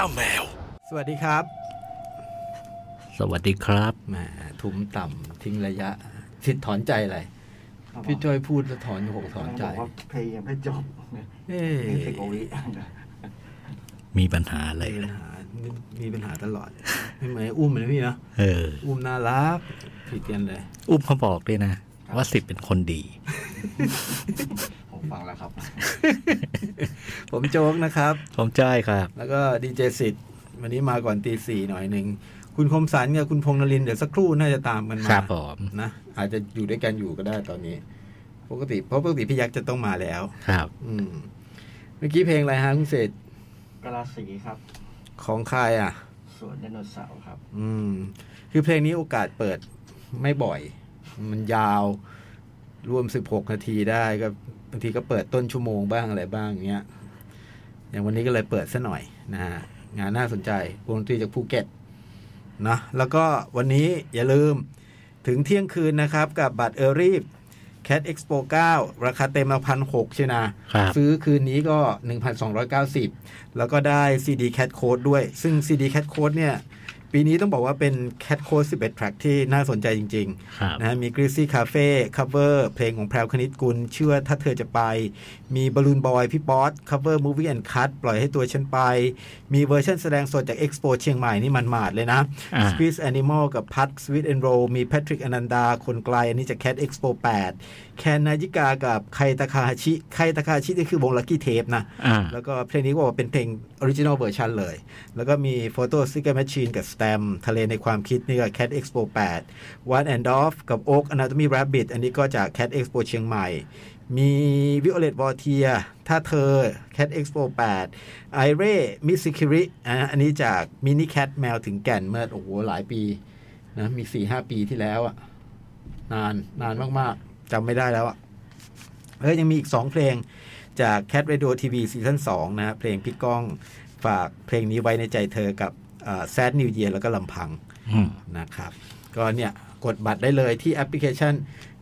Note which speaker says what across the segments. Speaker 1: าแมว
Speaker 2: สวัสดีครับ
Speaker 3: สวัสดีครับ
Speaker 2: แหมทุ้มต่ำทิ้งระยะสิทธิ์ถอนใจอะไร พี่จ้อยพูดแล้วถอนหกถอนใจ
Speaker 4: บอกว่าเพลงยังไม่จบนะ
Speaker 2: เอ๊ะ
Speaker 4: นี่สิบกว่า วินะ
Speaker 3: มีปัญหาอะไร
Speaker 2: มีปัญ
Speaker 3: นะ
Speaker 2: หามีปัญหาตลอดไม่เหมือนอุ้มเลยพี่เนาะ
Speaker 3: เออ
Speaker 2: อุ้มน่ารักผิดกันเลย
Speaker 3: อุ้มเขาบอกด้วยนะ ว่าสิบเป็นคนดี
Speaker 4: ผมฟังแล้วครับ
Speaker 2: ผมโจ๊กนะครับ
Speaker 3: ผมจ้อยครับ
Speaker 2: แล้วก็ดีเจสิทธิ์วันนี้มาก่อนตีสี่หน่อยหนึ่ง คุณคมสันกับคุณพงษ์นรินทร์เดี๋ยวสักครู่น่าจะตามกันมา
Speaker 3: ครับผม
Speaker 2: นะอาจจะอยู่ด้วยกันอยู่ก็ได้ตอนนี้ ปกติเพราะปกติพี่ยักษ์จะต้องมาแล้ว
Speaker 3: ครับ
Speaker 2: อืมเมื่อกี้เพลงอะไรฮะคุณเศษ
Speaker 4: กราสีครับ
Speaker 2: ของใครอ่ะ
Speaker 4: สวนไดโนเสาร์ครับ
Speaker 2: อืม คือเพลงนี้โอกาสเปิดไม่บ่อย มันยาว รวมสิบหกนาทีได้ก็บางทีก็เปิดต้นชั่วโมงบ้างอะไรบ้างอย่างเงี้ย อย่างวันนี้ก็เลยเปิดซะหน่อยนะฮะงานน่าสนใจวงดนตรีจากภูเก็ตนะแล้วก็วันนี้อย่าลืมถึงเที่ยงคืนนะครับ กับบัตรเออรีฟ Cat Expo 9 ราคาเต็มมาพันหกใช่นะครับ ซื้อคืนนี้ก็ 1,290 แล้วก็ได้ CD Cat Code ด้วย ซึ่ง CD Cat Code เนี่ย ปีนี้ต้องบอกว่าเป็น Cat Code 11 track ที่น่าสนใจจริง ๆ
Speaker 3: ครับ
Speaker 2: นะฮะมี Greasy Cafe cover เพลงของแพรวคณิตกุลเชื่อถ้าเธอจะไป มีบอลลูนบอยพี่ป๊อต cover movie and cut ปล่อยให้ตัวฉันไป มีเวอร์ชันแสดงสดจาก Expo เชียงใหม่นี่มันหมาดเลยนะ
Speaker 3: อ่า
Speaker 2: Swiss Animal กับ Pat Sweet and Roll มี Patrick อนันดา คนไกล อันนี้จาก Cat Expo 8 แคนนายิกากับไคตาคาฮาชิไคตาคาฮาชินี่คือวง Lucky Tape นะ
Speaker 3: อ่า
Speaker 2: แล้วก็เพลงนี้ก็บอกว่าเป็นเพลงออริจินอลเวอร์ชันเลย แล้วก็มี Photo s i g n a t u r Machine กับ Stam ทะเลในความคิดนี่ก็ Cat Expo 8 One and Off กับ Oak Anatomy Rabbit อันนี้ก็จาก Cat Expo เชียงใหม่ มี Violet v o r t i e r ถ้าเธอ Cat Expo 8 i r e m i s s i k i r i อ่ะอันนี้จาก Mini Cat แมวถึงแก่นเมื่อโอ้โหหลายปีนะมี 4-5 ปีที่แล้วอะนานนานมากๆจำไม่ได้แล้วอะเฮ้ยยังมีอีก 2 เพลง จาก Cat Radio TV ซีซั่น2นะฮะเพลงพี่ก้องฝากเพลงนี้ไว้ในใจเธอกับแซดนิวเยียแล้วก็ลำพัง
Speaker 3: อืม
Speaker 2: นะครับ ก็เนี่ยกดบัตรได้เลยที่แอปพลิเคชัน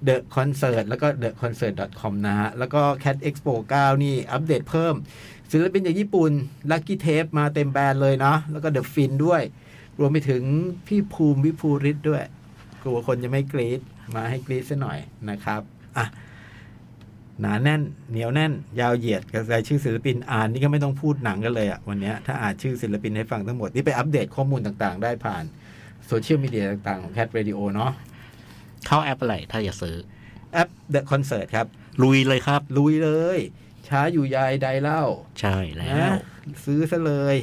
Speaker 2: The Concert แล้วก็ The Concert com นะฮะ แล้วก็ Cat Expo 9 นี่อัปเดตเพิ่ม ศิลปินจากญี่ปุ่น Lucky Tape มาเต็มแบรนด์เลยเนาะแล้วก็ The Fin ด้วย รวมไปถึงพี่ภูมิวิภูริศด้วย กลัวคนจะไม่กรี๊ดมาให้กรี๊ดซะหน่อยนะครับอ่ะ หนาแน่น เหนียวแน่น ยาวเหยียดกระจายชื่อศิลปินอ่านนี่ก็ไม่ต้องพูดหนังกันเลยอะวันเนี้ยถ้าอ่านชื่อศิลปินให้ฟังทั้งหมด นี่ไปอัปเดตข้อมูลต่างๆ ได้ผ่านโซเชียลมีเดียต่างๆ ของ Cat Radio เนาะ
Speaker 3: เข้าแอปอะไรถ้าอยากซื้อ
Speaker 2: แอป The Concert ครับ
Speaker 3: ลุยเลยครับ
Speaker 2: ลุยเลย ช้าอยู่ยายใดเล่า
Speaker 3: ใช่แล้ว
Speaker 2: นะซื้อซะเลย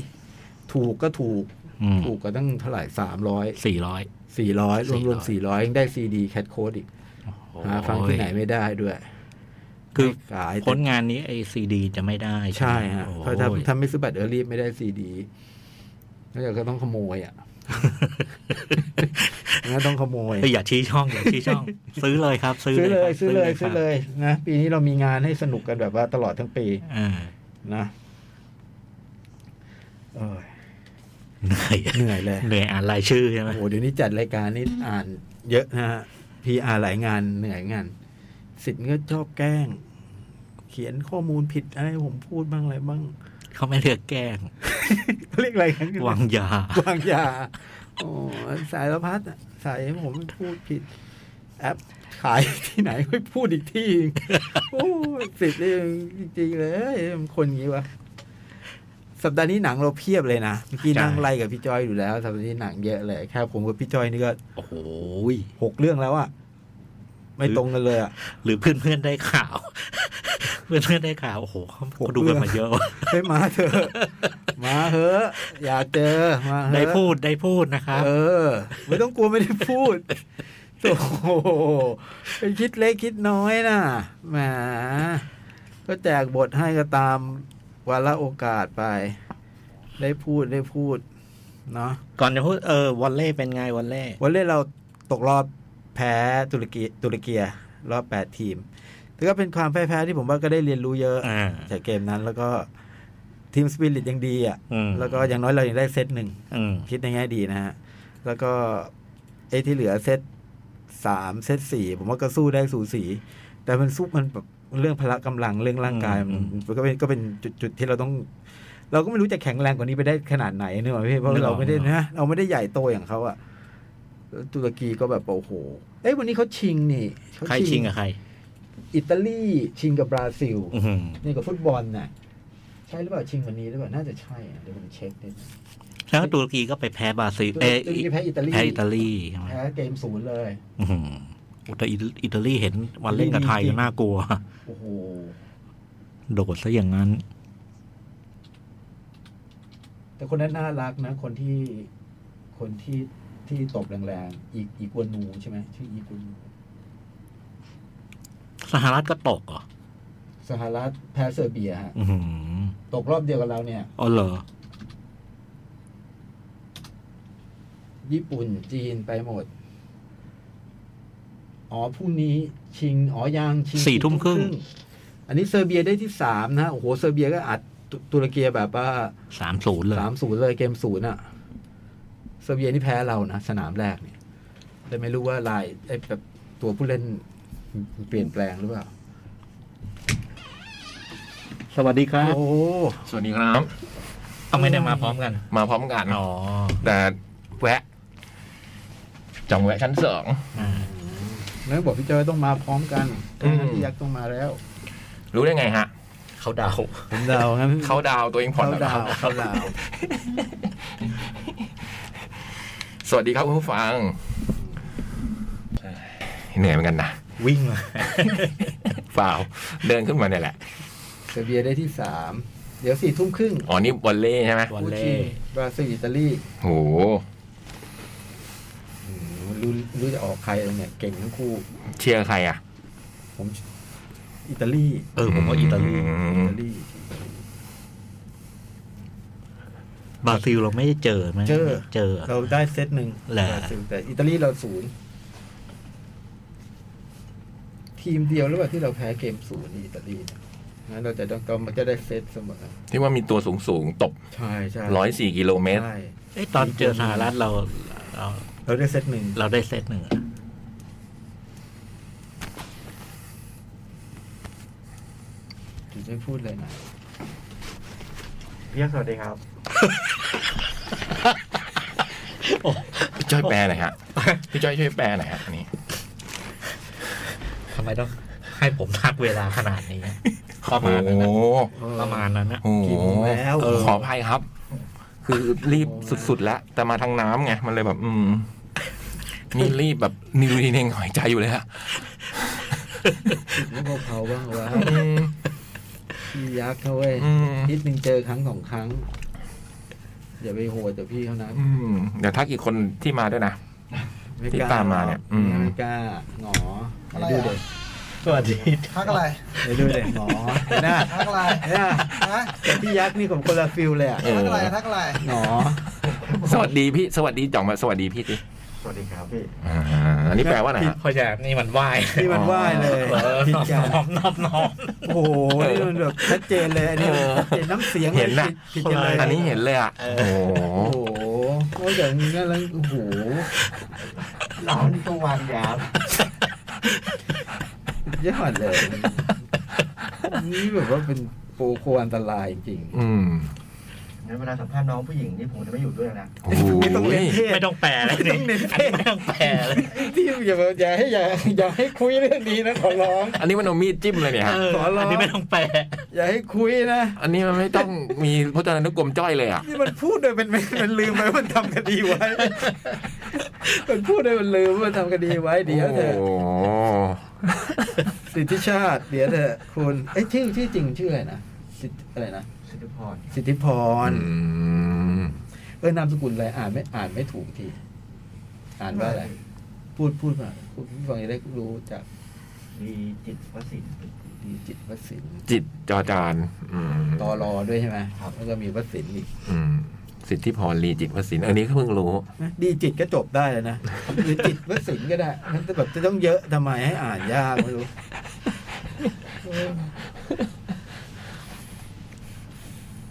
Speaker 2: ถูกก็ถูก
Speaker 3: อืม
Speaker 2: ถูกก็ตั้งเท่าไหร่สามร้อย
Speaker 3: สี่ร้อย
Speaker 2: สี่ร้อยรวมรวม
Speaker 3: 400
Speaker 2: สี่ร้อยยังได้ซีดีแคทโค้ดอีกหาฟังที่ไหนไม่ได้ด้วย
Speaker 3: คือ
Speaker 2: ไม่ขายแต่
Speaker 3: ผลงานนี้ไอซีดีจะไม่ได้
Speaker 2: ใช่ฮะ
Speaker 3: โอ้ย
Speaker 2: เพราะถ้าถ้าไม่ซื้อบัตรเออรีบไม่ได้ซีดีแล้วเดี๋ยวก็ต้องขโมย อ่ะ งั้นต้องขโมย
Speaker 3: เฮ้ยอย่าชี้ช่องอย่าชี้ ช่อง ซื้อเลยครับ ซื้
Speaker 2: ซื้อเลย
Speaker 3: ครับ
Speaker 2: ซื้อเลยซื้
Speaker 3: ครั
Speaker 2: อ
Speaker 3: บ
Speaker 2: เลยนะปีนี้เรามีงานให้สนุกกันแบบว่าตลอดทั้งปี
Speaker 3: อ่า
Speaker 2: นะเอ้ย
Speaker 3: เหนื่อย
Speaker 2: เหนื่อยเลย
Speaker 3: เหนื่อยอ่านรายชื่อใช่ไหม
Speaker 2: โอ้โหเดี๋ยวนี้จัดรายการนี่อ่านเยอะนะฮะพีอาหลายงานเหนื่อยงานสิทธิ์ก็ชอบแกล้ง เขียนข้อมูลผิดอะไรผมพูดบ้างอะไรบ้าง
Speaker 3: เขาไม่เลือกแกล้ง
Speaker 2: เรียกอะไรกัน
Speaker 3: วางยา
Speaker 2: วางยา โอ้สายละพัดอะสายผมพูดผิด แอปขายที่ไหนไม่พูดอีกที่ โอ้สิทธิ์เรื่องจริงๆเลยมันคนอย่างนี้วะ สัปดาห์นี้หนังเราเพียบเลยนะ เมื่อกี้
Speaker 3: ใช่
Speaker 2: นั่งไล่กับพี่จอยอยู่แล้ว สัปดาห์นี้หนังเยอะเลยแค่ผมกับพี่จอยนี่ก็
Speaker 3: โอ้โหย
Speaker 2: หกเรื่องแล้วอะไม่ตรงกันเลยอะ
Speaker 3: หรือเพื่อนเพื่อนๆได้ข่าว เพื่อนเพื่อนๆได้ข่าวโอ้โหเขา
Speaker 2: หก
Speaker 3: เขาดูกัน
Speaker 2: เรื่อง
Speaker 3: มาเยอะว่ะ
Speaker 2: ให้มาเถอะ มาเถอะ อย่าเจอ มาเถอะ
Speaker 3: ได้พูดได้พูดนะครับ
Speaker 2: เออ ไม่ต้องกลัวไม่ได้พู ด โอ้โหไปคิดเล็กคิดน้อยนะแหมก็แจกบทให้ก็ตามวาระโอกาสไป ได้พูดได้พูด เนาะ
Speaker 3: ก่อนจะพูดเออวอลเล่เป็นไงวอลเล่
Speaker 2: วันเล่นเราตกรอบแพ้ตุรกีตุรเกียรอบแปดทีมถือว่าเป็นความแพ้แพ้ที่ผมว่าก็ได้เรียนรู้เยอะ
Speaker 3: อ่า
Speaker 2: จากเกมนั้นแล้วก็ทีมสปิริตยังดีอ่ะ
Speaker 3: อืม
Speaker 2: แล้วก็อย่างน้อยเรายังได้เซตหนึ่ง
Speaker 3: อืม
Speaker 2: คิดในแง่ดีนะฮะ แล้วก็ไอ้ที่เหลือเซตสามเซตสี่ผมว่าก็สู้ได้สูสี แต่มันสู้มันแบบเรื่องพละกำลังเรื่องร่างกายมันมันก็เป็นก็เป็นจุดจุดที่เราต้อง เราก็ไม่รู้จะแข็งแรงกว่านี้ไปได้ขนาดไหนเนกอะพี่เพราะ
Speaker 3: นึกอ
Speaker 2: เรา
Speaker 3: อก
Speaker 2: ไม่ได้
Speaker 3: นึกออก
Speaker 2: นะเราไม่ได้ใหญ่โตอย่างเขาอะแล้วตุรกีก็แบบโอ้โหเอ้ยวันนี้เขาชิงนี่เขา
Speaker 3: ใครชิงกับใคร
Speaker 2: อิตาลีชิงกับบราซิล
Speaker 3: อื้อหือ
Speaker 2: นี่กับฟุตบอลน่ะใช่หรือเปล่าชิงวันนี้หรือเปล่าน่าจะใช่อะเดี๋ยวผมเช็คนิดนึง
Speaker 3: แล้วตุรกีก็ไปแพ้บราซิล
Speaker 2: ตุร
Speaker 3: เอ้ย
Speaker 2: ตุรกีแพ้อิตาลี
Speaker 3: แพ้อิตาลีใช่ไหม
Speaker 2: แพ้เกมศูนย์เลย
Speaker 3: อื้อหือโอ้แต่อิตอิตาลีเห็นวันเล่นกับไทย
Speaker 2: อิตาลีจริง
Speaker 3: น่ากลัว
Speaker 2: โอ้โห
Speaker 3: โดดซะอย่างนั้น
Speaker 2: แต่คนนั้นน่ารักนะ คนที่คนที่ที่ตบแรงๆอีกอีกวนนูใช่ไหมชื่ออีกวนนู
Speaker 3: สหรัฐก็ตกเหรอ
Speaker 2: สหรัฐแพ้เซอร์เบียฮะ
Speaker 3: อื้อหือ
Speaker 2: ตกรอบเดียวกับเราเนี่ย
Speaker 3: อ๋อเหรอ
Speaker 2: ญี่ปุ่นจีนไปหมด อ๋อพรุ่งนี้ชิง อ๋อยังชิง
Speaker 3: สี่ทุ่มครึ่ง
Speaker 2: อันนี้เซอร์เบียได้ที่สามนะ โอ้โห เซอร์เบียก็อัดตุตุรกีแบบว่า
Speaker 3: สามศูนย์เลย
Speaker 2: สามศูนย์เลยเกมศูนย์อะเซอร์เบียนี่แพ้เรานะ สนามแรกเนี่ยแต่ไม่รู้ว่าลายไอ้แบบตัวผู้เล่นเปลี่ยนแปลงหรือเปล่า
Speaker 3: สวัสดีครับ
Speaker 2: โอ้
Speaker 1: สวัสดีครับ
Speaker 3: เอาไม่ได้มาพร้อมกัน
Speaker 1: มาพร้อมกัน
Speaker 3: อ๋อ
Speaker 1: แต่แวะจังแวะชั้นสอง
Speaker 3: อ่า
Speaker 2: แล้วบอกพี่เจอต้องมาพร้อมกัน
Speaker 1: อืม
Speaker 2: พี่ยักษ์ต้องมาแล้ว
Speaker 1: รู้ได้ไงฮะ
Speaker 3: เขาเดา
Speaker 2: ผมเดางั้น
Speaker 1: เขาดาวตัวเองผ่อน
Speaker 2: เขา
Speaker 1: แล้ว
Speaker 2: ดา
Speaker 1: ครั
Speaker 2: ว
Speaker 1: บ
Speaker 2: เขาดาว
Speaker 1: สวัสดีครับคุณผู้ฟังเหนื่อยเหมือนกันนะ
Speaker 2: วิ่งมา
Speaker 1: เปล่าเดินขึ้นมาเนี่ยแหละ
Speaker 2: เซอร์เบียได้ที่สาม เดี๋ยวสี่ทุ่มครึ่ง
Speaker 1: อ๋อนี่บอลเล่ใช่ไหม
Speaker 3: วอล
Speaker 2: คู่
Speaker 3: เล่
Speaker 2: ชิงบราซิลอิตาลี
Speaker 1: โห
Speaker 2: อืมรู้รู้จะออกใครเลยเนี่ย เก่งทั้งคู่
Speaker 1: เชียร์ใครอ่ะ
Speaker 2: ผมอิตาลี
Speaker 3: เออผมว่าอิตาลี
Speaker 1: อื
Speaker 2: อิ
Speaker 1: ม
Speaker 2: ตาลี
Speaker 3: บราซิลเราไม่ได้เจอไหม
Speaker 2: เจอ
Speaker 3: เจอ
Speaker 2: เราได้เซตหนึ่ง
Speaker 3: แหละ
Speaker 2: บราซิลแต่อิตาลีเราศูนย์ทีมเดียวหรือเปล่าที่เราแพ้เกมศูนย์นี่อิตาลีเนี่ยงั้นเราจะต้องก็มันจะได้เซตเสมอ
Speaker 1: ที่ว่ามีตัวสูงสูงๆตบ
Speaker 2: ใช่ใช่
Speaker 1: ร้อยสี่กิโลเมตร
Speaker 2: ใช่
Speaker 3: เอยตอนเจอสหรัฐเราเรา
Speaker 2: เราได้เซตหนึ่ง
Speaker 3: เราได้เซตหนึ่งอะ
Speaker 2: ถึงจะพูดเลยนะ
Speaker 4: พี่ยักษ์สวัสดีครับ
Speaker 1: พี่จ้อยแปลห น่อยฮะ พี่จ้อยช่วยแปลหน่อยฮะอันนี่
Speaker 3: ทำไมต้องให้ผมทักเวลาขนาดนี้ประ
Speaker 1: โอ้
Speaker 3: มาณนั้น
Speaker 1: โห
Speaker 3: นะประมาณนั้นนะ
Speaker 1: โอ้โห
Speaker 2: กี่โมงแล้ว
Speaker 3: เอ
Speaker 1: ขออภัยครับ คือรีบสุดๆแล้ว แต่มาทางน้ำไง มันเลยแบบ อืม นี่รีบแบบนิรุทินเองหายใจอยู่เลยฮะ
Speaker 2: ไม่เผาๆบ้างวะ
Speaker 1: อืม
Speaker 2: พี่ยักษ์เขาเว้ย
Speaker 1: อืม
Speaker 2: นิดนึงเจอครั้งสองครั้ง อย่าไปโหดกับพี่เขานะ
Speaker 1: อืมเดี๋ยวถ้ากี่คนที่มาด้วยนะ
Speaker 2: ไม่
Speaker 1: ที่
Speaker 2: กล้า
Speaker 1: ตามมาเนี่ยอืม
Speaker 2: ไม่กล้าหงออะ
Speaker 5: อะไร
Speaker 2: ดู
Speaker 5: อ่ะ
Speaker 2: เด็ก
Speaker 3: สวัสดี
Speaker 5: ทักอะไร
Speaker 2: ไปดูเด็กหงอเห็นหน้า
Speaker 5: ทักอะไร
Speaker 2: เห็นหน้า
Speaker 5: ฮะ
Speaker 2: แต่พี่ยักษ์นี่ผมคนละฟิลเลยอะ
Speaker 1: เอ
Speaker 5: ทั
Speaker 1: อก
Speaker 5: อะไรทักอะไร
Speaker 2: หงอ
Speaker 1: สวัสดีพี่ สวัสดีจ่องมาสวัสดีพี่ดิ
Speaker 4: สวัสดีครับพี่
Speaker 1: อ่าอันนี้แปลว่าไหนฮะ
Speaker 3: พอจากนี่มันไหว
Speaker 2: ที่มันไหว้เลยผิดกัน
Speaker 3: น้อมน้อมน้อม
Speaker 2: โอ้โหนี่มันแบบชัดเจนเลยอันนี้
Speaker 1: เออ
Speaker 2: ชัดเจนน้ำเสียง
Speaker 1: เห็นน่ะ
Speaker 2: ผิดผิดกันเลย
Speaker 1: อันนี้เห็นเลยอ่ะ โอ้โห
Speaker 2: โอ้โหโอ้ยอย่างนี้แล้วโอ้โห
Speaker 4: เรานี่ก็วางยา
Speaker 2: ยอดเลยนี่แบบว่าเป็นโปรโคอันตรายจริงๆ
Speaker 1: อืม
Speaker 4: งั้นเวลาสัมภาษณ์น้องผู้หญิงนี่ผมจะไม่อยู่ด้วยนะ
Speaker 1: โอ้โห
Speaker 2: ไม่ต้องเรียนเทศ
Speaker 3: ไม่ต้องแปลอะไร
Speaker 2: ไม่ต้องเน้น
Speaker 3: อัไม่ต้องแปลเลย
Speaker 2: พี่อย่าอย่าให้อย่าอย่าให้คุยเรื่องนี้นะขอร้อง
Speaker 1: อันนี้มันเอามีดจิ้มเลยเนี่ยฮะ
Speaker 3: เออ
Speaker 2: ขอร้อง
Speaker 3: อันนี้ไม่ต้องแปล
Speaker 2: อย่าให้คุยนะ
Speaker 1: อันนี้มันไม่ต้องมีพจนานุกรมจ้อยเลยอ่ะ
Speaker 2: นี่มันพูดโดยมันมันมันลืมไปว่ามันทำคดีไว้ มันพูดโดยมันลืมว่ามันทำคดีไว้เดี๋ยวเถอะ
Speaker 1: โอ้โห
Speaker 2: สิทธิชาติเดี๋ยวเถอะคุณไอ้ยชื่อชื่อจริงชื่ออะไรนะสิทธิอะไรนะ
Speaker 4: สิทธิพร
Speaker 2: สิทธิพร
Speaker 1: อืม
Speaker 2: เออนามสกุลอะไรอ่านไม่อ่านไม่ถูกที อ่านว่าอะไร พูดพูดมาคุณผู้ฟังจะได้รู้จาก
Speaker 4: มีจิตวสินทร์
Speaker 2: ดีจิตวสิน
Speaker 1: จิตจอจานอืม
Speaker 2: ตอรอด้วยใช่ไหมแล้วก็มีวสินอีก
Speaker 1: อืมสิทธิพรลีจิตวสินอันนี้ก็เพิ่งรู้
Speaker 2: นะดีจิตก็จบได้แล้วนะหรือจิตวสินก็ได้ มันจะแบบจะต้องเยอะทำไมให้อ่านยากไม่รู้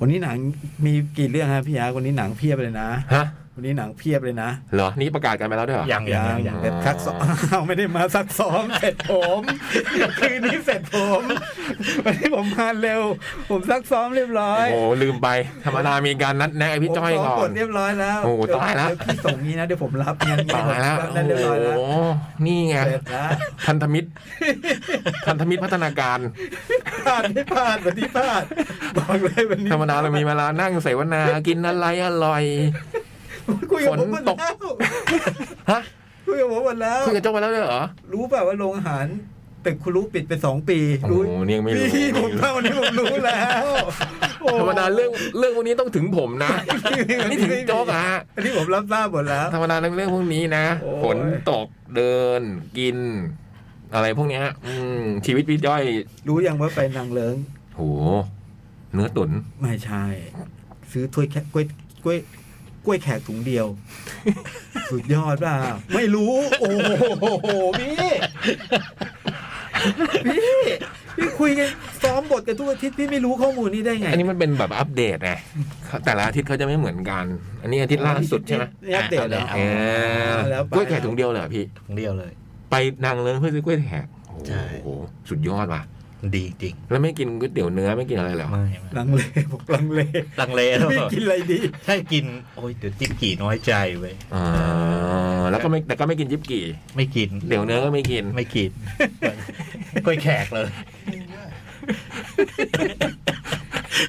Speaker 2: วันนี้หนังมีกี่เรื่องฮะพี่ยาวันนี้หนังเพียบเลยนะ
Speaker 1: ฮะ
Speaker 2: วันนี้หนังเพียบเลยนะ
Speaker 1: เหรอ นี่ประกาศกันไปแล้วด้วยเหรอ
Speaker 3: ยังยังยังยัง
Speaker 2: แต่ซักซ้อม ไม่ได้มาซักซ้อมเสร็จผม คืนนี้เสร็จผม วันนี้ผมมาเร็ว ผมซักซ้อมเรียบร้อ
Speaker 1: โอ้
Speaker 2: ย
Speaker 1: โหลืมไปธรรมดามีการนัดแนะไอ้พี่จ้อย
Speaker 2: ผมซ้
Speaker 1: ก่
Speaker 2: ม
Speaker 1: อก น
Speaker 2: ดเรียบร้อยแล้ว
Speaker 1: โอ้โหตายแล้ว
Speaker 2: เดี๋พี่ส่งนี้นะเดี๋ยวผมรับงานนี้
Speaker 1: ตายแล้ว
Speaker 2: รับ
Speaker 1: โอ้
Speaker 2: นั่นเรียบร้อยแล้ว
Speaker 1: โหนี่ไง
Speaker 2: เสร็จ แล้ว
Speaker 1: พันธมิตร พันธมิตรพัฒนาการ
Speaker 2: พลาดไม่พลาดวันนี้พลาดบอกเลยวันนี้
Speaker 1: ธรรมดาเรามีเวลานั่งเสวนากินอะไรอร่อย
Speaker 2: คุยกับผม
Speaker 1: ฝ
Speaker 2: วัน
Speaker 1: นตก
Speaker 2: แล้ว
Speaker 1: ฮะ
Speaker 2: คุยกับผมวันแล้ว
Speaker 1: คุยกับเจ้ามาแล้วด้วยเหรอ
Speaker 2: รู้เปล่าว่าโรงอาหารตึกคุณรู้ปิดไปสองปี
Speaker 1: โอ้โหยังไม่รู้
Speaker 2: พี่ผมเท่านี้ผมรู้แล้วโอ้โห
Speaker 1: ธรรมดาเรื่องเรื่องพวกนี้ต้องถึงผมนะนี่ถึงโจ๊กอะฮะ
Speaker 2: อันนี้ผมรับทราบหมดแล้ว
Speaker 1: ธรรมดาเรื่องเรื่องพวกนี้นะ
Speaker 2: โอ้ย
Speaker 1: ฝนตกเดิน กิน อะไรพวกเนี้ยอืมชีวิตพี่จ้อย
Speaker 2: รู้ยังว่าไปนางเลิ้ง
Speaker 1: โหเนื้อตุ๋น
Speaker 2: ไม่ใช่ ซื้อถ้วยแค่กล้วยกล้วยกล้วยแขกถุงเดียว สุดยอดเปล่าไม่รู้ โอ้โหพี่ พี่พี่คุยกันซ้อมบทกันทุกอาทิตย์พี่ไม่รู้ข้อมูลนี้ได้ไง
Speaker 1: อันนี้มันเป็นแบบอัปเดตไงแต่ละอาทิตย์เขาจะไม่เหมือนกัน อันนี้อาทิตย์ล่าสุดใช่ไหม
Speaker 2: นี่อัปเดตเหรอ
Speaker 1: เออ
Speaker 2: เอาแล้วไป
Speaker 1: กล้วยแขกถุงเดียวเหรอพี่
Speaker 3: ถุงเดียวเลย
Speaker 1: ไปนางเลิ้งเพื่อซื้อกล้วยแขกโอ้
Speaker 3: ใช่
Speaker 1: โหสุดยอดว่ะ
Speaker 3: ดีจริง
Speaker 1: แล้วไม่กินก๋วยเตี๋ยวเนื้อไม่กินอะไรเหรอ
Speaker 3: ไม่ไม่
Speaker 2: ลังเลบอกลังเล
Speaker 3: ลังเลแล้ว
Speaker 2: พี่กินอะไรดี
Speaker 3: ถ้ากิน โอ้ยเดี๋ยวจิบกี่น้อยใจเว้ย
Speaker 1: อ่าแล้วก็ไม่แต่ก็ไม่กินยิบกี่
Speaker 3: ไม่กิน
Speaker 1: เดี๋ยวเนื้อก็ไม่กิน
Speaker 3: ไม่กินกล้วยแขกเลย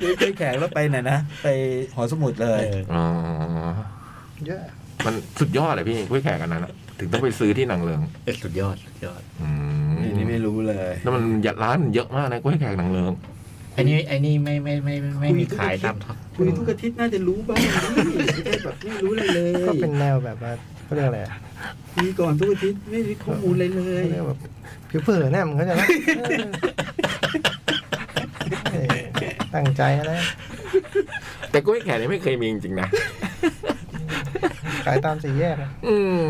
Speaker 2: คือเคยแขกแล้วไปไหนนะ ไปหอสมุดเลย
Speaker 1: อ๋อ
Speaker 4: เยอะ
Speaker 1: มันสุดยอดเลยพี่กล้วยแขกอันนั้นอะถึงต้องไปซื้อที่นางเลิง
Speaker 3: เออสุดยอดสุดยอด
Speaker 1: อื
Speaker 2: นี่นี่
Speaker 1: ม
Speaker 2: ไม่รู้เลย
Speaker 1: แล้วมันยัดร้านมันเยอะมากนะกล้วยแขกนางเลิง
Speaker 3: ไอ้นี่ไอ้นี่ไม่ไม่ไม่ไม่ไม่มีขายตามท้อง
Speaker 2: คุยทุกอาทิตย์น่าจะรู้บ้างไม่ได้แบบไม่รู้เลยเลย
Speaker 5: ก็เป็นแนวแบบว่าเขาเรียกอะไรอะ
Speaker 2: คุยก่อนทุกอาทิตย์ไม่มีข้อมูลเลยเลย
Speaker 5: เขาเรียกแบบผิวเผินน่ะมึงเข้าใจไหมเออตั้งใจนะ
Speaker 1: แต่กล้วยแขกนี่ไม่เคยมีจริงๆนะ
Speaker 5: ขายตามสี่แยกนะ
Speaker 1: อืม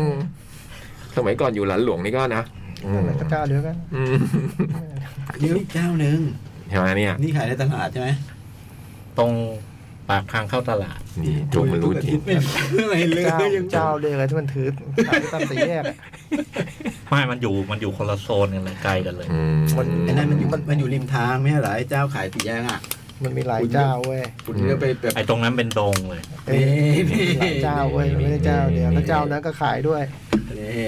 Speaker 1: สมัยก่อนอยู่หลันหลวงนี่ก็นะอื
Speaker 5: นั่
Speaker 1: ม
Speaker 5: นแหละก็เจ้าเดียวกัน
Speaker 1: อืม
Speaker 2: นี่อีกเจ้าหนึ่ง
Speaker 1: เห็นไหมเนี่ย
Speaker 2: นี่ขายในตลาดใช่ไหม
Speaker 3: ตรงปากทางเข้าตลาด
Speaker 1: นี่โจงมันรู้จริง
Speaker 2: ไม่รู้อะไรเลย
Speaker 5: เจ้า
Speaker 2: ยัง
Speaker 5: เจ้าเดียวกันที่มันถือขายตามสี่แยกอะ
Speaker 3: ไม่มันอยู่มันอยู่คนละโซนกันเลยไกลกันเลย
Speaker 1: อืม
Speaker 2: ไอ้นั่นมันอยู่มันอยู่ริมทางไม่ใช่เหรอไอ้เจ้าขายตีแยกอ่ะ
Speaker 5: มันมีหลายเจ้าเว้ย
Speaker 2: คุณเลือกไปแบบ
Speaker 3: ไอ้ตรงนั้นเป็นดงเลย
Speaker 5: เออมีหลายเจ้าเว้ยไม่ได้เจ้าเดียวแล้วเจ้านั้นก็ขายด้วย
Speaker 2: นี่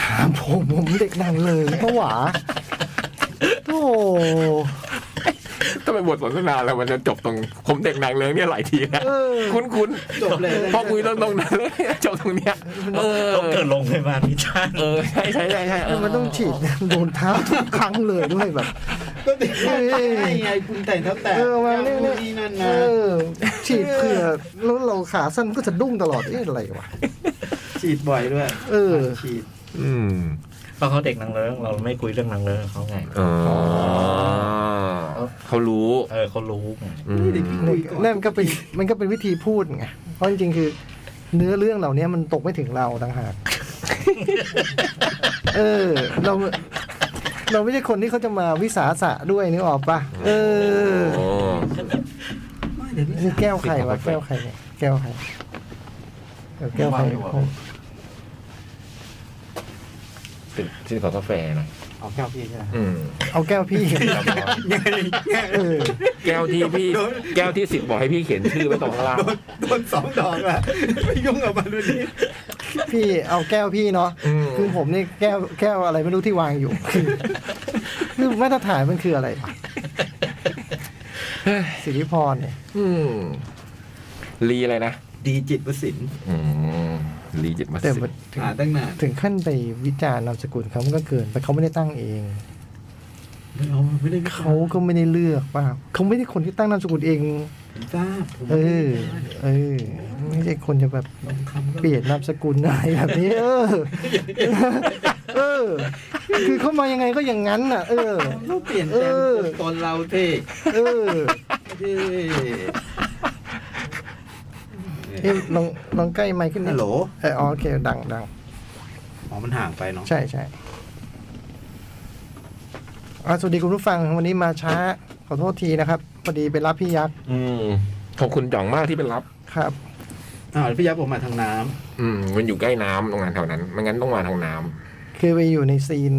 Speaker 5: ถามผมผมเด็กนางเลยปะหวาโอ้โห
Speaker 1: ทำไมบทสนทนาเรามันจะจบตรงผมเด็กนางเลิงเนี่ยหลายทีแล้ว
Speaker 5: เออ
Speaker 1: คุ้น
Speaker 2: จบเลย
Speaker 1: ๆพอคุยเรื่องตรงนั้นแล้ว เนี่ยจบตรงเนี้ยเออ
Speaker 3: ต้องเกิดลงพยาบาลมิชชั่น
Speaker 1: เออใช่ใช่ใช่ใช่เ
Speaker 5: มันต้องฉีดโดนเท้าทุกครั้งเลยด้วยแบบ
Speaker 2: ก็ติดใช่ไงคุณแต่งเท้าแต่
Speaker 5: เออมา
Speaker 2: นี่
Speaker 5: เนี่ยเนี่ย
Speaker 2: นี่นั่น
Speaker 5: เอ
Speaker 2: นะ
Speaker 5: อฉีดเผื่อแล้วเราขาสั้นก็จะดุ้งตลอดเอ๊ะอะไรวะ
Speaker 2: ฉีดบ่อยด้วย
Speaker 5: เออ
Speaker 2: ฉีด
Speaker 1: อืม
Speaker 3: เพราะเขาเด็กนางเลิ้งเราไม่คุยเรื่องนางเลิ้งกับเขาไง
Speaker 1: อ๋อเขารู้
Speaker 3: เออเขารู้ไง
Speaker 1: อืม
Speaker 2: คุยก่อน
Speaker 5: นั่นก็เป็นมันก็เป็นวิธีพูดไงเพราะจริงๆคือ เนื้อเรื่องเหล่านี้มันตกไม่ถึงเราต่างหาก เออ เรา เราไม่ใช่คนที่เขาจะมาวิสาสะด้วยนึกออกปะเออ
Speaker 1: โอ้
Speaker 2: ไม่เดี๋ยวนี้
Speaker 5: นี่แก้วใครวะแก้วใครเนี่ยแก้วใครเดี๋ยวแก้วใคร
Speaker 1: ติดที่ขอกาแฟหน่อย
Speaker 2: เอาแก้วพี่ใช่ไหม
Speaker 1: อืม
Speaker 5: เอาแก้ว พี่ เออ
Speaker 1: แก้วที่พี่ แก้วที่สิทธิ์บอกให้พี่เขียนชื่อไว้ตรงข้างล่าง
Speaker 2: โดนสองดอกอะไปยุ่งกับมันด้วยนี่
Speaker 5: พี่เอาแก้วพี่เนาะ
Speaker 1: อืม
Speaker 5: คือผมนี่แก้วแก้วอะไรไม่รู้ที่วางอยู่ คือคือมาตรฐานมันคือ อะไรวะสิริพรเนี่ย
Speaker 1: อืมลีอะไรนะ
Speaker 2: ดีจิตวสิน
Speaker 1: อืมลีจิตมา
Speaker 5: แต่
Speaker 1: สิ
Speaker 5: มันถึง
Speaker 2: หาตั้งนาน
Speaker 5: ถึงขั้นไปวิจารณ์นามสกุลเขามันก็เกิน แต่เขาไม่ได้ตั้งเอง
Speaker 2: ไม่เอาไม่ได้
Speaker 5: เขาก็ไม่ได้เลือกเปล่าเขาไม่ได้คนที่ตั้งนามสกุลเอง
Speaker 2: ผมทราบผมไม่ได้
Speaker 5: เออ เออ ไม่ใช่คนจะแบบ
Speaker 2: ทองคำก็
Speaker 5: เปลี่ยนนามสกุลอะไรแบบนี้ เออ เออ คือเขามายังไงก็อย่างนั้นน่ะ เออ
Speaker 2: เราเปลี่ยนแปลง
Speaker 5: เออ
Speaker 2: ตนเราเท่
Speaker 5: เออ
Speaker 2: เท่
Speaker 5: เอ๊ะลองลองใกล้ไมค์ขึ้นนิ
Speaker 2: ฮั
Speaker 5: ด
Speaker 2: ลโหล
Speaker 5: เอออ๋อโอเคดังดัง
Speaker 2: อ๋อมันห่างไปเนาะ
Speaker 5: ใช่ใช่อ่ะสวัสดีคุณผู้ฟังวันนี้มาช้า ขอโทษทีนะครับพอดีไปรับพี่ยักษ์
Speaker 1: อืมขอบคุณจ่องมากที่เป็นรับ
Speaker 5: ครับ
Speaker 2: อ้าวพี่ยับออกมาทางน้
Speaker 1: อืม มันอยู่ใกล้น้ำโรงงานแถวนั้นไม่งั้นต้องมาทางน้ำ
Speaker 5: คือไปอยู่ในซีน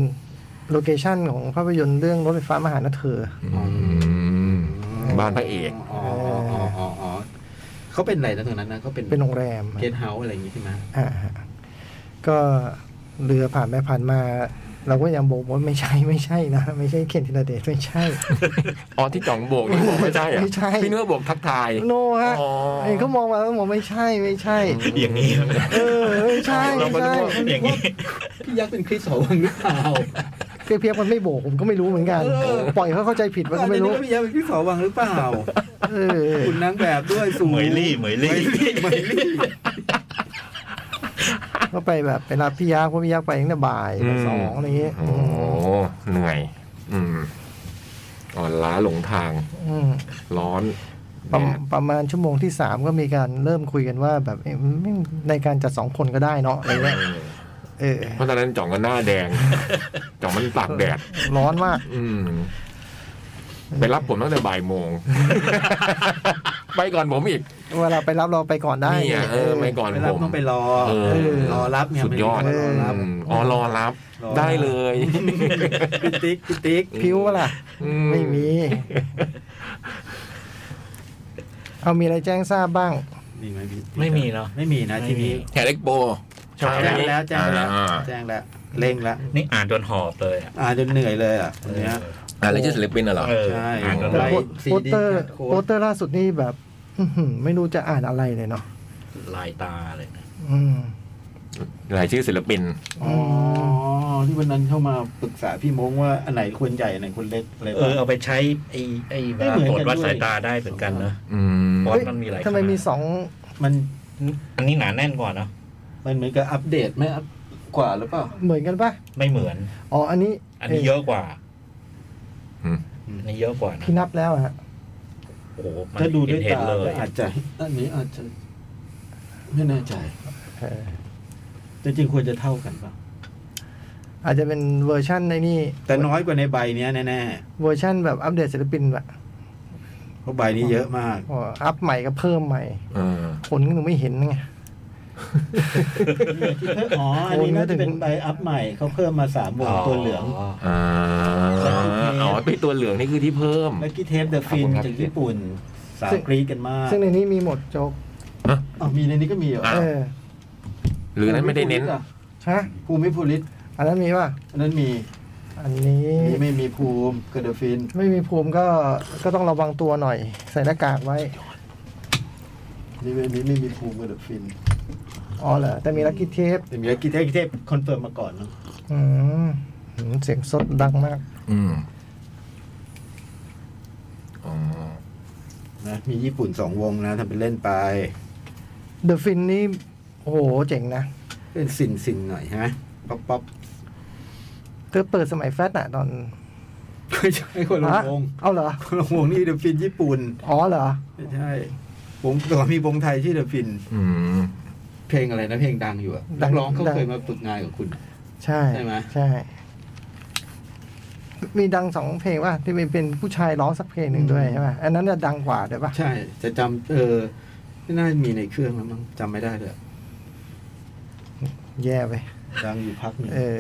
Speaker 5: โลเคชันของภาพยนตร์เรื่องรถไฟฟ้ามาหานะเธอ
Speaker 1: บ้านพระเอก
Speaker 2: อ๋ออ๋ออ๋ออ๋อเขาเป็นอะไรนะตรงนั้นนะเขาเป็น
Speaker 5: เป็นโรงแรม
Speaker 2: เกสต์เฮาส์อะไรอย่างงี้ใช่ไหม
Speaker 5: อ่าฮะก็เรือผ่านแม่ผ่านมา เราก็ยังบอกว่าไม่ใช่ ไม่ใช่นะ ไม่ใช่เคนธินเดชไม่ใช่
Speaker 1: อ๋อที่จ่องโบกนี่บอกไม่ใช่เหรอ
Speaker 5: ไม่ใช่
Speaker 1: พี่เนื้อโบกทักทาย
Speaker 5: โนฮะ
Speaker 1: อ๋อ
Speaker 5: ไอ้เขามองมาแล้วบอกไม่ใช่ไม่ใช่
Speaker 2: อย่างนี้
Speaker 5: เออไม่ใช่
Speaker 1: เรา
Speaker 5: ไม่
Speaker 1: ก็นึ
Speaker 5: ใช่
Speaker 1: กว่า
Speaker 2: อย่างนี้พี่ยักษ์เป็นคริสหอวังหรือเปล่า
Speaker 5: เพียงเพียงมันไม่โบกผมก็ไม่รู้เหมือนกัน ปล่อยเขาเข้าใจผิดมันก็ไม่รู้
Speaker 2: อันนี้พี่ยักษ์เป็นคริสหอวังหรือเปล่า
Speaker 5: เออ
Speaker 2: คุณนางแบบด้วยสู
Speaker 6: เหมยลี่เหมยลี่
Speaker 2: เหมยลี่
Speaker 5: ก็ไปแบบไปรับพี่ยักษ์เพราะพี่ยักษ์ไปตั้งแต่บ่ายบ่ายสองอะไรอย่างเงี้ย
Speaker 1: โอ้โหเหนื่อย อืมอ่อนล้าหลงทาง
Speaker 5: อืม
Speaker 1: ร้อน
Speaker 5: ประ
Speaker 1: แด
Speaker 5: มา
Speaker 1: ด
Speaker 5: ณประมาณชั่วโมงที่สามก็มีการเริ่มคุยกันว่า แบบเอ๊ะไม่ในการจัดสองคนก็ได้เนาะอะไรเงี้ยเออ
Speaker 1: เพราะตอนนั้นจ่องก็หน้าแดง จ่องมันตากแดด
Speaker 5: ร้อนมาก
Speaker 1: อืม ไปรับผมตั้งแต่บ่ายโมง ไปก่อนผมอีก
Speaker 5: เวลาไปรับเราไปก่อนได้
Speaker 1: นี่อ่ะเออไปก่อน
Speaker 2: ไป
Speaker 1: ผ
Speaker 2: รับ
Speaker 1: ม
Speaker 2: ต้องไปรอ
Speaker 1: เออ
Speaker 2: รอรับเนี่ย
Speaker 1: สุดยอด
Speaker 2: ไม่ได้รอรับ
Speaker 1: อืมอ๋อรอรับ
Speaker 2: รอ
Speaker 1: ได้เลย
Speaker 2: พี่ติ๊กพี่ติ๊ก
Speaker 5: พิ้วปะล่ะ
Speaker 1: อื
Speaker 5: ไม่มี เอามีอะไรแจ้งทราบบ้าง
Speaker 2: มีไหมพี่
Speaker 6: ไม่มีเนอะ
Speaker 2: ไม่มีนะทีนี้
Speaker 1: แขกเล็กโบใช่ไหม
Speaker 2: แจ้งแล้วแจ้งแล้ว
Speaker 1: อ่า
Speaker 2: แจ้งแล้วเร่งแล้ว
Speaker 6: นี่อ่านจนหอบเลยอะ
Speaker 2: อ่าจนเหนื่อยเลยอ่ะคนเนี้ย
Speaker 1: อ่าแล้วจะศิลปินน่ะเหรอ
Speaker 6: เออ
Speaker 2: ใช่
Speaker 6: อ่านจน
Speaker 2: ไป
Speaker 6: ไล่
Speaker 5: โปส
Speaker 2: ซีดี
Speaker 5: โปสเตอร์
Speaker 2: แคทโค้ด
Speaker 5: โปสเตอร์ล่าสุดนี่แบบ อื้อหือไม่รู้จะอ่านอะไรเลยเนาะ
Speaker 6: ลายตาเลยนะ
Speaker 5: อืม
Speaker 1: รายชื่อศิลปิน
Speaker 2: อ๋อที่วันนั้นเข้ามาปรึกษาพี่มงว่าอันไหนควรใหญ่อันไหนควรเล็กอะไร
Speaker 6: เออ
Speaker 2: แบ
Speaker 6: เอา
Speaker 2: บ
Speaker 6: ไปใช้ไอ้ไอ้เวลา
Speaker 2: ไม่เหมื
Speaker 6: ตร
Speaker 2: อ
Speaker 6: วน จ
Speaker 2: กัน
Speaker 6: วัด
Speaker 2: ด้วย
Speaker 6: สายตาได้เหมือนกันนะ
Speaker 1: อืม
Speaker 6: ฟอน
Speaker 5: เฮ้ย
Speaker 6: ต์มันมีหลาย
Speaker 5: ทำไม
Speaker 6: ขนาด
Speaker 5: มีสอง
Speaker 2: มัน
Speaker 6: อันนี้หนาแน่นกว่าเนาะ
Speaker 2: มันเหมือนกับอัปเดตไหมอัปกว่าหรือเปล่า
Speaker 5: เหมือนกันปะ
Speaker 6: ไม่เหมือน
Speaker 5: อ๋ออันนี้
Speaker 6: อันนี้เยอะกว่า
Speaker 1: อืม
Speaker 6: อันนี้เยอะกว่านะ
Speaker 5: พี่นับแล้วอะฮะ
Speaker 6: โอ้โหมัน
Speaker 2: ถ้าดูด้วย
Speaker 6: เห็น
Speaker 2: ตา
Speaker 6: ๆเลย
Speaker 2: อาจจะอันนี้อาจจะไม่แน่ใจ
Speaker 5: เออ
Speaker 2: จริงๆควรจะเท่ากันเปล่ะ
Speaker 5: อาจจะเป็นเวอร์ชั่นในนี่
Speaker 2: แต่น้อยกว่าในใบเนี้ยแน่
Speaker 5: เวอร์ชั่นแบบอัปเดตศิลปินอะ
Speaker 2: ๆเพราะใบนี้เยอะมาก
Speaker 5: อ๋ออัพใหม่ก็เพิ่มใหม่
Speaker 1: เออ
Speaker 5: คนก็หนูไม่เห็นไง
Speaker 2: อ๋อ อันนี้น่าจะเป็นใบอัพใหม่เขาเพิ่มมาสามวงตัวเหลือง
Speaker 1: อ่าอ๋อเป็นตัวเหลืองนี่คือที่เพิ่ม
Speaker 2: แลักกี้เทปเดอะฟิน
Speaker 1: ครับผมครับ
Speaker 2: จากญี่ปุ่น สาว
Speaker 5: ซึ่ง
Speaker 2: กรีดกันมาก
Speaker 5: ซึ่งในนี้มีหมดโจก
Speaker 2: อ๋อมีในนี้ก็มีเหรอ
Speaker 1: อ่ะ
Speaker 5: เออ
Speaker 1: หรือนั้นไม่ได้เน้น
Speaker 5: ฮะ
Speaker 2: ภูมิภูริต
Speaker 5: อันนั้นมีป่ะ
Speaker 2: อันนั้นมี
Speaker 5: อันนี้
Speaker 2: อันนี้ไม่มีภูมิกับเดอะฟิน
Speaker 5: ไม่มีภูมิก็ก็ต้องระวังตัวหน่อย ใส่หน้ากากไว้
Speaker 2: นี่ไม่มีไม่มีภูมิกับเดอะฟิน
Speaker 5: อ๋อเหรอ แต่มีลักกี้เทป
Speaker 2: แต่มีลักกี้เทปเทปคอนเฟิร์มมาก่อนเนอะ
Speaker 5: อืมหืมเสียงสดดังมาก
Speaker 1: อืมอ๋อ
Speaker 2: นะมีญี่ปุ่นสองวงนะทำเป็นเล่นไป
Speaker 5: The Fin นี่ โอ้โห เจ๋งนะ
Speaker 2: เป็นสินสินหน่อยฮะ ป๊อปป๊อป
Speaker 5: เธอเปิดสมัยแฟชอะตอน
Speaker 2: ไม่ใช่คนละ
Speaker 5: ฮะ
Speaker 2: วง
Speaker 5: เอาเหรอ
Speaker 2: คนละวงนี่เดอะฟินญี่ปุ่น
Speaker 5: อ๋อเหรอ
Speaker 2: ไม่ใช่วงก่อนมีวงไทยชื่อเดอะฟิน
Speaker 1: อืม
Speaker 2: เพลงอะไรนะเพลงดังอยู่อะ
Speaker 5: ดั
Speaker 2: นั
Speaker 5: ง
Speaker 2: กร้องเขา
Speaker 5: ดัง
Speaker 2: เคยมาฝึกงานกับคุณ
Speaker 5: ใช่
Speaker 2: ใช่ไหม
Speaker 5: ใช่ มีดังสองเพลงป่ะ ที่เป็นผู้ชายร้องสักเพลงหนึ่งด้วยใช่ป่ะ อันนั้นจะดังกว่าเดี๋ยวป่ะ
Speaker 2: ใช่ จะจำเออไม่น่ามีในเครื่องแล้วมั้งจำไม่ได้เลย
Speaker 5: แย่ไป
Speaker 2: ดังอยู่พักหนึ่ง
Speaker 5: เออ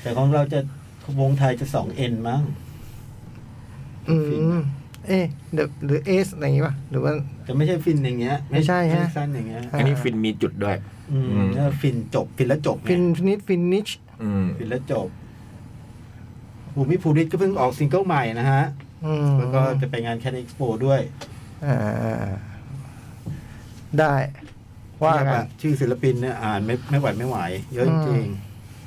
Speaker 2: แต่ของเราจะวงไทยจะสองเอ็นมั้ง
Speaker 5: อื
Speaker 2: ฟิน
Speaker 5: ม
Speaker 2: อะ
Speaker 5: เอะเดอะหรือเอสอะไรอย่างงี้ป่ะ หรือว่า
Speaker 2: จะไม่ใช่ฟินอย่างเงี้ย
Speaker 5: ไม่ใช่ฮะ
Speaker 2: ไม่สั้นอย่างเงี้ย
Speaker 1: อันนี้ฟินมีจุดด้วย
Speaker 2: อืม
Speaker 1: อืม
Speaker 2: เนี่ยฟินจบฟินแล้วจบไง
Speaker 5: ฟินฟินิชฟินิช
Speaker 1: อืม
Speaker 2: ฟินแล้วจบภูมิภูริตก็เพิ่งออกซิงเกิลใหม่นะฮะ
Speaker 5: อืม
Speaker 2: แล้วก็จะไปงานแคดเอ็กซ์โปด้วย
Speaker 5: อ่าได้ ว่า
Speaker 2: แบ
Speaker 5: กัน
Speaker 2: บชื่อศิลปินเนี่ยอ่านไม่ไม่ไหวไม่ไหว เยอะจ
Speaker 5: อื
Speaker 2: ริง
Speaker 5: ม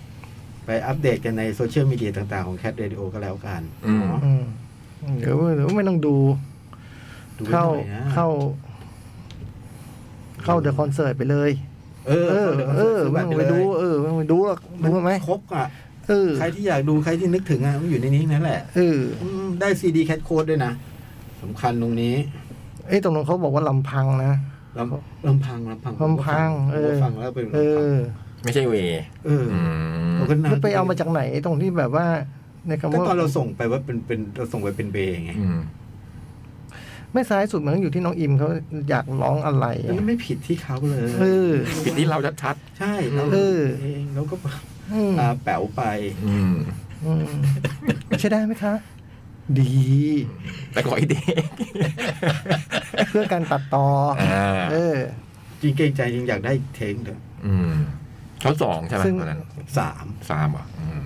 Speaker 2: ๆไปอัปเดตกันในโซเชียลมีเดียต่างๆของแคดเรดิโอก็แล้วกัน
Speaker 1: อืม
Speaker 2: เนาะ
Speaker 5: อืมหรือว่าหรือว่าไม่ต้องดู
Speaker 2: ดูไว้ห
Speaker 5: เข้า
Speaker 2: น่อยนะ
Speaker 5: เข้า เข้าเดอะคอนเสิร์ตไปเลย
Speaker 2: เออ
Speaker 5: เออ เออไม่ต้องไปดู เออไม่ต้องไปดูหรอก
Speaker 2: มัน
Speaker 5: รู้ไหม
Speaker 2: ครบอ่ะ
Speaker 5: เออ
Speaker 2: ใครที่อยากดูใครที่นึกถึงอ่ะมันอยู่ในนี้ทั้งนั่นแหละ
Speaker 5: เออ
Speaker 2: อืมได้ซีดีแคทโค้ดด้วยนะสำคัญตรงนี้
Speaker 5: เอ้ยตรงนั้นเขาบอกว่าลำพังนะ
Speaker 2: ลำลำพังลำพัง
Speaker 5: ลำพัง
Speaker 2: ผมก็
Speaker 5: เออ
Speaker 2: ฟังผมก็ฟังแล้วเป็นลำ
Speaker 5: เอ
Speaker 2: พัง
Speaker 5: อ
Speaker 1: ไม่ใช่เว
Speaker 2: เออ
Speaker 1: อืม
Speaker 2: เราก็น
Speaker 5: แล้วไปเอามาจากไหนตรงที่แบบว่า ในคำ
Speaker 2: ก็
Speaker 5: ว่า
Speaker 2: ตอนเราส่งไปว่าเป็นเป็นเราส่งไปเป็นเบย์ไง
Speaker 1: อืม
Speaker 5: ไม่ซ้ายสุดเหมือนอยู่ที่น้องอิมเขาอยากร้องอะไร
Speaker 2: อัน
Speaker 5: อะ
Speaker 2: นี้ไม่ผิดที่เขาเลย
Speaker 5: เออ
Speaker 1: ปิดที่เราชัด
Speaker 2: ใช่เรา
Speaker 5: เออ
Speaker 2: เองเราก็
Speaker 5: อืม
Speaker 2: อาแป๋วไป
Speaker 1: อืม
Speaker 5: อืมใช้ได้ไหมคะ ดี
Speaker 1: แต่ก่อนไอ เด็ก
Speaker 5: เพื่อการตัดต่ออ
Speaker 1: อ่า
Speaker 5: เออ
Speaker 2: จริงเกรงใจจริงอยากได้อีกเทงเถอะ
Speaker 1: อืมเขาสองใช่ไหม
Speaker 5: ซึ่ง
Speaker 1: ตอนนั้น
Speaker 2: สาม
Speaker 1: สามเหรอ่ะอืม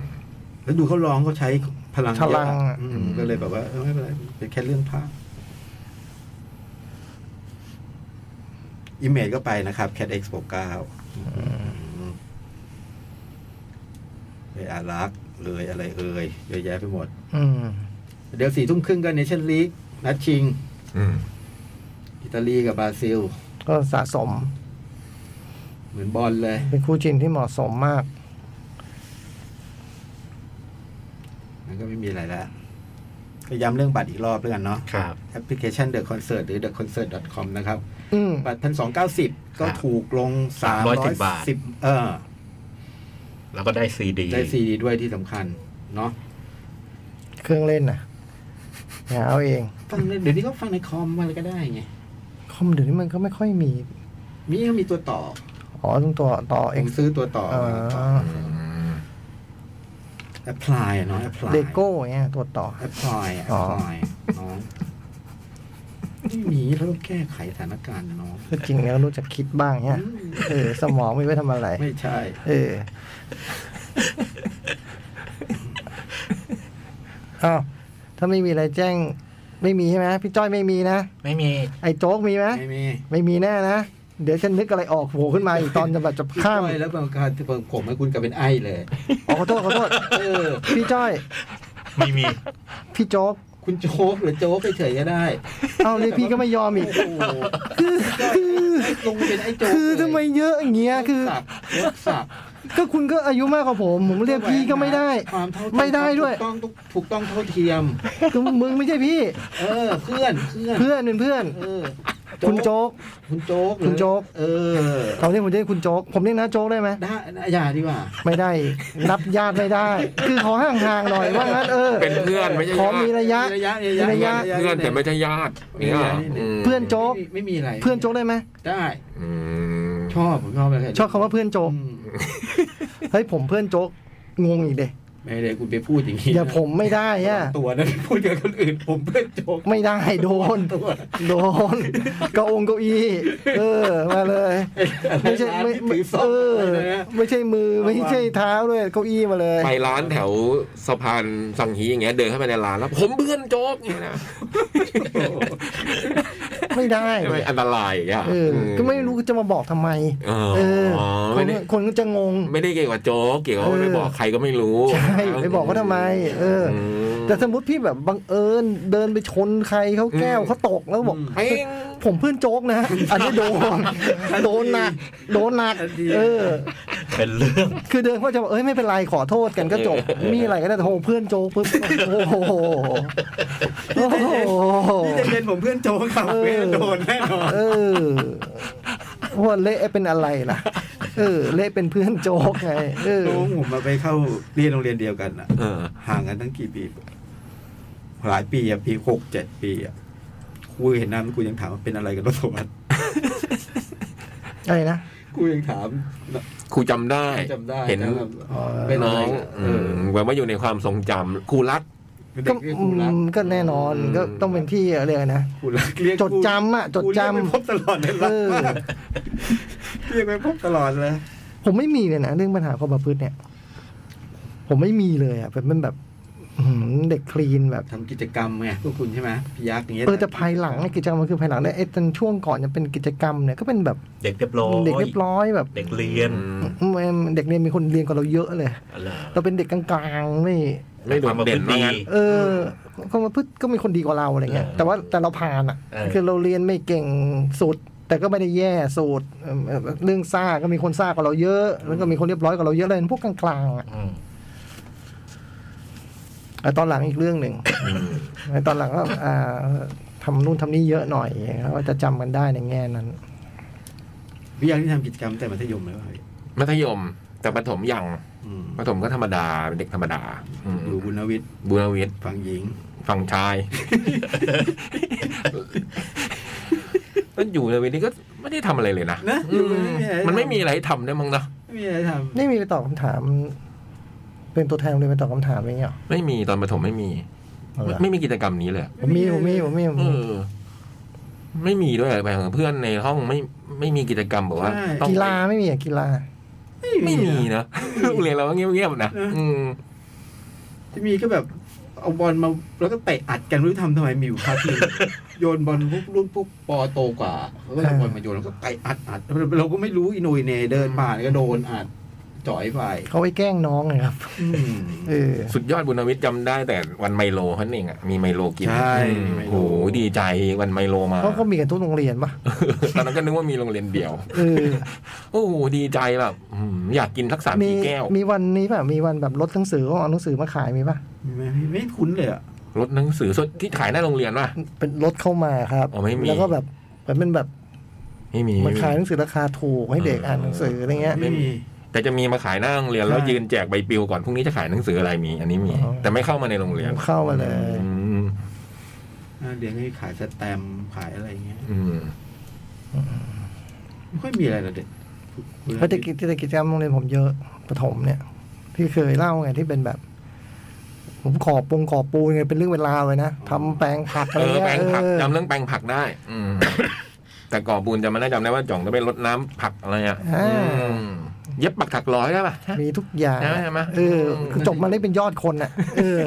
Speaker 2: แล้วดูเขาร้องเขาใช้พลัง
Speaker 5: พ
Speaker 2: เย
Speaker 5: ลั
Speaker 2: อะ
Speaker 5: ง
Speaker 2: อะอืมก็เลยแบบว่าเออไม่เป็นไรเป็นแค่เรื่องภาพอิมเมจก็ไปนะครับ Cat X 9เลยอารักษ์เลยอะไรเอ่ยเยอะแยะไปหมด
Speaker 5: อืม
Speaker 2: เดี๋ยวสี่ทุ่มครึ่งก็เนชั่นลีกนัดชิง
Speaker 1: อืม
Speaker 2: อิตาลีกับบราซิล
Speaker 5: ก็สะสม
Speaker 2: เหมือนบอลเลย
Speaker 5: เป็นคู่จินที่เหมาะสมมาก
Speaker 2: มันก็ไม่มีอะไรแล้วก็ย้ำเรื่องบัตรอีกรอบแล้วกันเนาะ
Speaker 6: ครับ
Speaker 2: แอปพลิเคชัน The Concert หรือ The Concert com นะครับ
Speaker 5: อืม
Speaker 2: บัตรพันสองเก้าสิบก็ถูกลงสามร้อย
Speaker 6: 310บาท
Speaker 2: สิบเออ
Speaker 6: แล้วก็ได้ซีดี
Speaker 2: ได้ซีดีด้วยที่สำคัญ เนาะ
Speaker 5: เครื่องเล่นน่ะหาเอาเอง
Speaker 2: ฟังในเดี๋ยวนี้ก็ฟังในคอมอะไรก็ได้ไง
Speaker 5: คอมเดี๋ยวนี้มันก็ไม่ค่อยมี
Speaker 2: มีก็มีตัวต่อ
Speaker 5: อ๋อตรงตัวต่อ
Speaker 2: ผ
Speaker 5: เอง
Speaker 2: มซื้อตัวต่อ
Speaker 5: เอ่อ
Speaker 2: แอปพลายเนาะแอปพลาย
Speaker 5: เดโก้เนี่ยตัวต่อ
Speaker 2: แอปพลายแอป
Speaker 5: อ๋อ
Speaker 2: พลายน้องไม่มีเราต้องแก้ไขสถานการณ์นะน้อง
Speaker 5: ก็จริงแล้วรู้จักคิดบ้างเนี่ยเออ สมองไม่ไว้ทำอะไร
Speaker 2: ไม่ใช่
Speaker 5: เอออ้าวถ้าไม่มีอะไรแจ้ง ไม่มีใช่ไหมพี่จ้อยไม่มีนะ
Speaker 6: ไม่มี
Speaker 5: ไอ้โจ๊กมีไหม
Speaker 2: ไม่มี
Speaker 5: ไม่มีแน่นะ เดี๋ยวฉันนึกอะไรออกโผล่ขึ้นมาอีกตอนจะแบบจะ
Speaker 2: พี่
Speaker 5: ข้าม
Speaker 2: จ้อยแล้วบางการผมให้คุณกลายเป็นไอ้เลย
Speaker 5: อ๋อขอโทษขอโทษ
Speaker 2: เออ
Speaker 5: พี่จ้อย
Speaker 6: ไม่ มี
Speaker 5: พี่โจ๊ก
Speaker 2: คุณโจ๊กหรือโจ๊กเฉยๆก็ได้
Speaker 5: เอ้านี่พี่ก็ไม่ยอมอีก
Speaker 2: โอ้โหคือลงเป็นไอ้โจ๊ก
Speaker 5: คือทำไมเยอะอย่างเงี้ยคือ
Speaker 2: สับยกสับ
Speaker 5: ก็คุณก็อายุมากกว่าผม ผมเรียกพี่ก็ไม่ได้
Speaker 2: ความเท่า
Speaker 5: ไม่ได้ด้วย
Speaker 2: ถูกต้องถูกต้องเท่าเทียม
Speaker 5: คือมึงไม่ใช่พี่
Speaker 2: เออ เพื่อนเพื่อน
Speaker 5: เพื่อนเป็นเพื่อน
Speaker 2: เออ
Speaker 5: คุณโจ๊ก
Speaker 2: คุณโจ๊กหรือ
Speaker 5: คุณโจ๊ก
Speaker 2: เออ
Speaker 5: ตอนนี้ผมจะเรียกคุณโจ๊ก ผมเรียกนะโจ๊กได้ไหม
Speaker 2: ได้อย่าดีกว่า
Speaker 5: ไม่ได้ นับญาติไม่ได้ คือขอห่างๆหน่อยว่างั้นเออ
Speaker 1: เป็นเพื่อนไม่ใช่
Speaker 5: ขอ
Speaker 1: ญาติ
Speaker 5: มีระยะ
Speaker 2: ระยะ
Speaker 5: ระยะ
Speaker 1: เพื่อนแต่ไม่ใช่ญาติเนี่ยเหรอม
Speaker 5: เพื่อนโจ๊ก
Speaker 2: ไม่มีไม่มีอะไร
Speaker 5: เพื่อนโจ๊กได้ไหม
Speaker 2: ได้
Speaker 1: อืม
Speaker 2: ชอบผมชอบอะไร
Speaker 5: ชอบคำว่าเพื่อนโจ๊ก
Speaker 2: อืม
Speaker 5: เฮ้ยผมเพื่อนโจ๊ก งงอีกเด้
Speaker 2: ไม่ได้คุณไปพูดอย่างนี้
Speaker 5: อย่าผมไม่ได้
Speaker 2: ส
Speaker 5: อะ
Speaker 2: องตัวนะพูดกับคนอื่น ผมเพื่อนโจ๊ก
Speaker 5: ไม่ได้โดน
Speaker 2: ตัว
Speaker 5: โดนเกาองเก้าอี้เออ มาเลย
Speaker 2: ไม่
Speaker 5: ไม่ใช่
Speaker 2: ใช่
Speaker 5: ไม่
Speaker 2: ไม่
Speaker 5: ไม่
Speaker 2: ถือซ่อ
Speaker 5: เอ
Speaker 2: ม
Speaker 5: อ
Speaker 2: เลยนะ
Speaker 5: ไม่ใช่มือไม่ใช่เท้าด้วยเก้าอี้มาเลย
Speaker 1: ไปร้านแถวสะพานสังฮีอย่างเงี้ยเดินเข้าไปในร้านแล้ว ผมเพื่อนโจ๊กเนี่ยนะ
Speaker 5: ไม่ได้
Speaker 1: ไม่อันตรายอย่างเงี้ย
Speaker 5: เออ
Speaker 1: ม
Speaker 5: ก็ไม่รู้จะมาบอกทำไม
Speaker 1: อ๋อ
Speaker 5: เออค
Speaker 1: ไม่
Speaker 5: น
Speaker 1: ได้
Speaker 5: คนก็จะงง
Speaker 1: ไม่ได้เกี่ยวกับโจ๊กเกี่ยวกับว่า
Speaker 5: เออ
Speaker 1: ไปบอกใครก็ไม่รู้
Speaker 5: ใช่ไปบอกเขาทำไม เอออ
Speaker 1: ม
Speaker 5: แต่สมมติพี่แบบบังเอิญเดินไปชนใครเขาแก้วเขาตกแล้วบอก
Speaker 2: อืม
Speaker 1: เอ้ย
Speaker 5: ผมเพื่อนโจ๊กนะ อันนี้โดนโดนหนักโดนหนักเออ
Speaker 6: เป็นเรื่อง
Speaker 5: คือเดินเขาจะบอกเอ้ยไม่เป็นไรขอโทษกันก็จบ มีอะไรก็ได้โทรเพื่อนโจ๊กปุ๊บโอ้โหโอ้โห
Speaker 2: นี่จะเย็นผมเพื่อนโจ๊กครับ
Speaker 5: เออ
Speaker 2: เพื่อนโดนแน่นอน
Speaker 5: เออว่าเละเป็นอะไรล่ะ เออ เละเป็นเพื่อนโจ๊กไง เออ
Speaker 2: น้องผมมาไปเข้าเรียนโรงเรียนเดียวกันอ่ะ
Speaker 1: เออ
Speaker 2: ห่างกันตั้งกี่ปี หลายปีอะปีหกเจ็ดปีอะกูเห็นหน้ามันกูยังถามว่าเป็นอะไรกันรถสวัสดิ์
Speaker 5: อะไรนะ
Speaker 2: กูยังถาม
Speaker 1: ครูจำได้
Speaker 2: จำได้
Speaker 1: เห็น
Speaker 2: จำได้อ๋อเป็น
Speaker 1: น้อง
Speaker 2: อะไรอ่ะเอ
Speaker 1: อื
Speaker 2: อ
Speaker 1: มแบบว่าอยู่ในความทรงจำครูรัก
Speaker 2: เป็น
Speaker 5: ก็
Speaker 2: เด็กเรียก
Speaker 5: อื
Speaker 2: กูรัก
Speaker 5: มก็แน่นอนก็ต้องเป็นที่อะไรนะ
Speaker 2: กูรักเรียก
Speaker 5: จดจำอะจด
Speaker 2: กู
Speaker 5: จำ
Speaker 2: เรียกไปพบตลอดเลยรักมากเรียกไปพบตลอดเลย
Speaker 5: ผมไม่มีเลยนะ เรื่องปัญหาความประพฤติเนี่ย ผมไม่มีเลยอ่ะแบบมันแบบอื้อหือเด็กคลีนแบบ
Speaker 2: ทำกิจกรรมไงพวกคุณใช่ไหมพี่ยักษ์อย่างเงี้ย
Speaker 5: เออแต่ภายหลังเนี่ยกิจกรรมมันคือภายหลังเนี่ยไอ้ตอนช่วงก่อนจะเป็นกิจกรรมเนี่ยก็เป็นแบบ
Speaker 6: เด็กเรียบร้อย
Speaker 5: เด็กเรียบร้อยแบบ
Speaker 6: เด็กเรียน
Speaker 5: อืมเด็กเรียนมีคนเรียนกว่าเราเยอะเลย
Speaker 6: อะไร
Speaker 5: เราเป็นเด็กกลางๆไม่
Speaker 1: ไม่โดดเด่นว่างั้น
Speaker 5: เออคนมาพึ่ก็มีคนดีกว่าเราอะไรเงี้ย
Speaker 6: เออ
Speaker 5: แต่ว่าแต่เราผ่านอ่ะ
Speaker 6: เออ
Speaker 5: คือเราเรียนไม่เก่งสุด แต่ก็ไม่ได้แย่สุดเอ่อเรื่องซ่าก็มีคนซ่ากว่าเราเยอะ แล้วก็มีคนเรียบร้อยกว่าเราเยอะเลยพวกกลางๆอ่ะ
Speaker 6: อืม
Speaker 5: แต่ตอนหลังอีกเรื่องหนึ่งแต่ตอนหลังก็อ่าทำนู่นทำนี่เยอะหน่อยเขาก็จะจำกันได้ในแง่นั้น
Speaker 2: พี่ยักษ์ที่ทำกิจกรรมแต่มัธยมเลยว่า
Speaker 1: มัธยม แต่ประถมยัง
Speaker 2: อืม
Speaker 1: ประถมก็ธรรมดาเป็นเด็กธรรมดาอืม
Speaker 2: อยู่บุญวิทย์
Speaker 1: บุรวิทย์
Speaker 2: ฝั่งหญิง
Speaker 1: ฝั่งชายก็อยู่ในเวทนี้ก็ไม่ได้ทำอะไรเลยนะ
Speaker 2: นะอยู่ไม่มีอะไร
Speaker 1: มันไม่มีอะไรให้ทำได้วยมั้งเนอะ
Speaker 2: ไม่มีอะไรทำ
Speaker 5: นี่มีไปตอบคำถาม เป็นตัวแทนโรงเรียนไปตอบคำถามอะไรเงี้ยเหรอ
Speaker 1: ไม่มีตอนประถมไม่มี
Speaker 5: เอา
Speaker 1: ไม่
Speaker 5: ล่ะ
Speaker 1: ไม่มีกิจกรรมนี้เลยอะ
Speaker 5: ผมมีผมมีผมมีผม
Speaker 1: เอ
Speaker 5: มี
Speaker 1: อ ไม่มีด้วยไปของเพื่อนในห้องไม่ไม่มีกิจกรรมแบบว่า
Speaker 2: ใช่
Speaker 1: ต้อง
Speaker 5: กีฬาไม่มีอ่ะกีฬา
Speaker 1: ไม่มีนะโรงเรียนเราก็เงียบๆนะอืม
Speaker 2: ที่มีก็แบบเอาบอลมาแล้วก็เตะอัดกันไม่รู้ทำทำไมมีอยู่คาที โยนบอลพวกรุ่นพวกปอโตกว่าแล้วก็เอาบอลมาโยนแล้วก็เตะอัดอัดเราก็ไม่รู้อินโนยเนเดินผ่านก็โดนอัดจ่อยไป
Speaker 5: เขาไปแกล้งน้องไงครับ
Speaker 2: อืม
Speaker 5: เออ
Speaker 1: สุดยอดบุญวิทย์จำได้แต่วันไมโลท่านเองอ่ะมีไมโลกิน
Speaker 2: ใช่
Speaker 1: อืม
Speaker 2: ไมโล
Speaker 1: โอ้โหดีใจวันไมโลมา
Speaker 5: เพราะเขามีกันทุกโรงเรียนปะ
Speaker 1: ตอนนั้นก็นึกว่ามีโรงเรียนเดียว
Speaker 5: เออ
Speaker 1: โอ้โหดีใจแบบอืมอยากกินทักสาม
Speaker 5: มี
Speaker 1: กี่แก้ว
Speaker 5: มีวันนี้ป่ะมีวันแบบรถหนังสือเขาเอาหนังสือมาขายมีป่ะ
Speaker 2: ไม่ไม่คุ้นเลยอ่ะ
Speaker 1: รถหนังสือสดที่ขายหน้าโรงเรียนว่ะ
Speaker 5: เป็นรถเข้ามาครับ
Speaker 1: อ๋อไม่มี
Speaker 5: แล้วก็แบบเหมือนเป็นแบบ
Speaker 1: ไม่มี
Speaker 5: มา
Speaker 1: ไม่มี
Speaker 5: ขายหนังสือราคาถูกให้เด็กอ่านหนังสืออะไรเงี้ย
Speaker 1: ไม่มี แต่จะมีมาขายหน้าโรงเรียนแล้ว
Speaker 5: ใช่
Speaker 1: ยืนแจกใบปลิวก่อนพรุ่งนี้จะขายหนังสืออะไรมี อันนี้มี
Speaker 5: อ๋อ
Speaker 1: แต่ไม่เข้ามาในโรงเรียน
Speaker 5: เข้ามาเลย
Speaker 1: อืม
Speaker 2: อ่าเดี๋ยวให้ขายสแตมป์ขายอะไรเงี้ย
Speaker 1: อืม
Speaker 2: ไม่ค่อยมีอะไรหรอกเด็ก
Speaker 5: เพราะแต่กิจแต่กิจกรรมโรงเรียนผมเยอะประถมเนี่ย ที่เคยเล่าไงที่เป็นแบบ ผมขอบปูนขอบปูนไงเป็นเรื่องเวลาวเลยนะทำแปลงผักอะ
Speaker 1: เอ
Speaker 5: ไร
Speaker 1: อ
Speaker 5: เงี้ย
Speaker 1: แปลงผัก
Speaker 5: เออ
Speaker 1: จำเรื่องแปลงผักได้ อืม แต่ก่อบุญจำไม่ได้จำได้ว่าจ่องต้องไปรดน้ำผักอะไรอ่ะ
Speaker 5: อ่า
Speaker 1: อืมเย็บปักถักร้อยได้ป่ะ
Speaker 5: มีทุกอย่าง
Speaker 1: ใช่ไหมใช่ไหม
Speaker 5: เออคือจบมาได้เป็นยอดคนอ่ะ เออ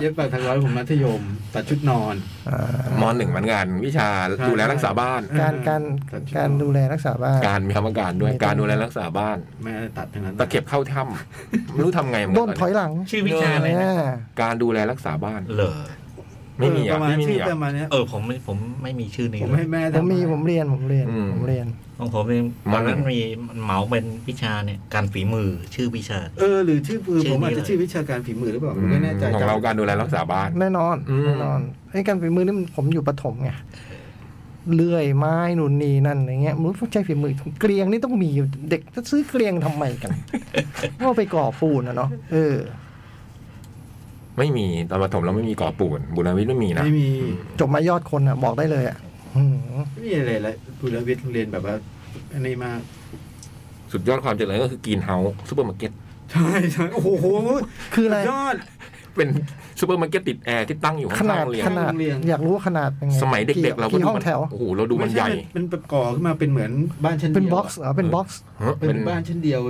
Speaker 2: เย็บปากทางร้อยผมมัธยมตัดชุดนอน
Speaker 5: อ่าม
Speaker 1: หนึ่งเหมือนกัน วิชาดูแลรักษาบ้าน
Speaker 5: การการ
Speaker 2: การช่วย
Speaker 5: การดูแลรักษาบ้าน
Speaker 1: การมีคำว่าการด้วยการดูแลรักษาบ้าน
Speaker 2: แม่ตัดทั้งนั้น
Speaker 1: ตะเข็บเข้าถ้ำไม่รู้ทำไงเหมือน
Speaker 5: โด
Speaker 1: กัน น
Speaker 5: ถอยหลัง
Speaker 6: ชื่อวิชาอะไรนะ
Speaker 5: อ่า
Speaker 1: การดูแลรักษาบ้าน
Speaker 6: เหรอ
Speaker 1: ไม่มี
Speaker 2: เออประ
Speaker 1: อ่ะ
Speaker 2: มาณ
Speaker 1: ไม่มี
Speaker 2: ชื่อ
Speaker 1: อ่ะ
Speaker 2: ประมาณเนี้ย
Speaker 6: เออผมไม่ผมไม่มีชื่อนี้
Speaker 2: ผม
Speaker 6: เลย
Speaker 2: ให้แม่
Speaker 5: ผม
Speaker 2: ทำ
Speaker 5: มีผมเรียนผมเรียน
Speaker 1: อืม
Speaker 5: ผมเรียน
Speaker 6: ของผมเนี่ยต
Speaker 1: ม
Speaker 6: อนนั้
Speaker 1: หนึ่
Speaker 6: น
Speaker 1: ง
Speaker 6: มีเหมาเป็นวิชาเนี่ย การฝีมือชื่อวิชา
Speaker 2: เออหรือชื่อปือ
Speaker 6: ชื่อ
Speaker 2: ผมอาจ
Speaker 6: นี้
Speaker 2: จะ
Speaker 6: เลย
Speaker 2: ชื่อวิชาการฝีมือหรือเปล่าผมไม่แน่ใจ
Speaker 1: ของเราการดูแลรักษาบ้าน
Speaker 5: แน่นอน
Speaker 1: อืม
Speaker 5: แน่นอนไอ้การฝีมือนี่มันผมอยู่ปฐมไงเลื่อยไม้นู่นนี่นั่นอะไรเงี้ยมันต้องใช้ฝีมือเกลียงนี่ต้องมีอยู่เด็กจะซื้อเกลียงทำไม กัน ก็ไปก่อปูนนะเนาะเออ
Speaker 1: ไม่มีตอนประถมเราไม่มีก่อปูน บุญวิทย์ไม่มีนะ
Speaker 2: ไม่มี
Speaker 5: จบมายอดคนอ่ะ บอกได้เลยอ่ะหืม
Speaker 2: ไม่มีอะไรเลยบุรวิทย์โรงเรียนแบบว่าอันนี้มาก
Speaker 1: สุดยอดความเจริญก็คือกินเฮาส์ซูเปอร์มาร์เก็ต
Speaker 2: ใช่ใช่โอ้โห
Speaker 5: คืออะไร
Speaker 2: สุดยอด
Speaker 1: เป็นซูเปอร์มาร์เก็ตติดแอร์ที่ตั้งอยู่
Speaker 5: ข
Speaker 1: ข้าง
Speaker 5: นาด
Speaker 1: โรงเรียน
Speaker 5: ขนาด
Speaker 2: โรงเรียน
Speaker 5: อยากรู้ว่าขนาดเป็นไง
Speaker 1: สมัยเด็ก ๆ เราก็
Speaker 5: กี่
Speaker 1: ดู
Speaker 5: ห้อง
Speaker 1: มัน
Speaker 5: แถว
Speaker 1: โอ้โหเราดูมันใหญ่
Speaker 2: ไใช่มันมันก่อขึ้นมาเป็นเหมือนบ้านชั้น
Speaker 5: เป็น
Speaker 2: ดียว
Speaker 5: บ็อกซ์เหรอเป็นบ็อกซ์
Speaker 1: ฮะ
Speaker 2: เป็
Speaker 1: เป็น
Speaker 2: นบ้านชั้นเดียว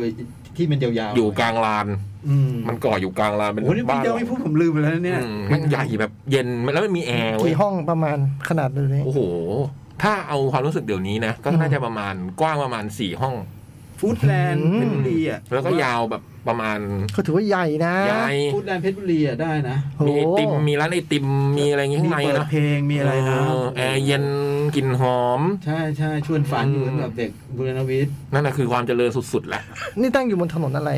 Speaker 2: ที่มันยาวๆ
Speaker 1: อยู่กลางลาน
Speaker 2: อืม
Speaker 1: มันก่ออยู่กลางลานเป็น
Speaker 2: โอ้โหนี่ไม่
Speaker 1: บ้าน
Speaker 2: เดียวไม่พูดผมลืมไปแล้วเนี่ย
Speaker 1: อืมมันใหญ่แบบเย็นแล้วมันมีแอร์เว้ย
Speaker 5: กี่ห้องประมาณขนาดเลยนี้
Speaker 1: โอ้โห ถ้าเอาความรู้สึกเดี๋ยวนี้นะ ก็น่าจะประมาณกว้างประมาณสี่ห้อง
Speaker 2: ฟู้ดแลนด์
Speaker 5: อื
Speaker 2: เพช
Speaker 5: ม
Speaker 2: รบุรีอ่ะ
Speaker 1: แล้วก็ยาวแบบประมาณ
Speaker 5: ก็ถือว่าใหญ่นะ
Speaker 1: ยาย
Speaker 2: ฟู้ดแลนด์เพชรบุรีอ่ะได้นะ
Speaker 5: โอ้
Speaker 1: มี
Speaker 5: โห
Speaker 1: ไอติมมีร้านไอติมมีอะไรอย่างงี้ข้างใน
Speaker 2: เปิด
Speaker 1: นะ
Speaker 2: เพลงมีอะไรนะ
Speaker 1: เออแอร์เย็นกลิ่นหอม
Speaker 2: ใช่ใช่ชวนฝันอยู่
Speaker 1: อืม
Speaker 2: สำหรับเด็กบุรณวิทย์
Speaker 1: นั่นแหะคือความเจริญสุดๆแหละ
Speaker 5: นี่ตั้งอยู่บนถนนอะไร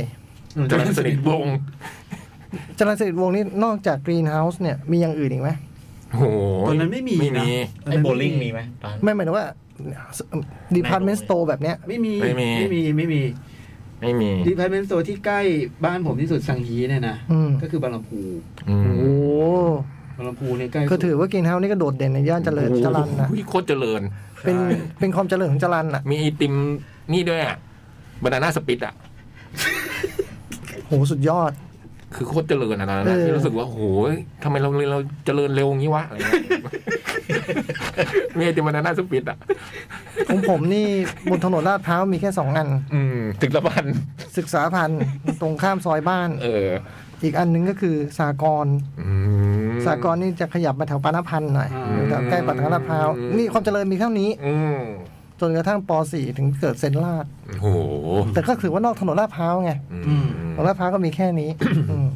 Speaker 1: เจริญสนิทวงศ์
Speaker 5: จรัญสนิทวงศ์นี่นอกจากกรีนเฮาส์เนี่ยมีอย่างอื่นอีกไหม
Speaker 1: โอ้โห
Speaker 2: ตอนนั้นไม่มี
Speaker 1: ไม่
Speaker 2: นะ
Speaker 1: มี
Speaker 2: ตอน
Speaker 6: ไอ้
Speaker 2: นั้น
Speaker 6: โบลิ่งมีไหมตอน
Speaker 5: ไม่หมายถึงว่าดีพาร์ตเมนต์สโตร์แบบเนี้ย
Speaker 2: ไม่มี
Speaker 1: ไม่มี
Speaker 2: ไม่มีไม่มี
Speaker 1: ไม่มี
Speaker 2: ดีพาร์ตเมนต์โซที่ใกล้บ้านผมที่สุดสังฮีเนี่ยนะ
Speaker 5: อืม
Speaker 2: ก็คือบางลำพู
Speaker 1: อืม
Speaker 5: โอ้โห
Speaker 2: บางลำพูเนี่ยใกล้
Speaker 5: ก็
Speaker 2: สุด
Speaker 5: ถือว่ากรีนเฮาส์นี่ก็โดดเด่นในย่านเจริญจรัญนะ
Speaker 1: โอ้โหโคตรเจริญ
Speaker 5: เป็น
Speaker 2: ใช่
Speaker 5: เป็นความเจริญของจรัญอ่ะ
Speaker 1: มีไอติมนี่ด้วยอะบานาน่าสปิตอ่ะ
Speaker 5: โหสุดยอด
Speaker 1: คือโคตรเจริญอะตอนนั้นอะ
Speaker 5: เออ
Speaker 1: ที่รู้สึกว่าโหยทำไมเราเราเจริญเร็วอย่างงี้วะอะไรเงี้ย มีไอติมบานาน่าสปิตอ่ะ
Speaker 5: ของผมนี่บนถนนลาดพร้าวมีแค่สองอัน
Speaker 1: อืมถึงละพัน
Speaker 5: ศึกษาพันธ์ตรงข้ามซอยบ้าน
Speaker 1: เออ
Speaker 5: อีกอันหนึงก็คือสากรณ์
Speaker 1: อืม
Speaker 5: สากรณ์นี่จะขยับมาแถวปานพันธ์หน่อย
Speaker 2: อืม
Speaker 5: อยู่แถวใกล้ปากทางลาดพร้าว
Speaker 1: อืม
Speaker 5: นี่ความเจริญมีเท่านี้
Speaker 1: อืม
Speaker 5: จนกระทั่งป .4 ถึงเกิดเซนลาด
Speaker 1: โอ้โห
Speaker 5: แต่ก็ถือว่านอกถนนลาดพร้าวไง
Speaker 1: อืม
Speaker 5: ถนนลาดพร้าวก็มีแค่ นี้ อืม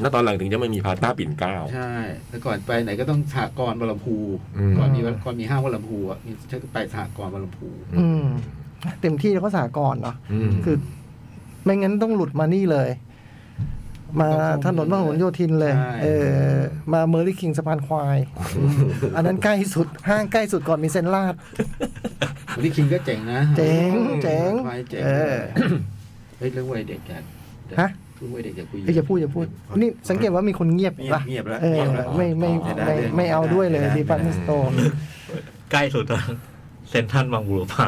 Speaker 1: แล้วตอนหลังถึงจะไม่มีพาต้าปิ่นเกล้า
Speaker 2: ใช่ แต่ก่อนไปไหนก็ต้องสหกรณ์บางลำพู
Speaker 1: อืม
Speaker 2: ก่อนมีวัดก่อนมีห้างวัดลำพูอ่ะมีไปสหกรณ์บางลำพู
Speaker 5: อืมเต็มที่แล้วก็สากลเนาะ
Speaker 1: ม
Speaker 5: คือ ไม่งั้นต้องหลุดมานี่เลย มาถนนพหลโยธินเลย
Speaker 2: ใช่
Speaker 5: เออ มาเมอร์ลี่คิงสะพานควาย อันนั้นใกล้สุดห้างใกล้สุดก่อนมีเซนลาด
Speaker 2: นี่คิงก็เจ๋งนะ
Speaker 5: เจ๋งเจ๋ง
Speaker 2: ไว้เจ๋ง
Speaker 5: เออ
Speaker 2: เฮ้ยเรื่องวัยเด็กกัน
Speaker 5: ฮะ
Speaker 2: เรื่องวัยเด็กอย่าคุย
Speaker 5: เอ้ยอย่าพูดอย่าพูด นี่สังเกตว่ามีคนเงียบ
Speaker 2: เงียบ
Speaker 5: ปะ
Speaker 2: เงียบแล้ว
Speaker 5: เออ
Speaker 2: เงียบแล้ว
Speaker 5: ไม่ไม่
Speaker 2: ไม่ได้
Speaker 5: ไม่
Speaker 2: เลย
Speaker 5: ไม่เอาด้วยเลย
Speaker 2: ไม่ได้
Speaker 5: ดีพาร์ตเมนต์สโตร์
Speaker 6: ใกล้สุดตอนเซนทรันบางบูรพา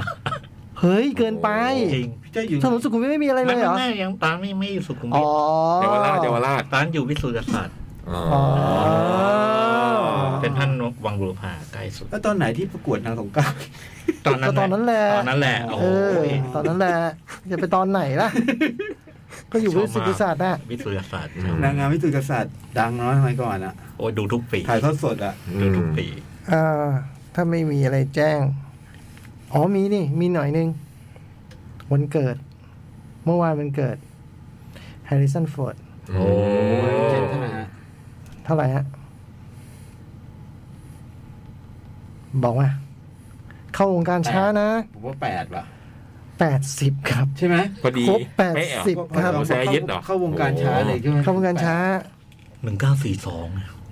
Speaker 5: เฮ้ยเกินไป
Speaker 6: จริง
Speaker 2: พี่เจ้าอยู่
Speaker 5: ถนนสุขุมวิทไม่มีอะไรเล
Speaker 6: ไม่
Speaker 5: ย
Speaker 6: ไม่
Speaker 5: เหรอ
Speaker 6: ไม่ยังตานไม่ไม่อยู่สุขุม
Speaker 5: อ๋
Speaker 6: วิ
Speaker 5: อ
Speaker 6: ท
Speaker 1: เยาวราชเยาวราช
Speaker 6: ตานอยู่วิสุทธิศาสตร์
Speaker 1: อ๋อ
Speaker 5: อ๋อ
Speaker 6: เป็นท่านวังบุรพาใกล้สุด
Speaker 2: แล้วตอนไหนที่ประกวดนางสงกรานต์
Speaker 6: ตอนนั้น
Speaker 5: ก็ตอนนั้นแหละ
Speaker 6: ตอนนั้นแหละโอ้โห
Speaker 5: เออตอนนั้นแหละจะไปตอนไหนล่ะ ก็อยู่วิสุทธิศาสตร์น่ะ
Speaker 6: วิสุทธิศาสตร์
Speaker 2: นางงามวิจิตรกษัตริย์ดังเนาะสมัยก่อนอะ
Speaker 6: โอ้ยดูทุกปี
Speaker 2: ถ่ายทอดสดอะ
Speaker 6: ดูทุกปี
Speaker 5: อ่าถ้าไม่มีอะไรแจ้ง อ๋อมีนี่ มีหน่อยนึง วันเกิด เมื่อวานวันเกิดแฮร์ริสันฟอร์ด
Speaker 1: โอ้
Speaker 2: เจ็ดเท่านั้นฮะ
Speaker 5: เท่าไหร่ฮะ บอกว่า เข้าวงการช้านะ
Speaker 2: ผมว่าแปดว่ะ
Speaker 5: แปดสิบครับ
Speaker 2: ใช่ไหม
Speaker 1: พอดี
Speaker 5: ครบแปด
Speaker 1: เป๊ะเหรอ
Speaker 5: สิบ ครับ
Speaker 1: แซร์ยึดเหรอ
Speaker 2: เข้าวงการช้าเลยใช่ไหม
Speaker 5: เข้าวงการช้า
Speaker 6: หนึ่งเก้าสี่สอง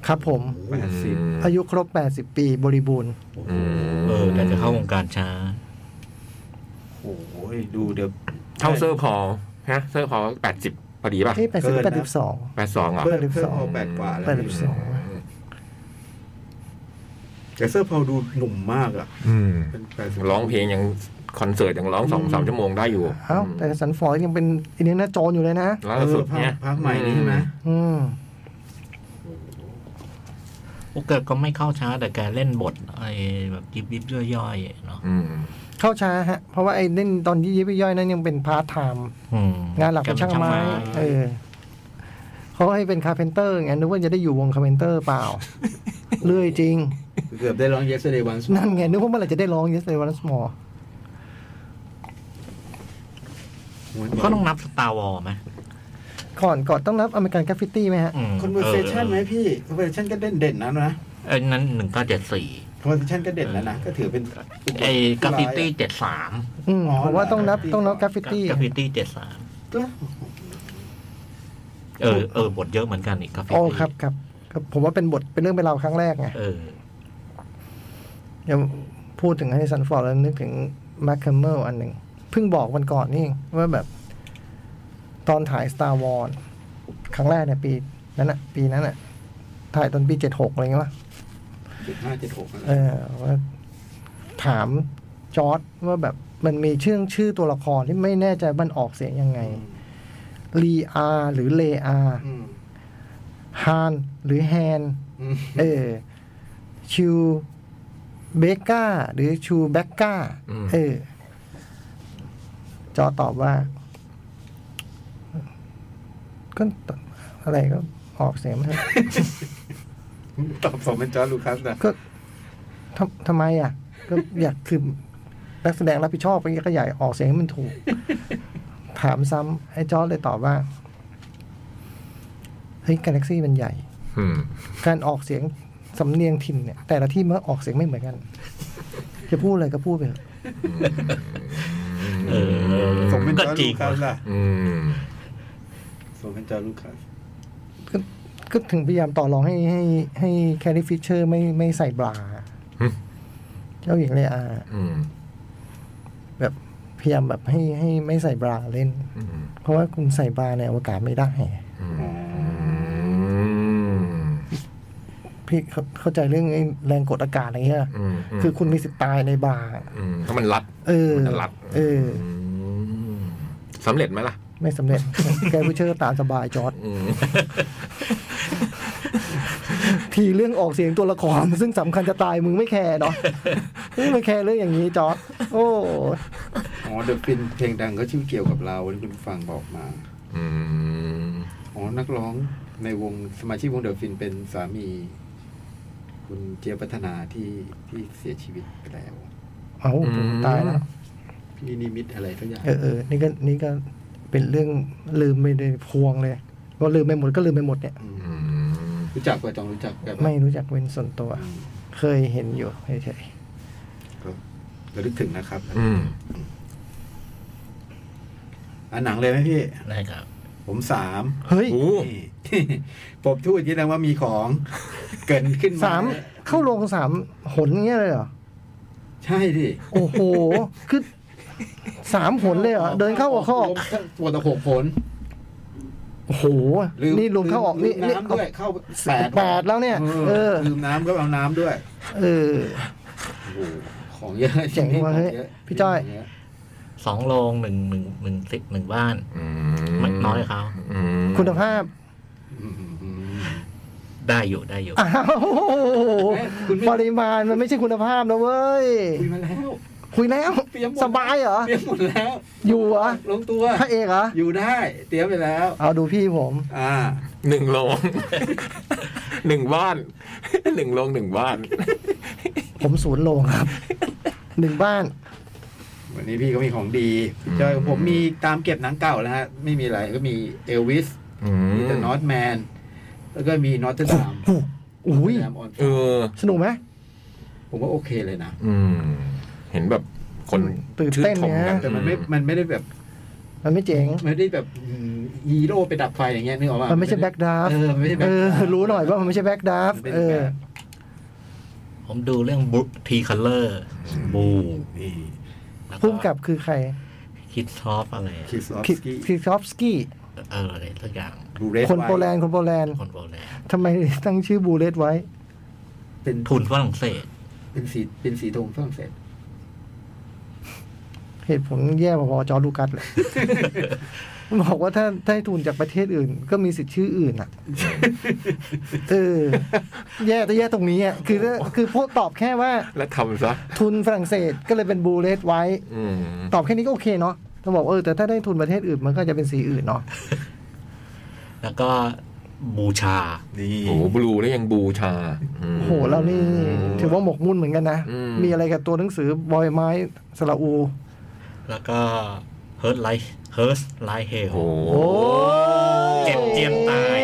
Speaker 5: ครับผม
Speaker 2: แปดสิบ
Speaker 5: อายุครบแปดสิบปีบริบูรณ์
Speaker 6: เออแต่จะเข้าวงการช้า
Speaker 2: โอ้โหดูเดี๋ยว
Speaker 1: เท่าเซอร์พอลฮะเซอร์พอแปดสิบพอดีป่ะ
Speaker 5: เอ้ยแปดสิบ
Speaker 2: เกินนะ
Speaker 5: แปดสิบสอง
Speaker 1: แปดสองเหรอ
Speaker 2: เพิ่ม
Speaker 5: 82
Speaker 2: เพิ่มพอาแปดกว่าแล้ว
Speaker 5: แปดสิบสอง
Speaker 2: แต่เสื้อพอดูหนุ่มมากอ่ะ
Speaker 7: อืม
Speaker 2: เป็นแปดสิบ
Speaker 1: ร้องเพลงยังคอนเสิร์ตยังร้องสองสามชั่วโมงได้อยู่
Speaker 5: เอ้าแต่สันฟอร์ดยังเป็นอินเดียนาโจนอยู่เลยนะ
Speaker 1: ล่า
Speaker 2: เออ
Speaker 1: สุด
Speaker 2: ภา
Speaker 1: เนี่
Speaker 2: ค
Speaker 1: ย
Speaker 2: ภาคใหม่นี่ใช่ไหม
Speaker 5: อืม
Speaker 6: โอเกก็ไม่เข้าช้าแต่แกเล่นบทไอ้แบบยิบยิบย่อยๆเนาะ
Speaker 1: อืม
Speaker 5: เข้าช้าฮะ เพราะว่าไอ้เล่นตอนที่ยิบย่อยนั้นยังเป็นพาร์ทไทม์
Speaker 6: อืม
Speaker 5: งานหลักเป็นช่างไม้เออเขาให้เป็นคาเพนเตอร์ไงนึกว่าจะได้อยู่วงคาเพนเตอร์ เปล่า เรื่อยจริง
Speaker 2: เกือบได้ร้อง yesterday once
Speaker 5: นั่นไงนึกว่าเมื่อไหร่จะได้ร้อง Yes They Want Us More
Speaker 6: ก็ต้องนับสตาร์วอลไหม
Speaker 5: ก่อนก่อนต้องรับอเมริกันกราฟฟิตี้ไหมฮะ
Speaker 6: อืม
Speaker 2: คอนเวอร์เซชันไหมพี่คอนเวอร์เซชันก็เด่นเด่นๆนะนะ
Speaker 6: เอ้ยนั้นหนึ่งเก้าเจ็ดสี่
Speaker 2: คอนเวอร์เซชันก็เด่นแล้วนะ ก็ถือเป็น
Speaker 6: ไอ้กราฟฟิตี้เจ็ดสาม
Speaker 5: อืมผมว่าต้องนับต้องนับกราฟฟิตี้
Speaker 6: กราฟฟิตี้เจ็ดสาม
Speaker 2: ก็
Speaker 6: เออเออบทเยอะเหมือนกันอีกกราฟฟิ
Speaker 5: โอ้
Speaker 6: ตี้
Speaker 5: ครับครับครับ ผมว่าเป็นบทเป็นเรื่องเป็นราวครั้งแรกไง
Speaker 6: เออ
Speaker 5: ยังพูดถึงฮันนิสันฟอร์ดแล้วนึกถึงแมคคมเมอร์อันหนึ่งเพิ่งบอกวันก่อนนี่เองว่าแบบ ตอนถ่าย Star Wars ครั้งแรกเนี่ยปีนั้นอะปีนั้นอะถ่ายตอนปีเจ็ดหกอะไรเงี้ยวะ
Speaker 2: เจ็ดห้าเจ็ดหกนะ
Speaker 5: เออว่าถามจอร์ดว่าแบบมันมีชื่อชื่อตัวละครที่ไม่แน่ใจมันออกเสียงยังไง ลีอาหรือเลอา
Speaker 2: อืม
Speaker 5: ฮานหรือแฮน
Speaker 2: อืม
Speaker 5: เออ ชูเบก้า หรือชูแบกก้า
Speaker 1: อืม
Speaker 5: เออ จอตอบว่า ก็ตอะไรก็ออกเสียงไม่ได้
Speaker 2: ตอบสองเป็นจอร์จลูคัสนะ
Speaker 5: ก็ทำทำไมอ่ะ ก็อยากคือนักแสดงรับผิดชอบไปก็อยากออกเสียงให้มันถูก ถามซ้ำไอ้จอร์จเลยตอบว่า เฮ้ยกาแล็กซี่มันใหญ่
Speaker 1: อืม
Speaker 5: การออกเสียงสำเนียงถิ่นเนี่ย แต่ละที่มันออกเสียงไม่เหมือนกัน จะพูดอะไรก็พูดไปเถอะ
Speaker 6: เออ
Speaker 2: สองเป็นจ
Speaker 6: ก็
Speaker 2: อร์จ
Speaker 6: จริ
Speaker 2: ลู
Speaker 6: ง
Speaker 2: คัสล่ะ
Speaker 1: อืม
Speaker 2: สองเป็นจอร์จลูคัส
Speaker 5: ก็ก็ถึงพยายามต่อรองให้ให้ให้แคลริฟิชเชอร์ไม่ไม่ใส่บลา
Speaker 1: หึ
Speaker 5: เจ้าหญิงเลอา
Speaker 1: อืม
Speaker 5: แบบพยายามแบบให้ให้ไม่ใส่บลาเล่น
Speaker 1: อืม
Speaker 5: เพราะว่าคุณใส่บลาในอวกาศไม่ได้
Speaker 2: อ๋อ
Speaker 5: พี่เข้าเข้าใจเรื่องไอ้แรงกดอากาศอะไรเงี้ย
Speaker 1: อืมม
Speaker 5: คือคุณมีสิทธิ์ตายในบาร์
Speaker 1: อืมถ้ามันรัด
Speaker 5: เออ
Speaker 1: มันจะรัด
Speaker 5: เออ
Speaker 1: มสำเร็จไหมล่ะ
Speaker 5: ไม่สำเร็จ แกผู้เชื่อตามสบายจอร์ด
Speaker 1: อืม
Speaker 5: ทีเรื่องออกเสียงตัวละคร ซึ่งสำคัญจะตายมึงไม่แคร์เนาะมึงไม่แคร์เรื่องอย่างนี้จอร์ดโอ้
Speaker 2: อ๋อเดอะฟินเพลงดังก็ชื่อเกี่ยวกับเราที่คุณผู้ฟังบอกมา
Speaker 1: อืม
Speaker 2: อ๋อ นักร้องในวงสมาชิกวงเดอะฟินเป็นสามี คุณเจียบพัฒนาที่ที่เสียชีวิตไปแล้ว
Speaker 5: เอา
Speaker 1: อืม
Speaker 5: ตายแล้ว
Speaker 2: พี่นิมิตอะไรสักอย่าง
Speaker 5: เออเออนี่ก็นี่ก็เป็นเรื่องลืมไปในพวงเลยว่าลืมไปหมดก็ลืมไปหมดเนี่ย
Speaker 2: ม
Speaker 1: อืม
Speaker 2: รู้จักป่ะจองรู้จักแกปะ
Speaker 5: ไม่รู้จักเป็นส่วนตัว
Speaker 2: อืม
Speaker 5: เคยเห็นอยู่เฉย
Speaker 2: ก็ระลึกถึงนะครับ
Speaker 1: อืม
Speaker 2: อันหนังเลยไหมพี่
Speaker 6: ได้ครับ
Speaker 2: ผมสาม
Speaker 5: ๆเฮ้ย
Speaker 1: โอ้
Speaker 2: นี่ ผมทูดที่นะว่ามีของ เกินขึ้น
Speaker 5: สามเข้าโรงสามหนเงี้ยเลยเหรอ
Speaker 2: ใช่ดิ
Speaker 5: โอ้โห คือสามหนเลยเหรอ เดินเข้าออกเข้าออก
Speaker 2: ปวดตะโขกผล
Speaker 5: โอ้โห นี่รวมเข้าออก
Speaker 2: ลื
Speaker 5: นี่
Speaker 2: ม
Speaker 5: นี่
Speaker 2: น้ำด้วย เข้าแปด
Speaker 5: แปดแล้วเนี่ย เออ
Speaker 2: ลืมน้ำก็เอาน้ำด้วย
Speaker 5: เออ
Speaker 2: โอ้โหของเยอะ
Speaker 5: เจ๋งว่ะเฮ้ย
Speaker 2: ของอะ
Speaker 5: พี่จ้อย
Speaker 2: ของเะ
Speaker 6: สองโรงหนึ่งหนึ่งหนึ่งสิบหนึ่งบ้าน
Speaker 1: อื
Speaker 6: ไม่น้อยกว่าเขา
Speaker 1: อืม
Speaker 5: คุณภาพ
Speaker 6: ได้อยู่ได้อยู่
Speaker 5: อ้าว
Speaker 3: เอ๊ะคุณไม่
Speaker 5: ปริมาณมันไม่ใช่คุณภาพนะเว้ย
Speaker 3: คุยมาแล้ว
Speaker 5: คุยแล้ว
Speaker 3: เตรียมหมด
Speaker 5: สบายเหรอ
Speaker 3: เตรียมหมดแล้ว
Speaker 5: อยู่เหรอ
Speaker 3: ลงตัว
Speaker 5: พระเอกเหรอ
Speaker 3: อยู่ได้ เตรียมไปแล้ว
Speaker 5: เอาดูพี่ผม
Speaker 3: อ่า
Speaker 1: หนึ่งโรง หนึ่งบ้าน หนึ่งโรงหนึ่งบ้าน
Speaker 5: ผมศูนย์โลงครับหนึ่งบ้าน
Speaker 3: วันนี้พี่ก็มีของดี
Speaker 1: อืม
Speaker 3: จอยผมมีตามเก็บหนังเก่าแล้วฮะ ไม่มีอะไรก็มีเอลวิส
Speaker 1: อื
Speaker 3: มี
Speaker 1: ม
Speaker 3: แต่นอตแมน แล้วก็มีนอตเทอร์ดาม
Speaker 5: อุ้ย
Speaker 3: ดามออน
Speaker 1: เออ
Speaker 5: สนุกไหม
Speaker 3: ผมว่าโอเคเลยนะ
Speaker 1: อืม เห็นแบบคน
Speaker 5: ตื่นเต้น
Speaker 1: ชื่ชมกั
Speaker 5: นะ
Speaker 3: แต่มันไม่ มันไม่ได้แบบ
Speaker 5: มันไม่เจ๋ง
Speaker 3: ไม่ได้แบบอืมฮีโร่ไปดับไฟอย่างเงี้ยนึกออกป่ะ
Speaker 5: มันไม่ใช่แบ็กดราฟ
Speaker 3: เออมันไม่ใช่แบ็
Speaker 5: เอ
Speaker 3: ค
Speaker 5: อ รู้หน่อยว่ามันไม่ใช่แบ็กดราฟ
Speaker 3: มันป็น
Speaker 5: เอ
Speaker 3: แบ
Speaker 5: อ
Speaker 3: บ
Speaker 6: ผมดูเรื่องบุ๊กทีคัลเลอร์บู
Speaker 3: นี่
Speaker 6: แล้ว
Speaker 5: พุ่มกับคือใคร
Speaker 6: คิดซอฟอะไรอะ
Speaker 3: คิสออฟ
Speaker 5: คิ
Speaker 3: สกี้
Speaker 5: คิซอฟสกี้
Speaker 6: เอออะไรสักอย่าง
Speaker 3: บูเรส
Speaker 5: คนโปแลนด์ คนโปแลนด์
Speaker 6: คนโบราณ
Speaker 5: ทำไม ตั้งชื่อบูเลตไว้
Speaker 3: เป็น
Speaker 6: ทุนฝรั่งเศส
Speaker 3: เป็นสีเป็นสีธงฝรั่งเศส
Speaker 5: เหตุผลแย่พอๆจอร์จลูกัส เลย บอกว่าถ้าถ้าให้ทุนจากประเทศอื่น ก็มีสิทธิ์ชื่ออื่นอ่ะ เออ แย่แต่แย่ตรงนี้อ่ะ คือถ้าคือพวกตอบแค่ว่า
Speaker 1: และทำซะ
Speaker 5: ทุนฝรั่งเศสก็เลยเป็นบูเลตไว้
Speaker 1: อืม
Speaker 5: ตอบแค่นี้ก็โอเคเนาะถ้าบอกเออแต่ถ้าได้ทุนประเทศอื่นมันก็จะเป็นสีอื่นเนาะ
Speaker 6: แล้วก็บูชา
Speaker 3: นี่
Speaker 1: โอ้โหบลูแล้วยังบูชาอืม
Speaker 5: โอ้โหเรานี่ถือว่าหมกมุ่นเหมือนกันนะ
Speaker 1: อืม
Speaker 5: มีอะไรกับตัวหนังสือบอยไม้สระอู
Speaker 6: แล้วก็เฮิร์ตไลท์เฮิร์สไลท์เฮล
Speaker 1: โอ้โห
Speaker 5: โอ้
Speaker 6: เจ็บเจียนตาย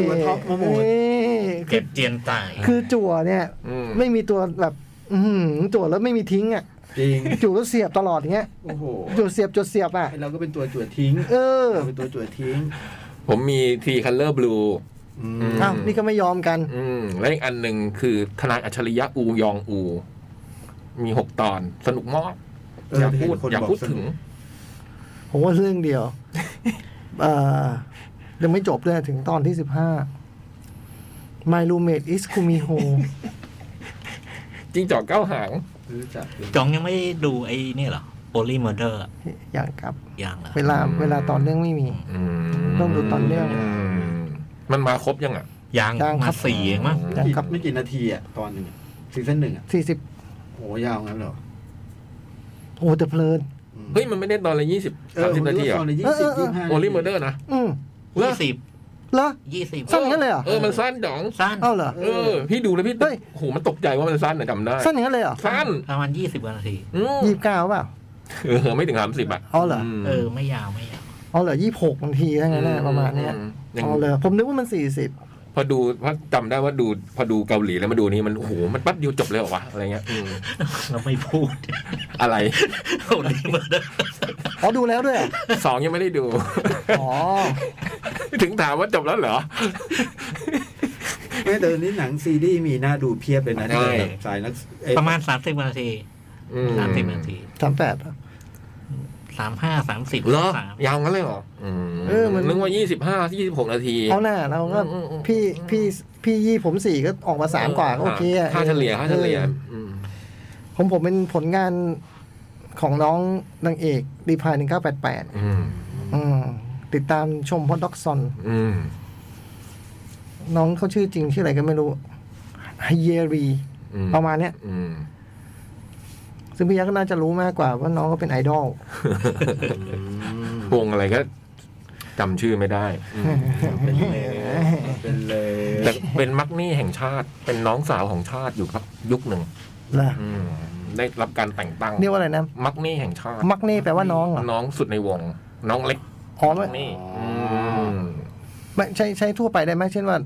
Speaker 3: ตัวท็อปมาหมด
Speaker 5: เอ้ยคื
Speaker 6: เก็
Speaker 5: อบ
Speaker 6: เจียนตาย
Speaker 5: คือจั่วเนี่ย
Speaker 1: อืม
Speaker 5: ไม่มีตัวแบบ อือหือจั่วแล้วไม่มีทิ้งอ่ะ
Speaker 3: จริง
Speaker 5: จั่วแล้วเสียบตลอดอย่างเงี้ย
Speaker 3: โอ้โห
Speaker 5: จั่วเสียบจั่วเสียบอ่ะ
Speaker 3: เราก็เป็นตัวจวดทิ้ง
Speaker 5: เออ
Speaker 3: เราเป็นตัวจวดทิ้ง
Speaker 1: ผมมีทีคัลเลอร์บลู
Speaker 3: อืม
Speaker 1: ม
Speaker 5: อ้าวนี่ก็ไม่ยอมกัน
Speaker 1: อืม และอีกอันหนึ่งคือทนายอัจฉริยะอูยองอู มีหกตอนสนุกมาก
Speaker 3: เออ
Speaker 1: อยากพูด
Speaker 3: เห็นคน
Speaker 1: อยาก
Speaker 3: บอก
Speaker 1: พูด
Speaker 3: สนุก
Speaker 1: ถึง
Speaker 5: ผมว่าเรื่องเดียวเอ่อยังไม่จบเลยถึงตอนที่สิบห้า My roommate is Kumiho
Speaker 1: จริงจอกเก้าหาง
Speaker 3: รู้จักเลย
Speaker 6: จองยังไม่ได้ดูไอ้นี่เหรอโอลี่มอร์เดอร์
Speaker 5: อย่างครับ
Speaker 6: ยังเหรอ
Speaker 5: เวลาเวลาตอนเรื่องไม่มี
Speaker 1: อืม
Speaker 5: ต้องดูตอนเรื่อง
Speaker 1: มมันมาครบยังอ่ะ
Speaker 6: ยัง
Speaker 5: ยังครั
Speaker 6: มา
Speaker 5: บ
Speaker 6: สี่เองมั้ง
Speaker 5: ยังครับ
Speaker 3: ไม่กี่นาทีอะตอนหนึ่งอะซีซั่นหนึ่งอะ
Speaker 5: สี่สิบ
Speaker 3: โหยาวงั้นเหรอ
Speaker 5: โอ้แต่เพลิน
Speaker 3: อืม
Speaker 1: เฮ้ย มันไม่ได้ตอนละยี่สิบ
Speaker 3: เอ
Speaker 1: สา
Speaker 3: อ
Speaker 1: มสิบนาทีเหร
Speaker 3: ต
Speaker 1: อ
Speaker 3: อนละยี่
Speaker 5: เออ
Speaker 3: สิบ
Speaker 5: เอ
Speaker 3: ยี่สิ
Speaker 5: อ
Speaker 3: บห้า
Speaker 1: โอลิเมอร์เดอร์นะ
Speaker 5: อืม
Speaker 1: เหรอ
Speaker 6: ยี่สิบ
Speaker 5: เหรอ
Speaker 6: ยี่สิบ
Speaker 5: สั้นงั้นเลยเหรอ
Speaker 1: เออ มันสั้นจ๋อง
Speaker 6: สั้น
Speaker 5: เอ้าเหรอ
Speaker 1: เออ พี่ดูแล้วพี่
Speaker 5: เฮ้ย
Speaker 1: โหมันตกใจว่ามันสั้นนะจำได้
Speaker 5: สั้นอย่างนั้นเลยเหรอ
Speaker 1: สั้น
Speaker 6: ประมาณยี่สิบนาที
Speaker 1: อืม
Speaker 5: ยี่สิบเก้าเปล่า
Speaker 1: เออไม่ถึงสามสิบอ่ะ
Speaker 5: อ๋อเหรอ
Speaker 1: ม
Speaker 6: เออ ไม่ยาวไม่ยาว
Speaker 5: อ๋อเหรอยี่สิบหกบางทีทั้งนั้นน่ะประมาณเนี้ย
Speaker 1: ยัง
Speaker 5: อ๋อเลยผมนึกว่ามันสี่สิบ
Speaker 1: พอดูพอจำได้ว่าดูพอดูเกาหลีแล้วมาดูนี่มันโอ้โหมันแปั๊บเดียวจบเลยเหรอวะอะไรเงี้ยอืม
Speaker 6: เราไม่พูด
Speaker 1: อะไร
Speaker 6: โอลี่มอร์เดอร์
Speaker 5: อ๋อดูแล้วด้วยเหรอ
Speaker 1: สองยังไม่ได้ดู
Speaker 5: อ๋อ
Speaker 1: ถึงถามว่าจบแล้วเหรอ
Speaker 3: ไม่แต่นี้หนังซีรีส์มีหน้าดูเพียบเลยนะ
Speaker 1: ใช่
Speaker 3: สายนักเอ้ย
Speaker 6: ประมาณสามสิบนาที
Speaker 1: อืม
Speaker 6: สามสิบนาที
Speaker 5: สามแปด
Speaker 6: สามห้าสามสิบ
Speaker 1: เหรอ
Speaker 6: สาม
Speaker 1: ยาวงั้นเลยเหรออืม
Speaker 5: เออมัน
Speaker 1: นึกว่ายี่สิบห้ายี่สิบหกนาที
Speaker 5: เอาหน้าเราก็
Speaker 1: อืมอืม
Speaker 5: พี่พี่พี่ยี่ผมสี่ก็ออกมาสามกว่าก็โอเคอะ
Speaker 1: ค่าเฉลี่ยค่าเฉลี่ย
Speaker 5: ออ
Speaker 1: อืม
Speaker 5: ผมผมเป็นผลงานของน้องนางเอกดีพายหนึ่งเก้าแปดแปด
Speaker 1: อืม
Speaker 5: ติดตามชมพอดด็อกซอน
Speaker 1: อืม
Speaker 5: น้องเขาชื่อจริง ชื่ออะไรก็ไม่รู้ไฮเยรี
Speaker 1: อืม
Speaker 5: ประมาณเนี้ย
Speaker 1: อืม
Speaker 5: ซึ่งพี่ยักษ์ก็น่าจะรู้มากกว่าว่าน้องก็เป็นไอดอล
Speaker 1: วงอะไรก็จำชื่อไม่ได้อืม
Speaker 3: เป็นเลยเป็นเลย
Speaker 1: แต่เป็นมักนี่แห่งชาติเป็นน้องสาวของชาติอยู่ครับยุคหนึ่ง
Speaker 5: ล่ะ
Speaker 1: อืมได้รับการแต่งตั้ง
Speaker 5: เรียกว่าอะไรนะ
Speaker 1: มักนี่แห่งชาติ
Speaker 5: มักเน่แปลว่าน้องเหรอ
Speaker 1: น้องสุดในวง น้องเล็ก
Speaker 5: อ๋อไม่
Speaker 1: นี่
Speaker 5: ไม่ใช่ใช้ทั่วไปได้ไหมเช่นว่า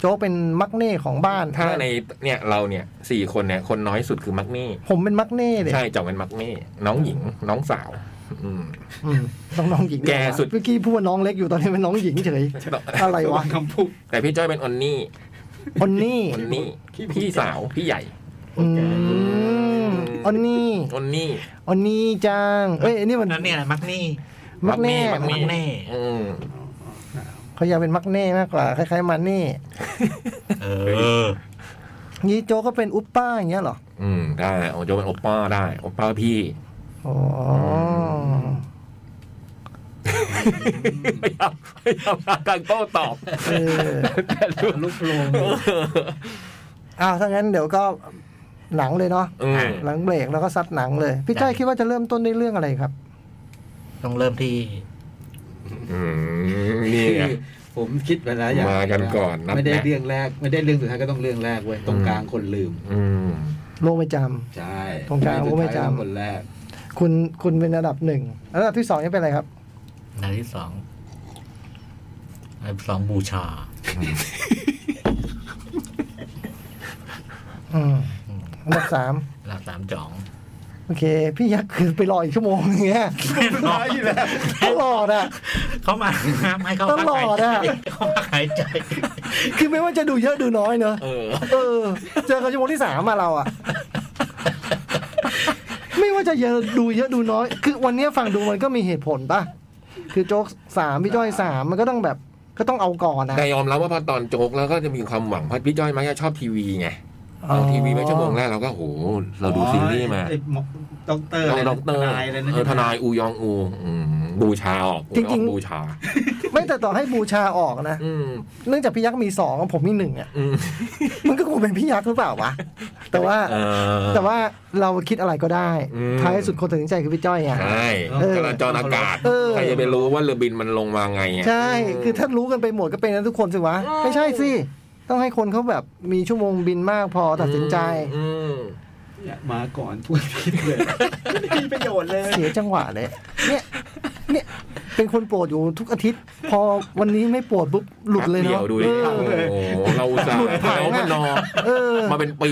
Speaker 5: โจ๊กเป็นมักเน่ของบ้าน
Speaker 1: ถ้าในเนี่ยเราเนี่ยสี่คนเนี่ยคนน้อยสุดคือมักนี่
Speaker 5: ผมเป็นมักเน่เลย
Speaker 1: ใช่จ่องเป็นมักนี่น้องหญิงน้องสาว อืม
Speaker 5: อืมต้องน้องหญิง
Speaker 1: แก่สุด
Speaker 5: เมื่อกี้พูดว่าน้องเล็กอยู่ตอนนี้เป็นน้องหญิงเฉย อะไร
Speaker 3: ระวั
Speaker 5: วะ
Speaker 3: งคำพูด
Speaker 1: แต่พี่จ้อยเป็นออนนี่
Speaker 5: อันนี่
Speaker 1: ออนนี่
Speaker 3: ขี้บ่น
Speaker 1: พี่สาวพี่ใหญ่
Speaker 5: อืมอันนี่
Speaker 1: ออนนี่
Speaker 5: อันนี่จังเอ้ยอันนี่มัน
Speaker 6: นั่นเนี่ยแหละมักนี่
Speaker 5: มักเน่
Speaker 1: มักเน่
Speaker 6: มักเน่
Speaker 1: อืม
Speaker 5: เขาอยากเป็นมักเน่มากกว่าคล้ายๆมันนี่
Speaker 6: เออ
Speaker 5: งี้โจ๊กก็เป็นอุปป้าอย่างเงี้ยเหรอ
Speaker 1: อืมได้โอโจเป็นโอปป้าได้โอปป้าพี่
Speaker 5: อ๋อ
Speaker 1: พยายามพยายามหาทางโต้ตอบ
Speaker 5: เออ
Speaker 1: แต่รู้
Speaker 3: ลูกโลง
Speaker 5: อ้าวถ้างั้นเดี๋ยวก็หนังเลยเนาะ
Speaker 1: อืม
Speaker 5: หลังเบรกแล้วก็ซัดหนังเลย พี่จ้อยคิดว่าจะเริ่มต้นด้วยเรื่องอะไรครับ
Speaker 6: ต้องเริ่มที่
Speaker 4: อืมนี่ไง
Speaker 3: ผมคิดไปแล้วอย่าง
Speaker 4: มากันก่อนนัด
Speaker 3: ไม่ได้
Speaker 4: แนะ
Speaker 3: เรื่องแรก ไม่ได้เรื่องสุดท้ายก็ต้องเรื่องแรกเว้ยตรงกลางคนลืม
Speaker 4: อืม
Speaker 5: โลกไม่จ
Speaker 3: ใช่
Speaker 5: ตรงกลางก็ไม่
Speaker 3: สุ
Speaker 5: จำ
Speaker 3: ดท้ยต้องคนแรก
Speaker 5: ำคุณคุณเป็นอันดับหนึ่งอันดับที่สองนี่เป็นอะไรครับ
Speaker 6: หนังที่สองอันดับสองบูชา
Speaker 5: อืมอันดับสาม
Speaker 6: หลักสามจอง
Speaker 5: โอเค พี่ยักษ์คือไปรออีกชั่วโมงนึงเนี่ยตลอดอ่ะ
Speaker 6: เขามาไม่เขาพักหาย
Speaker 5: ตลอด
Speaker 6: ใจ
Speaker 5: อะ
Speaker 6: เขาพักหายใจ
Speaker 5: คือไม่ว่าจะดูเยอะดูน้อยเนอะ
Speaker 1: เออ
Speaker 5: เออ เจอกันชั่วโมงที่สามมาเราอ่ะ ไม่ว่าจะเยอะดูเยอะดูน้อย คือวันเนี้ยฟังดูมันก็มีเหตุผลป่ะ คือโจ๊กสามพี่จ้อยสามมันก็ต้องแบบ ก็ต้องเอาก่อนนะ
Speaker 1: แต่ยอมรับว่าพอตอนโจ๊กแล้วก็จะมีความหวังเพราะพี่จ้อยมักจะชอบทีวีไงตอนทีวีไม่ชั่วโมงแรกเราก็โห เราดูซีรีส์มา
Speaker 3: ไอ้หมอด็อกเตอร์อะไรนะ
Speaker 1: เราด็อกเตอร์
Speaker 3: ทนายอะไรนะ
Speaker 1: เออทนายอูยองอูอืมบูชาออก
Speaker 5: จริงๆ
Speaker 1: ๆบูชา
Speaker 5: ไม่แต่ต่อให้บูชาออกนะ
Speaker 1: อืม
Speaker 5: เนื่องจากพี่ยักษ์มีสองผมมีหนึ่งอ่ะ
Speaker 1: อืม
Speaker 5: มันก็คงเป็นพี่ยักษ์หรือเปล่าวะ แต่ว่า
Speaker 1: เออ
Speaker 5: แต่ว่าเราคิดอะไรก็ได้
Speaker 1: อืม
Speaker 5: ท้ายสุดคนตัดสินใจคือพี่จ้อยไง
Speaker 1: ใช่
Speaker 5: เออ
Speaker 1: จราจรอากาศ
Speaker 5: เออ
Speaker 1: ใครจะไปรู้ว่าเรือบินมันลงมาไงอะ
Speaker 5: ใช่ คือถ้ารู้กันไปหมดก็เป็นกันทุกคนสิวะ ไม่ใช่สิ ต้องให้คนเขาแบบมีชั่วโมงบินมากพอตัดสินใจ
Speaker 1: อืม
Speaker 3: เนี่ยมาก่อนทุกทีเลยไม่มีประโยชน์เลย
Speaker 5: เสียจังหวะเลย เนี่ย เนี่ย เป็นคนโปรดอยู่ทุกอาทิตย์ พอวันนี้ไม่โปรดปุ๊บหลุดเลย
Speaker 1: แป๊บ
Speaker 5: เนาะ
Speaker 1: เดี๋ยวดูดิ
Speaker 5: เอ
Speaker 1: โอ้
Speaker 5: อ
Speaker 1: โหเราอุตสา
Speaker 5: หลุด
Speaker 1: ห์
Speaker 5: ผ่าน
Speaker 1: เรามานอ
Speaker 5: เออ
Speaker 1: มาเป็นปี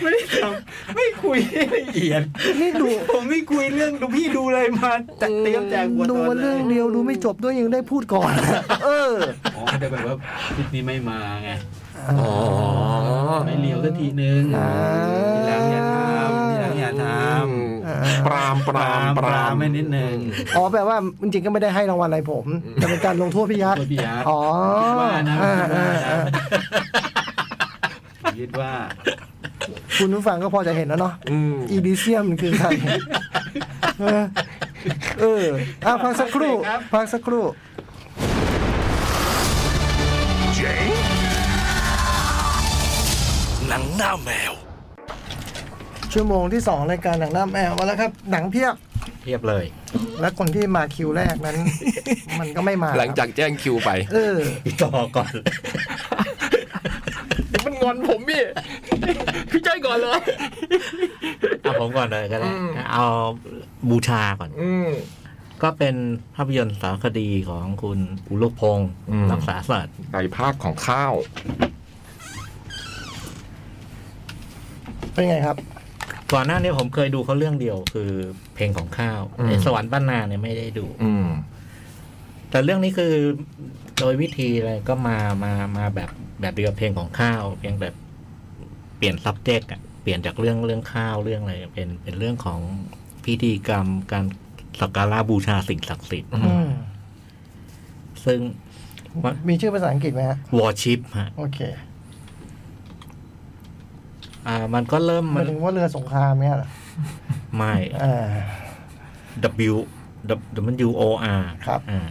Speaker 3: ไม่ได้ทำไม่คุยให้ละเอียด
Speaker 5: นี่ดู
Speaker 3: ผมไม่คุยเรื่องดูพี่ดูอะไรมาจัดเตรียมแจกหัว
Speaker 5: ดู
Speaker 3: ตอน
Speaker 5: เรื่อง
Speaker 3: เลย
Speaker 5: เดียวดูไม่จบด้วยยังได้พูดก่อน เออ
Speaker 3: อ๋อไม่ได้แบบว่าคลิปนี้ไม่มาไง
Speaker 1: อ๋อ
Speaker 3: ไม่เลียวสักทีนึง
Speaker 5: อ่า
Speaker 3: ทีหลังอย่าทำทีหลังอย่าท
Speaker 5: อ่า
Speaker 1: ปรามป
Speaker 3: ำป
Speaker 1: ราร
Speaker 3: าม ม
Speaker 1: ปราร
Speaker 3: ปาม มไม่นิดนึง
Speaker 5: อ๋อแปลว่าจริงๆก็ไม่ได้ให้รางวัลอะไรผม แต่เป็นการลงโทษพี่ยักษ์
Speaker 3: ตัวพี่ยักษ์
Speaker 5: อ๋อ
Speaker 3: คิดว่านะ
Speaker 5: อ่า
Speaker 3: คิดว่า
Speaker 5: อ่า
Speaker 3: นะ
Speaker 5: อ่า
Speaker 3: คิดว่า
Speaker 5: คุณผู้ฟังก็พอจะเห็นแล้วเนาะ
Speaker 1: อืม
Speaker 5: อีดิเซียมคือใครเออเอออ่ะพักสักครู่
Speaker 3: ครับ
Speaker 5: พักสักครู่
Speaker 8: หนังหน้าแมว
Speaker 5: ชั่วโมงที่สองรายการหนังหน้าแอลมาแล้วครับ หนังเพียบ
Speaker 6: เทียบเลย
Speaker 5: และคนที่มาคิวแรกนั้น มันก็ไม่มา
Speaker 1: หลังจากแจ้งคิวไป
Speaker 5: เออ
Speaker 6: อีต่อก่อน
Speaker 1: มันงอนผมพี่ พี่ใจก่อนเลย
Speaker 6: เอาผมก่อนเลยก็ได้เอาบูชาก่อน
Speaker 1: อืม
Speaker 6: ก็เป็นภาพยนตร์สารคดีของคุณอุลุพงศ์
Speaker 1: อืม
Speaker 6: รักษาศาสตร์
Speaker 1: ไก่ภาคของข้าว
Speaker 5: เป็นไงครับ
Speaker 6: ก่อนหน้านี้ผมเคยดูเขาเรื่องเดียว คือเพลงของข้าว
Speaker 1: อืม
Speaker 6: ในสวรรค์บ้านนาเนี่ยไม่ได้ดู
Speaker 1: อืม
Speaker 6: แต่เรื่องนี้คือโดยวิธีอะไรก็มามามาแบบแบบเดียวกับเพลงของข้าว เพียงแบบเปลี่ยน subject อะเปลี่ยนจากเรื่องเรื่องข้าวเรื่องอะไรเป็นเป็นเรื่องของพิธีกรรมการสักการะบูชาสิ่งศักดิ์สิทธิ์
Speaker 5: อืม
Speaker 6: ซึ่ง
Speaker 5: มีชื่อภาษาอังกฤษไหมฮะ
Speaker 6: วอชิปฮะ
Speaker 5: โอเค
Speaker 6: อ่ามันก็เริ่ม
Speaker 5: หมา
Speaker 6: มั
Speaker 5: ย
Speaker 6: น
Speaker 5: ถึงว่าเรือสงครามเนี่ยเหรอ
Speaker 6: ไม่
Speaker 5: อ่า
Speaker 6: W W O R
Speaker 5: ครับ
Speaker 6: อ่า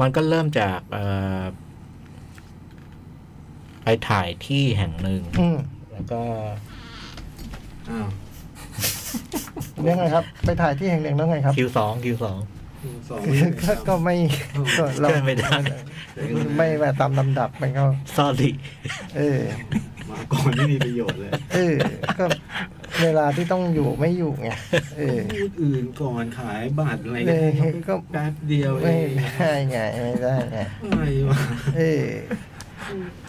Speaker 6: มันก็เริ่มจากเอ่อไปถ่ายที่แห่งหนึ่ง
Speaker 5: อืม
Speaker 6: แล้วก็
Speaker 3: อ้าว
Speaker 5: ยังไงครับ ไปถ่ายที่แห่งหนึ่งแล้วไงครับ
Speaker 6: คิวสองคิวสอง
Speaker 3: สอง
Speaker 5: คือก็ ก็ไม่ก็เรา
Speaker 6: เกินไม่ได้
Speaker 5: ไม่แบบตามลำดับมันก็
Speaker 6: s o r r y
Speaker 5: เออ
Speaker 3: มาก่อนไม่มีประโยชน์เลย
Speaker 5: เออ ก็เวลาที่ต้องอยู่ไม่อยู่ไง เออ
Speaker 3: พูดอื่นก่อนขายบัตรอะไรกัน
Speaker 5: เออก็
Speaker 3: ก็แป๊บเดียวเอ
Speaker 5: ไม่
Speaker 3: ง
Speaker 5: ได้ไง ไม่ได้ไง
Speaker 3: อะไรวะ
Speaker 5: เออ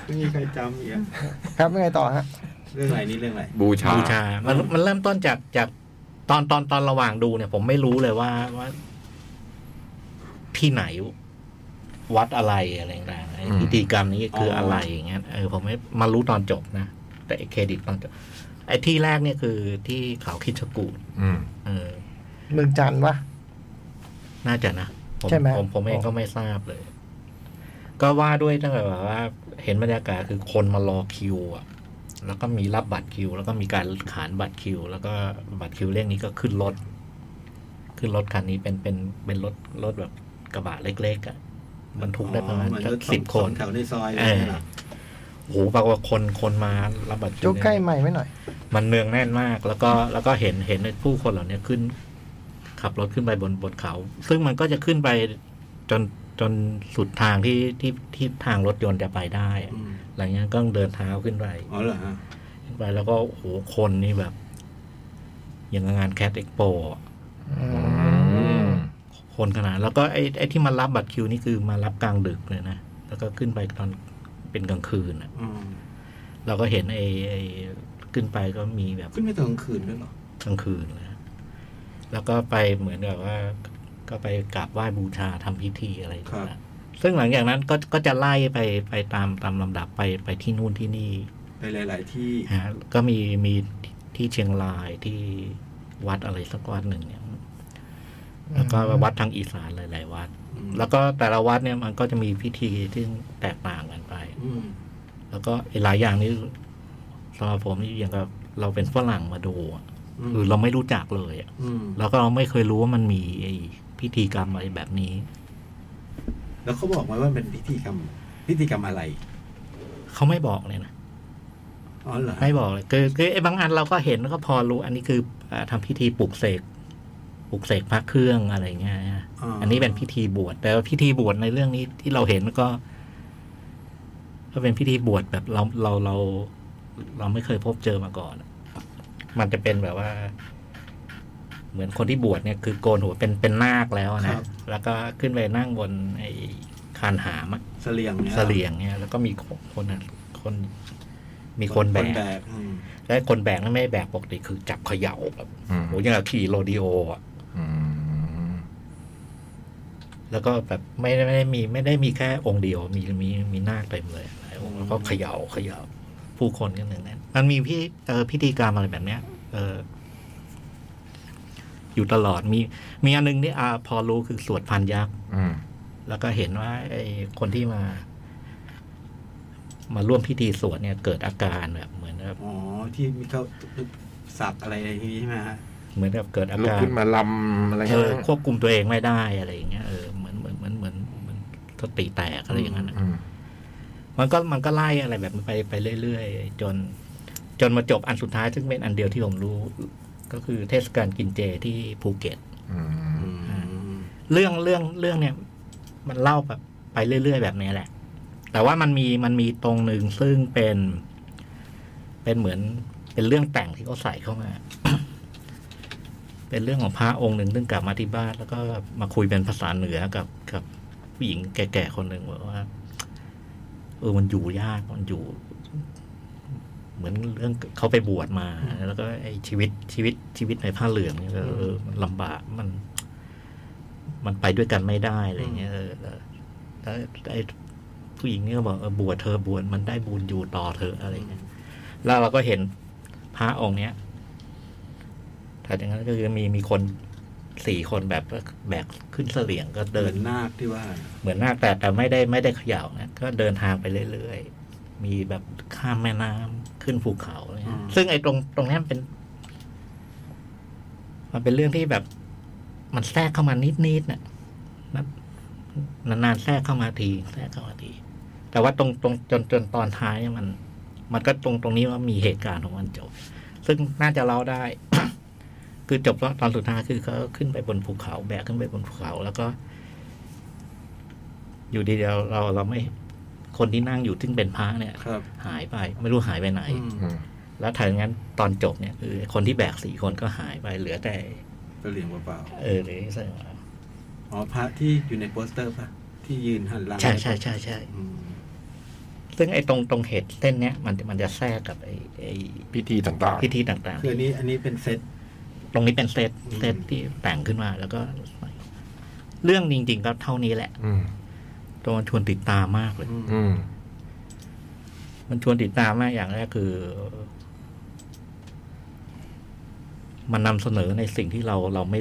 Speaker 3: ไม่มีใครจำอีกอะ
Speaker 5: ครับยังไงต่อฮะ
Speaker 3: เรื่องอะไรนี่เรื่องอะไร
Speaker 1: บูชา
Speaker 6: บูชา มันมันเริ่มต้นจากจากตอนตอนตอนระหว่างดูเนี่ย ผมไม่รู้เลยว่าว่า ที่ไหน วัดอะไรอะไรต่างๆไอ้
Speaker 1: อืม
Speaker 6: พิธีกรรมนี้คือ
Speaker 3: ออ
Speaker 6: อะไรอย่างเงี้ยเออผมไม่มารู้ตอนจบนะ แต่ไอ้เครดิตตอนจบไอ้ที่แรกเนี่ยคือที่เขาคิดชกูด
Speaker 1: อืม
Speaker 6: เออ
Speaker 5: เมืองจันทร์ปะ
Speaker 6: น่าจะนะผ
Speaker 5: ใช่ไหม
Speaker 6: ผมผมเองก็ไม่ทราบเลย ก็ว่าด้วยตั้งแต่แบบว่า เห็นบรรยากาศคือคนมารอคิวอะ แล้วก็มีรับบัตรคิว แล้วก็มีการขานบัตรคิว แล้วก็บัตรคิวเรื่องนี้ก็ขึ้นรถ ขึ้นรถคันนี้เป็นเป็นเป็นรถรถแบบกระบะเล็กๆอะบรรทุกได้ประมาณ
Speaker 3: อ๋อเหอน
Speaker 6: สั
Speaker 3: ร
Speaker 6: ก
Speaker 3: ถ
Speaker 6: สิบ
Speaker 3: อง
Speaker 6: คน
Speaker 3: แถวในซอย
Speaker 6: เออ โอ้โหปรากฏว่าคนคนมารับบัตรคิว
Speaker 5: โจ๊ก
Speaker 6: เนี่ย
Speaker 5: ใกล้ใหม่ไว้หน่อย
Speaker 6: มันเนืองแน่นมาก แล้วก็แล้วก็เห็นเห็นผู้คนเหล่านี้ขึ้น ขับรถขึ้นไปบนบนเขา ซึ่งมันก็จะขึ้นไปจนจนสุดทางที่ที่ที่ทางรถยนต์จะไปได้อะ
Speaker 3: อืม
Speaker 6: หลังจากนั้นก็เดินเท้าขึ้นไป
Speaker 3: อ๋อเหรอฮะ
Speaker 6: ขึ้นไปแล้วก็โอ้โหคนนี่แบบ อย่างงานแคดเอ็กโปคนขนาดแล้วก็ไอ้ไอ้ที่มารับบัตรคิวนี่คือมารับกลางดึกเลยนะ แล้วก็ขึ้นไปตอนเป็นกลางคืนอะ
Speaker 3: อืม
Speaker 6: เราก็เห็นไอ้ไอ้ขึ้นไปก็มีแบบ
Speaker 3: ขึ้นไปตอนกลางคืนด้วยเหรอ
Speaker 6: กลางคืนนะฮะแล้วก็ไปเหมือนกับว่า ก็ไปกราบไหว้บูชาทำพิธีอะไร
Speaker 3: ครับ
Speaker 6: นะซึ่งหลังจากนั้นก็ก็จะไล่ไปไปตามตามลำดับไปไปที่นู่นที่นี่
Speaker 3: ไปหลาย ๆ ที่
Speaker 6: นะฮะก็มีมีที่เชียงรายที่วัดอะไรสักวัดหนึ่งเนี่ย แล้วก็วัดทางอีสานหลาย ๆ วัด
Speaker 3: อืม
Speaker 6: แล้วก็แต่ละวัดเนี่ยมันก็จะมีพิธีที่แตกต่างกันไป
Speaker 3: อืม
Speaker 6: แล้วก็ไอ้หลายอย่างนี่สำหรับผมนี่อย่างกับเราเป็นฝรั่งมาดูอะ
Speaker 3: อืม
Speaker 6: คือเราไม่รู้จักเลยอะ
Speaker 3: อืม
Speaker 6: แล้วก็เราไม่เคยรู้ว่ามันมีไอ้พิธีกรรมอะไรแบบนี้
Speaker 3: แล้วเขาบอกไหมว่าเป็นพิธีกรรมพิธีกรรมอะไร
Speaker 6: เขาไม่บอกเลยนะ
Speaker 3: อ๋อเหรอฮะ
Speaker 6: ไม่บอกเลยคือคือไอ้บางอันเราก็เห็นแล้วก็พอรู้ อันนี้คืออ่าทำพิธีปลุกเสกปลุกเสกพระเครื่องอะไรเงี้ยนะอันนี้เป็นพิธีบวชแต่ว่าพิธีบวชในเรื่องนี้ที่เราเห็นก็ ก็เป็นพิธีบวชแบบเราเราเรา เราไม่เคยพบเจอมาก่อน มันจะเป็นแบบว่า เหมือนคนที่บวชเนี่ยคือโกนหัวเป็นเป็นนาคแล้วนะแล้วก็ขึ้นไปนั่งบนไอ้คานหามอะ
Speaker 3: เสลียงนี่ย
Speaker 6: เสลียงเนี่ยแล้วก็มีคนอ่ะคน มีคนแบก
Speaker 3: กอืม
Speaker 6: และคนแบกนั่นไม่ได้แบกปกติคือจับเขย่าแบบ
Speaker 1: อืม
Speaker 6: โหอยังกับขี่โรดิโออ่ะ
Speaker 1: อืม
Speaker 6: แล้วก็แบบไม่ได้ไม่ได้มีไม่ได้มีแค่องค์เดียว มีมีมีหน้าคเต็มเลยหลายองค์แล้วก็เขย่าเขย่าผู้คนกันหนึ่างนั้นมันมีพี่เออพิธีกรรมอะไรแบบเนี้ย เออ อยู่ตลอดมี มีอันหนึงที่อาพอรู้คือสวดพันยักษ
Speaker 1: อืม
Speaker 6: แล้วก็เห็นว่าไอ้คนที่มา มาร่วมพิธีสวดเนี่ย เกิดอาการแบบเหมือนแบบ
Speaker 3: อ๋อที่มีเขาสับอะไรอย่างนี้ใช่ไหมฮะ
Speaker 6: เหมือนแบบเกิดอา
Speaker 1: ลุก
Speaker 6: การ
Speaker 1: ขึ้นมาลำอะไร
Speaker 6: เอ
Speaker 1: เงี้
Speaker 6: อย ควบคุมตัวเองไม่ได้อะไรอย่างเงี้ยเออเหมือนเหมือนเหมือนเหมือนเหมือนสติแตกอะไรอย่างนั้นอะ
Speaker 1: อืม
Speaker 6: มันก็มันก็ไล่อะไรแบบนี้ไปไปเรื่อยๆจน จนมาจบอันสุดท้ายซึ่งเป็นอันเดียวที่ผมรู้ ก็คือเทศกาลกินเจที่ภูเก็ต
Speaker 1: อืม
Speaker 3: อืม
Speaker 6: เรื่องเรื่องเรื่องเนี่ย มันเล่าแบบไปเรื่อยๆแบบนี้แหละ แต่ว่ามันมีมันมีตรงหนึ่งซึ่งเป็น เป็นเหมือนเป็นเรื่องแต่งที่เขาใส่เข้ามา เป็นเรื่องของพระองค์หนึ่งซึ่งกลับมาที่บ้าน แล้วก็มาคุยเป็นภาษาเหนือกับกับผู้หญิงแก่ๆคนหนึ่งบอกว่า เออมันอยู่ยากมันอยู่ เหมือนเรื่องเขาไปบวชมา แล้วก็ไอ้ชีวิตชีวิตชีวิตในผ้าเหลืองเนี่ยก็เออมันลำบากมัน มันไปด้วยกันไม่ได้อะไรเงี้ยเออแล้วแล้วไอ้ผู้หญิงนี่ก็บอกเออบวชเธอะบวชมันได้บุญอยู่ต่อเธอะอะไรเงี้ยแล้วเราก็เห็นพระองค์เนี้ยถัดจากนั้นก็คือมีมีคนสี่คนแบบแบกขึ้นเสลียงก็
Speaker 3: เดิ
Speaker 6: เดิ
Speaker 3: น
Speaker 6: น
Speaker 3: นาคที่ว่า
Speaker 6: เหมือนนาคแต่แต่ไม่ได้ไม่ได้เขย่านะก็เดินทางไปเรื่อยๆ มีแบบข้ามแม่น้ำขึ้นภูเขาอะไร
Speaker 3: อื
Speaker 6: เงี้ย
Speaker 3: ม
Speaker 6: ซึ่งไอ้ตรงตรงเนี้ยมันเป็น มันเป็นเรื่องที่แบบ มันแทรกเข้ามานิดๆน่ะนานนานๆแทรกเข้ามาทีแทรกเข้ามาที แต่ว่าตรงตรงจนจนตอนท้ายเนี่ยมัน มันก็ตรงตรงนี้ว่ามีเหตุการณ์ของมันจบ ซึ่งน่าจะเล่าได้ คือจบตอนสุดท้ายคือเขาขึ้นไปบนภูเขา แบกขึ้นไปบนภูเขาแล้วก็ อยู่ดีเราเราเราไม่คนที่นั่งอยู่ซึ่งเป็นพระเนี่ย
Speaker 3: ครับ
Speaker 6: หายไป ไม่รู้หายไปไหน
Speaker 3: อืม
Speaker 1: อืม
Speaker 6: แล้วถ้าอย่างนั้นตอนจบเนี่ยคือคนที่แบกสี่คนก็หายไปเหลือแต่
Speaker 3: เสลียงเปล่า
Speaker 6: เออเหลยใช่
Speaker 3: ๆอ๋อพระที่อยู่ในโปสเตอร์ปะที่ยืนหันหลัง
Speaker 6: ใช่ใช่ใช่ใช่
Speaker 3: อืม
Speaker 6: ซึ่งไอ้ตรงตรงเหตุเส้นเนี้ยมันมันจะแทรกกับไอ้ไอ้
Speaker 1: พิธีต่าง
Speaker 6: พิธีต่าง
Speaker 3: คืออันนี้อันนี้เป็นเซต
Speaker 6: ๆ ตรงนี้เป็นเซต
Speaker 3: อืม
Speaker 6: เซตที่แต่งขึ้นมาแล้วก็ เรื่องจริง ๆ ก็เท่านี้แหละ
Speaker 1: ๆอืม
Speaker 6: ตัวมันชวนติดตามมากเลย
Speaker 3: อืม
Speaker 1: อืม
Speaker 6: มันชวนติดตามมากอย่างแรกคือ มันนำเสนอในสิ่งที่เราเราไม่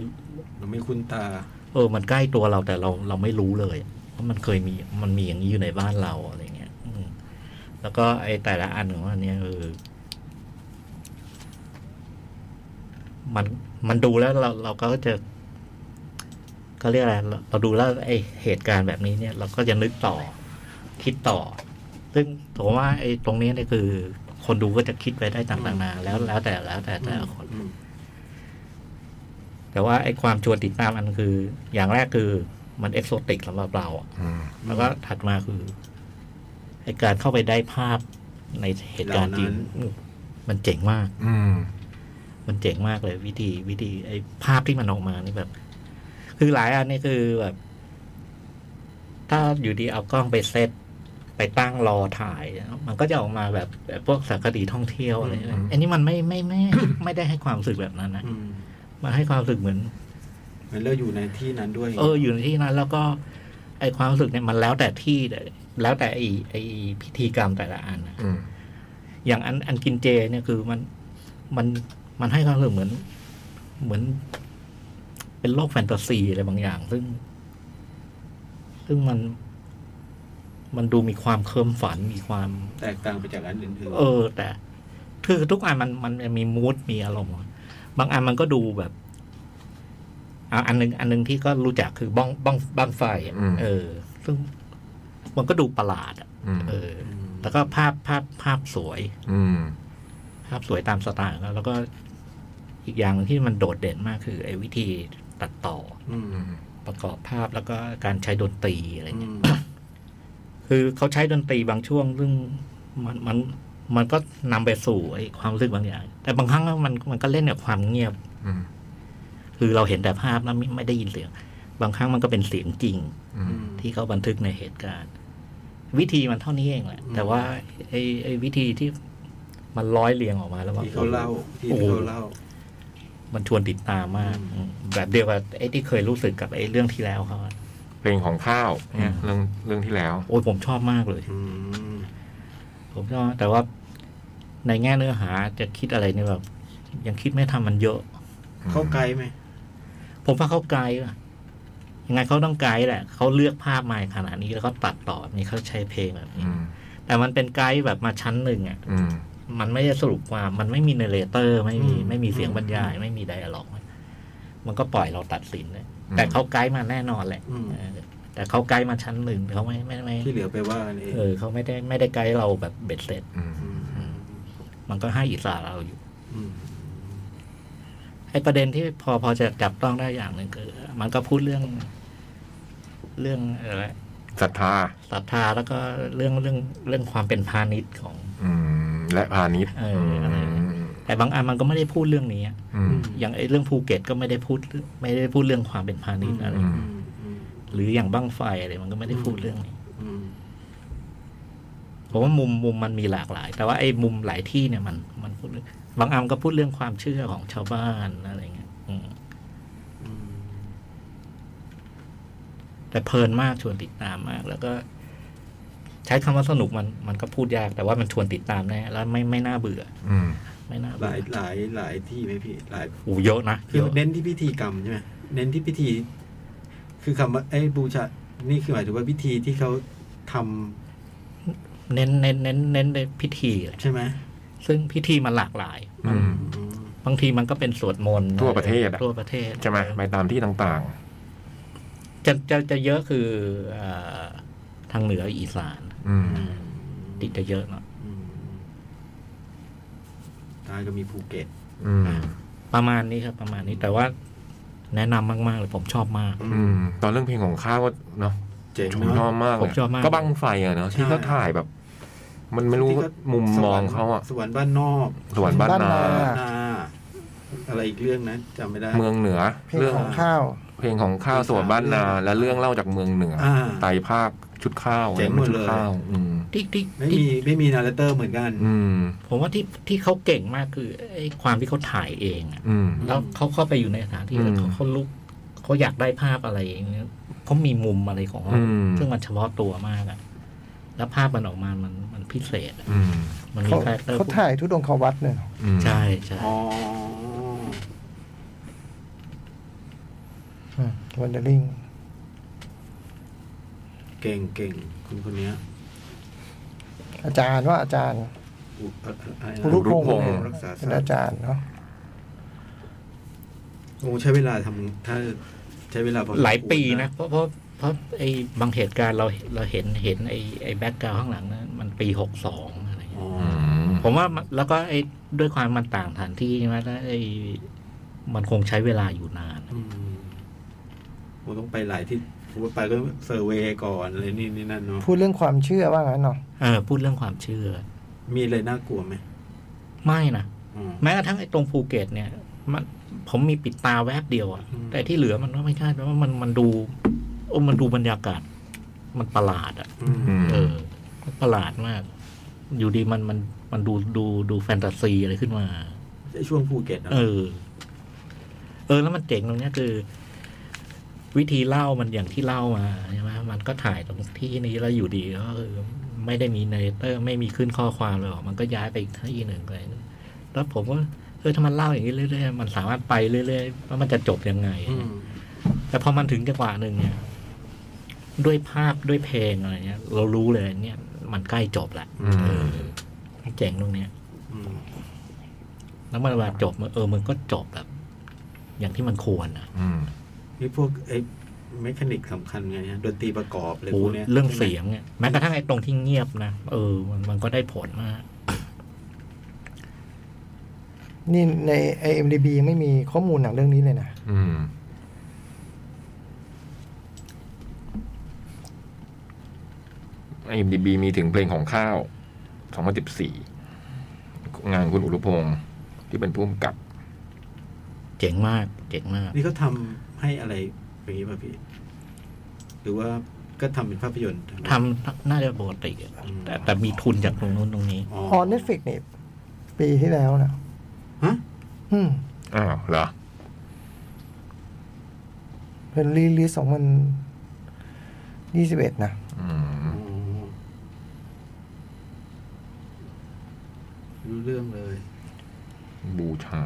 Speaker 3: เราไม่คุ้นตา
Speaker 6: เออ มันใกล้ตัวเราแต่เราเราไม่รู้เลยว่ามันเคยมีมันมีอย่างนี้อยู่ในบ้านเราอะไรเงี้ยอืมแล้วก็ไอ้แต่ละอันของอันเนี้ยเออ มันมันดูแล้วเราเราก็จะก็เรียกอะไรเราเราดูแล้วไอเหตุการณ์แบบนี้เนี่ย เราก็จะนึกต่อ คิดต่อ ซึ่งผมว่าไอตรงนี้เนี่ยคือ คนดูก็จะคิดไปได้ต่างๆนานาแล้วแล้วแต่แล้วแต่แต่ละคน
Speaker 3: อืม
Speaker 6: แต่ว่าไอ้ความชวนติดตามอันคือ อย่างแรกคือมันเอกโซติกสำหรับเราอะ
Speaker 4: อืม
Speaker 6: แล้วก็ถัดมาคือไอ้การเข้าไปได้ภาพในเหตุการณ์จริงมันเจ๋งมาก
Speaker 4: อืม
Speaker 6: มันเจ๋งมากเลย วิธีวิธีไอ้ภาพที่มันออกมานี่แบบ คือหลายอันนี่คือแบบ ถ้าอยู่ดีเอากล้องไปเซตไปตั้งรอถ่าย มันก็จะออกมาแบบแบบพวกสารคดีท่องเที่ยวอะไรอย่างเงี้ย
Speaker 4: อืม
Speaker 6: อันนี้มันไม่ไม่ไม่ ไม่ได้ให้ความรู้สึกแบบนั้นนะ
Speaker 3: อืม
Speaker 6: มันให้ความรู้สึกเหมือน
Speaker 2: มันเลือกอยู่ในที่นั้นด้วย
Speaker 6: เอออยู่ในที่นั้นแล้วก็ ไอความรู้สึกเนี่ยมันแล้วแต่ที่แล้วแต่ไอไอพิธีกรรมแต่ละอันนะ
Speaker 4: อืม
Speaker 6: อย่างอันอันกินเจเนี่ยคือมันมันมันให้ความรู้สึกเหมือน เหมือน เป็นโลกแฟนตาซีอะไรบางอย่าง ซึ่ง ซึ่งมันมันดูมีความเคลิมฝันมีความ
Speaker 2: แตกต่างไปจากอันอื่น
Speaker 6: เออ แต่คือทุกอันมันมันมีมูดมีอารมณ์บางอันมันก็ดูแบบอ่ะอันหนึงอันหนึงที่ก็รู้จักคือบ้องบ้องบ้างไฟอ่ะ
Speaker 4: อืม
Speaker 6: เออ ซึ่งมันก็ดูประหลาดอ่ะ
Speaker 4: อืม
Speaker 6: เออ แล้วก็ภาพภาพภาพสวย
Speaker 4: อืม
Speaker 6: ภาพสวยตามสไตล์แล้วแล้วก็อีกอย่างหนึ่งที่มันโดดเด่นมากคือไอ้วิธีตัดต่อ
Speaker 3: อืม
Speaker 4: อืม
Speaker 6: ประกอบภาพแล้วก็การใช้ดนตรีอะไร
Speaker 3: อื
Speaker 6: เงี้ย
Speaker 3: ม
Speaker 6: คือเขาใช้ดนตรีบางช่วง ซึ่งมันมันมันก็นำไปสู่ไอ้ความรู้สึกบางอย่าง แต่บางครั้งมันมันก็เล่นกับความเงียบ
Speaker 4: อืม
Speaker 6: คือเราเห็นแต่ภาพแล้วไม่ไม่ได้ยินเสียง บางครั้งมันก็เป็นเสียงจริง
Speaker 4: อืม
Speaker 6: ที่เขาบันทึกในเหตุการณ์ วิธีมันเท่านี้เองแหละ แต่ว่าไอ้ไอ้วิธีที่มันร้อยเรียงออกมาแล้วว่า
Speaker 2: ที่เขาเล่าที่
Speaker 6: โอ้โห
Speaker 2: เขาเล่า
Speaker 6: มันชวนติดตามมากอืมแบบเดียวกับไอ้ที่เคยรู้สึกกับไอ้เรื่องที่แล้วเขาอะ
Speaker 1: เพลงของข้าวเนี่ย
Speaker 6: อืม
Speaker 1: เรื่องเรื่องที่แล้ว
Speaker 6: โอ้ยผมชอบมากเลย
Speaker 3: อืม
Speaker 6: ผมก็แต่ว่าในแง่เนื้อหาจะคิดอะไรเนี่ยแบบ ยังคิดไม่ทำมันเยอะ
Speaker 3: เข้าไกลไหม
Speaker 6: ผมว่าเขาไกลอะยังไงเขาต้องไกลแหละเขาเลือกภาพมาขนาดนี้แล้วก็ตัดต่อนี่เขาใช้เพลงแบบนี้
Speaker 4: อืม
Speaker 6: แต่มันเป็นไกด์แบบมาชั้นหนึ่งอ่ะ
Speaker 4: อืม
Speaker 6: มันไม่ได้สรุปความมันไม่มีเนเรเตอร์ไม่มีไม่มีเสียงบรรยาย ไม่มีไดอะล็อกมันก็ปล่อยเราตัดสินเลย
Speaker 4: อืม
Speaker 6: แต่เขาไกด์มาแน่นอนแหละเออแต่เขาไกด์มาชั้นหนึ่งเขาไม่ไม่ไม่
Speaker 2: ที่เหลือไปว่ากันเอง
Speaker 6: เออเขาไม่ได้ไม่ได้ไกด์เราแบบเบ็ดเสร็จ
Speaker 4: อืม
Speaker 6: มันก็ให้อิสระเราอยู่ ไอ้ประเด็นที่พอพอจะจับต้องได้อย่างหนึ่งคือ มันก็พูดเรื่อง เรื่องอะไร
Speaker 1: ศรัทธา
Speaker 6: ศรัทธาแล้วก็เรื่องเรื่องเรื่องความเป็นพาณิชย์ของ
Speaker 4: อืม และพาณิชย์
Speaker 6: เอออะไร
Speaker 4: ม
Speaker 6: แต่บางอันมันก็ไม่ได้พูดเรื่องนี้อะ
Speaker 4: อืม
Speaker 6: อย่างไอ้เรื่องภูเก็ตก็ไม่ได้พูด ไม่ได้พูดเรื่องความเป็นพาณิชย์อะไร
Speaker 4: อืม
Speaker 6: หรืออย่างบ้างไฟอะไรมันก็ไม่ได้พูดเรื่องนี้ผมว่ามุมมุมมันมีหลากหลาย แต่ว่าไอ้มุมหลายที่เนี่ยมันมันพูดเรื่องบางอันก็พูดเรื่องความเชื่อของชาวบ้านอะไรเงี้ยอืม แต่เพลินมากชวนติดตามมาก แล้วก็ ใช้คำว่าสนุกมันมันก็พูดยาก แต่ว่ามันชวนติดตามแน่แล้วไม่ไม่น่าเบื่อ
Speaker 4: อืม
Speaker 6: ไม่น่า
Speaker 2: ห
Speaker 6: เบื่
Speaker 2: ลาย
Speaker 6: อ
Speaker 2: หลายหลายที่ไหมพี่หลาย
Speaker 6: โอ้เยอะนะ
Speaker 2: คื
Speaker 6: เย
Speaker 2: อ
Speaker 6: อะ
Speaker 2: เน้นที่พิธีกรรมใช่ไหมเน้นที่พิธี คือคำว่าไอ้ยบูชา นี่คือหมายถึงว่าพิธีที่เขาทำ
Speaker 6: เน้นเน้นเน้นเน้นในพิธีแหละ
Speaker 2: ใช่ไหม
Speaker 6: ซึ่งพิธีมันหลากหลาย
Speaker 4: อืม
Speaker 2: อืม
Speaker 6: บางทีมันก็เป็นสวดมนต์
Speaker 1: ทั่วประเทศอะ
Speaker 6: ทั่วประเทศ
Speaker 1: ใช่ไหมไปตามที่ต่าง
Speaker 6: จะจะจะเยอะคือเอ่อทางเหนืออีสาน
Speaker 4: อืม
Speaker 6: ติดจะเยอะเนาะ
Speaker 2: อืมตายก็มีภูเก็ต
Speaker 4: อืม
Speaker 6: ประมาณนี้ครับ ประมาณนี้แต่ว่าแนะนำมากๆเลยผมชอบมาก
Speaker 4: อืม
Speaker 1: ๆ ตอนเรื่องเพลงของข้าวก็เนาะ
Speaker 2: เจ๋ง
Speaker 1: ชม
Speaker 2: เน
Speaker 1: ชอ
Speaker 2: อะ
Speaker 1: บมากเล
Speaker 6: ผม
Speaker 1: ย
Speaker 6: ชอบมาก
Speaker 1: ก็บังไฟอะเนาะ
Speaker 2: ใช่
Speaker 1: ที่เขาถ่ายแบบ มันไม่รู้
Speaker 2: ที่ก็
Speaker 1: มุม
Speaker 2: ส
Speaker 1: ม
Speaker 2: ว
Speaker 1: อ
Speaker 2: รง รค์
Speaker 1: เขาอะ
Speaker 2: สวรรค์บ้านนอก
Speaker 1: สวนบ้านนา
Speaker 5: บ้านนา
Speaker 2: นาอะไรอีกเรื่องนะจำไม่ได้
Speaker 1: เมืองเหนือ
Speaker 5: เพลง
Speaker 1: เรื่อง
Speaker 5: ของข้าว
Speaker 1: เพลงของข้าวสวนบ้านนา และเรื่องเล่าจากเมืองเหนืออา ไตรภาคชุดข้าว
Speaker 2: เจ๋งหมด
Speaker 1: ชุ
Speaker 2: เลย
Speaker 1: ข้าวอืม
Speaker 6: ที่ที่
Speaker 2: ไม่
Speaker 6: ที่
Speaker 2: มีไม่มีนาร์เตอร์เหมือนกัน
Speaker 1: อืม
Speaker 6: ผมว่าที่ที่เขาเก่งมากคือไอ้ความที่เขาถ่ายเองอะ
Speaker 1: อืม
Speaker 6: แล้วเขาเข้าไปอยู่ในสถานที่
Speaker 1: อืม
Speaker 6: แล้วเขาเขาลุกเขาอยากได้ภาพอะไรอย่างเงี้ยเขามีมุมอะไรของเขา
Speaker 1: อืม
Speaker 6: ซึ่งมันเฉพาะตัวมากอะแล้วภาพมันออกมามันมันพิเศษอะ
Speaker 1: อืม
Speaker 6: มันมี
Speaker 5: เขา
Speaker 6: คาแรคเตอร์
Speaker 5: เขาถ่ายทุดงควัดเลยเหรอ
Speaker 1: อืม
Speaker 6: ใช่ใช่
Speaker 2: อ๋อ
Speaker 5: อืมวันเดอร์ลิง
Speaker 2: เก่งเก่งคนคนเนี้ย
Speaker 5: อาจารย์ว่าอาจารย์
Speaker 2: อุอะไร
Speaker 5: คุ
Speaker 2: นะ
Speaker 5: ณลูกพงษ์
Speaker 2: รักษา
Speaker 5: เป็น
Speaker 2: ศาสต
Speaker 5: อา
Speaker 2: ร์
Speaker 5: จารย์เนาะ
Speaker 2: คงใช้เวลาทำถ้าใช้เวลาพอสมควร
Speaker 6: หลายปีนะ เพราะเพราะเพราะไอ้บางเหตุการณ์เราเราเห็นเห็นไอ้ไอ้แบ็กกราวข้างหลังนะมันปีหกสองอะไรอย่างเงี้ย
Speaker 2: อ๋อ
Speaker 1: อืม
Speaker 6: ผมว่ามันแล้วก็ไอ้ด้วยความมันต่างฐานที่ใช่ไหมแล้วไอ้มันคงใช้เวลาอยู่นาน
Speaker 2: อืมผมต้องไปหลายที่ผมไปก็เซอร์เวย์ก่อนอะไรนี่นี่นั่นเนาะ
Speaker 5: พูดเรื่องความเชื่อว่างั้นเนาะ
Speaker 6: เออพูดเรื่องความเชื่อ
Speaker 2: มีอะไรน่ากลัวไหม
Speaker 6: ไม่นะ
Speaker 2: อ๋อ
Speaker 6: แม้กระทั่งไอ้ตรงภูเก็ตเนี่ย มันผมมีปิดตาแวบเดียวอะ
Speaker 2: อืม
Speaker 6: แต่ที่เหลือมันก็ไม่ใช่เพราะว่ามันมันดูโอ้มันดูบรรยากาศ มันประหลาดอะ
Speaker 2: อืม
Speaker 1: อืม
Speaker 6: เออประหลาดมาก อยู่ดีมันมันมันดูดูดูแฟนตาซีอะไรขึ้นมา
Speaker 2: ไอ้ช่วงภูเก็ตนะ
Speaker 6: เออ เออ แล้วมันเจ๋งตรงเนี้ยคือ วิธีเล่ามันอย่างที่เล่ามาใช่ไหมมันก็ถ่ายตรงที่นี้แล้วอยู่ดีก็คือไม่ได้มีเนเตอร์ ไม่มีขึ้นข้อความเลยหรอกมันก็ย้ายไปอีกที่หนึ่งเลยแล้วผมว่าเออถ้ามันเล่าอย่างนี้เรื่อยๆมันสามารถไปเรื่อยๆว่ามันจะจบยังไง
Speaker 2: อืม
Speaker 6: แต่พอมันถึงจังหวะหนึ่งเนี่ย ด้วยภาพด้วยเพลงอะไรเนี้ย เรารู้เลยเนี่ย มันใกล้จบละ
Speaker 1: อืม
Speaker 6: เจ๋งตรงเนี้ย
Speaker 2: อืม
Speaker 6: แล้วมันเวลาจบมันเออมันก็จบแบบ อย่างที่มันควรอ่ะ
Speaker 1: อืม
Speaker 2: นี่พวกไอ้เมคานิกสำคัญไงเนี่ยดนตรีประกอบอะไร
Speaker 6: โอ้
Speaker 2: พวกเนี้ย
Speaker 6: เรื่องเสียงเนี่ยแม้กระทั่งไอ้ตรงที่เงียบนะเออ มันมันก็ได้ผลมาก
Speaker 5: นี่ใน IMDb ยังไม่มีข้อมูลหนังเรื่องนี้เลยนะ
Speaker 1: อืม IMDB มีถึงเพลงของข้าว 2014 งานคุณอุรุพงศ์ที่เป็นผู้กำกับ
Speaker 6: เจ๋งมาก เจ๋งมาก
Speaker 2: นี่เขาทำให้อะไรอย่างนี้ป่ะพี่ หรือว่าก็ทำเป็นภาพยนตร์
Speaker 6: ทำน่าจะปกติอะแต่แต่มีทุนจากตรงนู้นตรงนี้
Speaker 2: อ๋อ
Speaker 5: ออนเน็ตฟิกนี่ปีที่แล้วนะ
Speaker 2: ฮะ
Speaker 5: อืม
Speaker 1: อ้าวเหรอ
Speaker 5: เป็นรีลิสสองพันยี่สิบเอ็ดนะ
Speaker 1: อืม
Speaker 2: อ๋อรู้เรื่องเลย
Speaker 1: บูชา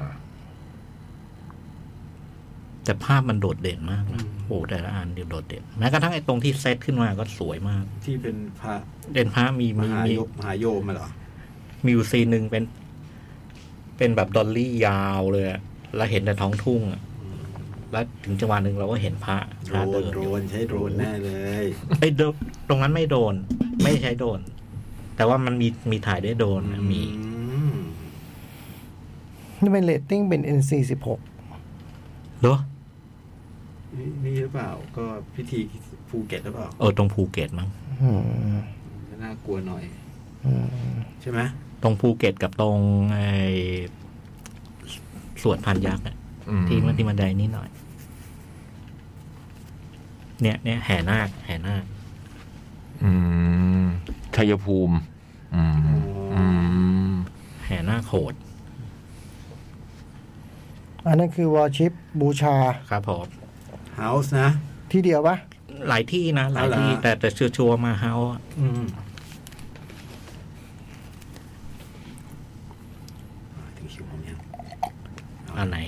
Speaker 6: แต่ภาพมันโดดเด่นมากนะโอ้แต่ละอันเดียวโดดเด่นแม้กระทั่งไอ้ตรงที่เซตขึ้นมาก็สวยมาก
Speaker 2: ที่เป็นพระ
Speaker 6: เด่นภาพมี
Speaker 2: ม
Speaker 6: มี
Speaker 2: หา
Speaker 6: มี
Speaker 2: ยกมหาโยมมาเหรอ
Speaker 6: มีอยู่ซีนหนึ่งเป็น เป็นแบบดอลลี่ยาวเลยอะแล้วเห็นแต่ท้องทุ่งอะแล้วถึงจังหวะหนึ่งเราก็เห็นพระพระ
Speaker 2: โดร
Speaker 6: เดิ
Speaker 2: น
Speaker 6: น
Speaker 2: โดรนใช้โดรนแน่เลย
Speaker 6: ไอ้ยเดินตรงนั้นไม่โดน ไม่ใช้โดน แต่ว่ามันมีมีถ่ายได้วยโดนนะมี
Speaker 2: อืม
Speaker 5: นี่เป็นเรตติ้งเป็น NC สิบหก
Speaker 6: เหรอ
Speaker 2: นี่นี่หรือเปล่าก็พิธีภูเก็ตหรือเปล่า
Speaker 6: เออ ตรงภูเก็ตมั้ง
Speaker 2: น่ากลัวหน่อย ใช่ไหม
Speaker 6: ตรงภูเก็ตกับตรงไอ้สวนพันยักษ์อะ
Speaker 1: อืม
Speaker 6: ที่มันที่มันไดนิดหน่อย เนี่ยเนี่ยแห่นาคแห่นาค
Speaker 1: อืม ชัยภูมิ อืม อืม
Speaker 6: แห่นาคโหด
Speaker 5: อันนั้นคือวอชิปบูชา
Speaker 6: ครับผม
Speaker 2: เฮาส์นะ
Speaker 5: ที่เดียวปะ
Speaker 6: หลายที่นะ หลาย
Speaker 2: เอาล่ะ
Speaker 6: ที่ แต่แต่ชัวชัวร์ๆมาเฮาส์อะ
Speaker 2: อืมอ่าถึงคิวผมยัง
Speaker 6: อันไหน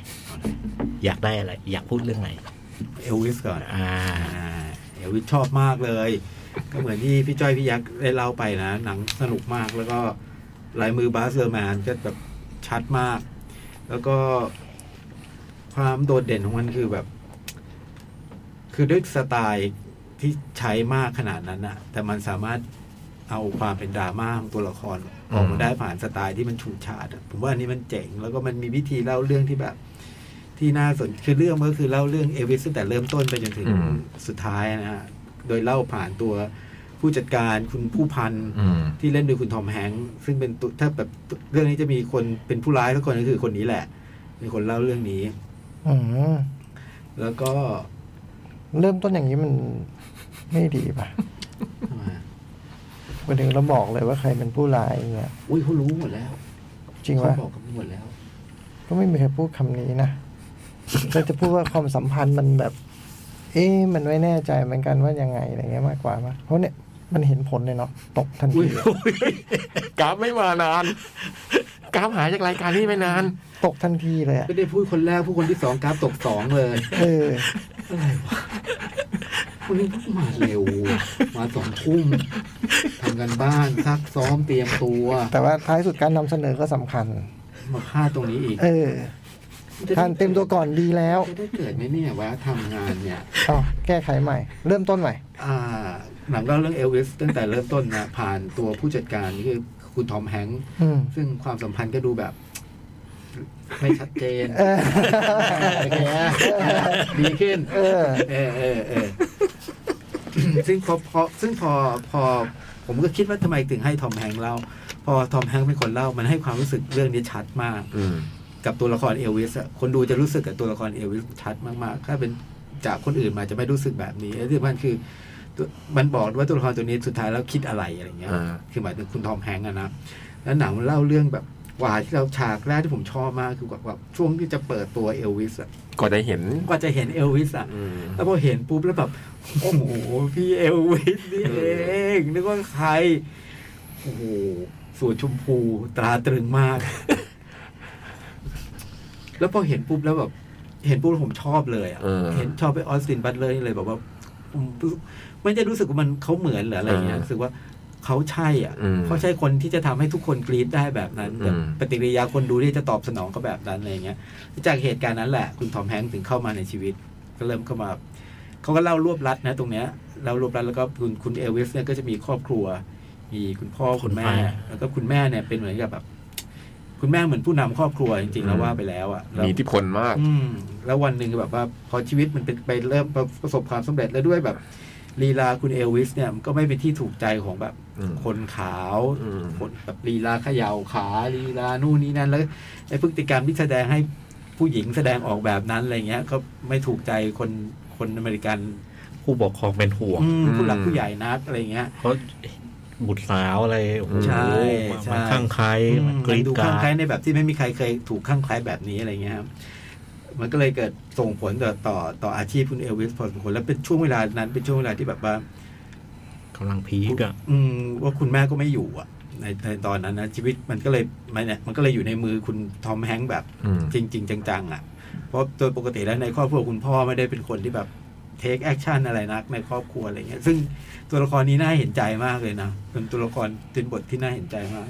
Speaker 6: อยากได้อะไร อยากพูดเรื่องไหน
Speaker 2: เอลวิสก่อน
Speaker 6: อ่า
Speaker 2: อ่าเอลวิสชอบมากเลย ก็เหมือนที่พี่จ้อยพี่ยักษ์ได้เล่าไปนะ หนังสนุกมากแล้วก็ลายมือบาสเซอร์แมนก็แบบชัดมาก แล้วก็ความโดดเด่นของมันคือแบบ คือด้วยสไตล์ที่ใช้มากขนาดนั้นอะแต่มันสามารถเอาความเป็นดราม่าของตัวละครออกมาได้ผ่านสไตล์ที่มันฉูดฉาดอะผมว่าอันนี้มันเจ๋ง แล้วก็มันมีวิธีเล่าเรื่องที่แบบ ที่น่าสนคือเรื่องมันก็คือเล่าเรื่องเอลวิสตั้งแต่เริ่มต้นไปจนถึง
Speaker 1: อืม
Speaker 2: สุดท้ายนะฮะ โดยเล่าผ่านตัวผู้จัดการคุณผู้พัน
Speaker 1: อืม
Speaker 2: ที่เล่นโดยคุณทอมแฮงค์ซึ่งเป็นตัวถ้าแบบเรื่องนี้จะมีคนเป็นผู้ร้ายทุกคนก็คือคนนี้แหละ เป็นคนเล่าเรื่องนี้
Speaker 5: อืม
Speaker 2: แล้วก็
Speaker 5: เริ่มต้นอย่างนี้ มันไม่ดีปะวันหนึ่งเราบอกเลยว่าใครเป็นผู้ร้ายอย่างเงี้ย
Speaker 2: อุ้ยเขารู้หมดแล้ว
Speaker 5: จริง
Speaker 2: เขา
Speaker 5: วะ
Speaker 2: บอกกันหมดแล้ว
Speaker 5: ก็ไม่มีใครพูดคำนี้นะเราจะพูดว่าความสัมพันธ์มันแบบ เอ๊ะมันไม่แน่ใจเหมือนกันว่ายังไงอะไรเงี้ยมากกว่าปะเพราะเนี่ยมันเห็นผลเลยเนาะตกทัน
Speaker 2: อุ้
Speaker 5: ที
Speaker 2: ย
Speaker 9: กราฟไม่มานานกราฟหายจากรายการนี้ไปนาน
Speaker 5: ตกทันทีเลยอะ
Speaker 2: ไม่ได้พูดคนแรกผู้คนที่สองกราฟตกสองเลย
Speaker 5: เออ
Speaker 2: คนนี้มาเร็ว มาสองทุ่มทำกันบ้านซักซ้อมเตรียมตัว
Speaker 5: แต่ว่าท้ายสุดการนำเสนอก็สำคัญ
Speaker 2: มาพลาดตรงนี้อีก
Speaker 5: เออ ท่านเต็มตัวก่อนดีแล้ว
Speaker 2: จะได้เกิดไหมเนี่ยว่าทำงานเนี่ย
Speaker 5: อ๋อแก้ไขใหม่ เริ่มต้นใหม่
Speaker 2: อ่าหนังเล่าเรื่องเอลวิสตั้งแต่เริ่มต้นนะผ่านตัวผู้จัดการนี่คือคุณทอมแฮงค์
Speaker 5: อืม
Speaker 2: ซึ่งความสัมพันธ์ก็ดูแบบ ไม่ชัดเจน
Speaker 5: เออ
Speaker 2: โอเคนะดีขึ้น
Speaker 5: เออ
Speaker 2: เออเออเออ ซึ่งพอพอซึ่งพอพอ ผมก็คิดว่าทำไมถึงให้ทอมแฮงค์เล่า พอทอมแฮงค์เป็นคนเล่า มันให้ความรู้สึกเรื่องนี้ชัดมาก
Speaker 1: อืม
Speaker 2: กับตัวละครเอลวิสอะคนดูจะรู้สึกกับตัวละครเอลวิสชัดมากๆ ถ้าเป็นจากคนอื่นมาจะไม่รู้สึกแบบนี้และที่สำคัญคือตัวมันบอกว่าตัวละครตัวนี้สุดท้ายแล้วคิดอะไรอะไรเงี้ย
Speaker 1: อ่า
Speaker 2: คือหมายถึงคุณทอมแฮงก์อะนะ แล้วหนังมันเล่าเรื่องแบบกว่าที่เราฉากแรกที่ผมชอบมากคือแบบช่วงที่จะเปิดตัวเอลวิสอะ
Speaker 1: ก็จะเห็น
Speaker 2: กว่าจะเห็นเอลวิสอะ
Speaker 1: อืม
Speaker 2: แล้วพอเห็นปุ๊บแล้วแบบ โอ้โห พี่เอลวิสนี่เองนึกว่าใคร โอ้โหสวนชมพูตราตรึงมาก แล้วพอเห็นปุ๊บแล้วแบบ เห็นปุ๊บแล้วผมชอบเลยอ่ะ
Speaker 1: เออ
Speaker 2: เห็นชอบไปออสตินบัตเลอร์นี่เลยแบบว่าอืมไม่ได้รู้สึกว่ามันเขาเหมือนหรืออะไรอย่างเงี้ย
Speaker 1: เออ
Speaker 2: รู้สึกว่าเขาใช่อ่ะ
Speaker 1: อืม
Speaker 2: เขาใช่คนที่จะทำให้ทุกคนกรี๊ดได้แบบนั้นแบบ
Speaker 1: อืม
Speaker 2: ปฏิกิริยาคนดูที่จะตอบสนองก็แบบนั้นอะไรอย่างเงี้ย จากเหตุการณ์นั้นแหละ คุณทอมแฮงค์ถึงเข้ามาในชีวิต ก็เริ่มเข้ามา เขาก็เล่ารวบรัดนะ ตรงเนี้ยเล่ารวบรัดแล้วก็คุณคุณเอลวิสเนี่ยก็จะมีครอบครัว มีคุณพ่อ
Speaker 6: คุ
Speaker 2: คุณ ณ
Speaker 6: แม่
Speaker 2: แม่ แล้วก็คุณแม่เนี่ยเป็นเหมือนกับแบบ คุณแม่เหมือนผู้นำครอบครัวจริงๆแล้วว่าไปแล้วอ่ะแล้ว
Speaker 1: มีอิทธิพลมาก
Speaker 2: อืม แล้ววันหนึ่งแบบว่า พอชีวิตมันเป็นไปเริ่มประสบความสำเร็จแล้วด้วยแบบลีลาคุณเอลวิสเนี่ยมันก็ไม่เป็นที่ถูกใจของแบบ
Speaker 1: อืม
Speaker 2: คนขาว
Speaker 1: อืม
Speaker 2: คนแบบลีลาเขย่าขาลีลานู่นนี่นั่นแล้วไอ้พฤติกรรมที่แสดงให้ผู้หญิงแสดงออกแบบนั้นอะไรเงี้ย ก็ไม่ถูกใจคนคนอเมริกัน
Speaker 6: ผู้ปกครองเป็นห่วง
Speaker 2: อืมผู้หลักผู้ใหญ่นักอะไรเงี้ย
Speaker 6: เขาบุตรสาวอะไรโอ้โห
Speaker 2: ใช่
Speaker 6: มา
Speaker 2: ใช่
Speaker 6: มาข้างใครมันก
Speaker 2: มั
Speaker 6: รี
Speaker 2: น
Speaker 6: ด
Speaker 2: ดู
Speaker 6: กรา
Speaker 2: ข้าง
Speaker 6: ด
Speaker 2: ใครในแบบที่ไม่มีใครเคยถูกข้างใครแบบนี้อะไรเงี้ยครับมันก็เลยเกิดส่งผลต่อต่อต่ออาชีพคุณเอลวิสพอสมควรแล้วเป็นช่วงเวลานั้นเป็นช่วงเวลาที่แบบว่า
Speaker 6: กำลังพีกอะ
Speaker 2: อืมว่าคุณแม่ก็ไม่อยู่อ่ะ ในในตอนนั้นนะชีวิตมันก็เลยมันเนี่ยมันก็เลยอยู่ในมือคุณทอมแฮงค์แบบ
Speaker 1: อืม
Speaker 2: จริงจริงๆจังๆอ่ะ เพราะโดยปกติแล้วในครอบครัวคุณพ่อไม่ได้เป็นคนที่แบบเทคแอคชั่นอะไรนักในครอบครัวอะไรเงี้ย ซึ่งตัวละครนี้น่าเห็นใจมากเลยนะเป็นตัวละครเป็นบทที่น่าเห็นใจมาก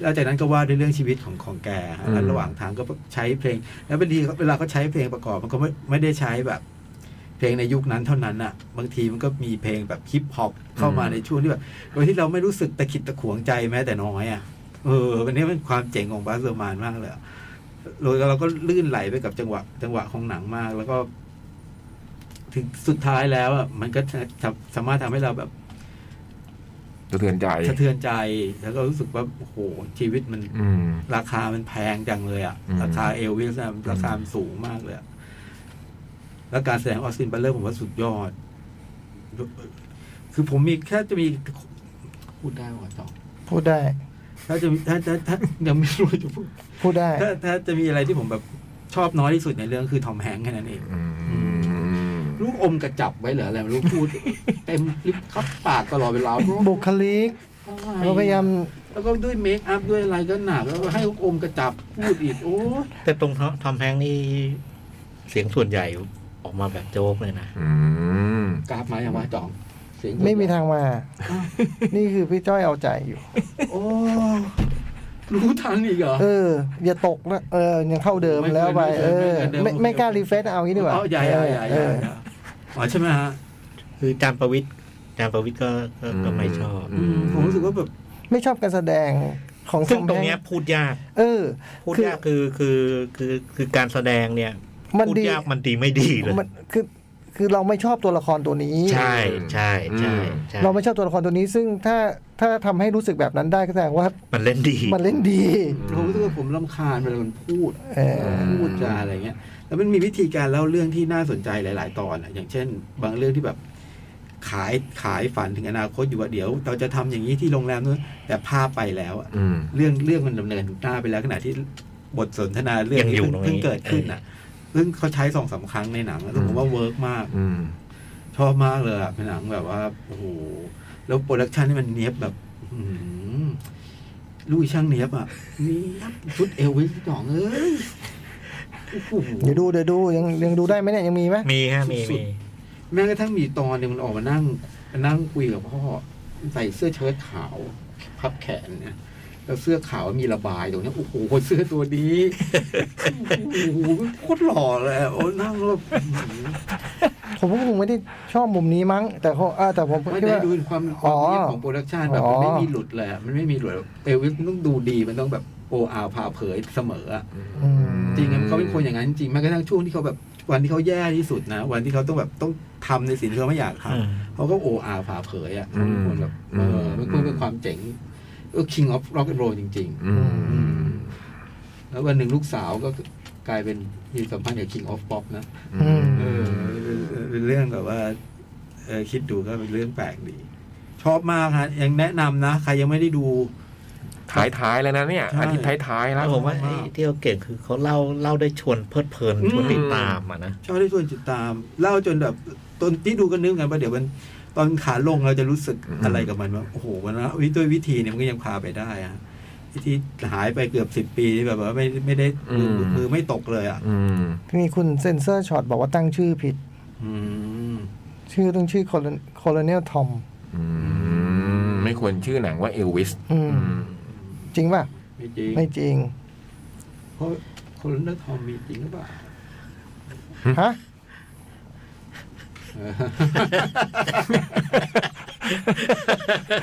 Speaker 2: แล้วจากนั้นก็ว่าด้วยเรื่องชีวิตของของแกฮะ
Speaker 1: อืม
Speaker 2: แล้วระหว่างทางก็ใช้เพลง แล้วบางทีเวลาเขาใช้เพลงประกอบมันก็ไม่ไม่ได้ใช้แบบ เพลงในยุคนั้นเท่านั้นอ่ะ บางทีมันก็มีเพลงแบบฮิปฮอปเข้ามาในช่วงที่แบบโดยที่เราไม่รู้สึกตะขิดตะขวงใจแม้แต่น้อยอ่ะเออวันนี้มันความเจ๋งของบาสเซอร์มานมากเลยอะ เราเราก็ลื่นไหลไปกับจังหวะจังหวะของหนังมาก แล้วก็ ถึงสุดท้ายแล้วอ่ะมันก็จะจะสามารถทำให้เราแบบ
Speaker 1: สะเทือนใจ
Speaker 2: สะเทือนใจ แล้วก็รู้สึกว่าโอ้โหชีวิตมัน
Speaker 1: อืม
Speaker 2: ราคามันแพงจังเลยอ่ะ
Speaker 1: อืม
Speaker 2: ราคาเอลวิสอะราคามันสูงมากเลยอะแล้วการแสดงออสตินบัลเลอร์ผมว่าสุดยอด คือผมมีแค่จะมีพูดได้ว่าสอง
Speaker 5: พูดได้
Speaker 2: ถ้าจะมีถ้าถ้าถ้ายังไม่รู้จะพูด
Speaker 5: พูดได้
Speaker 2: ถ้าถ้าจะมีอะไรที่ผมแบบชอบน้อยที่สุดในเรื่องคือทอมแฮงค์แค่นั้นเอง
Speaker 1: อืม
Speaker 2: ลูกอมกระจับไว้เหรออะไรไม่รู้พูด เต็มลิปคับปากตลอดเวลา
Speaker 5: บุคลิกเราพยายาม
Speaker 2: แล้วก็ด้วยเมคอัพด้วยอะไรก็หนักแล้วก็ให้ลูกอมกระจับพูดอีกโอ้ย
Speaker 6: แต่ตรงทอมแฮงค์นี่เสียงส่วนใหญ่ออกมาแบบโจ๊กเลยนะ
Speaker 1: อืม
Speaker 2: กราฟมาอย่างว่าจ่องเสียง
Speaker 5: ไม่มีทางมา นี่คือพี่จ้อยเอาใจอยู่
Speaker 2: โอ้รู้ทันอีกเหรอ
Speaker 5: เออ อย่าตกนะเออ ยังเท่าเดิมแล้วไป เออ ไม่ไม่กล้ารีเฟซเอางี้ดีกว่า
Speaker 2: เอาใหญ่ใหญ่ใหญ่
Speaker 5: เออ
Speaker 2: อ๋อใช่ไหมฮะ
Speaker 6: คือจามประวิทย์จามประวิทย์ก็ก็ก็ไม่ชอบ
Speaker 1: อื
Speaker 2: อืมผมรู้สึกว่าแบบ
Speaker 5: ไม่ชอบการแสดงของ
Speaker 6: ซึ่ง
Speaker 5: ทอม
Speaker 6: ตรงเนี้ย
Speaker 5: แฮค์
Speaker 6: พูดยาก
Speaker 5: เออ
Speaker 6: พูด
Speaker 5: คือ
Speaker 6: ยากคือคือคือคือการแสดงเนี่ย
Speaker 5: มัน
Speaker 6: พูด
Speaker 5: ดี
Speaker 6: ยากมันดีไม่ดีเลย
Speaker 5: มันคือ คือเราไม่ชอบตัวละครตัวนี้
Speaker 6: ใช่ใช่ใช่ใช่
Speaker 5: เราไม่ชอบตัวละครตัวนี้ ซึ่งถ้าถ้าทำให้รู้สึกแบบนั้นได้ก็แสดงว่า
Speaker 6: มันเล่นดี
Speaker 5: มันเล่นดี
Speaker 2: ผมรู้สึกว่าผมรำคาญเวลามันพูด
Speaker 5: เออ
Speaker 2: พูดจาอะไรเงี้ย แล้วมันมีวิธีการเล่าเรื่องที่น่าสนใจหลาย ๆ ตอนอะอย่างเช่น บางเรื่องที่แบบขายขายฝันถึงอนาคตอยู่ว่าเดี๋ยว เราจะทำอย่างนี้ที่โรงแรมนู้นแต่ภาพไปแล้วอะ
Speaker 1: อืม
Speaker 2: เรื่องเรื่องมันดำเนินหน้าไปแล้วขณะที่บทสนทนาเรื่อง
Speaker 6: ยังอยู่ตรงนี้
Speaker 2: เพิ่งเพิ่งเกิดขึ้นอ่ะซึ่งเขาใช้สองสามครั้งในหนังอะซึ่งผมว่าเวิร์กมาก
Speaker 1: อืม
Speaker 2: ชอบมากเลยอะเป็นหนังแบบว่าโอ้โหแล้วโปรดักชันนี่มันเนี้ยบแบบอื้อหือลูกอีช่างเนี้ยบอะเนี้ยบชุดเอลวิสสองเอ้ยโอ้โห
Speaker 5: เดี๋ยวดูเดี๋ยวดูยังยังดูได้ไหมเนี่ยยังมีไหม
Speaker 6: มีฮะมี
Speaker 2: สุด
Speaker 6: มี
Speaker 2: แม้กระทั่งมีตอนหนึ่งมันออกมานั่งมานั่งคุยกับพ่อใส่เสื้อเชิ้ตขาว พับแขนเนี่ย แล้วเสื้อขาวมีระบายตรงเนี้ยโอ้โหเสื้อตัวนี้โอ้โหโคตรหล่อเลยอะโอ้นั่งแล้ว
Speaker 5: ผมก็คงไม่ได้ชอบมุมนี้มั้ง แต่เขาอ่าแต่ผม
Speaker 2: ไม่
Speaker 5: คิด
Speaker 2: ได้
Speaker 5: ว่า
Speaker 2: ดูความความเนียบของโปรดักชันแบบมันไม่
Speaker 5: อ๋อ
Speaker 2: มีหลุดเลยอะมันไม่มีหลุดเอลวิสมันต้องดูดีมันต้องแบบโออาพาเผยเสมออะ
Speaker 5: อืม
Speaker 2: จริงๆเขาเป็นคนอย่างนั้นจริงแม้กระทั่งช่วงที่เขาแบบวันที่เขาแย่ที่สุดนะ วันที่เขาต้องแบบต้องทำในสิ่งที่เขาไม่อยากท
Speaker 6: อืม
Speaker 2: ำเขาก็โออาผ่าเผยอ่ะ
Speaker 1: อื
Speaker 2: เขาเป็น
Speaker 1: ม
Speaker 2: คนแบบเออเป็นค
Speaker 1: อื
Speaker 2: น
Speaker 1: ม
Speaker 2: เป็นความเจ๋งเออ king of rock and roll จริง
Speaker 1: อืม
Speaker 2: ๆ แล้ววันหนึ่งลูกสาวก็กลายเป็นมีสัมพันธ์กับ king of pop นะ
Speaker 5: อืม
Speaker 1: เอ
Speaker 2: เอ
Speaker 1: อ
Speaker 2: อเป็นเรื่องแบบว่าเออคิดดูก็เป็นเรื่องแปลกดี ชอบมากฮะยังแนะนำนะ ใครยังไม่ได้ดู
Speaker 10: ท้ายท้ายๆแล้วนะเนี่ย
Speaker 2: ใช่
Speaker 10: อาทิตย์ท้ายท้ายๆแล้
Speaker 6: แล้ว
Speaker 10: ว
Speaker 6: ผมว่าไอ้ที่เขาเก่งคือเขาเล่าเล่าได้ชวนเพลิดเพลิน
Speaker 2: อืม
Speaker 6: ชวนติดตามอ่ะนะ
Speaker 2: ชอบที่ชวนติดตาม เล่าจนแบบตอนที่ดูก็นึกกันว่าเดี๋ยวมันตอนขาลงเราจะรู้สึก
Speaker 1: อืม
Speaker 2: อะไรกับมันว่าโอ้โหวันนะวิธีด้วยวิธีเนี่ยมันก็ยังพาไปได้อะวิธีหายไปเกือบสิบปีที่แบบว่าไม่ไม่ได้มืออ
Speaker 1: ม
Speaker 2: มือไม่ตกเลยอ่ะ
Speaker 1: อืม
Speaker 5: ที่มีคุณเซนเซอร์ช็อตบอกว่าตั้งชื่อผิด
Speaker 2: อืม
Speaker 5: ชื่อต้องชื่อโคลเนลทอม
Speaker 1: อืม ไม่ควรชื่อหนังว่าเอลวิส
Speaker 5: อืม จริงป่ะ
Speaker 2: ไม่จริง
Speaker 5: ไม่จริง
Speaker 2: เพราะคนเลือกทอมมีจริงหรือเปล่า
Speaker 5: ฮะ
Speaker 2: เออ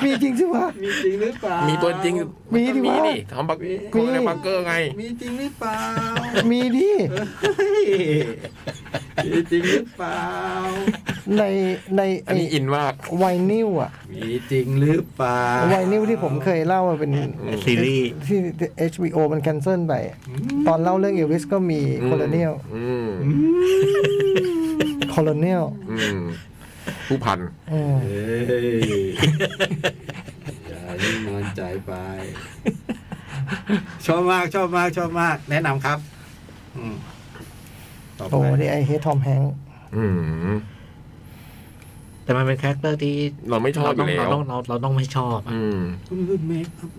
Speaker 5: มีจริงใช่ปะ
Speaker 2: มีจริงหรือเปล่ามี
Speaker 10: มีตัวจริง
Speaker 5: มีดิ
Speaker 10: มี
Speaker 5: วะ
Speaker 10: ดิทอมบักโคเนลบักเกอร์ไง
Speaker 2: มีจริงหรือเปล่า
Speaker 5: มีดิ
Speaker 2: เฮ้ยมีจริงหรือเปล่า
Speaker 5: ในใน
Speaker 10: อัน
Speaker 5: ไอ้
Speaker 10: นี้อินมาก
Speaker 5: ไวนิลอะ
Speaker 2: มีจริงหรือเปล่า
Speaker 5: ไวนิลที่ผมเคยเล่าอะเป็น
Speaker 6: ซีรีส์
Speaker 5: ที่ HBO มันแคนเซิลไป ตอนเล่าเรื่องเอลวิสก็มีโคลเนล
Speaker 1: อืม
Speaker 5: โคลเนล
Speaker 1: อืม ผู้พัน
Speaker 5: อืม
Speaker 2: เอ้ยอย่านิ่งนอนใจ ไป ชอบมากชอบมากชอบมาก แนะนำครับ อืมต่อ
Speaker 5: โอ้
Speaker 2: ไป
Speaker 5: ดีไอเฮทอมแฮง
Speaker 1: อืม
Speaker 6: แต่มันเป็นคาแรคเตอร์ที่
Speaker 1: เราไม่ชอบอยู่แล้
Speaker 6: เรา
Speaker 1: ว
Speaker 6: ต้องเราเราต้องไม่ชอบอะ
Speaker 1: อืม
Speaker 2: คุณรุ่นเมคอัพ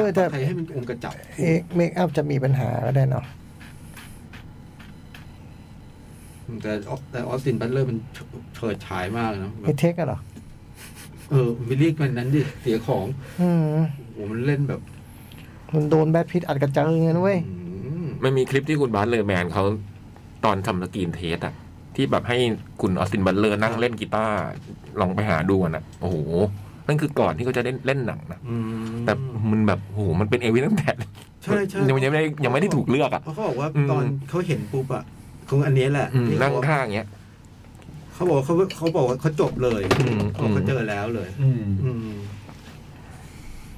Speaker 2: กระจับใครให้มันองค์กระจับ
Speaker 5: เอกเมคอัพจะมีปัญหาก็ได้เนาะ
Speaker 2: แต่ออแต่ออสตินบัตเลอร์มันเฉิดฉายมากนะแบ
Speaker 5: ไอบ เทคอะเหรอ
Speaker 2: เออไปเรียกมันนั้นดิเสียของ
Speaker 5: อืม
Speaker 2: โอ้โหมันเล่นแบบ
Speaker 5: มันโดนแบทพิทอัดกระเจิงเงี้ยนะเว้ย
Speaker 2: อืม
Speaker 1: มันมีคลิปที่คุณบาสเลอร์แมนเขาตอนทำสกรีนเทสอะที่แบบให้คุณออสตินบัตเลอร์นั่งเล่นกีตาร์ลองไปหาดูอะนะโอ้โห นั่นคือก่อนที่เขาจะเล่นเล่นหนังนะ
Speaker 2: อืม
Speaker 1: แต่มันแบบโอ้โหมันเป็นเอวิตั้งแต่
Speaker 2: ใช่ใช่
Speaker 1: ยังไม่ได้ยังไม่ได้ถูกเลือกอะ
Speaker 2: เพราะเขาบอกว่า
Speaker 1: อืม
Speaker 2: ตอนเขาเห็นปุ๊บอะคงอันนี้แหละ
Speaker 1: อืม
Speaker 2: ที่เขา
Speaker 1: นั่งข้างอย่างเงี้ย
Speaker 2: เขาบอกว่าเขาเขาบอกว่าเขาจบเลย
Speaker 1: อืม
Speaker 2: เขาบอกเขาเจอแล้วเลย อืม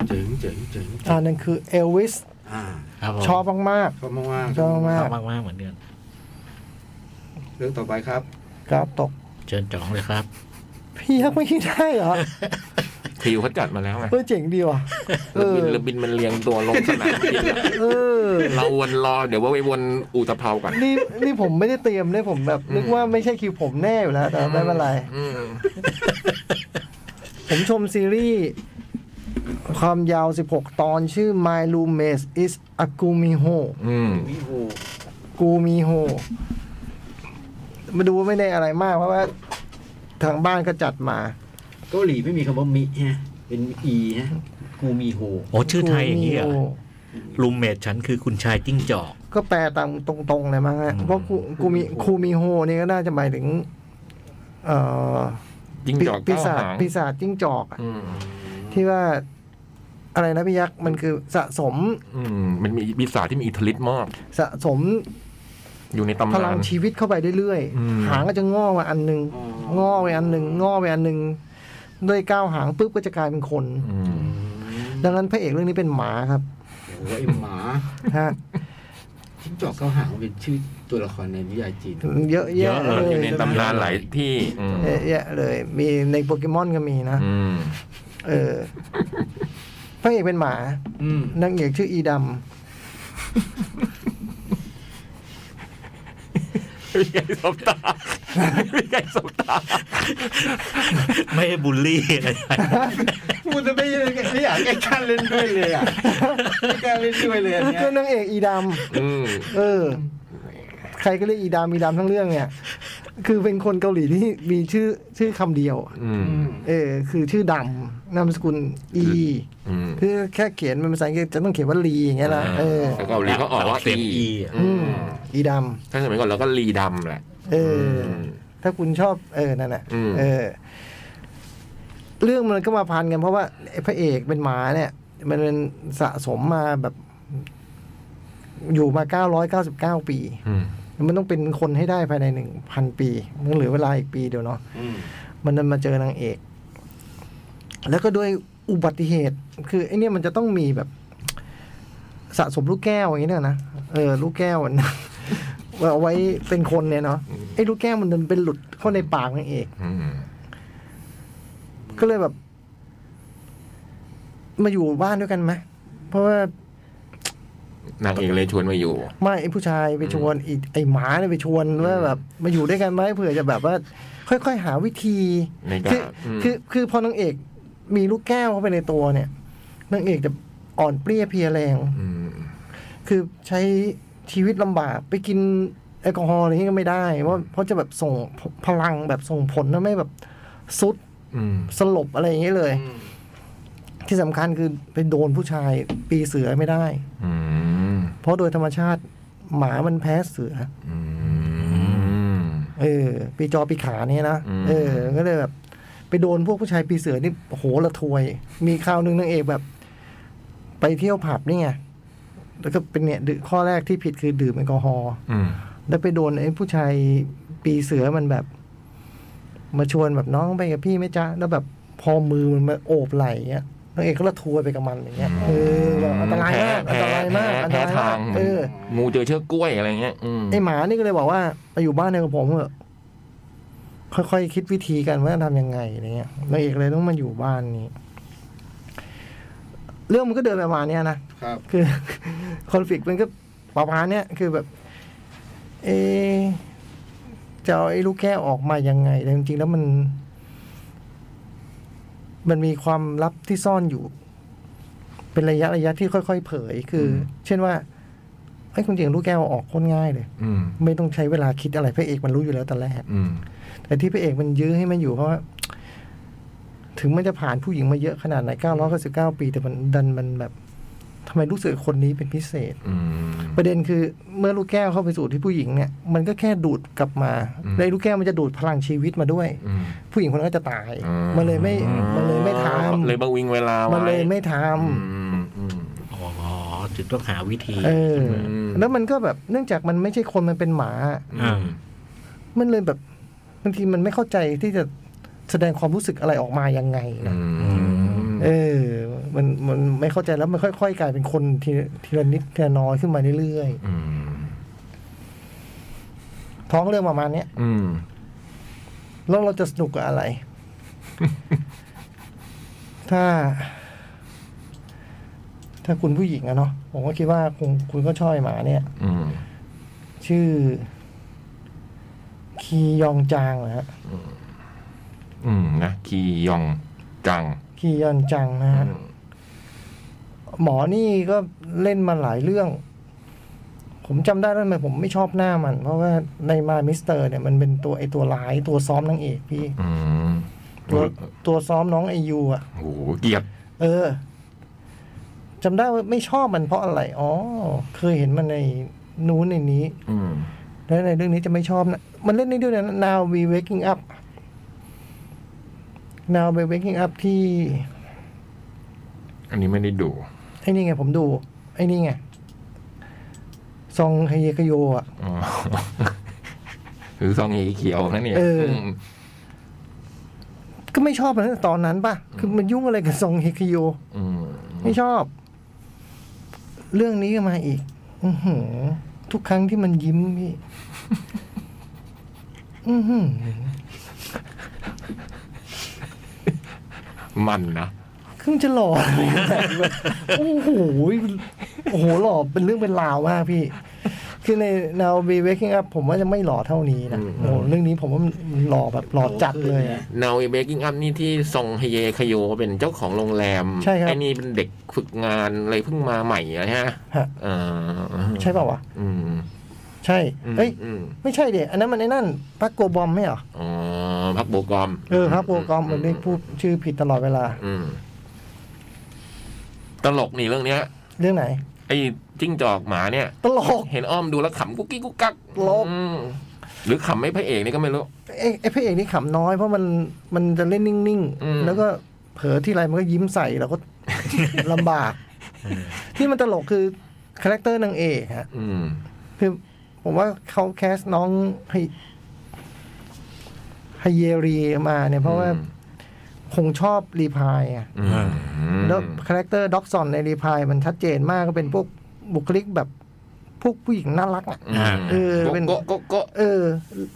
Speaker 2: เจ๋งเจ๋งเจ๋ง
Speaker 5: อ่านั่นคือเอลวิส
Speaker 2: อ่า
Speaker 6: ครับผม
Speaker 5: ชอบมาก
Speaker 2: ชอบมากๆ
Speaker 5: ชอบมาก
Speaker 6: ชอบมากๆเหมือนเดิม
Speaker 2: เรื่องต่อไปครับ
Speaker 5: ๆกราฟตก
Speaker 6: เชิญจ๋องเลยครับ
Speaker 5: พี่ยักษ์ไม่คิดได้เหรอ
Speaker 1: ทีวเขาจัดมาแล้วไง
Speaker 5: เออเจ๋งดีว่ะ เอ
Speaker 1: เรือบิน
Speaker 5: อ
Speaker 1: เรือบินมันเรียงตัวลงสนามบิน อะ
Speaker 5: เออ
Speaker 1: เราวนรอเดี๋ยวว่าไปวนอุตภเปาก่อน
Speaker 5: นี่นี่ผมไม่ได้เตรียมเลยผมแบบนึกว่าไม่ใช่คิวผมแน่อยู่แล้ว แต่ไม่เป็นไร
Speaker 1: อืม
Speaker 5: ผมชมซีรีส์ความยาว 16 ตอนชื่อ My Roommate is a Gumiho
Speaker 1: อืม
Speaker 5: กูมีโฮ มาดูไม่ได้อะไรมาก เพราะว่าทางบ้านก็จัดมา
Speaker 2: เกาหลีไม่มีคำว่ามิฮะ เป็นอีฮะ กูมีโฮ
Speaker 6: โอ้ชื่อไทยอย่างนี้เหร
Speaker 5: Gumiho
Speaker 6: อรูมเมทฉันคือคุณชายจิ้งจอก
Speaker 5: ก็แปลตามตรงๆเลยมั้งฮะ
Speaker 6: อืม
Speaker 5: เพราะกูกูมีคูมีโฮนี่ก็น่าจะหมายถึง เอ่อ
Speaker 1: ยิงจอก
Speaker 5: ปี
Speaker 1: เก้า
Speaker 5: ศาจ
Speaker 1: หาง
Speaker 5: ปีศาจจิ้งจอกอะ
Speaker 1: อืม
Speaker 5: ที่ว่า อะไรนะพี่ยักษ์ มันคือสะสม
Speaker 1: อืมมันมีปีศาจที่มีอิทธิฤทธิ์มาก
Speaker 5: สะสม
Speaker 1: อยู่ในตำ
Speaker 5: พ
Speaker 1: นา
Speaker 5: ลัง
Speaker 1: น
Speaker 5: ชีวิตเข้าไปเรื่อย
Speaker 1: อืม
Speaker 5: หางก็จะงอกมาอันหนึ่ง
Speaker 2: อ๋อ
Speaker 5: งอกไปอันหนึ่งงอกไปอันหนึ่งด้วยก้าวหางปุ๊บก็จะกลายเป็นคน
Speaker 1: อืม
Speaker 5: ดังนั้นพระเอกเรื่องนี้เป็นหมาครับ
Speaker 2: โอ้ยหมา
Speaker 5: ฮะ
Speaker 2: จิ้งจอกเก้าหางเป็นชื่อตัวละครในนิยายจีน
Speaker 5: เยอะแยะ
Speaker 6: เยอะ
Speaker 5: เล
Speaker 6: เลย
Speaker 5: ย
Speaker 1: อยู่ในตำนานหลายที่อืม
Speaker 5: เยอะแยะเลย มีในโปเกมอนก็มีนะ
Speaker 1: อืม
Speaker 5: เออพระเอกเป็นหมา
Speaker 2: อืม
Speaker 5: นางเอกชื่ออีด
Speaker 1: ไม่ใช่สบตาไม่ใช่สบตา
Speaker 6: ไม่ได้บูลลี่อะไร
Speaker 2: พูดจะไม่ไม่อยากแกล้าเล่นด้วยเลยอ่ะไม่กล้าเล่นด้วยเลยอัน
Speaker 5: ำ
Speaker 2: เนี้ย
Speaker 5: ก็นางเอกอีด
Speaker 1: อืม
Speaker 5: ำเออ ใครก็เรียกอีดำอีดำทั้งเรื่องเนี่ย คือเป็นคนเกาหลีที่มีชื่อชื่อคำเดียวอะ
Speaker 4: อืม
Speaker 5: เออ คือชื่อดำนามสกุลอี
Speaker 4: อืม
Speaker 5: คือแค่เขียนเป็นภาษาอังกฤษจะต้องเขียนว่าลีอย่างเงี้ยละเออ
Speaker 4: แต่เกาหลีเขาออกว่า
Speaker 6: เสียงอีอะ
Speaker 5: อืมอีด
Speaker 4: ถ้าสมัยก่อนเราก็ลีดำแหละ
Speaker 5: ำเอออ
Speaker 4: ม
Speaker 5: ถ้าคุณชอบเออนั่นแหละ
Speaker 4: อืม
Speaker 5: เออ เรื่องมันก็มาพันกันเพราะว่าไอ้พระเอกเป็นหมาเนี่ย มันเป็นสะสมมาแบบ อยู่มาเก้าร้อยเก้าสิบเก้าปี
Speaker 4: อืม
Speaker 5: มันต้องเป็นคนให้ได้ภายในหนึ่งพันปีมันเหลือเวลาอีกปีเดียวเนาะมันดันมาเจอนางเอก แล้วก็ด้วยอุบัติเหตุ คือไอเนี่ยมันจะต้องมีแบบ สะสมลูกแก้วอย่างนี้เนี่ยนะเออ ลูกแก้วอัน เอาไว้เป็นคนเนี่ยเนาะไอ้ลูกแก้วมันดันเป็นหลุดเข้าในปากนางเอก
Speaker 4: อืม
Speaker 5: ก็เลยแบบ มาอยู่บ้านด้วยกันไหมเพราะว่า
Speaker 4: นางเอกเลยชวนมาอยู่
Speaker 5: ไม่ไอ้ผู้ชายไปชวนไอ้ไอ้หมาเนี่ยไปชวนว่าแบบ มาอยู่ด้วยกันไหมเผื่อจะแบบว่า ค่อยๆหาวิธี
Speaker 4: ในการ
Speaker 5: คือ
Speaker 4: อืม
Speaker 5: คือคือพอนางเอกมีลูกแก้วเข้าไปในตัวเนี่ยนางเอกจะอ่อนเปรี้ยเพลียแรง
Speaker 4: อืม
Speaker 5: คือใช้ชีวิตลำบากไปกินแอลกอฮอล์อะไรอย่างเงี้ยก็ไม่ได้เพราะเพราะจะแบบส่งพลังแบบส่งผลทำให้แบบสุด
Speaker 4: อืม
Speaker 5: สลบอะไรอย่างเงี้ยเลย ที่สำคัญคือไปโดนผู้ชายปีเสือไม่ได้
Speaker 4: อืม
Speaker 5: เพราะโดยธรรมชาติหมามันแพ้เสือ
Speaker 4: อืม
Speaker 5: เออปีจอปีขาเนี่ยนะ
Speaker 4: อืม
Speaker 5: เออ ก็เลยแบบ ไปโดนพวกผู้ชายปีเสือนี่โอ้โหละทวย มีคราวหนึ่งนางเอกแบบ ไปเที่ยวผับนี่ไงแล้วก็เป็นเนี่ยดื่มข้อแรกที่ผิดคือดื่มแอลกอฮอล์
Speaker 4: อืม
Speaker 5: แล้วไปโดนไอ้ผู้ชายปีเสือมันแบบ มาชวนแบบน้องไปกับพี่ไหม่จ๊ะแล้วแบบพอมือมันมาโอบไหล่เงี้ยนางเอกก็ละทวยไปกับมันอย่างเงี้ยเออแบบอันตรายมากอันตรายมากอันต
Speaker 4: แพ้
Speaker 5: รา
Speaker 4: ทาม
Speaker 5: ยางกเออ
Speaker 4: งูเจอเชือกกล้วยอะไรเงี้ยอืม
Speaker 5: ไอหมานี่ก็เลยบอกว่าไปอยู่บ้านเดียวกับผมเถอะค่อยๆคิดวิธีกันว่าจะทำยังไงอะไรเงี้ยนางเอกเลยต้องมาอยู่บ้านนี้ เรื่องมันก็เดินไปประมาณเนี้ยนะ
Speaker 3: ครับ
Speaker 5: คือ คอนฟ lict มันก็ประมาณเนี้ยคือแบบ เอะจะเอาไอ้ลูกแก้วออกมายังไง แต่จริงๆแล้วมัน มันมีความลับที่ซ่อนอยู่ เป็นระยะระยะที่ค่อยๆเผย คืออเช่นว่าไอ้ยคุณจริงลูกแก้วเอาออกโคนง่ายเลย
Speaker 4: อืม
Speaker 5: ไม่ต้องใช้เวลาคิดอะไรพระเอกมันรู้อยู่แล้วแต่แรก
Speaker 4: อืม
Speaker 5: แต่ที่พระเอกมันยื้อให้มันอยู่เพราะว่า ถึงมันจะผ่านผู้หญิงมาเยอะขนาดไหน 999 ปี แต่มันดันมันแบบทำไมรู้สึกคนนี้เป็นพิเศษ
Speaker 4: อืม
Speaker 5: ประเด็นคือเมื่อลูกแก้วเข้าไปสู่ที่ผู้หญิงเนี่ย มันก็แค่ดูดกลับมา
Speaker 4: อืม
Speaker 5: ในลูกแก้วมันจะดูดพลังชีวิตมาด้วย
Speaker 4: อืม
Speaker 5: ผู้หญิงคนนั้นก็จะตาย มันเลยไม่มันเลยไม่ทำ
Speaker 4: เลยบังวิงเวลาไว้
Speaker 5: มันเลยไม่ท
Speaker 4: อืม
Speaker 5: ำ
Speaker 4: อืม
Speaker 6: อ๋อถึงต้องหาวิธี
Speaker 5: เออ
Speaker 4: ม
Speaker 5: แล้วมันก็แบบเนื่องจากมันไม่ใช่คนมันเป็นหมา
Speaker 4: อืม
Speaker 5: มันเลยแบบบางทีมันไม่เข้าใจที่จะแสดงความรู้สึกอะไรออกมายังไงนะเออ มันมันไม่เข้าใจแล้วมันค่อยๆ กลายเป็นคนทีทีละนิดทีละน้อยขึ้นมาเรื่อย
Speaker 4: อืม
Speaker 5: ๆ ท้องเรื่องประมาณเนี้ย
Speaker 4: อืม
Speaker 5: แล้วเราจะสนุกกับอะไร ถ้า ถ้าคุณผู้หญิงอะเนาะผมก็คิดว่าคุณคุณก็ชอบไอ้หมาเนี่ย
Speaker 4: อืม
Speaker 5: ชื่อ คียองจางนะฮะ
Speaker 4: อืม นะ คียองจัง
Speaker 5: คียอนจังนะฮะ หมอนี่ก็เล่นมาหลายเรื่อง ผมจำได้แล้วทำไมผมไม่ชอบหน้ามัน เพราะว่าในมามิสเตอร์เนี่ยมันเป็นตัวไอตัวร้ายตัวซ้อมนางเอกพี่
Speaker 4: อืม
Speaker 5: ตัวตัวซ้อมน้องไอยูอ่ะ
Speaker 4: โอ้โหเกียด
Speaker 5: เออจำได้ว่าไม่ชอบมันเพราะอะไร อ๋อ เคยเห็นมันในนู้นในนี้
Speaker 4: อืม
Speaker 5: แล้วในเรื่องนี้จะไม่ชอบนะ มันเล่นได้ด้วยนะ Now We Waking Up Now We Waking Up ที่
Speaker 4: อันนี้ไม่ได้ดู
Speaker 5: ไอ้นี่ไงผมดู ไอ้นี่ไงซองไฮเยคโยอ่ะ
Speaker 4: อ๋อหรือซองเอเขียวนั่นเนี่ย
Speaker 5: เอออื
Speaker 4: ม
Speaker 5: ก็ไม่ชอบมันตั้งแต่ตอนนั้นป่ะ คือมันยุ่งอะไรกับซองเฮคิโย
Speaker 4: อืม
Speaker 5: ไม่ชอบ เรื่องนี้ก็มาอีก อือหือ ทุกครั้งที่มันยิ้ม พี่ อือหือ
Speaker 4: มันนะ
Speaker 5: ครึ่งจะหล่ออะไรแบบนี้แบบโอ้โห โอ้โห หล่อเป็นเรื่องเป็นราวมากพี่ คือใน Now Be Waking Up ผมว่าจะไม่หล่อเท่านี้นะ โอ้โหเรื่องนี้ผมว่ามันหล่อแบบหล่อจัดเลยอะ
Speaker 4: นาวีเบกกิ้งอัพนี่ที่ซองเฮเยคโยเป็นเจ้าของโรงแรม
Speaker 5: ใช่ครับ
Speaker 4: ไอ้นี่เป็นเด็กฝึกงานอะไรเพิ่งมาใหม่อะไรฮะ
Speaker 5: ฮะ
Speaker 4: เออ
Speaker 5: ใช่เปล่าวะ
Speaker 4: อืม
Speaker 5: ใช่
Speaker 1: อืม
Speaker 5: ใช่เอ้ย
Speaker 1: อืม
Speaker 5: ไม่ใช่เด็อันนั้นมันไอ้นั่นพักโกบอมไม่เหรอ
Speaker 1: อ๋อพักโบกอม
Speaker 5: เออพักโกบอมผมได้พูดชื่อผิดตลอดเวลา
Speaker 1: อืมตลกนี่เรื่องเนี้ย
Speaker 5: เรื่องไหน
Speaker 1: ไอ้จิ้งจอกหมาเนี่ย
Speaker 5: ตลก
Speaker 1: เห็นอ้อมดูแล้วขำกุ๊กกิ๊กกุ๊กกัก
Speaker 5: ลบ
Speaker 1: อืมหรือขำไม่พระเอกนี่ก็ไม่รู้
Speaker 5: ไอ้ไอ้พระเอกนี่ขำน้อยเพราะมันมันจะเล่นนิ่ง
Speaker 1: อืม
Speaker 5: ๆ แล้วก็เผลอที่ไรมันก็ยิ้มใส่เราก็ ลำบาก ที่มันตลกคือคาแรคเตอร์นางเอกฮะ
Speaker 1: อืม
Speaker 5: คือผมว่าเขาแคสน้องไฮไฮเยรีมาเนี่ย เพราะว่าคงชอบรีพายอ่ะ
Speaker 1: อืม
Speaker 5: แล้วคาแรคเตอร์ด็อกซอนในรีพายมันชัดเจนมากก็เป็นพวกบุคลิกแบบพวกผู้หญิงน่ารักอ่ะ
Speaker 1: อืม
Speaker 5: เออเป็น
Speaker 1: โกะโกะโกะ
Speaker 5: เออ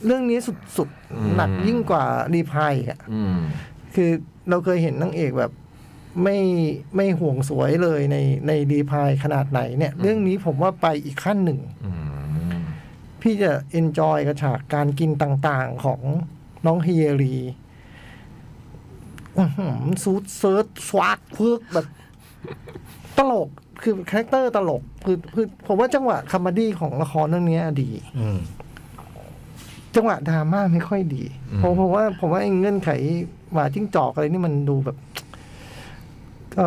Speaker 5: เรื่องนี้สุด
Speaker 1: อืม
Speaker 5: ๆ หนักยิ่งกว่ารีพายอ่ะ
Speaker 1: อืม
Speaker 5: คือเราเคยเห็นนางเอกแบบ ไม่ไม่ห่วงสวยเลยในในรีพายขนาดไหนเนี่ย เรื่องนี้ผมว่าไปอีกขั้นหนึ่ง
Speaker 1: อืม
Speaker 5: พี่จะเอนจอยกับฉากการกินต่างๆของน้องเฮียรีอื้อหือซูดเซิร์ชสวักเพือกแบบ ตลกคือคาแรคเตอร์ตลกคือคือผมว่าจังหวะคอมเมดี้ของละครเรื่องเนี้ยดี
Speaker 6: อืม
Speaker 5: จังหวะดราม่าไม่ค่อยดีผมผมว่า ผมว่าไอ้เงื่อนไขหมาจิ้งจอกอะไรนี่มันดูแบบ ก็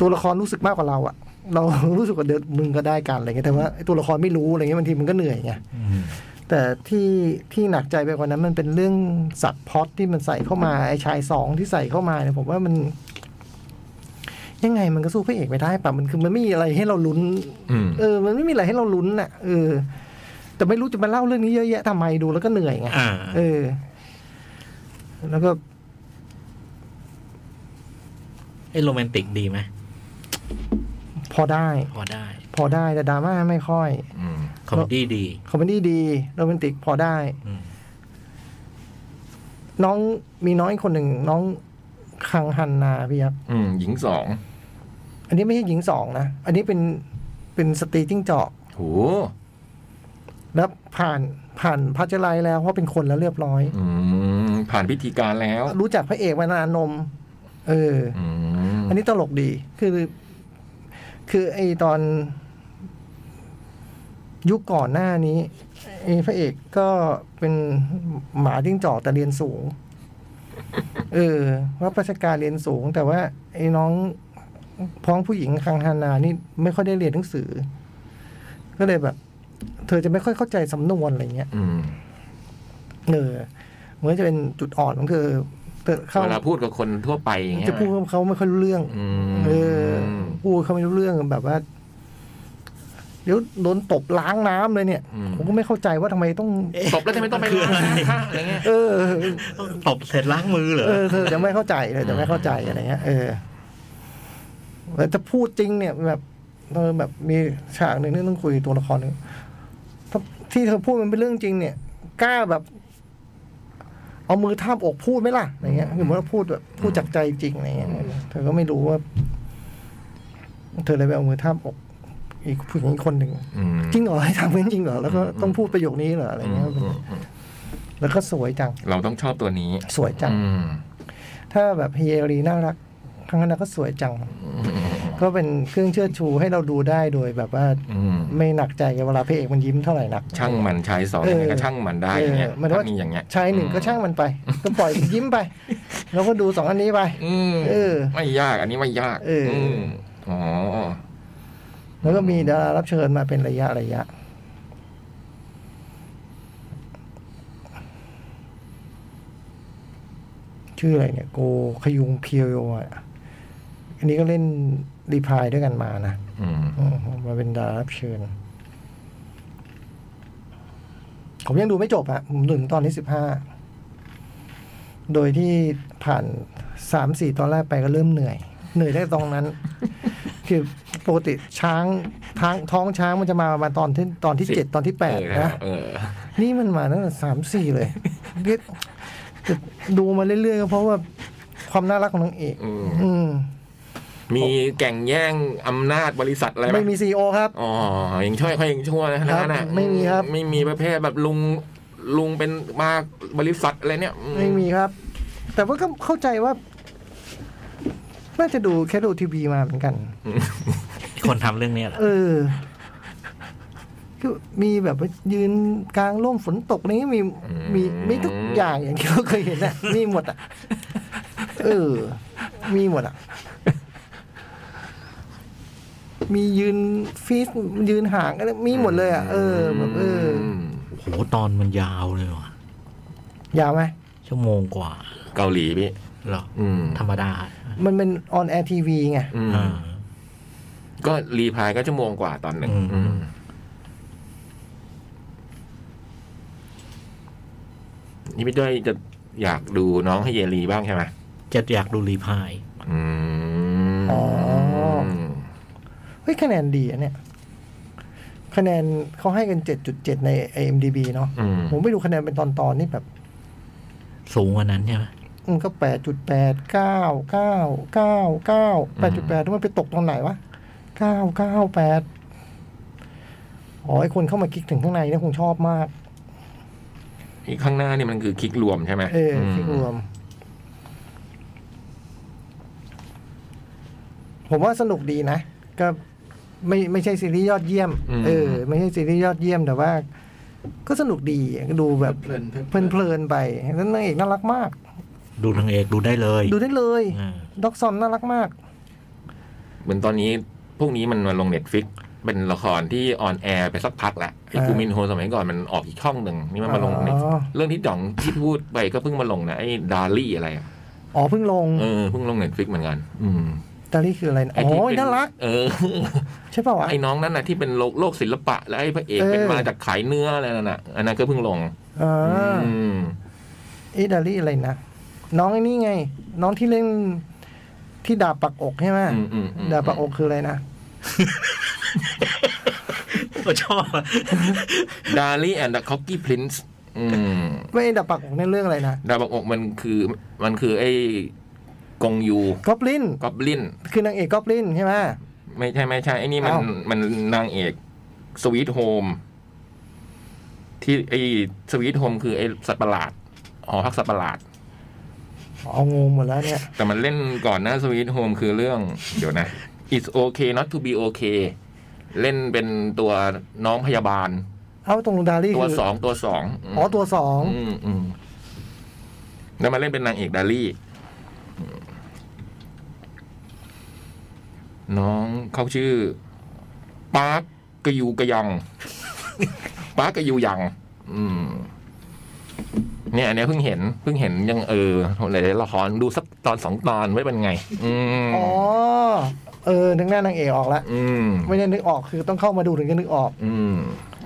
Speaker 5: ตัวละครรู้สึกมากกว่าเราอะเรา รู้สึกว่าเดินมึงก็ได้กันอะไรเงี้ยแต่ว่าไอ้ตัวละครไม่รู้อะไรเงี้ยบางทีมันก็เหนื่อยไง
Speaker 6: อืม
Speaker 5: แต่ที่ที่หนักใจไปกว่านั้นมันเป็นเรื่องสับพล็อตที่มันใส่เข้ามาไอ้ชายสองที่ใส่เข้ามาเนี่ยผมว่ามัน ยังไงมันก็สู้พระเอกไม่ได้ปะมันคือมันไม่มีอะไรให้เราลุ้น
Speaker 1: อืม
Speaker 5: เออ มันไม่มีอะไรให้เราลุ้นน่ะเออ แต่ไม่รู้จะมาเล่าเรื่องนี้เยอะแยะทำไมดูแล้วก็เหนื่อยไง
Speaker 6: อ่า
Speaker 5: เออ แล้วก็
Speaker 6: ไอ้โรแมนติกดีไหม
Speaker 5: พอได้
Speaker 6: พอได้
Speaker 5: พอได้แต่ดราม่าไม่ค่อย
Speaker 1: อืม
Speaker 6: คอมเมดี้ดี
Speaker 5: คอมเมดี้ดีโรแมนติกพอได้
Speaker 6: อืม
Speaker 5: น้องมีน้อยคนหนึ่งน้องคังฮันนาพี่ยักษ์
Speaker 1: อืมหญิงสอง
Speaker 5: อันนี้ไม่ใช่หญิงสองนะ อันนี้เป็นเป็นสตรีจิ้งจอก
Speaker 1: โห
Speaker 5: แล้วผ่านผ่านพัชไลแล้ว เพราะเป็นคนแล้วเรียบร้อย
Speaker 1: อืมผ่านพิธีการแล้ว
Speaker 5: รู้จักพระเอกมานานนม เออ
Speaker 1: อืม
Speaker 5: อันนี้ตลกดี คือ คือไอตอน ยุคก่อนหน้านี้ไอพระเอกก็เป็นหมาจิ้งจอกแต่เรียนสูง เออรับราชการเรียนสูง แต่ว่าไอ้น้องพ้องผู้หญิงคังฮานานี่ไม่ค่อยได้เรียนหนังสือ ก็เลยแบบ เธอจะไม่ค่อยเข้าใจสำนวนอะไรเงี้ย
Speaker 1: อืม
Speaker 5: เออเหมือนจะเป็นจุดอ่อนของเธอเธอเข้า
Speaker 1: เวลาพูดกับคนทั่วไปอย่างเงี้ย
Speaker 5: จะพูดกับเขาไม่ค่อยรู้เรื่อง
Speaker 1: อืม
Speaker 5: เออพูดเขาไม่รู้เรื่องแบบว่า เดี๋ยวโดนตบล้างน้ำเลยเนี่ย ผมก็ไม่เข้าใจว่าทำไมต้อง
Speaker 1: ตบแล้วทำไมต้องไปล้างนะคะอะไรเงี้ย
Speaker 5: เออ
Speaker 6: ตบเสร็จล้างมือเหรอ
Speaker 5: เออเธอจะไม่เข้าใจเลยจะไม่เข้าใจอะไรเงี้ยเออแล้วจะพูดจริงเนี่ย แบบเออแบบมีฉากหนึ่งที่ต้องคุยตัวละครหนึ่งที่เธอพูดมันเป็นเรื่องจริง เนี่ยกล้าแบบ เอามือทาบอกพูดไหมล่ะอะไรเงี้ยคือเหมือนว่าพูดแบบพูดจากใจจริงอะไรเงี้ยเธอก็ไม่รู้ว่า เธอเลยไปเอามือทาบอก อีกผู้หญิงอีกคนหนึ่ง
Speaker 1: อืม
Speaker 5: จริงเหรอให้ทำเป็นจริงเหรอแล้วก็ต้องพูดประโยคนี้เหรออะไร
Speaker 1: อืม
Speaker 5: เงี้ย
Speaker 1: อืมอืม
Speaker 5: แล้วก็สวยจัง
Speaker 1: เราต้องชอบตัวนี้
Speaker 5: สวยจัง
Speaker 1: อืม
Speaker 5: ถ้าแบบเฮียรีน่ารักครั้งนั้นก็สวยจัง ก็เป็นเครื่องเชื่อชูให้เราดูได้โดยแบบว่า
Speaker 1: อืม
Speaker 5: ไม่หนักใจกับเวลาพระเอกมันยิ้มเท่าไหร่นัก
Speaker 1: ช่างมันชายสอง
Speaker 5: เออ
Speaker 1: ยังไงก็ช่างมันได้อย่างเงี้ย
Speaker 5: เออมันว่า
Speaker 1: ถ้ามีอย่างเงี้ย
Speaker 5: ชายหนึ่งก็ช่างมันไป ก็ปล่อยมันยิ้มไป แล้วก็ดูสองอันนี้ไป
Speaker 1: อืม
Speaker 5: เออ
Speaker 1: ไม่ยาก อันนี้ไม่ยาก
Speaker 5: เอออื
Speaker 1: มอ๋อ
Speaker 5: แล้วก็มีดารารับเชิญมาเป็นระยะระยะ ชื่ออะไรเนี่ย โกขยุงเพียวอ่ะอันนี้ก็เล่นรีพายด้วยกันมานะ
Speaker 1: อืม
Speaker 5: อืมมาเป็นดารารับเชิญ ผมยังดูไม่จบอะผมถึงตอนที่สิบห้า โดยที่ผ่านสามสี่ตอนแรกไปก็เริ่มเหนื่อย เหนื่อยได้ตรงนั้น คือปกติช้างท้างท้องช้างมันจะมาประมาณตอนที่ตอนที่
Speaker 1: สิบ
Speaker 5: เจ็ดตอนที่แปดนะ
Speaker 1: เออเออ
Speaker 5: นี่มันมาตั้งแต่สามสี่เลยเรียกดูมาเรื่อยๆก็เพราะว่าความน่ารักของนางเอก
Speaker 1: อืม
Speaker 5: อืม
Speaker 1: มีแก่งแย่งอำนาจบริษัทอะไรห
Speaker 5: ไม่มีซีโอครับ
Speaker 1: อ๋อยังช่วยค่อยยังชั่วนะนั่นน่ะ
Speaker 5: ครับไม่มีครับ
Speaker 1: ไม่มีประเภทแบบลุงลุงเป็นมาบริษัทอะไรเนี่ยอื
Speaker 5: ไม่มีครับ แต่ว่าก็เข้าใจว่า น่าจะดูแคดูทีวีมาเหมือนกัน
Speaker 6: คนทำเรื่องเนี้ยเหรอ
Speaker 5: เออ คือมีแบบว่ายืนกลางร่มฝนตกอะไรเงี้ยมี
Speaker 1: อืม
Speaker 5: มีมีทุกอย่างอย่างที่เราเคยเห็ นอะมีหมดอะเออ มีหมดอะมียืนฟีสยืนห่างอะไรมีหมดเลยอะเออแบบเออ
Speaker 1: ม
Speaker 6: โอ้โหตอนมันยาวเลยว่ะ
Speaker 5: ยาวไหม
Speaker 6: ชั่วโมงกว่า
Speaker 1: เกาหลีพี่
Speaker 6: เหรอ
Speaker 1: อืม
Speaker 6: ธรรมดา
Speaker 5: มันเป็นออนแอร์ทีวีไง
Speaker 1: อืม
Speaker 6: อ่า
Speaker 1: ก็รีพลายก็ชั่วโมงกว่าตอนหนึ่ง
Speaker 6: อืม
Speaker 1: อืมนี่พี่ด้วยจะอยากดูน้องให้เยรีบ้างใช่ไหม
Speaker 6: จะอยากดูรีพาย
Speaker 1: อืม
Speaker 5: อ๋อ เฮ้ยคะแนนดีอะเนี่ย คะแนนเขาให้กันเจ็ดจุดเจ็ดใน IMDB เนาะ
Speaker 1: อืม
Speaker 5: ผมไปดูคะแนนเป็นตอนตอนๆนี่แบบ
Speaker 6: สูงกว่านั้นใช่ไหม
Speaker 5: อืมก็แปดจุดแปดเก้าเก้าเก้าเก้าแปดจุดแปดมันไปตกตรงไหนวะเก้าเก้าแปดอ๋อไอคนเข้ามาคลิกถึงข้างในเนี่ยคงชอบมาก
Speaker 1: อีกข้างหน้านี่มันคือคลิกรวมใช่ไหม
Speaker 5: เออคลิกรวม ผมว่าสนุกดีนะ ก็ไม่ไม่ใช่ซีรีส์ยอดเยี่ยม เออ ไม่ใช่ซีรีส์ยอดเยี่ยมแต่ว่า ก็สนุกดีอะดูแบบ
Speaker 2: เพลินๆ
Speaker 5: เพลินๆไปแล้วนางเอกน่ารักมาก
Speaker 6: ดูนางเอกดูได้เลย
Speaker 5: ดูได้เลย
Speaker 6: อ่า
Speaker 5: ด็อกซอนน่ารักมาก
Speaker 1: เหมือนตอนนี้พวกนี้มันมาลงเน็ตฟิกเป็นละครที่ออนแอร์ไปสักพักแล้วไอ้
Speaker 5: อ่า
Speaker 1: กูมินโฮสมัยก่อนมันออกอีกช่องหนึ่งนี่มันมาลง
Speaker 5: อ๋อ
Speaker 1: ในเรื่องที่จ่องที่พูดไปก็เพิ่งมาลงนะไอ้ดารี่อะไรอะ
Speaker 5: อ๋อเพิ่งลง
Speaker 1: เออเพิ่งลงเน็ตฟิกเหมือนกัน อืม
Speaker 5: ตาลี่คืออะไรนะ
Speaker 1: ไอ้
Speaker 5: อ๋
Speaker 1: ที่
Speaker 5: อ
Speaker 1: เป็
Speaker 5: น่ารัก
Speaker 1: เอ อ
Speaker 5: ใช่เปล่าวะ
Speaker 1: ไอ้น้องนั่นน่ะที่เป็นโลกโลกศิลปะ แล้วไอ้พระเอก
Speaker 5: เออ
Speaker 1: เป็นมาจากขายเนื้ออะไรนั่นน่ะอันนั้นก็เพิ่งลง
Speaker 5: อ่า
Speaker 1: อืม
Speaker 5: เอะดาลี่อะไรนะ น้องไอ้นี่ไง น้องที่เล่นที่ดาบปักอกใช่ไหม
Speaker 1: อืมอืมอืม
Speaker 5: ดาบปักอกคืออะไรนะ
Speaker 6: ก็ชอบอะ
Speaker 1: ดารี่แอนด์คอกกี้พรินซ์อืม
Speaker 5: ไม่ดาบปักอกในเรื่องอะไรนะ
Speaker 1: ดาบบอกอกมันคือมันคือไอ้กงยู
Speaker 5: กอบลิน
Speaker 1: กอบลิน
Speaker 5: คือนางเอกกอบลินใช่ไหม
Speaker 1: ไม่ใช่ไม่ใช่ไอ้นี่มัน
Speaker 5: อ้าว
Speaker 1: มันนางเอกสวีทโฮม ที่ไอ้สวีทโฮมคือไอ้สัตว์ประหลาดหอพักสัตว์ประหลาด
Speaker 5: เอางงหมดแล้วเนี่ย
Speaker 1: แต่มันเล่นก่อนหน้าสวีทโฮมคือเรื่อง เดี๋ยวนะ it's okay not to be okay เล่นเป็นตัวน้องพยาบาล
Speaker 5: เอาตรงดารี่
Speaker 1: ตัว
Speaker 5: คือ
Speaker 1: สองตัวสองม
Speaker 5: อ๋อตัวสอง
Speaker 1: อืมอืมแล้วมาเล่นเป็นนางเอกดารี่อืมน้องเขาชื่อปาร์กกยูกยัง ปาร์กกยูยัง อืม เนี่ยอันเนี้ยเพิ่งเห็นเพิ่งเห็นยังเออหลายๆละครดูสักตอนสองตอนไม่เป็นไง อืม
Speaker 5: อ๋อเออนึกหน้านางเอกออกละ
Speaker 1: อืม
Speaker 5: ไม่ได้นึกออกคือต้องเข้ามาดูถึงจะนึกออก
Speaker 1: อืม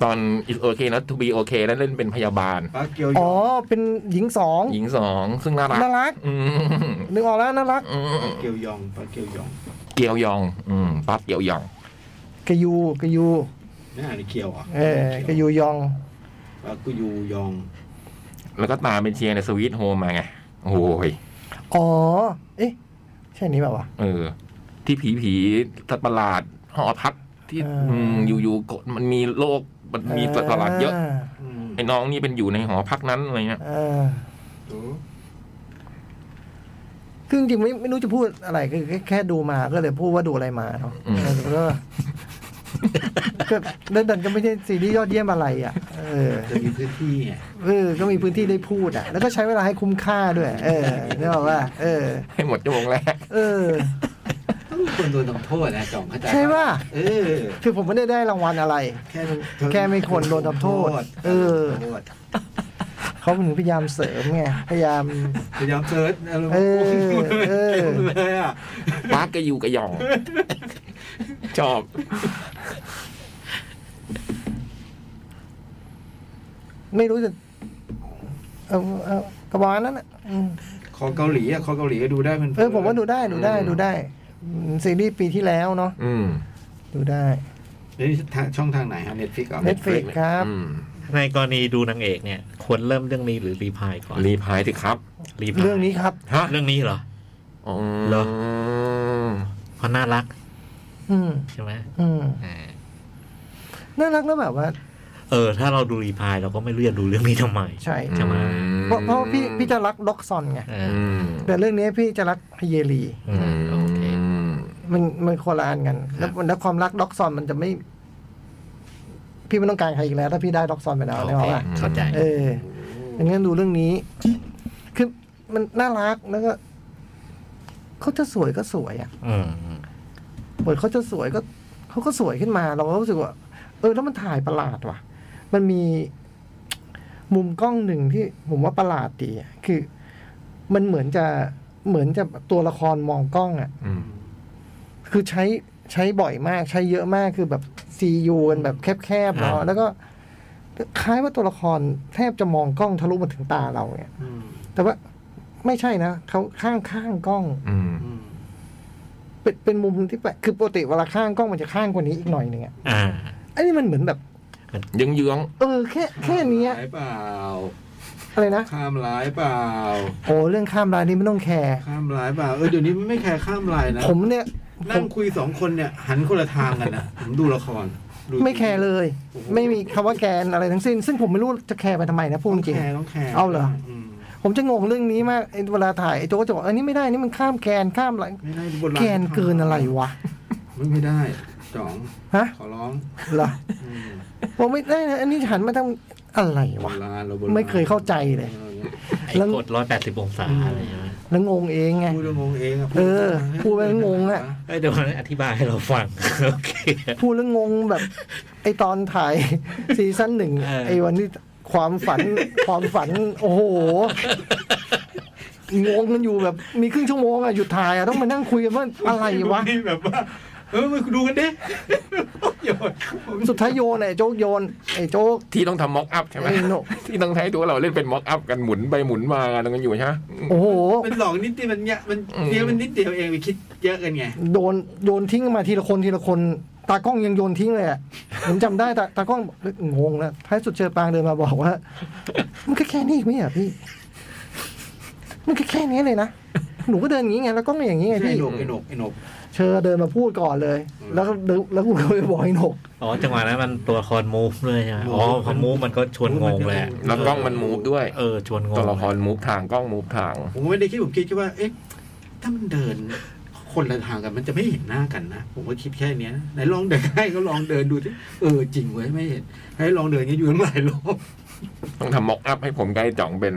Speaker 1: ตอน it's okay not to be okay นั้นเล่นเป็นพยาบาล
Speaker 2: ปลาเกียว
Speaker 5: อ๋อเป็นหญิงสอง
Speaker 1: หญิงสองซึ่งน่ารัก
Speaker 5: น่ารัก
Speaker 1: อืม
Speaker 5: นึกออกแล้วน่ารัก
Speaker 1: อืม
Speaker 2: เกียวยองปลาเกียวยอง
Speaker 1: เกียวยอง อืมปั๊บเกียวยอง
Speaker 5: กะยูกะยู
Speaker 2: นี่อ่านเกียวเหรอ่ะ
Speaker 5: เออ กะยูยอง
Speaker 2: ปลาเกียวยอง
Speaker 1: แล้วก็ตามเป็นเชียร์ในสวีทโฮมมาไง โอ้ย
Speaker 5: อ๋อ เอ๊ะ ใช่นี้แบบวะ
Speaker 1: เออ ที่ผีผีสัตว์ประหลาดหอพักที่
Speaker 5: เอออื
Speaker 1: มอยู่ๆก็มันมีโรคมันมีสัตว์ประหลาดเยอะ
Speaker 2: อืม
Speaker 1: ไอ้น้องนี่เป็นอยู่ในหอพักนั้นอะไรเงี้ย
Speaker 5: เออ
Speaker 2: โอ้
Speaker 5: คือจริงๆไม่ไม่รู้จะพูดอะไรคือแค่แค่ดูมาก็เลยพูดว่าดูอะไรมาเนาะเออก็ก็ดันดันก็ไม่ใช่ซีรีส์ยอดเยี่ยมอะไรอ่ะ เออ
Speaker 2: จะมีพื้นที่ไง
Speaker 5: เออ ก็มีพื้นที่ได้พูดอ่ะ แล้วก็ใช้เวลาให้คุ้มค่าด้วย เออนึกออกว่า เออ
Speaker 1: ให้หมดชั่วโมงแรก
Speaker 5: เออ
Speaker 2: ต้องมีคนโดนทำโทษนะจ่องเข้าใจป
Speaker 5: ใช่ป่ะ
Speaker 2: เออ
Speaker 5: คือผมไม่ได้ได้รางวัลอะไร
Speaker 2: แค่
Speaker 5: แค่ไม่คนโดนทำโทษเออ
Speaker 2: โทษ
Speaker 5: เขาถึงพยายามเสริมไง พยายาม
Speaker 2: พยายามเซิร์ชอารมณ์
Speaker 5: เออเออ
Speaker 2: เต็มเลยอ่ะ
Speaker 1: ปั๊บก็อยู่กับยอง ชอบ
Speaker 5: ไม่รู้จะเออเออกระบอกนั้นน่ะอืม
Speaker 2: ของเกาหลีอ่ะของเกาหลีก็ดูได้มัน
Speaker 5: เออ ผมว่าดูได้ดูได้ดูได้อืมซีรีส์ปีที่แล้วเนาะ
Speaker 1: อืม
Speaker 5: ดูได้
Speaker 2: เดี๋ยวนี้ทางช่องทางไหนฮะ Netflix เหรอ
Speaker 5: Net- Netflix ครับ
Speaker 1: อืม
Speaker 6: ในกรณีดูนางเอกเนี่ย ควรเริ่มเรื่องนี้หรือรีพายก่อน
Speaker 1: รีพายสิครับ
Speaker 6: รีพาย
Speaker 5: เรื่องนี้ครับ
Speaker 1: ฮะ
Speaker 6: เรื่องนี้เหรอ
Speaker 1: อ๋อ
Speaker 6: เหรอ เพราะน่ารัก
Speaker 5: อืม
Speaker 6: ใช่ไหม
Speaker 5: อืม
Speaker 6: อ่า
Speaker 5: น่ารักแล้วแบบว่า
Speaker 6: เออ ถ้าเราดูรีพายเราก็ไม่เลือกดูเรื่องนี้ทำไม
Speaker 5: ใช่
Speaker 6: จะมา
Speaker 5: เพราะเพราะพี่พี่จะรักด็อกซอนไง
Speaker 6: เอ
Speaker 1: อื
Speaker 6: อ
Speaker 1: ม
Speaker 5: แต่เรื่องนี้พี่จะรักพเยรี
Speaker 6: อืมโอเค
Speaker 1: ม
Speaker 5: มันมันคนละอันกัน แล้วแล้วความรักด็อกซอนมันจะไม่ พี่ไม่ต้องการใครอีกแล้ว ถ้าพี่ได้ล็อกซอนไปแล้วเนี่ยหรอ
Speaker 6: เข้าใจ
Speaker 5: เอออันนี้ดูเรื่องนี้คือมันน่ารักแล้วก็เขาจะสวยก็สวยอ่ะ
Speaker 6: อืมอืม
Speaker 5: บทเขาจะสวยก็เขาก็สวยขึ้นมา เราก็รู้สึกว่า เออแล้วมันถ่ายประหลาดว่ะ มันมี มุมกล้องหนึ่งที่ผมว่าประหลาดดีอะคือ มันเหมือนจะเหมือนจะตัวละครมองกล้องอ่ะ
Speaker 1: อืม
Speaker 5: คือใช้ใช้บ่อยมาก ใช้เยอะมากคือแบบซียูกันแบบแคบๆเนาะ
Speaker 6: อ่า
Speaker 5: แล้วก็คล้ายว่าตัวละครแทบจะมองกล้องทะลุมาถึงตาเราเนี่ย
Speaker 2: อืม
Speaker 5: แต่ว่าไม่ใช่นะเขาข้างข้างๆกล้อง
Speaker 1: อืม
Speaker 2: อืม
Speaker 5: เป็นเป็นมุมที่แปลกคือปกติเวลาข้างกล้องมันจะข้างกว่านี้อีกหน่อยหนึ่งอะ
Speaker 6: อ่า
Speaker 5: อันนี้มันเหมือนแบบ
Speaker 1: ยังเยื้อง
Speaker 5: เออ แค่แค่เนี้ย
Speaker 2: ข้ามร้ายเปล่า
Speaker 5: อะไรนะ
Speaker 2: ข้ามร้ายเปล่า
Speaker 5: โอ้เรื่องข้ามรายนี้ไม่ต้องแคร์
Speaker 2: ข้ามร้ายเปล่า เออเดี๋ยวนี้ไม่แคร์ข้ามร้ายนะ
Speaker 5: ผมเนี่ยผ
Speaker 2: นั่
Speaker 5: ม
Speaker 2: งคุยสองคนเนี่ย หันคนละทางกันนะผมดูละครดู
Speaker 5: ไม่แคร์เลย ไม่มีคำว่าแกนอะไรทั้งสิ้น ซึ่งผมไม่รู้จะแคร์ไปทำไมนะพูด
Speaker 2: ต้
Speaker 5: จ
Speaker 2: อง
Speaker 5: ริง
Speaker 2: แคร์ต้องแคร์
Speaker 5: เอาเหรอ
Speaker 2: ม
Speaker 5: ผมจะงงเรื่องนี้มากไอ้เวลาถ่ายไอ้โจกก็จะบอกเอันนี้ไม่ได้นี่มันข้ามแกนข้ามอะไร
Speaker 2: ไม่ได้บน
Speaker 5: แกนเกินอะไรวะ
Speaker 2: ไม่ไม่ได้จ๋อง
Speaker 5: ฮะ
Speaker 2: ขอร้อง
Speaker 5: เหรอ
Speaker 2: อืม
Speaker 5: ผมไม่ได้นะอันนี้หันมาทำอะไร
Speaker 2: โบ
Speaker 5: วะ
Speaker 2: ราณเราโบราณ
Speaker 5: ไม่เคยเข้าใจเลย
Speaker 2: ออ
Speaker 6: ไอ้
Speaker 5: แล้ว
Speaker 6: กดร้อยแปดสิบองศาอะไรใช่ไหม
Speaker 5: แล้วงงเองไง
Speaker 2: พูดแล้วงงเองอะ
Speaker 5: เออพูดแล้วงงอะ
Speaker 6: เอ้ยเดี๋ยวมันอธิบายให้เราฟัง โอเค
Speaker 5: พูดแล้วงงแบบ ไอตอนถ่าย ซีซั่นหนึ่ง
Speaker 6: เออ
Speaker 5: ไอวันที่ความฝัน ความฝัน โอ้โหงงกันอยู่แบบมีครึ่งชั่วโมงอะหยุดถ่ายอะต้องมานั่งคุยกันว่าอะไรวะ
Speaker 2: นี่แบบว่า เออมาดูกันดิ โยนผม
Speaker 5: สุดท้ายโยนไอโจ๊กโยนไอโจ๊ก
Speaker 1: ที่ต้องทำม็อกอัพใช่ไหม
Speaker 5: ไอโน
Speaker 1: ที่ต้องใช้ตัวเราเล่นเป็นม็อกอัพกันหมุนไปหมุนมากันกันอยู่ใช่ไหม
Speaker 5: โอ้โห
Speaker 2: มันหลอกนิดเดียวมันเนี่ยมัน
Speaker 1: อืม
Speaker 2: เดียวมันนิดเดียวเองไปคิดเยอะกันไง
Speaker 5: โดนโยนทิ้งมาทีละคนทีละคน ตากล้องยังโยนทิ้งเลยอะ ผมจำได้ตาตากล้องบอกงงแล้วท้ายสุดเชอปางเดินมาบอกว่า มันก็แค่นี้ไม่เหรอพี่ มันก็แค่นี้เลยนะ หนูก็เดินอย่างนี้ไงแล้วกล้องก็อย่างนี้ไง
Speaker 2: ไอ้
Speaker 5: พี่
Speaker 2: หนกไอ้หนกไอ้หนก
Speaker 5: เชอเดินมาพูดก่อนเลย แล้วก็ดึแล้วกูก็ไปบอกไอ้หนก
Speaker 6: อ๋อจังหวะนั้นมันตัวละครมูฟเลยใช่ไหมอ๋อพอมูฟมันก็ชวนงงแหละ
Speaker 1: แล้วกล้องมันมูฟด้วย
Speaker 6: เออชวนงง
Speaker 1: ตัวละค รมูฟทางกล้องมูฟทาง
Speaker 2: ผมไม่ได้คิดผมคิดแค่ว่า เอ๊ะถ้ามันเดิน คนละทางกันมันจะไม่เห็นหน้ากันนะผมก็คิดแค่เนี้ยไหนลองเดินให้เขาลองเดินดูที่เออจริงเว้ยไม่เห็น ให้ลองเดินอย่างนี้อยู่ตั้งหลายรอบ
Speaker 1: ต้องทำม็อกอัพให้ผมใกล้จ่องเป็น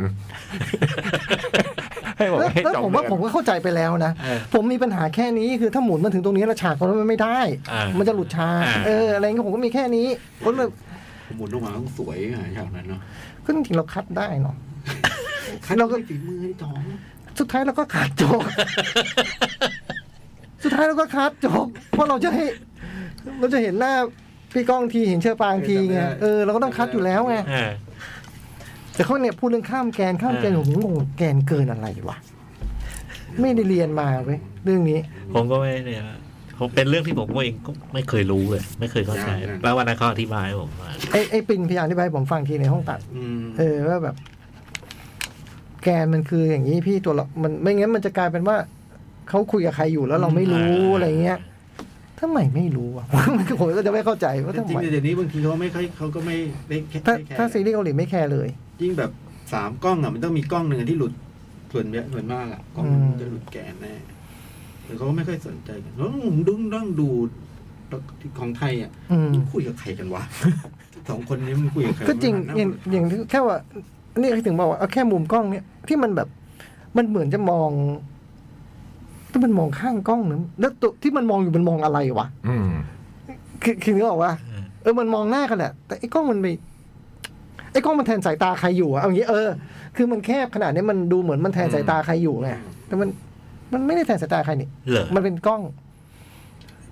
Speaker 1: ให้ผม
Speaker 5: แล้ว
Speaker 1: ให้
Speaker 5: แล้ว
Speaker 1: จ่อง
Speaker 5: ผม
Speaker 1: เป็
Speaker 5: ว่าน ผมก็เข้าใจไปแล้วนะ
Speaker 6: เออ
Speaker 5: ผมมีปัญหาแค่นี้คือถ้าหมุนมาถึงตรงนี้แล้วฉากตรงนั้นมันไม่ได้
Speaker 6: อ่ามั
Speaker 5: มันจะหลุดฉาก
Speaker 6: อ่า
Speaker 5: เอออะไรเงี้ยผมก็มีแค่นี้ก็เลย
Speaker 2: ผมหมุนลงมาต้องสวยอ่ะฉากนั้นเนาะ
Speaker 5: ก็จริงๆเราคัดได้เนาะ
Speaker 2: คัด
Speaker 5: เราก็
Speaker 2: ด้วยฝีมือไอ้จ๋อง
Speaker 5: สุดท้ายเราก็ ขาดจบ สุดท้ายเราก็ขาดจบเพราะเราจะให้ เราจะเห็นหน้าพี่ก้องทีเห็นเชอปางทีไงเออเราก็ต้องคัดอยู่แล้วไง
Speaker 6: เออ
Speaker 5: แต่เขาเนี่ยพูดเรื่องข้ามแกนข้ามแกน
Speaker 6: อ่า
Speaker 5: ผมงงแกนเกินอะไรวะไม่ได้เรียนมาเว้ยเรื่องนี้
Speaker 6: ผมก็ไม่เนี่ยผมเป็นเรื่องที่ผมเองก็ไม่เคยรู้เลย ไม่เคยเข้าใจ
Speaker 2: ใช่
Speaker 6: แล้ววันนั้นเขาอธิบายให้ผมว่า
Speaker 5: ไอ้ไอ้ปินพยายามอธิบายให้ผมฟังทีในห้องตัด
Speaker 2: อืม
Speaker 5: เออว่าแบบ แกนมันคืออย่างนี้พี่ตัวละมันไม่งั้นมันจะกลายเป็นว่าเขาคุยกับใครอยู่แล้วเราไม่รู้อะไรเงี้ยทำไมไม่รู้อ่ะ ผมก็จะไม่เข้าใจว่า
Speaker 2: แต่จ
Speaker 5: ทำ
Speaker 2: ริง
Speaker 5: ไม
Speaker 2: ๆเดี๋ยวนี้บางทีเขาไม่ค่อยเขาก็ไม่ได้แค่
Speaker 5: ถ้า
Speaker 2: ไม่แค
Speaker 5: ถ้า
Speaker 2: ร์
Speaker 5: ซีรีส์เกาหลีไม่แคร์เลย
Speaker 2: ยิ่งแบบสามกล้องอ่ะมันต้องมีกล้องหนึ่งที่หลุดส่วนเยอะส่วนมากอ่ะกล้อง
Speaker 5: อืม
Speaker 2: จะหลุดแกนแน่แต่เขาก็ไม่ค่อยสนใจกันแล้วผมดึงดั้งดูของไทยอ่ะ
Speaker 5: อืม
Speaker 2: มันคุยกับใครกันวะ สองคนนี้มันคุยกับใคร
Speaker 5: ก็จริง
Speaker 2: มัน
Speaker 5: อ
Speaker 2: หั
Speaker 5: ย่าน ง
Speaker 2: หน้า
Speaker 5: อย่างที่แค่ว่านี่ถึงบอกว่าเอาแค่มุมกล้องเนี่ยที่มันแบบ มันเหมือนจะมองที่มันมองข้างกล้องนะแล้วตัวที่มันมองอยู่มันมองอะไรวะ
Speaker 1: อืม
Speaker 5: คือคือนึกออกว่า เออ มันมองหน้ากันแหละ แต่ไอ้กล้องมันไปไอ้กล้องมันแทนสายตาใครอยู่อะเอางี้เออ คือมันแคบขนาดนี้มันดูเหมือนมันแทนสายตาใครอยู่ไง แต่มัน มันไม่ได้แทนสายตาใครนี่
Speaker 6: เหรอ
Speaker 5: มันเป็นกล้อง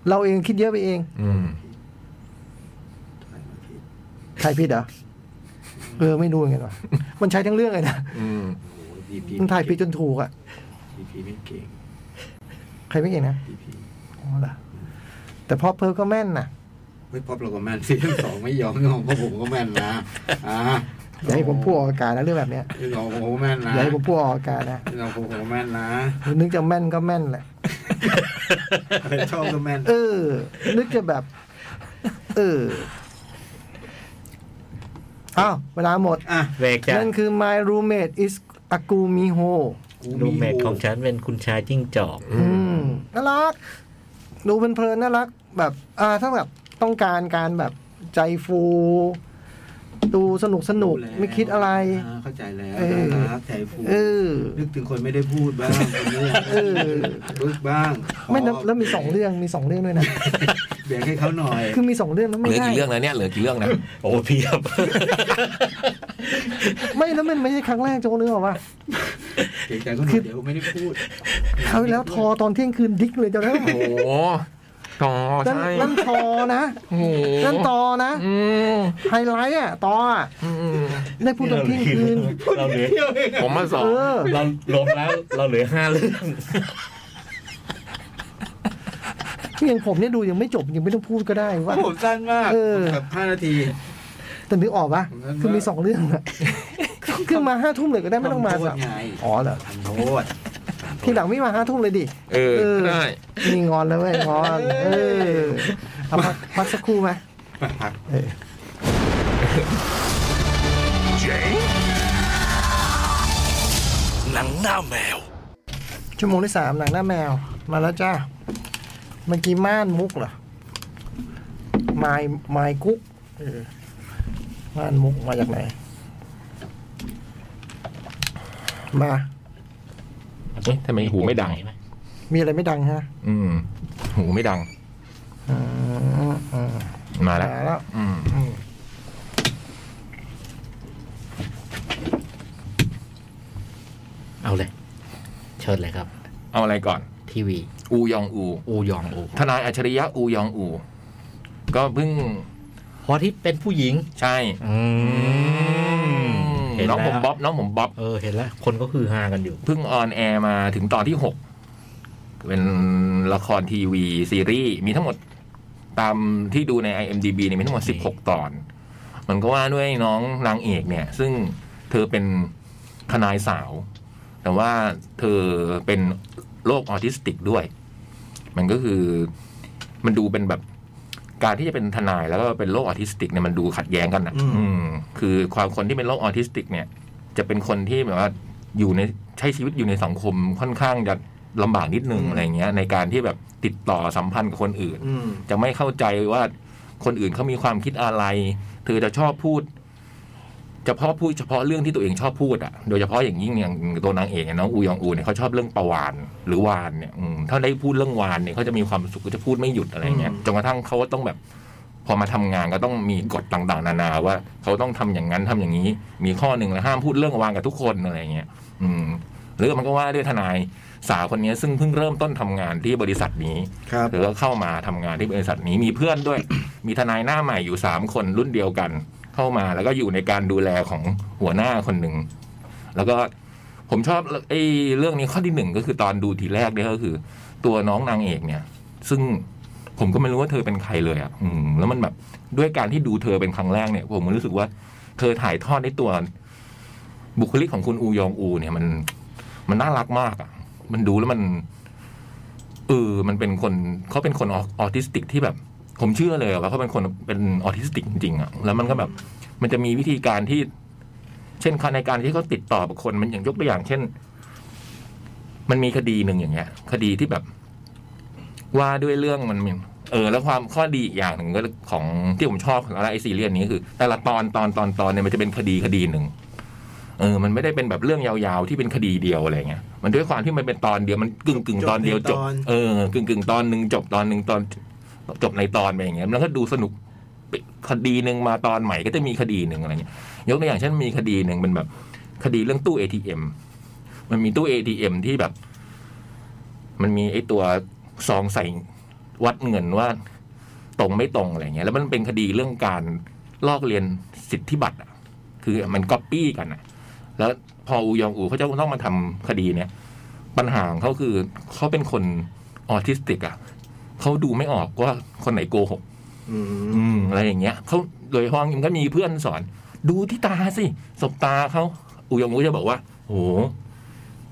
Speaker 5: เราเองคิดเยอะไปเอง
Speaker 1: อืม
Speaker 5: ใครผิดเหรอ เออ ไม่รู้เหมือนกันว่ะมันใช้ทั้งเรื่องเลยนะ
Speaker 1: อืม
Speaker 2: โอ้โห DP
Speaker 5: มันถ่ายผิดจนถูกอะ
Speaker 2: DP ไม่เก่ง
Speaker 5: ใครไม่เก่งนะ
Speaker 2: DP
Speaker 5: อ๋อเหรอแต่พอเพิร์ลก็แม่นนะ
Speaker 2: เฮ้ยพอปรากฏแมน ซีทั้งสองไม่ยอมเรื่องของพวกผมก็แม่นนะอ่า
Speaker 5: อย่าให้ผมพูดออกอากาศนะเรื่องแบบเนี้ย
Speaker 2: เรื่องของผมก็แม่นนะ
Speaker 5: อย่าให้ผมพูดออกอากาศนะ
Speaker 2: เรื่องของผมก็แม่นนะ
Speaker 5: นึกจะแม่นก็แม่นแหละ
Speaker 2: ชอบก็แม่น
Speaker 5: เออ นึกจะแบบ เออ อ้าว เวลาหมด
Speaker 2: อ่ะ
Speaker 6: เวกจ้ะ
Speaker 5: นั่นคือ my roommate is Akumiho
Speaker 6: รูมเมทของฉันเป็นคุณชายจิ้งจอก
Speaker 5: อืมน่ารัก ดูเพลินๆน่ารัก แบบ อ่า ถ้าแบบต้องการการแบบ ใจฟู ดูสนุกสนุก
Speaker 3: รู้แล้ว
Speaker 5: ไม่คิดอะไร
Speaker 3: าเข้าใจแล้ว
Speaker 5: เออ
Speaker 3: รักใจฟู
Speaker 5: เออ
Speaker 3: นึกถึงคนไม่ได้พูดบ้างคนไม่ได้
Speaker 5: เออ
Speaker 3: รู้บ้าง
Speaker 5: ไม่แล้ว
Speaker 3: ข
Speaker 5: แล้วมีสองเรื่องมีสองเรื่องด้วยนะ
Speaker 3: แบ่งให้เขาหน่อย
Speaker 5: คือมีสองเรื่องแล้ว
Speaker 1: เห
Speaker 5: ไม่
Speaker 1: ลือ
Speaker 5: ได้
Speaker 1: กี่เรื่องนะเนี่ยเหลือกี่เรื่องนะ
Speaker 6: โอ้เพียบ
Speaker 5: ไม่แล้วมันไม่ใช่ครั้งแรกโจกนึกออกปะ
Speaker 3: เก่งใจเขาห
Speaker 5: คื
Speaker 3: น่อย
Speaker 5: อ
Speaker 3: เดี๋ยวไม่ได้พูด
Speaker 5: เขาวที่แล้วทอตอนเที่ยงคืนดิกเลยจะแล้ว
Speaker 1: โอ้โหต่อ
Speaker 5: นั่น
Speaker 1: ใช่
Speaker 5: นั่นทอนะ
Speaker 1: โอ้โห
Speaker 5: นั่นตอนะ
Speaker 1: อืม
Speaker 5: ไฮไลท์อ่ะตออะ
Speaker 1: อืม
Speaker 5: ได้พูดตอนเที่ยงคืน
Speaker 6: เราเหลือ
Speaker 3: เที่ยวเอง
Speaker 1: ผมมาสอง
Speaker 5: เออ
Speaker 6: เรารวมแล้วเราเหลือห้าเรื่อง
Speaker 5: ที่อย่างผมเนี่ยดูยังไม่จบยังไม่ต้องพูดก็ได้ว่า
Speaker 3: ผมสั้นมาก
Speaker 5: เออ
Speaker 3: แบบห้านาที
Speaker 5: แต่นึกออกปะ
Speaker 3: ผมว่า
Speaker 5: คือมีสองเรื่อง อะคือมาห้าทุ่มเลยก็ได้ไม่ต้องมา
Speaker 3: ทำโทษ
Speaker 5: สาม
Speaker 3: ไง
Speaker 5: อ๋อเหรอ
Speaker 3: ทำโทษ
Speaker 5: ทีหลังไม่มาห้าทุ่มเลยดิ
Speaker 1: เออ
Speaker 5: เออ
Speaker 1: ได้
Speaker 5: มีงอนแล้วเว้ยงอนเออเอาพักพักสักครู่ไหม
Speaker 3: ไปพัก
Speaker 5: เออ
Speaker 8: หนังหน้าแมว
Speaker 5: ชั่วโมงที่สามหนังหน้าแมว มาแล้วจ้าเมื่อกี้ม่านมุกเหรอไมายมายกุ๊กเออม่านมุกมาจากไหน มา
Speaker 1: เอ๊ะทำไมหูไม่ดัง
Speaker 5: มีอะไรไม่ดังฮะ
Speaker 1: อืม หูไม่ดัง
Speaker 5: อืมอืม
Speaker 1: มา
Speaker 5: มา
Speaker 1: แล้ว
Speaker 5: แล้ว
Speaker 1: อืม
Speaker 6: เอาเลย เชิญเลยครับ
Speaker 1: เอาอะไรก่อน
Speaker 6: ทีวี
Speaker 1: อูยองอู
Speaker 6: อูยองอู
Speaker 1: ทนายอัจฉริยะอูยองอู ก็เพิ่ง
Speaker 6: พอที่เป็นผู้หญิง
Speaker 1: ใช่
Speaker 6: อืมเห็น
Speaker 1: น้องผ
Speaker 6: แล้ว
Speaker 1: มบ๊อบน้องผมบ๊อบ
Speaker 6: เออ เห็นแล้ว คนก็คือฮากันอยู่
Speaker 1: เพิ่งออนแอร์มาถึงตอนที่หกเป็นละครทีวีซีรีส์มีทั้งหมดตามที่ดูใน IMDB เนี่ยมีทั้งหมด 16 ตอน มันก็ว่าด้วยน้องนางเอกเนี่ย ซึ่งเธอเป็นทนายสาว แต่ว่าเธอเป็นโรคออทิสติกด้วย มันก็คือมันดูเป็นแบบการที่จะเป็นทนายแล้วก็เป็นโรคออทิสติกเนี่ยมันดูขัดแย้งกันนะ
Speaker 3: อืม
Speaker 1: อืม คือความคนที่เป็นโรคออทิสติกเนี่ย จะเป็นคนที่แบบว่าอยู่ในใช้ชีวิตอยู่ในสังคมค่อนข้างจะลำบากนิดนึง
Speaker 3: อืม
Speaker 1: อะไรเงี้ย ในการที่แบบติดต่อสัมพันธ์กับคนอื่น
Speaker 3: อืม
Speaker 1: จะไม่เข้าใจว่าคนอื่นเขามีความคิดอะไร เธอจะชอบพูดเฉพาะพูดเฉพาะเรื่องที่ตัวเองชอบพูดอะโดยเฉพาะอย่างยิ่งอย่างตัวนางเอกเนี่ยน้องอูยองอูเนี่ยเขาชอบเรื่องประวานหรือวานเนี่ยอืมถ้าได้พูดเรื่องวานเนี่ยเขาจะมีความสุขก็จะพูดไม่หยุดอะไรเงี้ย
Speaker 3: อืม
Speaker 1: จนกระทั่งเขาก็ต้องแบบ พอมาทำงานก็ต้องมีกฎต่างๆ นานาว่าเขาต้องทำอย่างนั้นทำอย่างนี้ มีข้อหนึ่งแล้วห้ามพูดเรื่องวางกับทุกคนอะไรเงี้ยอืมหรือมันก็ว่าด้วยทนายสาวคนนี้ซึ่งเพิ่งเริ่มต้นทำงานที่บริษัทนี้
Speaker 3: ครับ
Speaker 1: เธอก็เข้ามาทำงานที่บริษัทนี้มีเพื่อน ด้วย มีทนายหน้าใหม่อยู่สามคนรุ่นเดียวกัน เข้ามาแล้วก็อยู่ในการดูแลของหัวหน้าคนหนึ่ง แล้วก็ผมชอบไอ้เรื่องนี้ข้อที่หนึ่งก็คือตอนดูทีแรกเนี่ยก็คือ ตัวน้องนางเอกเนี่ย ซึ่งผมก็ไม่รู้ว่าเธอเป็นใครเลยอ่ะอืมแล้วมันแบบด้วยการที่ดูเธอเป็นครั้งแรกเนี่ย ผมรู้สึกว่า เธอถ่ายทอดในตัว บุคลิกของคุณอูยองอู เนี่ยมัน มันน่ารักมากอ่ะ มันดูแล้วมัน เออ มันเป็นคนเขาเป็นคนออทิสติกที่แบบ ผมเชื่อเลยว่าเขาเป็นคนเป็นออทิสติกจริงๆอ่ะ แล้วมันก็แบบ มันจะมีวิธีการที่ เช่นในการที่เขาติดต่อกับคน มันอย่างยกตัวอย่าง เช่น มันมีคดีหนึ่งอย่างเงี้ย คดีที่แบบ ว่าด้วยเรื่องมันมีเออ แล้วความข้อดีอีกอย่างหนึ่งก็ของที่ผมชอบของอะไรไอซีเรียสนี้คือ แต่ละตอนตอนตอนตอนเนี่ยมันจะเป็นคดีคดีหนึ่ง เออ มันไม่ได้เป็นแบบเรื่องยาวๆที่เป็นคดีเดียวอะไรเงี้ย มันด้วยความที่มันเป็นตอนเดียวมันกึ่งกึ่งๆตอนเดียวจบ
Speaker 3: จบในตอน
Speaker 1: เออ กึ่งกึ่งๆตอนหนึ่งจบตอนหนึ่งตอน จบในตอนไปอย่างเงี้ยแล้วก็ดูสนุกไปคดีหนึ่งมาตอนใหม่ก็จะมีคดีหนึ่งอะไรเงี้ย ยกตัวอย่างเช่นมีคดีหนึ่งเป็นแบบ คดีเรื่องตู้ ATM มันมีตู้ ATM ที่แบบ มันมีไอ้ตัวซองใส่วัดเงินว่าตรงไม่ตรงอะไรเงี้ย แล้วมันเป็นคดีเรื่องการลอกเรียนสิทธิบัตรอะคือมันก๊อปปี้กันอะแล้วพออูยองอูเขาจะต้องมาทำคดีเนี้ยปัญหาของเขาคือเขาเป็นคนออทิสติกอะเขาดูไม่ออกว่าคนไหนโกหก
Speaker 3: อืม
Speaker 1: อืมอะไรอย่างเงี้ยเขาโดยห้องมันก็มีเพื่อนสอน ดูที่ตาสิสบตาเขาอุยองอุจะบอกว่าโอ้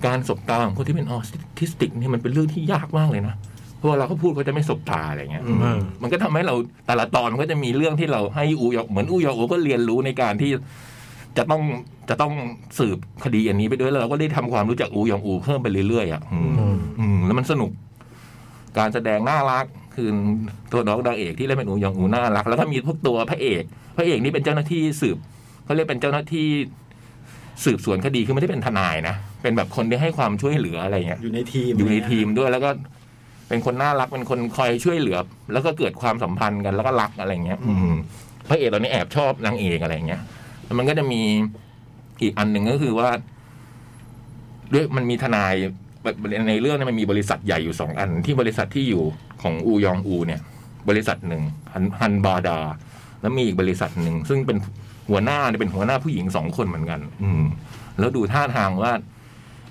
Speaker 1: การสบตาของคนที่เป็นออทิสติกเนี่ยมันเป็นเรื่องที่ยากมากเลยนะเพราะเวลาเขาพูดเขาจะไม่สบตาอะไรเงี้ย
Speaker 3: อืม
Speaker 1: เออมันก็ทำให้เราแต่ละตอนมันก็จะมีเรื่องที่เราให้อูยองเหมือนอูยองอุก็เรียนรู้ในการที่ จะต้องจะต้องสืบคดีอันนี้ไปด้วยแล้วเราก็ได้ทำความรู้จักอูยองอูเพิ่มไปเรื่อยๆอ่ะอืม อืมแล้วมันสนุก การแสดงน่ารัก คือตัวน้องนางเอกที่เล่นเป็นอูยองอูน่ารัก แล้วก็มีพวกตัวพระเอก พระเอกนี่เป็นเจ้าหน้าที่สืบเขาเรียกเป็นเจ้าหน้าที่สืบสวนคดีคือไม่ได้เป็นทนายนะเป็นแบบคนที่ให้ความช่วยเหลืออะไรเงี้ย
Speaker 2: อยู่ในทีม
Speaker 1: อยู่ในทีมด้วยแล้วก็เป็นคนน่ารักเป็นคนคอยช่วยเหลือ แล้วก็เกิดความสัมพันธ์กันแล้วก็รักอะไรเงี้ย อืมพระเอกเรานี่แอบชอบนางเอกอะไรเงี้ยแล้วมันก็จะมีอีกอันหนึ่งก็คือว่าด้วยมันมีทนายแบบในเรื่องเนี้มันมีบริษัทใหญ่อยู่สองอัน ที่บริษัทที่อยู่ของอูยองอู เนี่ย บริษัทหนึ่งฮันฮันบาดา แล้วมีอีกบริษัทหนึ่งซึ่งเป็นหัวหน้าเนี่ยเป็นหัวหน้าผู้หญิงสองคนเหมือนกัน อืม แล้วดูท่าทางว่า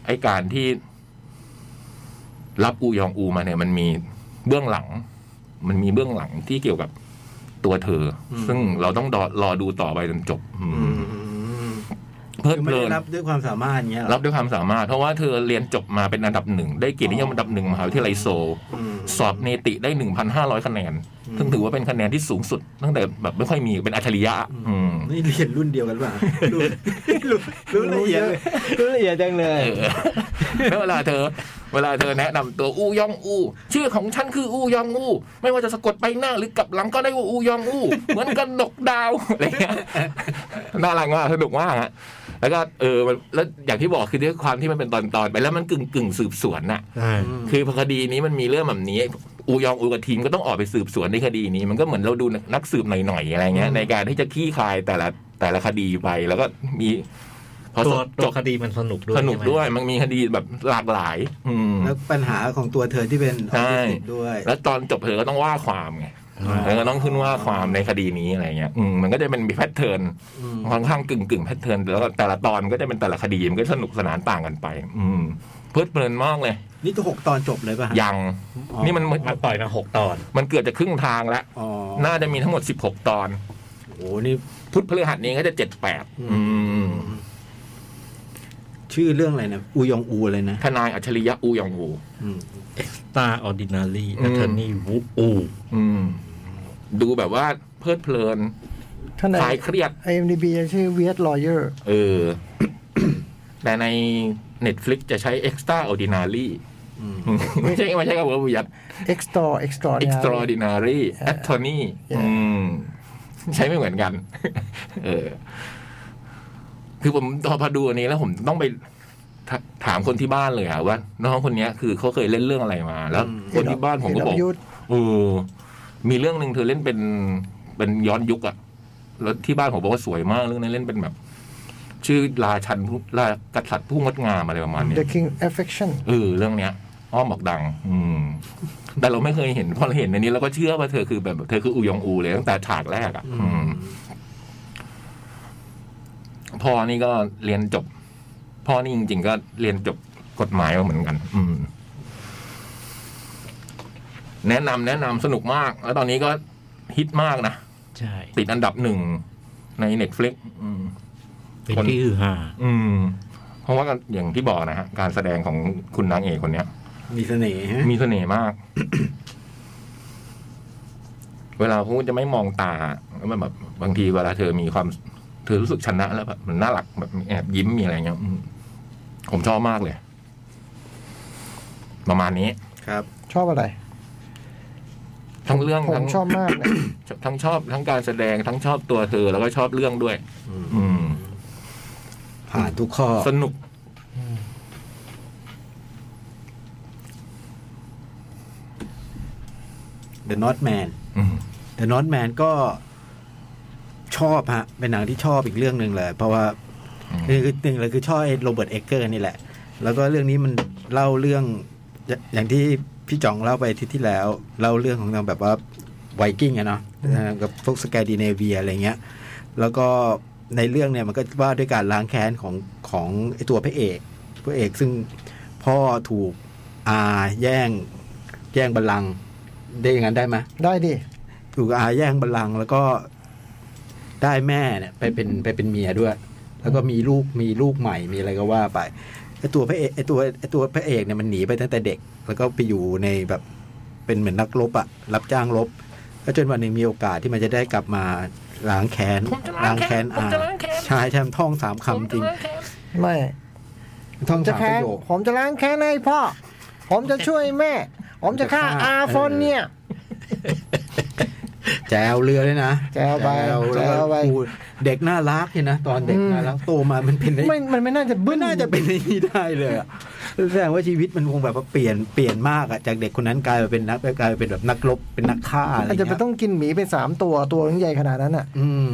Speaker 1: ไอการที่ รับอูยองอูมาเนี่ยมันมีเบื้องหลัง มันมีเบื้องหลังที่เกี่ยวกับตัวเธออซึ่งเราต้องรอรอดูต่อไปจนจบ อืม
Speaker 2: อืม
Speaker 1: เพลิด
Speaker 2: คือ
Speaker 1: เพ
Speaker 2: ไม่
Speaker 1: ลิ
Speaker 2: ได้
Speaker 1: น
Speaker 2: รับด้วยความสามารถอย่างเงี้ยเหร
Speaker 1: รั
Speaker 2: อบ
Speaker 1: ด้วยความสามารถ เพราะว่าเธอเรียนจบมาเป็นอันดับหนึ่งได้เกียรตินิยมอันดับหนึ่งมหาวิทยาลัยโซล
Speaker 2: อืม
Speaker 1: สอบเนติได้หนึ่งพันห้าร้อยคะแนน
Speaker 2: อืม
Speaker 1: ซึ่งถือว่าเป็นคะแนนที่สูงสุด ตั้งแต่แบบไม่ค่อยมีเป็นอัจฉริยะ อืม
Speaker 2: นี่เรียนรุ่นเดียวกันหรือเปล่ะรู้รู้รู้ละเอียดเลยรู้ละเอียดจังเลย
Speaker 1: แล้วเวลาเธอ เวลาเธอแนะนำตัวอูยองอู ชื่อของฉันคืออูยองอู ไม่ว่าจะสะกดไปหน้าหรือกลับหลังก็ได้ว่าอูยองอู เหมือนกันดกดาวอะไรเงี้ย น่ารักมากสนุกมากอะแล้วก็เออมันแล้วอย่างที่บอกคือด้วยความที่มันเป็นตอนตอนๆไปแล้วมันกึ่งกึ่งๆสืบสวนน่ะ
Speaker 6: อ่า
Speaker 1: คือพอคดีนี้มันมีเรื่องแบบนี้ อูยองอูกับทีมก็ต้องออกไปสืบสวนในคดีนี้ มันก็เหมือนเราดูนักสืบหน่อยๆอะไรเงี้ย ในการที่จะคลี่คลายแต่ละแต่ละคดีไปแล้วก็มีพอ
Speaker 6: ตัว
Speaker 1: จ
Speaker 6: ตัว
Speaker 1: บ
Speaker 6: คดีมันสนุกด้วย
Speaker 1: สนุก
Speaker 6: ใช่ไหม
Speaker 1: ด้วยมันมีคดีแบบหลากหลาย อืม
Speaker 2: แล้วปัญหาของตัวเธอที่เป็นอ
Speaker 1: ใช่
Speaker 2: อทิสติกด้วย
Speaker 1: แล้วตอนจบเธอก็ต้องว่าความไง
Speaker 6: อ่า
Speaker 1: เธอก็ต้องขึ้นว่าความในคดีนี้อะไรเงี้ยอืมมันก็จะเป็นมีแพทเทิร์น
Speaker 2: อืม
Speaker 1: ค่อนข้างกึ่งกึ่งๆแพทเทิร์นแล้วก็แต่ละตอนมันก็จะเป็นแต่ละคดีมันก็สนุกสนานต่างกันไป อืมเพลิดเพลินมากเลย
Speaker 2: นี่ก็หกตอนจบเลยป่ะฮะ
Speaker 1: ยัง
Speaker 2: อ๋อ
Speaker 1: นี่มัน
Speaker 6: มันปล่อยมาหกตอน
Speaker 1: มันเกือบจะครึ่งทางแล้ว
Speaker 2: อ๋อ
Speaker 1: น่าจะมีทั้งหมด 16 ตอน
Speaker 2: โอ้โหนี่
Speaker 1: พุธพฤหัสนี้ก็จะเจ็ดแปด
Speaker 2: อื ชื่อเรื่องอะไรนะอูยองอูเลยนะ
Speaker 1: ทนายอัจฉริยะอูยองอู
Speaker 2: อืม
Speaker 6: extraordinary
Speaker 1: อืม
Speaker 6: attorney Wu Wu
Speaker 1: อืม ดูแบบว่าเพลิดเพลิน
Speaker 5: ท่านไหน
Speaker 1: คลายเครียด
Speaker 5: IMDb จะชื่อ Weird Lawyer
Speaker 1: เออ แต่ใน Netflix จะใช้ extraordinary
Speaker 2: อืม
Speaker 1: ไม่ใช่ไม่ใช่กับเวอร์วิยัด
Speaker 5: Extra Extra
Speaker 1: extraordinary attorney อืม ใช้ไม่เหมือนกัน เออ คือผมพอพอดูอันนี้แล้วผมต้องไปถถามคนที่บ้านเลยอะว่า น้องคนเนี้ยคือเขาเคยเล่นเรื่องอะไรมา แล้ว คนที่บ้านผมก็บอก เออมีเรื่องหนึ่งเธอเล่นเป็นเป็นย้อนยุคอะแล้วที่บ้านผมบอกว่าสวยมากเรื่องนั้นเล่นเป็นแบบ ชื่อราชันผู้รากษัตริย์ผู้งดงามอะไรประมาณเนี้ย
Speaker 5: The King Affection
Speaker 1: เออเรื่องเนี้ย อ้อมบอกดัง อืม แต่เราไม่เคยเห็นพอเราเห็นในนี้เราก็เชื่อว่าเธอคือแบบเธอคืออูยองอูเลยตั้งแต่ฉากแรกอะอืมพ่อนี่ก็เรียนจบ พ่อนี่จริง ๆ ก็เรียนจบกฎหมายมาเหมือนกัน อืม แนะนำแนะนำสนุกมาก แล้วตอนนี้ก็ฮิตมากนะ
Speaker 6: ใช่
Speaker 1: ติดอันดับหนึ่งในเน็ตฟลิก
Speaker 6: เป็น
Speaker 1: คน
Speaker 6: ที่ฮือฮา
Speaker 1: อืม เพราะว่าก็อย่างที่บอกนะฮะการแสดงของคุณนางเอกคนเนี้ย
Speaker 2: มีเสน่ห์ฮะ
Speaker 1: มีเสน่ห์มาก เวลาพูดจะไม่มองตาแล้วมันแบบบางทีเวลาเธอมีความ เธอรู้สึกชนะแล้วแบบมันน่ารักแบบมีแอบยิ้มมีอะไรเงี้ยอืมผมชอบมากเลย ประมาณนี้
Speaker 2: ครับ
Speaker 5: ชอบอะไร
Speaker 1: ทั้งเรื่อง
Speaker 5: ผ
Speaker 1: ทั้
Speaker 5: ม
Speaker 1: ง
Speaker 5: ชอบมากเลย
Speaker 1: ทั้งชอบทั้งการแสดงทั้งชอบตัวเธอ แล้วก็ชอบเรื่องด้วย
Speaker 2: อืม
Speaker 1: อืม
Speaker 2: ผ่านทุกข้อ
Speaker 1: สนุก
Speaker 2: The Not Man
Speaker 1: อืม
Speaker 2: The Not Man ก็ชอบฮะ เป็นหนังที่ชอบอีกเรื่องหนึ่งเลย เพราะว่า
Speaker 1: อืม
Speaker 2: คือคือหนึ่งเลยคือชอบไอ้โรเบิร์ตเอเกอร์นี่แหละ แล้วก็เรื่องนี้มันเล่าเรื่องอย่าอย่างที่พี่จ่องเล่าไปอาทิตย์ที่แล้ว เล่าเรื่องของทางแบบว่าไวกิ้งอะเนาะเออกับพวกสแกดิเนเวียอะไรเงี้ย แล้วก็ในเรื่องเนี่ยมันก็ว่าด้วยการล้างแค้นของของไอ้ตัวพระเอกพระเอกซึ่งพ่อถูกอาแย่งแย่งบัลลังก์ได้อย่างนั้นได้ไหมย
Speaker 5: ได้ดิ
Speaker 2: ถูกอาแย่งบัลลังก์แล้วก็ได้แม่เนี่ยไปเป็นไปเป็นเมียด้วย แล้วก็มีลูกมีลูกใหม่มีอะไรก็ว่าไปไอตัวพระเอกไอตัวไอตัวพระเอกเนี่ยมันหนีไปตั้งแต่เด็ก แล้วก็ไปอยู่ในแบบเป็นเหมือนนักรบอะรับจ้างรบก็จนวันหนึ่งมีโอกาสที่มันจะได้กลับมาล้างแค้นล้างแค้นอาใช่ใช่มันท่องสามคำจริง
Speaker 5: ไม่
Speaker 2: มันท่อง
Speaker 5: จะ
Speaker 2: สามป
Speaker 5: แค้น
Speaker 2: ระโยค
Speaker 5: ผมจะล้างแค้นให้พ่อ ผมจะช่วยแม่ ผมจะฆ่า
Speaker 2: จะฆ่า
Speaker 5: อาฟอนเนี่ย
Speaker 2: แจวเรือเลยนะ
Speaker 5: แจวไป
Speaker 2: วแล้วก็
Speaker 5: แจวไป
Speaker 2: โอ้เด็กน่ารักเห็นนะ ตอนเด็กน่ารักโตมามันเป็น
Speaker 5: ไม่มันไม่น่าจะบึ้
Speaker 2: ไม่
Speaker 5: น
Speaker 2: น่าจะเป็นอย่างนี้ได้เลยอะแสดงว่าชีวิตมันคงแบบว่าเปลี่ยนเปลี่ยนมากอะจากเด็กคนนั้นกลายมาเป็นนักกลายมาเป็นแบบนักรบเป็นนักฆ่าอะไร
Speaker 5: อาจ
Speaker 2: เงี้
Speaker 5: จะ
Speaker 2: ย
Speaker 5: ไปต้องกินหมีไปสามตัวตัวมันใหญ่ขนาดนั้นอ่ะ
Speaker 2: อืม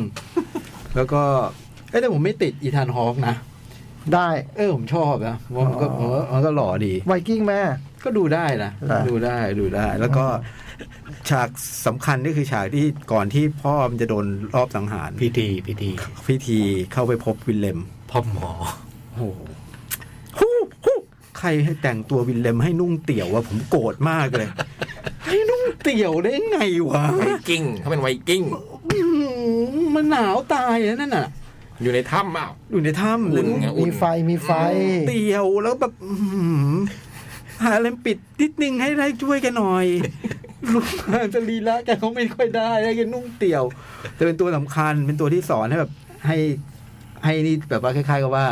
Speaker 2: แล้วก็เอ้ยแต่ผมไม่ติดอีธานฮอกนะ
Speaker 5: ได้
Speaker 2: เออผมชอบนะว่ามันก็
Speaker 5: อ๋อ
Speaker 2: มันก็หล่อดี
Speaker 5: ไวกิ้งแม่
Speaker 2: ก็ดูได้นะ
Speaker 5: อ่า
Speaker 2: ดูได้ดูได้ แล้วก็ฉากสำคัญก็คือฉากที่ก่อนที่พ่อมันจะโดนรอบสังหาร
Speaker 6: พิธีพิธี
Speaker 2: พิธีเข้าไปพบวิลเลม
Speaker 6: พ่อหมอ
Speaker 2: โอ้โหฮู้ฮู้ใครให้แต่งตัววิลเลมให้นุ่งเตี่ยววะผมโกรธมากเลย ให้นุ่งเตี่ยวได้ไงวะ
Speaker 4: ไวกิ้งเขาเป็นไวกิ้ง
Speaker 2: อื้อหือมันหนาวตายอะนั่นน่ะ
Speaker 4: อยู่ในถ้ำเปล่า
Speaker 2: อยู่ในถ้ำ
Speaker 4: อุ่
Speaker 2: แล้
Speaker 4: น
Speaker 2: ว
Speaker 4: ไง
Speaker 5: มีไฟมีไฟ
Speaker 2: เตียวแล้วแบบอื้อหือหาอะไรปิดนิดนึงให้ได้ช่วยแกันหน่อยลุงหานสรีละแกเขาไม่ค่อยได้แล้วแกนุ่งเตียว แต่เป็นตัวสำคัญเป็นตัวที่สอนให้แบบให้ให้นี่แบบว่าคล้ายๆกับว่า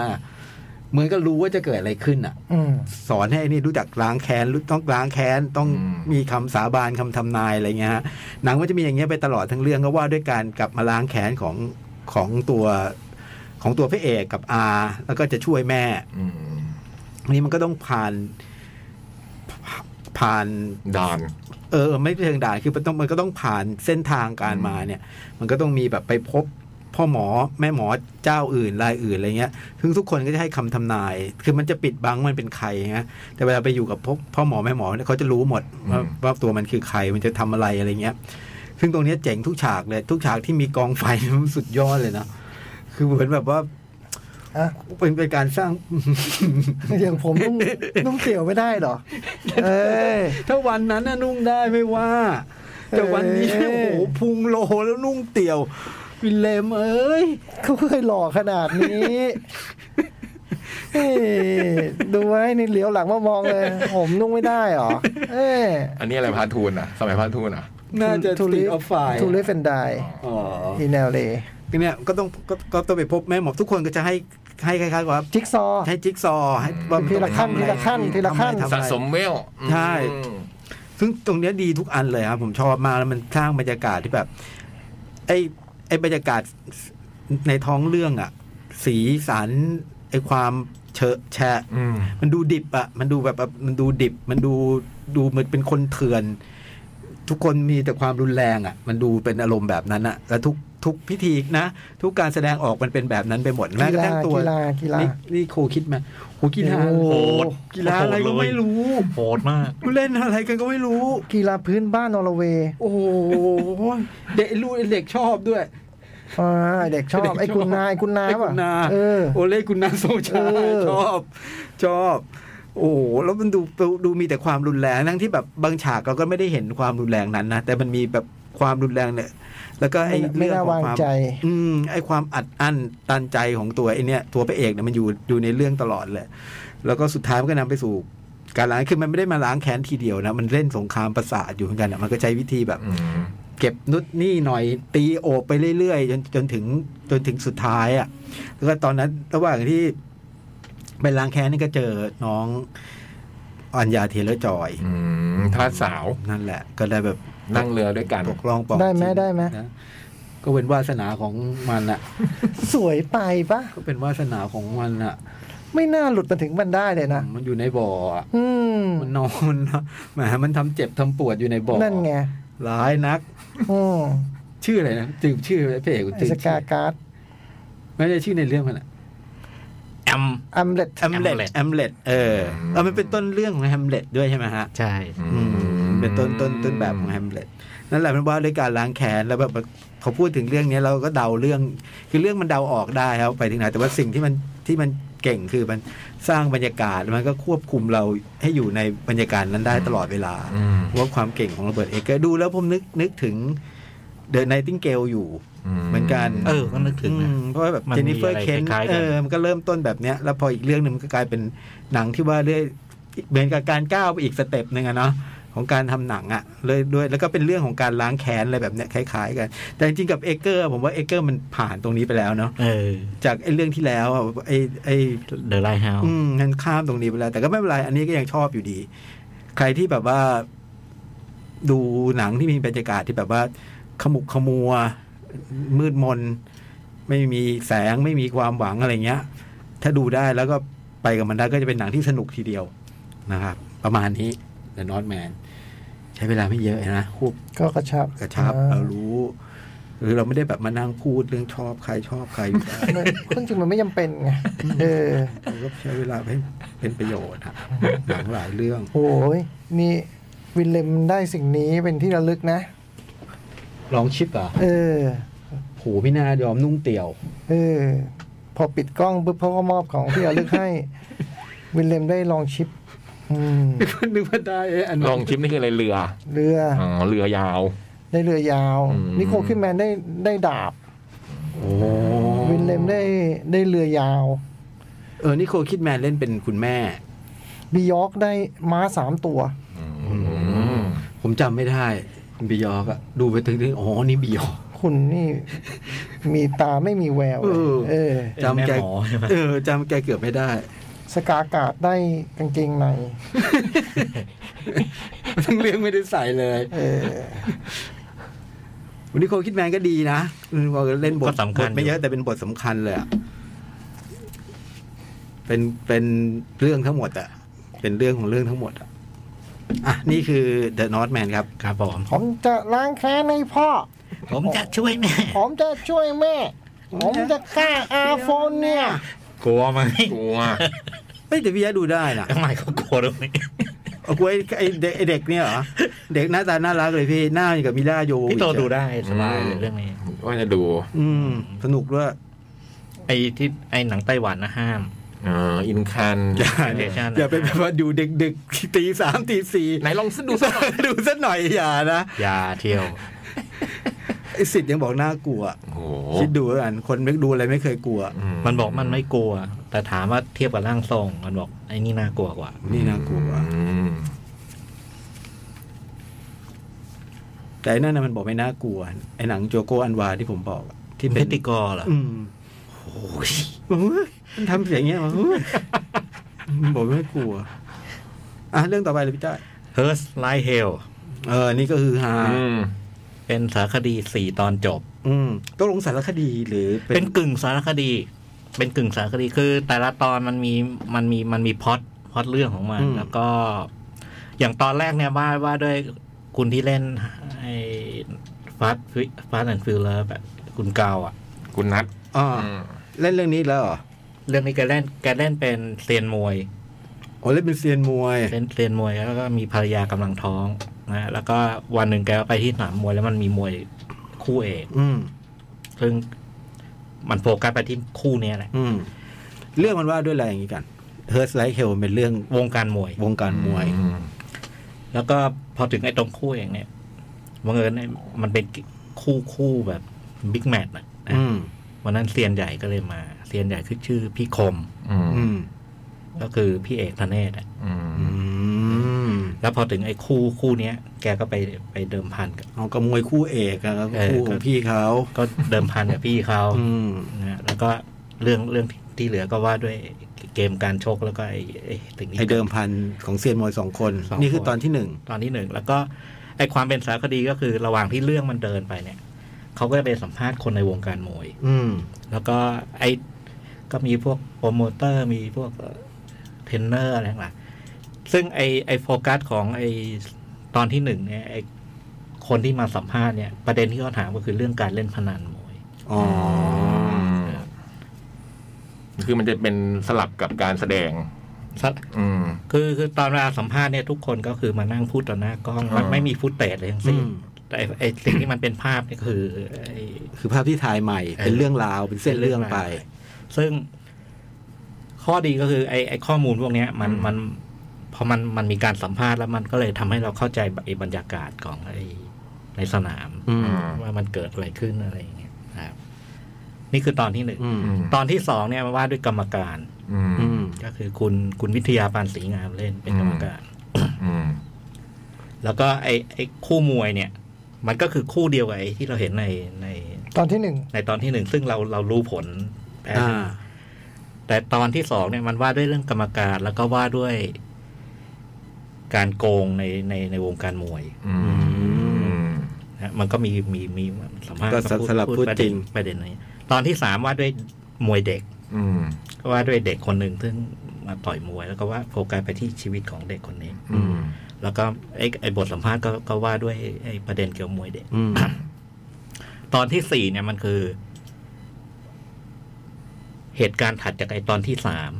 Speaker 2: เหมือนก็รู้ว่าจะเกิดอะไรขึ้นอ่ะ
Speaker 5: อืม
Speaker 2: สอนให้ไอ้นี่รู้จักล้างแค้นรู้ต้องล้างแค้นต้อง
Speaker 4: อืม
Speaker 2: มีคำสาบานคำทำนายอะไรเงี้ยฮะหนังมันจะมีอย่างเงี้ยไปตลอดทั้งเรื่องก็ว่าด้วยการกลับมาล้างแค้นของของตัวของตัวพระเอกกับอาแล้วก็จะช่วยแม่
Speaker 4: อืม
Speaker 2: นี่มันก็ต้องผ่าน ผ่าน
Speaker 4: ด่าน
Speaker 2: เออ ไม่เชิงด่านคือมันต้องมันก็ต้องผ่านเส้นทางการมาเนี่ย มันก็ต้องมีแบบไปพบพ่อหมอแม่หมอเจ้าอื่นรายอื่นอะไรเงี้ยซึ่งทุกคนก็จะให้คำทำนาย คือมันจะปิดบังมันเป็นใครฮะแต่เวลาไปอยู่กับพวกพ่อหมอแม่หมอเนี่ยเขาจะรู้หมดว่าว่าตัวมันคือใครมันจะทำอะไรอะไรเงี้ย ซึ่งตรงเนี้ยเจ๋งทุกฉากเลย ทุกฉากที่มีกองไฟ มันสุดยอดเลยนะคือเหมือนแบบว่า
Speaker 5: อ่ะ
Speaker 2: เป็นเป็นการสร้าง
Speaker 5: อย่างผมต้องต้องเสี่ยวไม่ได้เหรอ เอ้ย
Speaker 2: ถ้าวันนั้นน่ะนุ่งได้ไม่ว่า แต่วันนี้
Speaker 5: เอ้ย
Speaker 2: โอ้โหพุงโลแล้วนุ่งเตี่ยว วินเลมเอ้ย
Speaker 5: เขาเคยหล่อขนาดนี้เอ้ยดูไว้นี่เหลียวหลังมามองเลย ผมนุ่งไม่ได้เหรอ เอ้ย
Speaker 4: อันนี้อะไรพาทูนอ่ะ สมัยพาทูนอ่ะ
Speaker 2: น่าจะ
Speaker 5: To
Speaker 2: สตี
Speaker 5: live
Speaker 2: ออฟไฟ
Speaker 5: ทูเลฟเฟนได
Speaker 2: อ๋อ
Speaker 5: อีแนวเล
Speaker 2: เนี่ยก็ต้องก็ก็ต้องไปพบแม่หมอทุกคนก็จะให้ให้คล้ายๆกับ
Speaker 5: จิ๊กซอ
Speaker 2: ใช้จิ๊กซอว์ให้
Speaker 5: ทีละขั้น
Speaker 2: ทำอไร
Speaker 5: ทีละขั้นทีละขั้น
Speaker 2: ทำอไร
Speaker 4: สะ
Speaker 2: ทำอไร
Speaker 4: สมเวลอืม
Speaker 2: ใช่ ซึ่งตรงเนี้ยดีทุกอันเลยครับผมชอบมากแล้วมันสร้างบรรยากาศที่แบบ ไอ้ไอ้บรรยากาศในท้องเรื่องอะสีสันไอ้ความเฉอะแฉะ
Speaker 4: อืม
Speaker 2: มันดูดิบอะมันดูแบบมันดูดิบ มันดูดูเหมือนเป็นคนเถื่อน ทุกคนมีแต่ความรุนแรงอะมันดูเป็นอารมณ์แบบนั้นอะแล้วทุกทุกพิธีนะ ทุกการแสดงออกมันเป็นแบบนั้นไปหมดแม้กระทั่งตัว
Speaker 5: กีฬากีฬา
Speaker 2: นี่นี่โคคิดมาโหกีฬา
Speaker 5: โอ้โห
Speaker 2: กีฬาอะไรก็ไม่รู้
Speaker 6: โหดมาก
Speaker 2: เล่นอะไรกันก็ไม่รู้
Speaker 5: กีฬาพื้นบ้านนอร์เวย์
Speaker 2: โอ้โหเด็กรู้เด็กชอบด้วย
Speaker 5: อ่าเด็กชอบไอ้คุณนายคุณนา
Speaker 2: ไอ้คุ
Speaker 5: ป่ะ
Speaker 2: ณนา
Speaker 5: เออ
Speaker 2: โอเล่คุณนาโซชา
Speaker 5: เออ
Speaker 2: ชอบ ชอบ โอ้โหแล้วมันดูดูดูมีแต่ความรุนแรงทั้งที่แบบบางฉากเราก็ไม่ได้เห็นความรุนแรงนั้นนะแต่มันมีแบบความรุนแรงเนี่ย แล้วก็ไอ้
Speaker 5: ไม่
Speaker 2: เรื่องขอ
Speaker 5: น่าวาง ง
Speaker 2: ความ
Speaker 5: ใจ
Speaker 2: อืมไอ้ความอัดอั้นตันใจของตัวไอ้เนี่ยตัวพระเอกเนี่ยมันอยู่อยู่ในเรื่องตลอดเลย แล้วก็สุดท้ายมันก็นำไปสู่การล้างคือมันไม่ได้มาล้างแค้นทีเดียวนะมันเล่นสงครามประสาทอยู่เหมือนกันอะมันก็ใช้วิธีแบบ
Speaker 4: อืม
Speaker 2: เก็บนุดนี่หน่อยตีโอบไปเรื่อยๆจนจนถึงจนถึงสุดท้ายอะ่ะ แล้วก็ตอนนั้นระหว่างที่ไปล้างแค้นนี่ก็เจอน้องอัญญาเทเลอร์จอย
Speaker 4: อืมท่าสาว
Speaker 2: นั่นแหละ ก็ได้แบบ
Speaker 4: นั่งเรือด้วยกัน
Speaker 2: ปกลองปอก
Speaker 5: ได้ไห
Speaker 2: จ
Speaker 5: ม
Speaker 2: ริง
Speaker 5: ได้ไหม
Speaker 2: นะก็เป็นวาสนาของมันอะ
Speaker 5: สวยไปปะ
Speaker 2: ก็เป็นวาสนาของมันอะ
Speaker 5: ไม่น่าหลุดมาถึงมันได้เลยนะ
Speaker 2: มันอยู่ในบ่ออะ
Speaker 5: อืม
Speaker 2: มันนอนแหมมันทำเจ็บทำปวดอยู่ในบ่อ
Speaker 5: นั่นไง
Speaker 2: ร้ายนัก
Speaker 5: อืม
Speaker 2: ชื่ออะไรนะจืมชื่อไอ้เพจ
Speaker 5: ไอ
Speaker 2: จืม
Speaker 5: ส
Speaker 2: ชื่
Speaker 5: กา
Speaker 2: อ
Speaker 5: การ์ด
Speaker 2: ไม่ใช่ชื่อในเรื่องมันอะ
Speaker 6: แอม
Speaker 5: อัมเล็ต
Speaker 2: แอมเล็ต
Speaker 6: Hamlet
Speaker 2: แอมเล็ต เออ
Speaker 4: ม
Speaker 2: เออมันเป็นต้นเรื่องของแฮมเล็ตด้วยใช่ไหมฮะ
Speaker 6: ใช่
Speaker 2: อืม เป็นต้นต้นต้นแบบของแฮมเล็ต นั่นแหละมันว่าด้วยการล้างแค้นแล้วแบบพอพูดถึงเรื่องนี้เราก็เดาเรื่อง คือเรื่องมันเดาออกได้ครับไปถึงไหนแต่ว่าสิ่งที่มันที่มันเก่งคือมันสร้างบรรยากาศมันก็ควบคุมเราให้อยู่ในบรรยากาศนั้นได้ตลอดเวลา
Speaker 4: อืม
Speaker 2: ว่าความเก่งของโรเบิร์ตเอกดูแล้วผมนึกนึกถึงเดอะไนติงเกลอยู่ เหมือนกัน
Speaker 6: เออ ก็นึกถึงนะ
Speaker 2: อืมเพราะว่าแบบ
Speaker 6: มัน
Speaker 2: เจนนิเฟอร์
Speaker 6: มีอะไร
Speaker 2: เคน
Speaker 6: คล้ายๆกั
Speaker 2: เอน อมันก็เริ่มต้นแบบเนี้ย แล้วพออีกเรื่องหนึ่งมันก็กลายเป็นหนังที่ว่าเรื่อยเหมือนกับการก้าวไปอีกสเต็ปหนึ่งอะเนาะของการทำหนังอะเลยด้วยแล้วก็เป็นเรื่องของการล้างแค้นอะไรแบบเนี้ยคล้ายๆกัน แต่จริงๆกับเอเกอร์ ผมว่าเอเกอร์มันผ่านตรงนี้ไปแล้วเนาะ
Speaker 6: เออ
Speaker 2: จากไอ้เรื่องที่แล้วอะไอ้ไอ้
Speaker 6: The Lighthouse
Speaker 2: อืมงั้นข้ามตรงนี้ไปแล้ว แต่ก็ไม่เป็นไรอันนี้ก็ยังชอบอยู่ดี ใครที่แบบว่า ดูหนังที่มีบรรยากาศที่แบบว่า ขมุกขมัว มืดมน ไม่มีแสงไม่มีความหวังอะไรเงี้ย ถ้าดูได้แล้วก็ไปกับมันได้ก็จะเป็นหนังที่สนุกทีเดียวนะครับ ประมาณนี้ The Northman ใช้เวลาไม่เยอะนะควบ
Speaker 5: ก็กระชับ
Speaker 2: กระชับ
Speaker 5: อ่า
Speaker 2: เรารู้ หรือเราไม่ได้แบบมานั่งพูดเรื่องชอบใครชอบใครอยู่ได้
Speaker 5: มันจริงๆมันไม่จำเป็นไงเออ
Speaker 2: เราก็ใช้เวลาให้เป็นประโยชน์อะหนังหลายเรื่อง
Speaker 5: โอ้ยนี่วินเลมได้สิ่งนี้เป็นที่ระลึกนะ
Speaker 2: ลองชิปอ่ะ
Speaker 5: เออ
Speaker 2: โหไม่น่ายอมนุ่งเตี่ยว
Speaker 5: เออ พอปิดกล้องปุ๊บเขาก็มอบของที่ระลึกให้ วินเลมได้ลองชิป อืม
Speaker 2: นึกว่าได้ไอ้อัน
Speaker 4: ล
Speaker 2: นั้
Speaker 4: อง
Speaker 2: น
Speaker 4: ชิปนี่คืออะไรเรือ
Speaker 5: เรือ
Speaker 4: อ๋อเรือยาว
Speaker 5: ได้เรือยาว
Speaker 4: อืม
Speaker 5: นิโคลคิดแมนได้ได้ดาบ
Speaker 2: โอ้
Speaker 5: วินเลมได้ได้เรือยาว
Speaker 2: เออนิโคลคิดแมนเล่นเป็นคุณแม่
Speaker 5: บิยอร์กได้ม้าสามตัว
Speaker 2: ผมจำไม่ได้คุณบิยอกอะดูไปถึงที่อ๋อนี่บิยอก
Speaker 5: คุณนี่มีตาไม่มีแววเลย
Speaker 2: เออ
Speaker 5: เออ
Speaker 2: จำแก
Speaker 6: เป็นแม่หมอใช่ไหม
Speaker 2: เออจำแกเกือบไม่ได้
Speaker 5: สกากาดได้กางเกงใน
Speaker 2: ทั้งเรื่องไม่ได้ใส่เลย
Speaker 5: เออ
Speaker 2: วันนี้โคลคิดแมนก็ดีนะเราเล่นบท
Speaker 6: ก็สำคัญ
Speaker 2: บทไม่เยอะแต่เป็นบทสำคัญเลยอะเป็นเป็นเรื่องทั้งหมดอะเป็นเรื่องของเรื่องทั้งหมดอะอ่ะนี่คือ The Northman ครับ
Speaker 6: ครับผม
Speaker 5: ผมจะล้างแค้นให้พ่อ
Speaker 6: ผมจะช่วยแม่
Speaker 5: ผมจะช่วยแม่ ผมจะฆ่าอาโฟนเนี่ย
Speaker 6: กลัวไหม
Speaker 4: กลัว
Speaker 2: เฮ้ยแต่พี่ยะดูได้นะ
Speaker 6: ทำไมเขากลัวด้วย
Speaker 2: เอากล้วยไอ้เด็กไอ้เด็กเนี่ยเหรอ เด็กหน้าตาน่ารักเลยพี่หน้าอย่างกับมิล่าโย
Speaker 6: พี่โตดู
Speaker 2: ได้
Speaker 6: ได้สบายเลยเรื่องนี้
Speaker 4: ว่าจะดู
Speaker 2: อืม สนุกด้วย
Speaker 6: ไอ้ที่ไอ้หนังไต้หวันนะห้าม
Speaker 4: เอ่ออินคัน
Speaker 6: เดี๋ยวฉัน
Speaker 2: อย่าไปแบบว่าดูดึกดึกๆตีสามตีสี่
Speaker 4: ไหนลองดูสักหน่อย
Speaker 2: ดูสักหน่อยอย่านะ
Speaker 6: อยาเที่ยว
Speaker 2: ไอ้สิทธิ์ยังบอกน่ากลัว
Speaker 4: โอ้โห
Speaker 2: คิดดูแล้วกันคนไม่ดูอะไรไม่เคยกลัว
Speaker 4: อื
Speaker 6: มันบอกมันไม่กลัว แต่ถามว่าเทียบกับร่างทรง มันบอกไอ้นี่น่ากลัวกว่า
Speaker 2: นี่น่ากลัว
Speaker 4: อืม
Speaker 2: แต่ไอ้นั่นนะมันบอกไม่น่ากลัว ไอ้หนังโจโกอันวาที่ผมบอกอะที่
Speaker 6: เพ
Speaker 2: เป็น
Speaker 6: ติกอเหรอ
Speaker 2: อืม
Speaker 6: โอ้ย
Speaker 2: บอกเฮ้ยมันทำเสียงเงี้ยมาเฮ้ยมัน บอกไม่กลัว อ่ะเรื่องต่อไปเลยพี่จ้อย
Speaker 6: เฮิร์สไลเฮล
Speaker 2: เออนี่ก็คือฮา
Speaker 4: อืม
Speaker 6: เป็นสารคดีสี่ตอนจบ
Speaker 2: อืมตกลงสารคดีหรือเป็
Speaker 6: เป็น นกึ่งสารคดี เป็นกึ่งสารคดีคือ แต่ละตอนมันมีมันมีมันมีพล็อดพล็อดเรื่องของมัน แล้วก็ อย่างตอนแรกเนี่ยว่าว่าด้วยคุณที่เล่นไอ้ฟาสฟาสแอนด์ฟิลเลอร์แบบคุณเกาอ่ะ
Speaker 4: คุณนัท
Speaker 2: อ่า
Speaker 4: อืม
Speaker 2: เล่นเรื่องนี้แล้วเหรอ
Speaker 6: เรื่องนี้แกเล่นแกเล่นเป็นเซียนมวย
Speaker 2: โอ้เล่นเป็นเซียนมวย
Speaker 6: เล่นเรียนมวยแล้วก็มีภรรยากำลังท้องนะแล้วก็วันหนึ่งแกก็ไปที่สนามมวยแล้วมันมีมวยคู่เอก
Speaker 2: อืม
Speaker 6: ซึ่งมันโฟกัสไปที่คู่เนี้ยแหละ
Speaker 2: อืม เรื่องมันว่าด้วยอะไรอย่างนี้กันเฮิร์สไลท์เฮลเป็นเรื่อง
Speaker 6: วงการมวย
Speaker 2: วงการมวย
Speaker 4: อืม
Speaker 6: แล้วก็พอถึงไอ้ตรงคู่เอกเนี่ยบังเอิญไอ้มันเป็นคู่คู่แบบบิ๊กแมตช์นะนะ
Speaker 2: อืม
Speaker 6: วันนั้นเซียนใหญ่ก็เลยมาเซียนใหญ่คือชื่อพี่คม
Speaker 4: อืม
Speaker 2: อืม
Speaker 6: ก็คือพี่เอกธเนศอะ
Speaker 4: อืม
Speaker 2: อืม
Speaker 6: แล้วพอถึงไอ้คู่คู่เนี้ย แกก็ไปไปเดิมพันกับ
Speaker 2: เอากมวยคู่เอกอะครับ
Speaker 6: เออ
Speaker 2: คู่ของพี่เขา
Speaker 6: ก็เดิมพันกับพี่เขา
Speaker 2: อืม
Speaker 6: นะฮะแล้วก็เรื่องเรื่องที่เหลือก็ว่าด้วยเกมการชกแล้วก็ไอ้ไอ้สิ่งที่
Speaker 2: ไอเดิมพันของเซียนมวยสองคน
Speaker 6: สองคน
Speaker 2: นี่คือตอนที่หนึ่ง
Speaker 6: ตอนที่หนึ่งแล้วก็ไอ้ความเป็นสารคดีก็คือระหว่างที่เรื่องมันเดินไปเนี่ยเขาก็จะไปสัมภาษณ์คนในวงการมวย
Speaker 2: อืม
Speaker 6: แล้วก็ไอ้ก็มีพวกโปรโมเตอร์มีพวกเทรนเนอร์อะไรต่างๆซึ่งไอ้ไอ้โฟกัสของไอ้ตอนที่หนึ่งเนี่ยไอ้คนที่มาสัมภาษณ์เนี่ยประเด็นที่เขาถามก็คือเรื่องการเล่นพนันมวย
Speaker 2: อ๋อ
Speaker 4: คือมันจะเป็นสลับกับการแสดง อืม
Speaker 6: คือคือตอนเวลาสัมภาษณ์เนี่ยทุกคนก็คือมานั่งพูดต่อหน้ากล้องไม่
Speaker 4: อ่า
Speaker 6: ไม่มีฟุตเตจเลยทั้งสิ้น
Speaker 2: อืม
Speaker 6: แต่ไอ้ไอ้สิ่งที่มันเป็นภาพเนี่ยคือไอ้
Speaker 2: คือภาพที่ถ่ายใหม่
Speaker 6: เออ
Speaker 2: เป็นเรื่องราวเป็นเส้นเรื่องไป
Speaker 6: ซึ่งข้อดีก็คือไอ้ไอ้ข้อมูลพวกเนี้ยมัน
Speaker 4: อืม
Speaker 6: มันพอมันมันมีการสัมภาษณ์แล้วมันก็เลยทำให้เราเข้าใจไอ้บรรยากาศของไอ้ในสนาม
Speaker 2: อืม
Speaker 6: ว่ามันเกิดอะไรขึ้นอะไรอย่างเงี้ยนะครับนี่คือตอนที่หนึ่ง
Speaker 2: อืม
Speaker 4: อืม
Speaker 6: ตอนที่สองเนี่ยมันว่าด้วยกรรมการ
Speaker 4: อืม
Speaker 2: อืม
Speaker 6: ก็คือคุณคุณวิทยาปานศรีงามเล่นเป็นกรรมการ
Speaker 4: อืม
Speaker 6: แล้วก็ไอ้ไอ้คู่มวยเนี่ย มันก็คือคู่เดียวกับไอ้ที่เราเห็นในใน
Speaker 5: ตอนที่หนึ่ง
Speaker 6: ในตอนที่หนึ่งซึ่งเราเรารู้ผลแพ้
Speaker 2: อ่า
Speaker 6: แต่ตอนที่สองเนี่ยมันว่าด้วยเรื่องกรรมการ แล้วก็ว่าด้วยการโกงในในในวงการมวย
Speaker 4: อืม
Speaker 2: อืม
Speaker 6: มันก็มีมีมีสัมภาษณ์
Speaker 2: ก็
Speaker 6: พู
Speaker 2: สลับพูด
Speaker 6: ประ
Speaker 2: จริ
Speaker 6: เด็น
Speaker 2: ง
Speaker 6: ประเด็นนี้ตอนที่สามว่าด้วยมวยเด็ก
Speaker 4: อืม
Speaker 6: ว่าด้วยเด็กคนหนึ่งซึ่งมาต่อยมวยแล้วก็ว่าโฟกัสไปที่ชีวิตของเด็กคนนี้
Speaker 4: อืม
Speaker 6: แล้วก็ไอ้ไอ้บทสัมภาษณ์ก็ก็ว่าด้วยไอ้ประเด็นเกี่ยวกับมวยเด็ก
Speaker 2: อืม
Speaker 6: ตอนที่สี่เนี่ยมันคือ เหตุการณ์ถัดจากไอ้ตอนที่สาม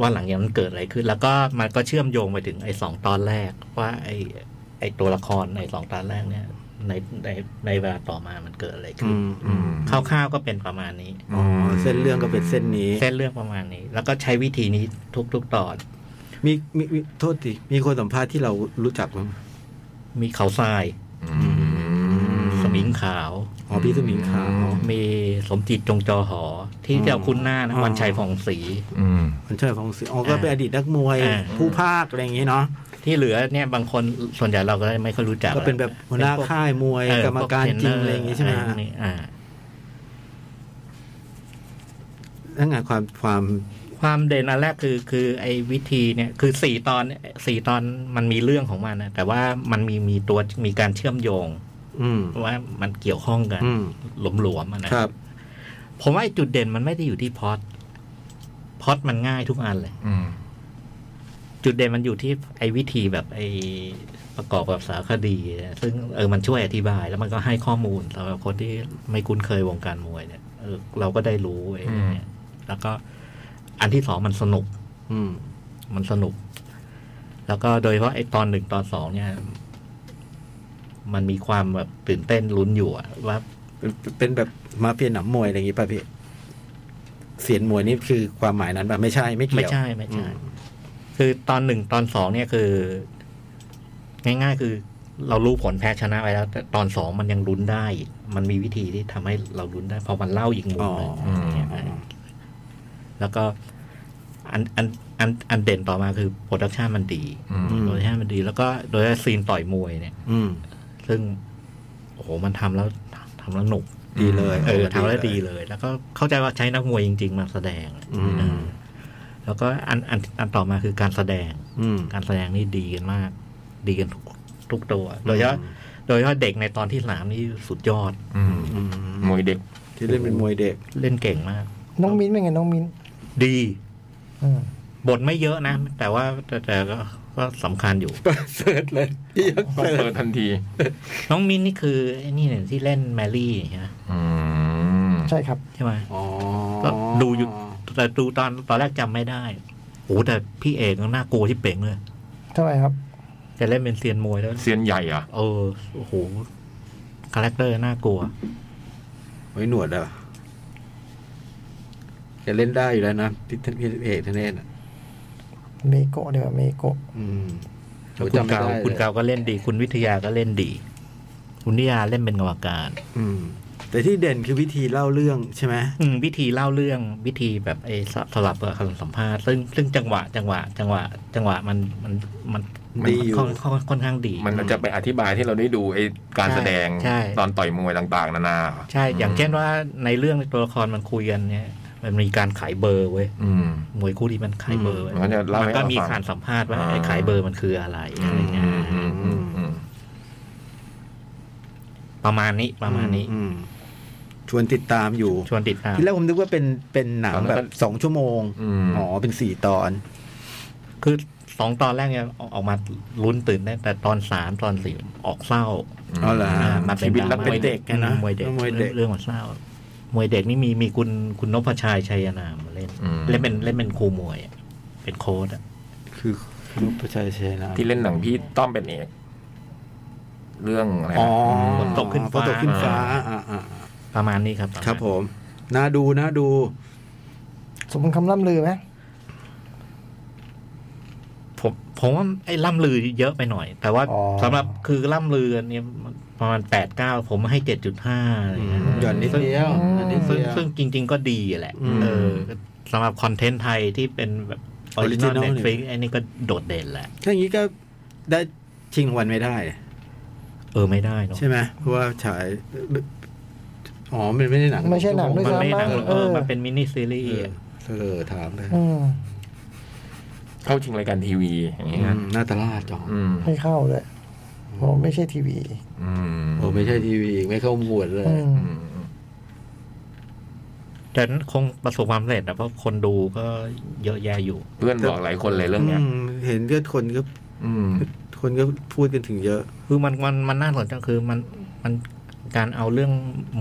Speaker 6: ว่าหลังจากนั้นเกิดอะไรขึ้น แล้วก็มันก็เชื่อมโยงไปถึงไอ้สองตอนแรก ว่าไอ้ไอ้ตัวละครในสองตอนแรกเนี่ย ในในในเวลาต่อมามันเกิดอะไรขึ้น
Speaker 4: อืม
Speaker 6: คร่าวๆก็เป็นประมาณนี้
Speaker 2: อ๋อเส้นเรื่องก็เป็นเส้นนี้
Speaker 6: เส้นเรื่องประมาณนี้ แล้วก็ใช้วิธีนี้ทุก ๆ ตอน
Speaker 2: มีมีมีโทษทีมีคนสัมภาษณ์ที่เรารู้จักมั้ง
Speaker 6: มีเขาทราย
Speaker 4: อืม
Speaker 6: สมิงขาว
Speaker 2: อ๋อพี่สมิงขาว
Speaker 6: มีสมจิตจงจอหอ ที่เจ้าคุ้นหน้านะ
Speaker 2: อ๋อ
Speaker 6: วันชัยผ่องศรี
Speaker 4: อืม
Speaker 2: คนเชิดของศิลป์อ๋อก็เป็นอดีตนักมวย
Speaker 6: อ่า
Speaker 2: ผู้ภาคอะไรอย่างงี้เนาะ
Speaker 6: ที่เหลือเนี่ยบางคนส่วนใหญ่เราก็ไม่ค่อยรู้จัก
Speaker 2: ก็เป็นแบบหัวหน้าค่ายมวย
Speaker 6: เออก
Speaker 2: รรมการจริงอะไรอย่างงี้ใช่ไหม
Speaker 6: พวกเทนเนอร์อะไรพวกนี้อ่า
Speaker 2: ทั้งงานความความ
Speaker 6: ความเด่นอันแรกคือคือไอ้วิธีเนี่ยคือสี่ตอนเนี่ยสี่ตอนมันมีเรื่องของมันนะแต่ว่ามันมีมีตัวมีการเชื่อมโยง
Speaker 2: อืม
Speaker 6: ว่ามันเกี่ยวข้องกัน
Speaker 2: อืม
Speaker 6: หลวมๆอะนะครับ ผมว่าไอ้จุดเด่นมันไม่ได้อยู่ที่พล็อดพล็อดมันง่ายทุกอันเลย
Speaker 4: อืม
Speaker 6: จุดเด่นมันอยู่ที่ไอ้วิธีแบบไอ้ประกอบกับสารคดีเนี่ยซึ่งเออมันช่วยอธิบาย แล้วมันก็ให้ข้อมูลสำหรับคนที่ไม่คุ้นเคยวงการมวยเนี่ยเออเราก็ได้รู้ไอ้
Speaker 4: อืม
Speaker 6: เนี่ยแล้วก็อันที่สองมันสนุก
Speaker 2: อืม
Speaker 6: มันสนุก แล้วก็โดยเฉพาะไอ้ตอนหนึ่งตอนสองเนี่ย มันมีความแบบตื่นเต้นลุ้นอยู่อะว่า
Speaker 2: เป็นเป็นแบบมาเฟียหนังมวยอะไรอย่างงี้ป่ะพี่เสียนมวยนี่คือความหมายนั้นป่ะไม่ใช่ไม่เกี่
Speaker 6: ไม่
Speaker 2: ยว
Speaker 6: ใช่ไม่ใช่
Speaker 2: อืม
Speaker 6: คือตอนหนึ่งตอนสองเนี่ยคือ ง่าย ๆ คือเรารู้ผลแพ้ชนะไปแล้ว แต่ตอนสองมันยังลุ้นได้อีกมันมีวิธีที่ทำให้เราลุ้นได้เพอมันเล่าอีกมุม
Speaker 2: อ๋อ
Speaker 6: หนึ่ง
Speaker 2: อืม
Speaker 6: เนี่ยแล้วก็อันอันอันอันเด่นต่อมาคือโปรดักชันมันดี
Speaker 4: อืม
Speaker 6: โปรดักชันมันดี แล้วก็โดยเฉพาะซีนต่อยมวยเนี่ย
Speaker 2: อืม
Speaker 6: ซึ่งโอ้โหมันทำแล้วทำแล้วหนุก
Speaker 2: ดีเลย
Speaker 6: เออทำแล้วดีเลย แล้วก็เข้าใจว่าใช้นักมวยจริง ๆ มาแสดง
Speaker 2: อืม
Speaker 6: แล้วก็อันอันอันต่อมาคือการแสดง
Speaker 2: อืม
Speaker 6: การแสดงนี่ดีกันมาก ดีกันทุกทุกตัว โดยเฉพาะโดยเฉพาะเด็กในตอนที่สามนี่สุดยอด
Speaker 4: อืม
Speaker 2: อืม
Speaker 4: มวยเด็ก
Speaker 2: ที่เล่นเป็นมวยเด็ก
Speaker 6: เล่นเก่งมาก
Speaker 5: น้องมิ้นเป็นไงน้องมิ้น
Speaker 6: ดี
Speaker 5: อ่า
Speaker 6: บทไม่เยอะนะ แต่ว่าแต่แต่ก็ก็สำคัญอยู่
Speaker 2: ประเสริฐเลยพี่ยักษ์
Speaker 4: ก็เปิดทันที
Speaker 6: น้องมินนี่คือไอ้นี่เนี่ยที่เล่นแมรี่ใช่ไหม
Speaker 4: อืม
Speaker 5: ใช่ครับ
Speaker 6: ใช่ไหม
Speaker 2: อ๋อ
Speaker 6: ก็ดูอยู่ แต่ดูตอนตอนแรกจำไม่ได้โอ้โหแต่พี่เอกก็น่ากลัวที่เป่งเลย
Speaker 5: เท่าไหร่ครับ
Speaker 6: จะเล่นเป็นเซียนมวยแล้ว
Speaker 4: เซียนใหญ่อ่ะ
Speaker 6: เออโอ้โหคาแรคเตอร์น่ากลัว
Speaker 2: ไว้หนวดอ่ะแกเล่นได้อยู่แล้วนะพี่ท่านพี่เอกท่านเล่นอ่ะ
Speaker 5: เมโกะเดี๋ยวาเมโกะ
Speaker 2: อืม
Speaker 6: คุ
Speaker 2: โอ้
Speaker 6: ณ
Speaker 2: ยจำไม่
Speaker 6: เกา
Speaker 2: ได้ลย
Speaker 6: คุณเกาก็เล่นดี คุณวิทยาก็เล่นดี คุณวิทยาเล่นเป็นกรรมการ
Speaker 2: อืม แต่ที่เด่นคือวิธีเล่าเรื่องใช่ไหม
Speaker 6: อืมวิธีเล่าเรื่องวิธีแบบไอ้สสลับกับคำสัมภาษณ์ซึ่งซึ่งจังหวะจังหวะ จังหวะ จังหวะมันมันมัน
Speaker 2: ดีอยู่
Speaker 6: ค่อนค่อนค่อนข้างดี
Speaker 4: มันจะไปอธิบายที่เราได้ดูไอ้การ
Speaker 6: ใช่
Speaker 4: แสดง
Speaker 6: ใช่
Speaker 4: ตอนต่อยมวยต่างๆ นานา
Speaker 6: ใช่ อย่างเช่นว่าในเรื่องในตัวละครมันคุยกันเนี่ย มันมีการขายเบอร์เว้ย
Speaker 4: อืม
Speaker 6: มวยคู่ที่มันขายเบอร์
Speaker 4: มันก็จะเล่าให้
Speaker 6: มันก็มี
Speaker 4: เราฟัง
Speaker 6: การสัมภาษณ์ว่า
Speaker 4: อ่า
Speaker 6: ไอ้ขายเบอร์มันคืออะไรอะไรเงี้ย
Speaker 4: อืมอืมอืม
Speaker 6: ประมาณนี้ประมาณนี้
Speaker 2: อือืมชวนติดตามอยู่
Speaker 6: ชวนติดตาม
Speaker 2: ที่แรกผมนึกว่าเป็นเป็นหนังแบบสองชั่วโมง
Speaker 4: อืม
Speaker 2: อ๋อเป็นสี่ตอน
Speaker 6: คือสองตอนแรกเนี่ยออกออกมาลุ้นตื่นเต้นแต่ตอนสามตอนสี่ออกเศร้า
Speaker 2: อ๋อเหรอ
Speaker 6: อ่า
Speaker 4: ชีวิตรักเป็นเด็ก
Speaker 2: กันนะ
Speaker 6: มวยเด็ก
Speaker 2: มวยเด็ก
Speaker 6: เรื่องของเศร้ามวยเด็กนี่มีมีคุณคุณนพชัยชัยนามมาเล่น
Speaker 4: อืม
Speaker 6: เล่นเป็นเล่นเป็นครูมวยอะเป็นโค้ดอะ
Speaker 2: คือรูปประชัยเชยนะ
Speaker 4: ที่เล่นหนังพี่ต้อมเป็นเอก เรื่องอะไรนะ
Speaker 2: อ๋อ
Speaker 4: ม
Speaker 2: ฝนตกขึ้นฟ้าอ่าอ่า
Speaker 6: ประมาณนี้ครับปะาณ
Speaker 2: ครับผม น่าดูน่าดู
Speaker 5: สมคำล่ำลือไหม
Speaker 6: ผมผมว่าไอ้ล่ำลือเยอะไปหน่อย แต่ว่า
Speaker 5: อ๋อ
Speaker 6: สำหรับคือล่ำลืออันเนี้ยมันประมาณแปดเก้าผมให้เจ็ดจุดห้าอะไรเงี้ย
Speaker 2: หย่อนนิดเดียว
Speaker 5: ซึ่ง
Speaker 2: อันนิด
Speaker 6: ซึ่ง
Speaker 2: เดียว
Speaker 6: ซึ่งจริง ๆ ก็ดีแหละ
Speaker 2: อืม
Speaker 6: เออสำหรับคอนเทนต์ไทยที่เป็นแบบออริจินอล
Speaker 2: Original
Speaker 6: เน็ตฟลิก
Speaker 2: เนี่ย
Speaker 6: อันนี้ก็โดดเด่นแหละ
Speaker 2: ถ้าอย่างนี้ก็ได้ชิงรางวันไม่ได้
Speaker 6: เออไม่ได้เนอะ
Speaker 2: ใช่ไหมเพราะว่าฉาย อ๋อมันไม่ได้หนัง
Speaker 5: ไม่ใช่หนังด้วย
Speaker 6: มัน
Speaker 5: ซ้ำ
Speaker 6: ไม่หนัง
Speaker 5: มั้ง
Speaker 6: เอ
Speaker 5: เอ
Speaker 6: อ
Speaker 5: อ
Speaker 6: มันเป็นมินิซีรี
Speaker 2: เอ
Speaker 6: ส์
Speaker 2: อ
Speaker 6: อะ
Speaker 2: เออถามเลย
Speaker 5: อืม
Speaker 4: เข้าชิงรายการทีวีอย่างเงี้ย
Speaker 2: หน้าตลาดจอง
Speaker 4: อืม
Speaker 5: ไม่เข้าเลย
Speaker 2: อื
Speaker 5: เพราะไม่ใช่ทีวี
Speaker 1: อืม
Speaker 3: โอ้ไม่ใช่ทีวีไม่เข้าหมวดเลย
Speaker 5: อืม
Speaker 1: อืม
Speaker 6: แต่คงประสบความสำเร็จนะเพราะคนดูก็เยอะแยะอยู่
Speaker 1: เพื่อนบอกหลายคนเลยเรื่องเนี้ย
Speaker 2: มเห็นก็คนก็
Speaker 1: อืม
Speaker 2: คนก็พูดกันถึงเยอะ
Speaker 6: คือมันมันมันน่าสนใจคือมันมันการเอาเรื่อง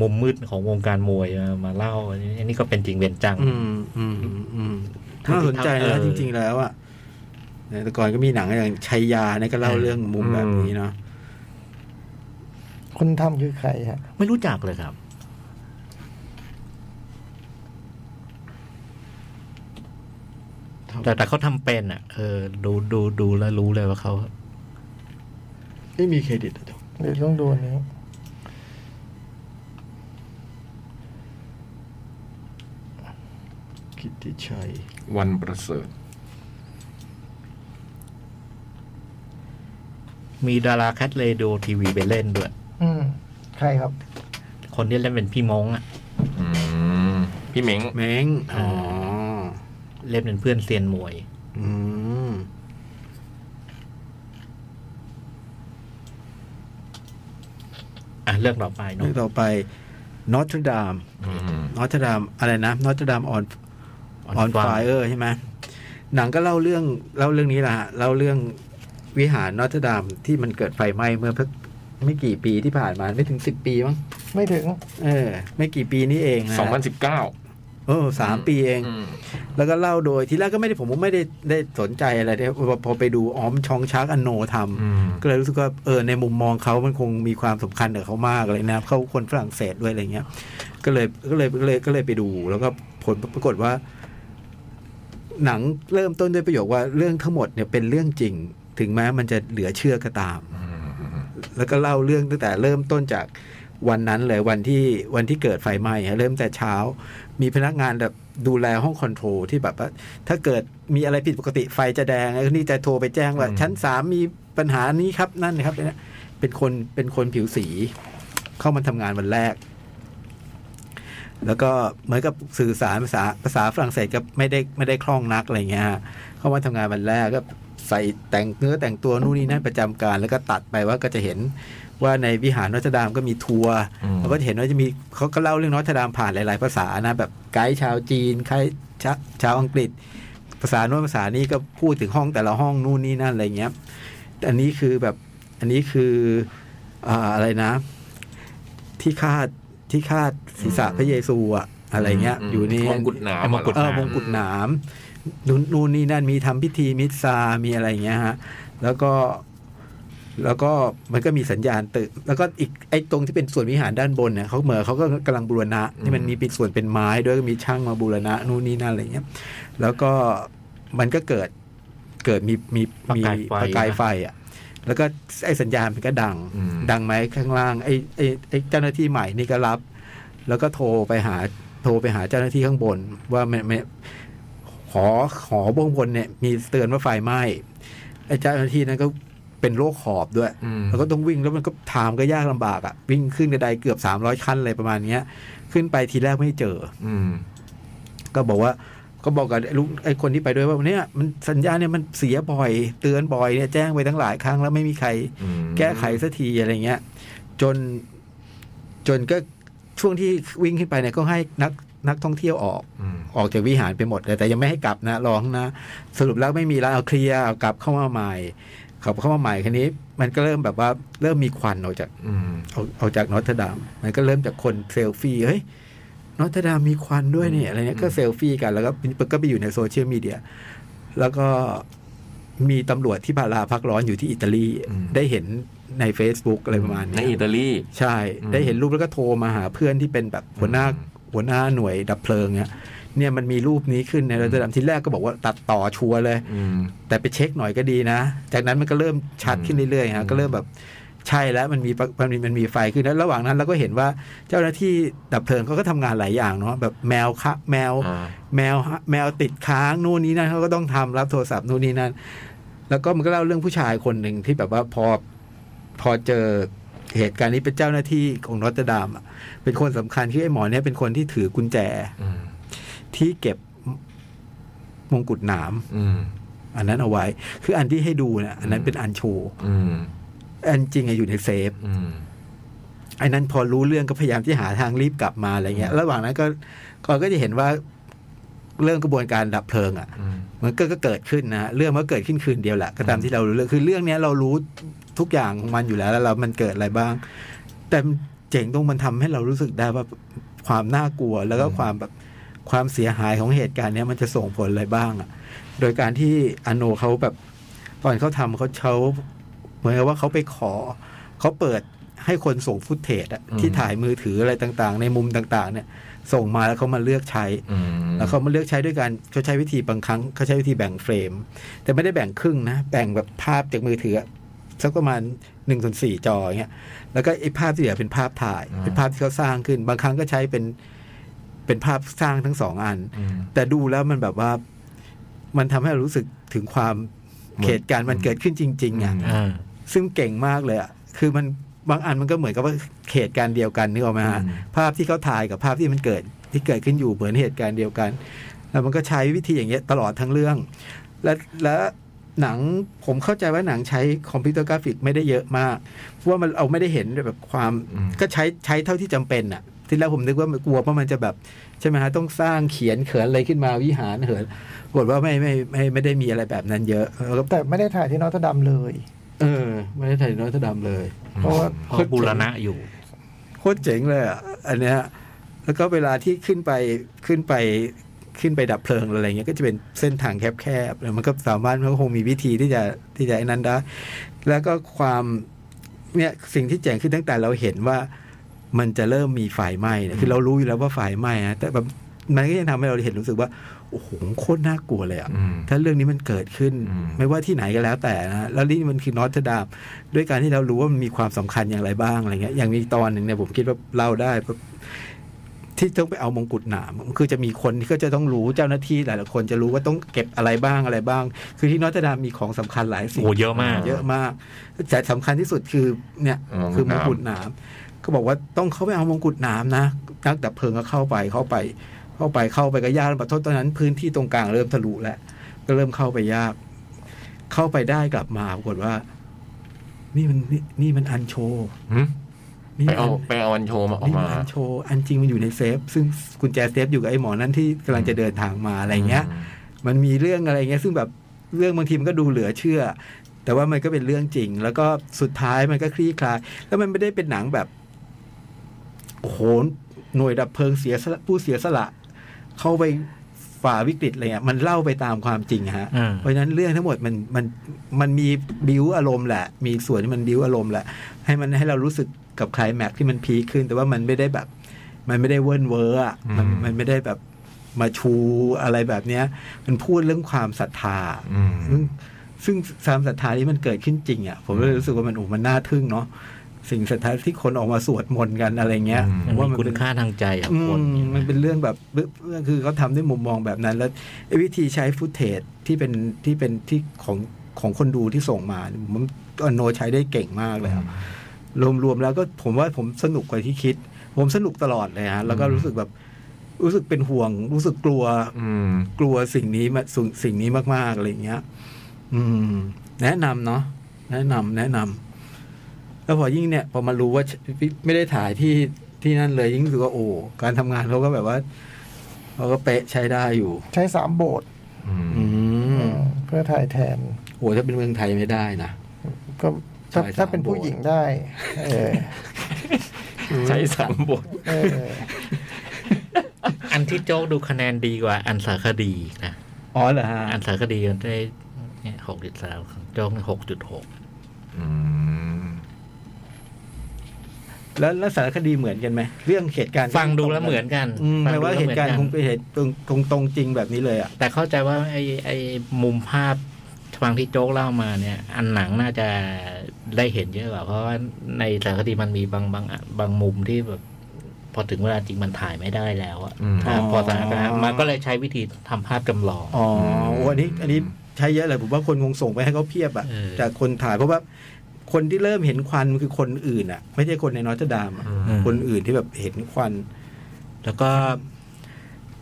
Speaker 6: มุมมืดของวงการมวยมามาเล่าอันนี้อันนี้ก็เป็นจริงเป็นจัง
Speaker 2: อืมอืมอืมน่าสนใจ
Speaker 6: เออ
Speaker 2: นะจริง ๆ แล้วอ่ะแต่ก่อนก็มีหนังอย่างชัยยาเนี่ยก็เล่าเรื่องมุมแบบนี้เนาะ
Speaker 5: คนทำคือใครฮะ
Speaker 6: ไม่รู้จักเลยครับ แต่แต่เขาทำเป็นอ่ะเออดูดูดูแล้วรู้เลยว่าเขา
Speaker 3: ไม่มีเครดิตอะจบ
Speaker 5: เดี๋ยวต้องดูอันนี้
Speaker 3: กิตติชัย
Speaker 1: วันประเสริฐ
Speaker 6: มีดาราแคทเลดูทีวีไปเล่นด้วย
Speaker 5: อืมใครครับ
Speaker 6: คนที่เล่นเป็นพี่มงอ่ะ
Speaker 1: อืม พี่เม้ง
Speaker 2: แม้งอ๋อ
Speaker 6: เล่นเป็นเพื่อนเซียนมวย
Speaker 2: อืม
Speaker 6: อ่ะเรื่องต่อไปเนาะ
Speaker 2: เรื่องต่อไปนอตรดาม
Speaker 1: อืม
Speaker 2: นอตรดามอะไรนะนอตรดามออน ออนไฟ
Speaker 6: ฟาร์ม
Speaker 2: เออใช่ไหมหนังก็เล่าเรื่องเล่าเรื่องนี้แหละฮะเล่าเรื่องวิหารนอตรดามที่มันเกิดไฟไหม้เมื่อเพิ่งไม่กี่ปีที่ผ่านมาไม่ถึงสิบปีมั้ง
Speaker 5: ไม่ถึง
Speaker 2: เออ ไม่กี่ปีนี้เองนะฮะ
Speaker 1: 2019
Speaker 2: เออสามปีเอง
Speaker 1: อืม
Speaker 2: แล้วก็เล่าโดยที่แรกก็ไม่ได้ผมก็ไม่ได้ได้สนใจอะไรเนี่ยพอพอไปดูออมชองชาร์กอนโนทำ
Speaker 1: อืม
Speaker 2: ก็เลยรู้สึกว่าเออในมุมมองเขามันคงมีความสำคัญกับเขามากเลยนะครับเขาคนฝรั่งเศสด้วยอะไรเงี้ย ก็เลยก็เลยก็เลยก็เลยไปดู แล้วก็ผลปรากฏว่า หนังเริ่มต้นด้วยประโยคว่าเรื่องทั้งหมดเนี่ยเป็นเรื่องจริง ถึงแม้มันจะเหลือเชื่อก็ตาม แล้วก็เล่าเรื่องตั้งแต่เริ่มต้นจากวันนั้นเลยวันที่วันที่เกิดไฟไหม้ฮะเริ่มแต่เช้า มีพนักงานแบบดูแลห้องคอนโทรลที่แบบว่าถ้าเกิดมีอะไรผิดปกติไฟจะแดงไอ้คนนี่จะโทรไปแจ้งว่า
Speaker 1: อืม
Speaker 2: ชั้นสามมีปัญหานี้ครับนั่นนะครับเนี่ยเป็นคนเป็นคนผิวสี เข้ามาทำงานวันแรก แล้วก็เหมือนกับสื่อสารภาษาภาษาฝรั่งเศสก็ไม่ได้ไม่ได้คล่องนักอะไรเงี้ยฮะเข้ามาทำงานวันแรกก็ใส่แต่งเนื้อแต่งตัวนู่นนี่นั่นประจำการ แล้วก็ตัดไปว่าก็จะเห็นว่าในวิหารนอตรดามก็มีทัวร์
Speaker 1: อืม
Speaker 2: เราก็จะเห็นว่าจะมีเขาก็เล่าเรื่องนอตทดามผ่านหลาย ๆ ภาษานะแบบไกด์ชาวจีนไกด์ชาชาวอังกฤษ ภาษาโน้นภาษานี้ก็พูดถึงห้องแต่ละห้องนู่นนี่นั่นอะไรเงี้ยแต่อันนี้คือแบบอันนี้คืออ่าอะไรนะ ที่คาดที่คาดศีรษะพระเยซูอะอะไรเงี้ย อยู่นี่
Speaker 1: มงกุฎหนาม
Speaker 6: มงกุฎ
Speaker 2: เออ
Speaker 6: หาม
Speaker 2: มงกุฎหนามนู่นนู่นนี่นั่นมีทำพิธีมิสซามีอะไรอย่างเงี้ยฮะ แล้วก็แล้วก็มันก็มีสัญญาณตึก แล้วก็อีกไอ้ตรงที่เป็นส่วนวิหารด้านบนเนี่ยเขาเหมือนเขาก็กำลังบูรณะนี่มันมีเป็นส่วนเป็นไม้ด้วยก็มีช่างมาบูรณะนู่นนี่นั่นอะไรเงี้ย แล้วก็มันก็เกิดเกิดมีมีมี
Speaker 6: ประกายไฟ
Speaker 2: ประกายไฟอ่ะ แล้วก็ไอ้สัญญาณมันก็ดัง
Speaker 1: อืม
Speaker 2: ดังไหมข้างล่างไอ้ไอ้ไอ้เจ้าหน้าที่ใหม่นี่ก็รับ แล้วก็โทรไปหาโทรไปหาเจ้าหน้าที่ข้างบน ว่าไม่ไม่หอหอบ้องบนเนี่ย มีเตือนว่าไฟไหม้ไอ้เจ้าหน้าที่นั้นก็เป็นโรคหอบด้วย
Speaker 1: อืม
Speaker 2: แล้วก็ต้องวิ่งแล้วมันก็ทามก็ยากลำบากอะ่ะ วิ่งขึ้นกระไดเกือบ 300 ขั้นอะไรประมาณเนี้ย ขึ้นไปทีแรกไม่เจอ
Speaker 1: อืม
Speaker 2: ก็บอกว่าก็บอกกับไอ้ลูกไอ้คนที่ไปด้วยว่าเนี่ยมันสัญญาณเนี่ยมันเสียบ่อย เตือนบ่อยเนี่ยแจ้งไปตั้งหลายครั้งแล้วไม่มีใคร
Speaker 1: อืม
Speaker 2: แก้ไขสักทีอะไรเงี้ย จนจนก็ช่วงที่วิ่งขึ้นไปเนี่ยก็ให้นักนักท่องเที่ยวออก
Speaker 1: อืม
Speaker 2: ออกจากวิหารไปหมดเลยแต่ยังไม่ให้กลับนะรอข้างหนะ สรุปแล้วไม่มีแล้วเอาเคลียร์เอากลับเข้ามาใหม่กลับเข้ามาใหม่คันนี้ มันก็เริ่มแบบว่าเริ่มมีควันออกจาก
Speaker 1: อืม
Speaker 2: เอาเอาจากนอตเทอร์ดามมันก็เริ่มจากคนเซลฟี่เฮ้ยนอตเทอร์ดามมีควันด้วยเนี่ยอะไรเนี่ยก็เซลฟี่กันแล้วก็ก็ไปอยู่ในโซเชียลมีเดียแล้วก็มีตำรวจที่พาลาพักร้อนอยู่ที่อิตาลี
Speaker 1: อืม
Speaker 2: ได้เห็นใน Facebook อะไรประมาณ
Speaker 1: ใน
Speaker 2: เนี้ย
Speaker 1: อิตาลี
Speaker 2: ใช่
Speaker 1: อืม
Speaker 2: ได้เห็นรูปแล้วก็โทรมาหาเพื่อนที่เป็นแบบหัวหน้า
Speaker 1: อืม
Speaker 2: หัวหน้าหน่วยดับเพลิงเนี่ยเนี่ยมันมีรูปนี้ขึ้นในนอตเทอร์ดามที่แรกก็บอกว่าตัดต่อชัวร์เลย
Speaker 1: อืม
Speaker 2: แต่ไปเช็คหน่อยก็ดีนะ จากนั้นมันก็เริ่มชัดขึ้นเรื่อยๆ
Speaker 1: อื
Speaker 2: ฮะ
Speaker 1: ม
Speaker 2: ก็เริ่มแบบใช่แล้วมันมีปะมันมีมันมีไฟขึ้นแล้วระหว่างนั้นเราก็เห็นว่าเจ้าหน้าที่ดับเพลิงเขาก็ทำงานหลายอย่างเนาะแบบแมวคะแมว
Speaker 1: อ่า
Speaker 2: แมวฮะแมวติดค้างนู่นนี่นั่นเขาก็ต้องทำรับโทรศัพท์นู่นนี่นั่นแล้วก็มันก็เล่าเรื่องผู้ชายคนหนึ่งที่แบบว่าพอพอเจอเหตุการณ์นี้เป็นเจ้าหน้าที่ของนอตเตอร์ดามอะเป็นคนสำคัญคือไอ้หมอเนี่ยเป็นคนที่ถือกุญแจ
Speaker 1: อืม
Speaker 2: ที่เก็บมงกุฎหนาม
Speaker 1: อืม
Speaker 2: อันนั้นเอาไว้ คืออันที่ให้ดูเนี่ยอันนั้นเป็นอันโชว์
Speaker 1: อืม
Speaker 2: อันจริงอะอยู่ในเซฟ
Speaker 4: อืม
Speaker 2: ไอ้นั้นพอรู้เรื่องก็พยายามที่หาทางรีบกลับมาอะไรเงี้ย ระหว่างนั้นก็ก็ก็จะเห็นว่าเรื่องกระบวนการดับเพลิงอ่ะ
Speaker 4: อืม
Speaker 2: มันก็ก็เกิดขึ้นนะฮะเรื่องมันก็เกิดขึ้นคืนเดียวแหละก็ตามที่เรารู้เรื่องคือเรื่องเนี้ยเรารู้ทุกอย่างของมันอยู่แล้วแล้วเรามันเกิดอะไรบ้าง แต่เจ๋งตรงมันทำให้เรารู้สึกได้ว่าความน่ากลัวแล้วก็ความแบบความเสียหายของเหตุการณ์เนี้ยมันจะส่งผลอะไรบ้างอ่ะ โดยการที่อโนเขาแบบตอนเขาทำเขาเขาเหมือนกับว่าเขาไปขอเขาเปิดให้คนส่งฟุตเทจอะที่ถ่ายมือถืออะไรต่างๆ ในมุมต่าง ๆ เนี่ย ส่งมาแล้วเขามาเลือกใช้
Speaker 4: อืม
Speaker 2: แล้วเขามาเลือกใช้ด้วยการเขาใช้วิธีบางครั้งเขาใช้วิธีแบ่งเฟรม แต่ไม่ได้แบ่งครึ่งนะ แบ่งแบบภาพจากมือถืออะสักประมาณ1นึ่งส่วนสี่จออย่างเงี้ยแล้วก็ไอ้ภาพที่เหลือเป็นภาพถ่าย เป็นภาพที่เขาสร้างขึ้น บางครั้งก็ใช้เป็นเป็นภาพสร้างทั้งสองอัน
Speaker 4: อืม
Speaker 2: แต่ดูแล้วมันแบบว่ามันทำให้เรารู้สึกถึงความ
Speaker 4: เหมือน
Speaker 2: เหตุการณ์มันเกิดขึ้นจริงๆอ่ะ
Speaker 6: อ่า
Speaker 2: ซึ่งเก่งมากเลยอ่ะ คือมันบางอันมันก็เหมือนกับว่าเหตุการณ์เดียวกันนึกออกไหมฮะ
Speaker 4: อืม
Speaker 2: ภาพที่เขาถ่ายกับภาพที่มันเกิดที่เกิดขึ้นอยู่เหมือนเหตุการณ์เดียวกัน แล้วมันก็ใช้วิธีอย่างเงี้ยตลอดทั้งเรื่อง และและหนังผมเข้าใจว่าหนังใช้คอมพิวเตอร์กราฟิกไม่ได้เยอะมาก เพราะว่ามันเอาไม่ได้เห็นแบบความ
Speaker 4: อืม
Speaker 2: ก็ใช้ใช้เท่าที่จำเป็นอ่ะ ที่แรกผมนึกว่ามันกลัวว่ามันจะแบบใช่ไหมฮะต้องสร้างเขียนเขินอะไรขึ้นมาวิหารเหินปรากฏว่าไม่ไม่ไม่ไม่ได้มีอะไรแบบนั้นเยอะแล้วก็
Speaker 5: แต่ไม่ได้ถ่ายที่นอตดัมเลย
Speaker 2: เออไม่ได้ถ่ายน้อยเทาดำเลย
Speaker 5: เพราะว่า
Speaker 6: เพราะบูรณะอยู่
Speaker 2: โคตรเจ๋งเลยอ่ะอันเนี้ยแล้วก็เวลาที่ขึ้นไปขึ้นไปขึ้นไปดับเพลิงอะไรเงี้ยก็จะเป็นเส้นทางแคบๆแล้วมันก็สามารถมันก็คงมีวิธีที่จะที่จะไอ้นั้นได้ แล้วก็ความเนี่ยสิ่งที่เจ๋งคือตั้งแต่เราเห็นว่ามันจะเริ่มมีไฟไหม้เนี่ยคือเรารู้อยู่แล้วว่าไฟไหม้นะแต่แบบมันก็ยังทำให้เราเห็นรู้สึกว่าโอ้โหโคตรน่ากลัวเลยอ่ะ
Speaker 4: อืม
Speaker 2: ถ้าเรื่องนี้มันเกิดขึ้น
Speaker 4: อืม
Speaker 2: ไม่ว่าที่ไหนก็แล้วแต่นะฮะแล้วนี่มันคือนอตดามด้วยการที่เรารู้ว่ามันมีความสำคัญอย่างไรบ้างอะไรเงี้ยอย่างมีตอนหนึ่งเนี่ยผมคิดว่าเล่าได้ปุ๊บที่ต้องไปเอามงกุฎหนามคือจะมีคนที่ก็จะต้องรู้เจ้าหน้าที่หลายๆคนจะรู้ว่าต้องเก็บอะไรบ้างอะไรบ้าง คือที่นอตดามมีของสำคัญหลายสิ่ง
Speaker 6: โอ้เยอะมาก
Speaker 2: เยอะมากแต่สำคัญที่สุดคือเนี่ย คือมงกุฎหนามก็บอกว่าต้องเข้าไปเอามงกุฎหนามนะนักดับเพลิงก็เข้าไปเข้าไป เข้าไปเข้าไปก็ยากลำบากเพราะตอนนั้นพื้นที่ตรงกลางเริ่มทะลุแล้วก็เริ่มเข้าไปยาก เข้าไปได้กลับมาปรากฏว่า นี่มันนี่นี่มันอันโชว์
Speaker 4: หืม
Speaker 2: นี่มัน
Speaker 4: ไปเอาไปเอาวันโชว์มาออก
Speaker 2: นี่มั
Speaker 4: มาน
Speaker 2: อันโชว์อันจริงมันอยู่ในเซฟ ซึ่งกุญแจเซฟอยู่กับไอ้หมอนั่นที่กำลังจะเดินทางมาอะไรเงี้ย มันมีเรื่องอะไรเงี้ยซึ่งแบบเรื่องบางทีมันก็ดูเหลือเชื่อ แต่ว่ามันก็เป็นเรื่องจริง แล้วก็สุดท้ายมันก็คลี่คลาย แล้วมันไม่ได้เป็นหนังแบบโอ้โหหน่วยดับเพลิงเสียสละผู้เสียสละ เข้าไปฝ่าวิกฤตอะไรเงี้ยมันเล่าไปตามความจริงฮะ
Speaker 6: อ่า
Speaker 2: เพราะฉะนั้นเรื่องทั้งหมดมันมันมันมีบิวอารมณ์แหละ มีส่วนที่มันบิวอารมณ์แหละ ให้มันให้เรารู้สึกกับไคลายแม็กซ์ที่มันพีคขึ้น แต่ว่ามันไม่ได้แบบ มันไม่ได้เวิร์นเวอร์อะมันมันไม่ได้แบบมาชูอะไรแบบเนี้ย มันพูดเรื่องความศรัทธา
Speaker 4: อืม
Speaker 2: ซึ่งซึ่งความศรัทธานี้มันเกิดขึ้นจริงอ่ะผมเลยรู้สึกว่ามันโอ้มันน่าทึ่งเนาะสิ่งศรัทธาที่คนออกมาสวดมนต์กันอะไรเงี้ยผ
Speaker 6: มัน
Speaker 2: ว่า
Speaker 6: มี
Speaker 2: มัน
Speaker 6: คุณ
Speaker 2: เป็น
Speaker 6: ค่าทางใจของ
Speaker 2: อื
Speaker 6: คน
Speaker 2: มมันเป็นเรื่องแบบเรื่องคือเขาทำด้วยมุมมองแบบนั้น แล้วไอ้วิธีใช้ฟุตเทจที่เป็นที่เป็นที่ของของคนดูที่ส่งมาเนี่ยผมว่าโนใช้ได้เก่งมากเลยครับรวมๆแล้วก็ผมว่าผมสนุกกว่าที่คิด ผมสนุกตลอดเลยฮะแล้วก็รู้สึกแบบรู้สึกเป็นห่วง รู้สึกกลัว
Speaker 4: อืม
Speaker 2: กลัวสิ่งนี้มาสิ่งสิ่งนี้มากๆอะไรอย่างเงี้ย อืม แนะนำเนาะแนะนำแนะนำแล้วพอยิ่งเนี่ย พอมารู้ว่าไม่ได้ถ่ายที่ที่นั่นเลยยิ่งรู้สึกว่าโอ้การทำงานเขาก็แบบว่าเขาก็เป๊ะใช้ได้อยู่
Speaker 5: ใช้สามโบสถ์
Speaker 4: อืม
Speaker 2: อืม
Speaker 5: เพื่อถ่ายแทน
Speaker 2: โหถ้าเป็นเมืองไทยไม่ได้นะ
Speaker 5: ก็ถ้า
Speaker 2: ใช้สาม
Speaker 5: ถ้าเป็นผู้หญิงได้ เออ
Speaker 4: ใช้สามบท
Speaker 5: เออ
Speaker 6: อันที่โจ๊กดูคะแนนดีกว่า อันสารคดีนะ
Speaker 2: อ๋อเหรอฮะ
Speaker 6: อันสารคดีมันได้หกจุดสามของโจ๊กหกจุดหก
Speaker 4: อืม
Speaker 2: แล้วแล้วสารคดีเหมือนกันไหมเรื่องเหตุการณ์
Speaker 6: ฟังดูแล้วเหมือนกัน
Speaker 2: อืม
Speaker 6: ฟั
Speaker 2: แปล
Speaker 6: ดู
Speaker 2: ว่า
Speaker 6: แล้มือ
Speaker 2: เหตุ
Speaker 6: น
Speaker 2: การ
Speaker 6: น
Speaker 2: ณ์คงเป็นเหตุตรงตรงตรงจริงแบบนี้เลยอ่ะ
Speaker 6: แต่เข้าใจว่าไอ้ไอ้มุมภาพฟังที่โจ๊กเล่ามาเนี่ย อันหนังน่าจะได้เห็นเยอะกว่า เพราะว่าในสารคดีมันมีบางบางบางมุมที่แบบพอถึงเวลาจริงมันถ่ายไม่ได้แล้วอะ
Speaker 4: อืม
Speaker 6: ถ้าพอสถานการ
Speaker 2: อ๋
Speaker 6: ณ์
Speaker 2: อ
Speaker 6: มันก็เลยใช้วิธีทำภาพจำลอง
Speaker 2: อ๋อโอ้อันนี้อันนี้ใช้เยอะเลยผมว่าคนคงส่งไปให้เขาเพียบอะ
Speaker 6: เออ
Speaker 2: จากคนถ่ายเพราะว่าคนที่เริ่มเห็นควันมันคือคนอื่นอะไม่ใช่คนในนอตเทอร์ดามอะ
Speaker 4: อืม
Speaker 2: คนอื่นที่แบบเห็นควัน
Speaker 6: แล้วก็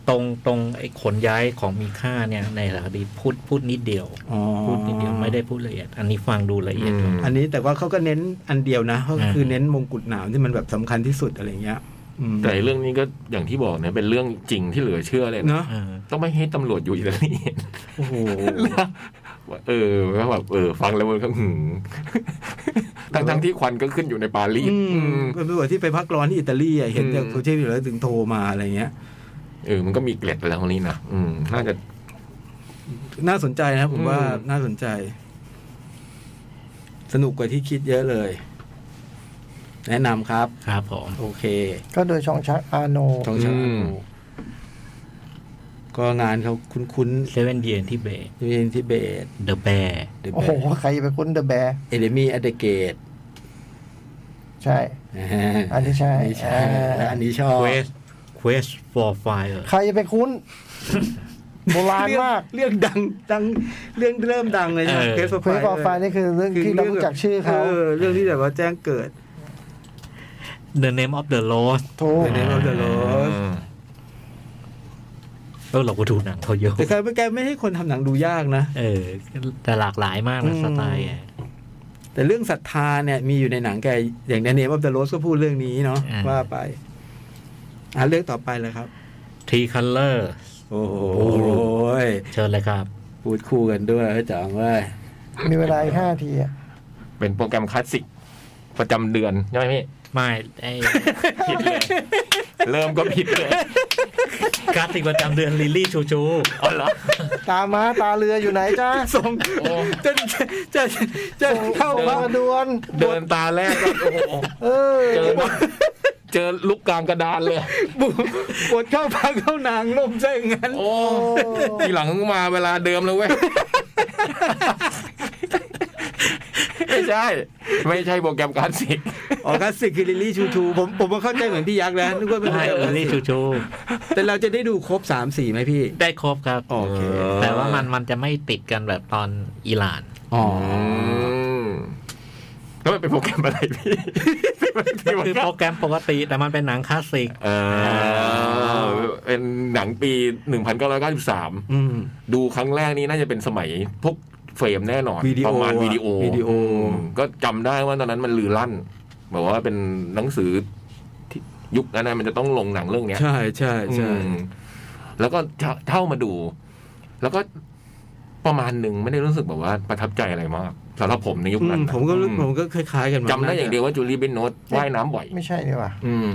Speaker 6: ตรงตรงไอ้ขนย้ายของมีค่าเนี่ยในสารคดีพูดพูดนิดเดียว
Speaker 2: อ๋อ
Speaker 6: พูดนิดเดียวไม่ได้พูดละเอียด อันนี้ฟังดูละเอียดอยู่
Speaker 2: อันนี้แต่ว่าเขาก็เน้นอันเดียวนะก็คือ
Speaker 6: ม
Speaker 2: เน้นมงกุฎหนาวที่มันแบบสำคัญที่สุดอะไรเงี้ยอืม
Speaker 1: แต่เรื่องนี้ก็อย่างที่บอกเนี่ยเป็นเรื่องจริงที่เหลือเชื่อเลยนะ
Speaker 2: เนาะ
Speaker 6: อ่า
Speaker 1: ต้องไม่ให้ตำรวจอยู่อิตาลีเห็น
Speaker 2: โอ้โห
Speaker 1: ว่าเออว่าแบบเออ ฟังแล้วมันก็หืมทั้งทั้งที่ควันก็ขึ้นอยู่ในปารีส
Speaker 2: อื
Speaker 1: อื
Speaker 2: ม
Speaker 1: ม
Speaker 2: เป็นตำรวจที่ไปพักร้อนที่อิตาลีอะเห็น
Speaker 1: อืม
Speaker 2: จากโซเชียลอยู่แล้วถึงโทรมาอะไรเงี้ย
Speaker 1: เออมันก็มีเกล็ดแล้วนี่นะอืมน่าจะ
Speaker 2: น่าสนใจนะผมว่า
Speaker 1: อืม
Speaker 2: น่าสนใจ สนุกกว่าที่คิดเยอะเลย แนะนำครับ
Speaker 6: ครับผม
Speaker 2: โอเค
Speaker 5: ก็โดยชองชักอาโน
Speaker 2: ชองชา
Speaker 1: อืม
Speaker 2: ก็งานเขาคุ้น
Speaker 6: เซเว่นเยนที่เบ
Speaker 2: ๆที่เป็นทิเบต
Speaker 6: เดอะแบร์
Speaker 2: เดอะ
Speaker 5: โอ้
Speaker 2: แบ
Speaker 5: โห ใครจะไปคุ้นเดอะแบร์
Speaker 2: เอเดมีอเดเกต
Speaker 5: ใช่ อันนี้ใช่
Speaker 2: อันนี้ใช่
Speaker 5: อ่า
Speaker 2: และอันนี้ชอบ
Speaker 6: เควสเควส for fire
Speaker 5: ใครจะไปคุ้น โบราณ
Speaker 2: เรื่อง
Speaker 5: มาก
Speaker 2: เรื่องดังดังเรื่องเริ่มดังเลยใช่ไหม
Speaker 6: เออ
Speaker 2: เคส
Speaker 5: เควสบอลไฟนี่คือเรื่องที่เรารู้จักชื่อเขา
Speaker 2: เรื่องที่แบบว่าแจ้งเกิด
Speaker 6: the name of the lost
Speaker 5: โทร
Speaker 2: The Name of the Rose
Speaker 6: เออเราก็ดูหนังเขาเยอะ
Speaker 2: แต่แกไม่แกไม่ให้คนทำหนังดูยากนะ
Speaker 6: เออ แต่หลากหลายมากนะสไตล์อะ
Speaker 2: แต่เรื่องศรัทธาเนี่ยมีอยู่ในหนังแกอย่างในเนมอัพเดอะโรสก็พูดเรื่องนี้เนาะ
Speaker 6: อ่า
Speaker 2: ว่าไป อ่ะเรื่องต่อไปเลยครับ
Speaker 6: ทีคัลเลอร์
Speaker 2: โอ้โหย
Speaker 6: เชิญเลยครับ
Speaker 2: พูดคู่กันด้วยเฮ้ยจังเว้ย
Speaker 5: มีเวลาอีกห้าทีอะ
Speaker 1: เป็นโปรแกรมคลาสสิกประจำเดือนใช่ไหมพี่
Speaker 6: ไม่ไอ้
Speaker 1: ผิดเลยเริ่มก็ผิดเลย
Speaker 6: กราฟิกประจำเดือนลิลลี่ชูชู
Speaker 1: อ๋อเหรอ
Speaker 5: ตาม้าตาเรืออยู่ไหนจ้า
Speaker 2: ส่ง
Speaker 1: โอ้
Speaker 2: จะจะจะ
Speaker 5: เข้า
Speaker 2: เข้า
Speaker 5: มา
Speaker 2: บ้าน
Speaker 5: ดวน
Speaker 1: เดินตาแรกก็โอ้โห
Speaker 5: เออ
Speaker 1: เจอเจอลุกกลางกระดานเลย
Speaker 2: บุปวดเข้าพักเข้านางลมใช่างงั้น
Speaker 1: โอ้ทีหลังมาเวลาเดิมเลยเว้ย ไม่ใช่ ไม่ใช่โปรแกรมคลาสสิก
Speaker 2: ออกัสสิกคือลิลลี่ชูชูผมผมก็เข้าใจเหมือนพี่ยักษ์นะนึกว่าเป็น
Speaker 6: ไม่ลิลลี่ชูชู
Speaker 2: แต่เราจะได้ดูครบสามสี่ไหมพี่
Speaker 6: ได้ครบครับ
Speaker 2: โอเค
Speaker 6: แต่ว่ามันมันจะไม่ติดกันแบบตอนอิหร่าน
Speaker 2: อ๋อ
Speaker 1: แล้วมันเป็นโปรแกรมอะไรพี่
Speaker 6: ก็คือโปรแกรมปกติแต่มันเป็นหนังคลาสสิก
Speaker 1: เออเป็นหนังปี 1993
Speaker 2: อืม
Speaker 1: ดูครั้งแรกนี้น่าจะเป็นสมัยพวกเฟรมแน่นอน
Speaker 2: วิดี
Speaker 1: ป
Speaker 2: โอ
Speaker 1: ระมาณวิดีโอ
Speaker 2: วิดีโอ
Speaker 1: ก็จำได้ว่าตอนนั้นมันลือลั่นแบบว่าเป็นหนังสือที่ยุคนั้นนะมันจะต้องลงหนังเรื่องเนี้ย
Speaker 2: ใช่ใช่ใช่
Speaker 1: อืมแล้วก็เช่าเช่ามาดู แล้วก็ประมาณหนึ่งไม่ได้รู้สึกแบบว่าประทับใจอะไรมากสำหรับผมในยุคนั้นนะ
Speaker 2: ผมก็รู้
Speaker 1: อื
Speaker 2: ผมก็คล้าย ๆ กันมั้
Speaker 1: จำได้อย่างเดียวว่าจูลี่เบนโนตว่ายน้ำบ่อย
Speaker 5: ไม่ใช่นี่ว่ะ
Speaker 1: อืม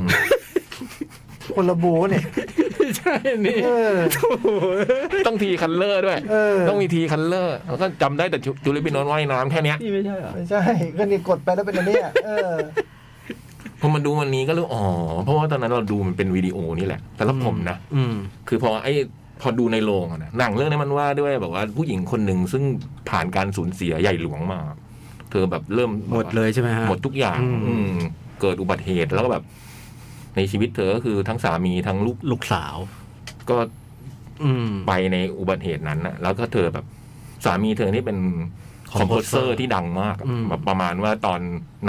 Speaker 5: คนละโบเนี่ย
Speaker 2: ใช่นี่
Speaker 5: เออ
Speaker 1: ต้องทีคันเลอร์ด้วย
Speaker 5: เออ
Speaker 1: ต้องมีทีคันเลอร์ แล้วก็จำได้แต่จูลี่เบนโนตว่ายน้ำแค่เนี้ย
Speaker 2: นี่ไม่ใช่เหรอ
Speaker 5: ไม่ใช่ก็นี่กดไปแล้วเป็นอันเนี้ยเออ
Speaker 1: พอมาดูวันนี้ก็รู้อ๋อ เพราะว่าตอนนั้นเราดูมันเป็นวิดีโอนี่แหละสำหรับผมนะ
Speaker 2: อืม
Speaker 1: คือพอไอ้พอดูในโรงอะนะหนังเรื่องนี้มันว่าด้วยแบบว่าผู้หญิงคนหนึ่งซึ่งผ่านการสูญเสียใหญ่หลวงมา เธอแบบเริ่มแบบ
Speaker 2: หม
Speaker 1: ว่า
Speaker 2: ดเลยใช่ไหมฮะ
Speaker 1: หมดทุกอย่าง
Speaker 2: อืม
Speaker 1: อืมเกิดอุบัติเหตุแล้วก็แบบ ในชีวิตเธอก็คือทั้งสามีทั้งลูก
Speaker 6: ลูกสาว
Speaker 1: ก็
Speaker 2: อืม
Speaker 1: ไปในอุบัติเหตุนั้นนะแล้วก็เธอแบบ สามีเธอนี่เป็นคอมโพเซอ
Speaker 6: composer
Speaker 1: ร์ที่ดังมากอะ
Speaker 2: อืม
Speaker 1: แบบประมาณว่าตอน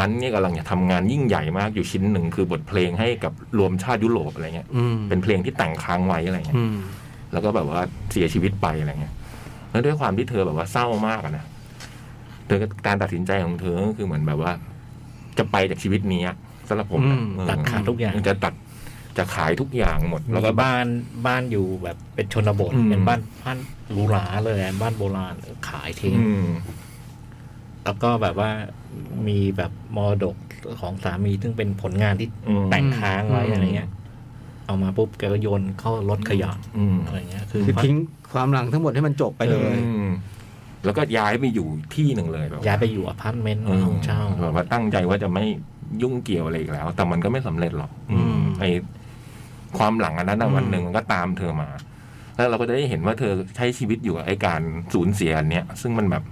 Speaker 1: นั้นเนี่ยกำลังจะทำงานยิ่งใหญ่มากอยู่ชิ้นหนึ่งคือบทเพลงให้กับรวมชาติยุโรปอะไรเงี้ย
Speaker 2: อืม
Speaker 1: เป็นเพลงที่แต่งค้างไว้อะไรเงี้ย
Speaker 2: อืม
Speaker 1: แล้วก็แบบว่าเสียชีวิตไปอะไรเงี้ย แล้วด้วยความที่เธอแบบว่าเศร้ามากอะนะ เธอก็การตัดสินใจของเธอก็คือเหมือนแบบว่า จะไปจากชีวิตนี้อะสำหรับผม
Speaker 2: อื
Speaker 1: นะ
Speaker 2: ม
Speaker 1: เออ
Speaker 6: ตัดขาดทุกอย่าง
Speaker 1: จะตัดจะขายทุกอย่างหมด
Speaker 6: แล้
Speaker 1: แล้ว ว
Speaker 6: ก็
Speaker 1: ก็
Speaker 6: บ้านบ้านอยู่แบบเป็นชนบท
Speaker 1: อืม
Speaker 6: เป็นบ้านบ้านหรูหราเลยบ้านโบราณขายทิ้ง
Speaker 1: อืม
Speaker 6: แล้วก็แบบว่ามีแบบมรดกของสามีซึ่งเป็นผลงานที่
Speaker 1: อืม
Speaker 6: แต่งค้างไว้
Speaker 2: อืม
Speaker 6: อะไรเงี้ย เอามาปุ๊บแกก็โยนเข้ารถขยะ
Speaker 1: อืม
Speaker 6: อะไรเงี้ย คือ
Speaker 2: คือทิ้งความหลังทั้งหมดให้มันจบไปเลย
Speaker 1: อืมแล้วก็ย้ายไปอยู่ที่หนึ่งเลยแบบ
Speaker 6: ย้ายไปอยู่อพาร์ตเมนต์
Speaker 1: ม
Speaker 6: ของเช่า
Speaker 1: แบบว่าตั้งใจว่าจะไม่ยุ่งเกี่ยวอะไรอีกแล้ว แต่มันก็ไม่สำเร็จหรอก
Speaker 2: อืม
Speaker 1: ไอความหลังอันนั้นนะ
Speaker 2: อืม
Speaker 1: วันหนึ่งมันก็ตามเธอมา แล้วเราก็จะได้เห็นว่าเธอใช้ชีวิตอยู่กับไอการสูญเสียอันเนี้ย ซึ่งมันแบบ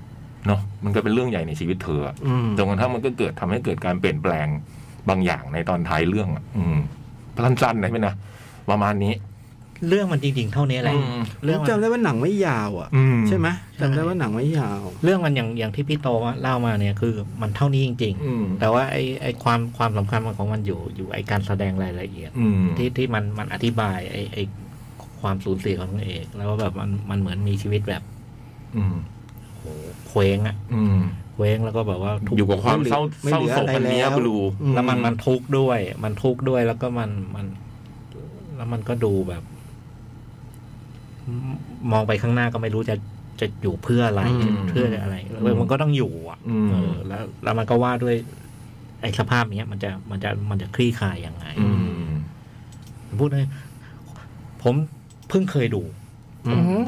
Speaker 1: เนาะมันก็เป็นเรื่องใหญ่ในชีวิตเธออะ
Speaker 2: อืม
Speaker 1: จนกระทั่งมันก็เกิดทำให้เกิดการเปลี่ยนแปลงบางอย่างในตอนท้ายเรื่องอะอืมสั้นๆหน่อยไหมนะประมาณนี้
Speaker 6: เรื่องมันจริงๆ เท่านี้แหละ
Speaker 1: อืม
Speaker 6: เรื่อง
Speaker 2: ผม
Speaker 6: มัน
Speaker 2: จำได้ว่าหนังไม่ยาวอ่ะ
Speaker 1: อื
Speaker 2: ใช่ไหม
Speaker 6: ใช่
Speaker 2: จำได้ว่าหนังไม่ยาว
Speaker 6: เรื่องมันอย่างอย่างที่พี่โตเล่ามาเนี่ยคือมันเท่านี้จริง
Speaker 1: อืม
Speaker 6: ๆ แต่ว่าไอไอความความสำคัญของมันอยู่อยู่ไอการแสดงรายละเอียด
Speaker 1: อืม
Speaker 6: ที่ที่มันมันอธิบายไอไอ ความสูญเสียของนางเอก แล้วแบบมันมันเหมือนมีชีวิตแบบ
Speaker 1: อืม
Speaker 6: โหเคว้งอะ
Speaker 1: อืม
Speaker 6: เคว้งแล้วก็แบบว่าทุกข์
Speaker 1: อยู่กับความเศร้า
Speaker 2: ไม่
Speaker 1: เศร้า
Speaker 2: เหลือ
Speaker 1: โศกอันเนี้ย
Speaker 2: อะไรแล้ว
Speaker 1: บลู
Speaker 6: แล้วมันมันทุกข์ด้วย มันทุกข์ด้วยแล้วก็มันมัน แล้วมันก็ดูแบบ มองไปข้างหน้าก็ไม่รู้จะจะอยู่เพื่ออะไร
Speaker 1: อืม
Speaker 6: เพื่ออะไรแล้วมันก็ต้องอยู่อ่ะ
Speaker 1: อืม
Speaker 6: เออแล้ว แล้วมันก็ว่าด้วย ไอ้สภาพเนี้ย มันจะมันจะมันจะคลี่คลายยังไง
Speaker 1: อืม
Speaker 6: พูดเลยผมเพิ่งเคยดู
Speaker 5: อือหือ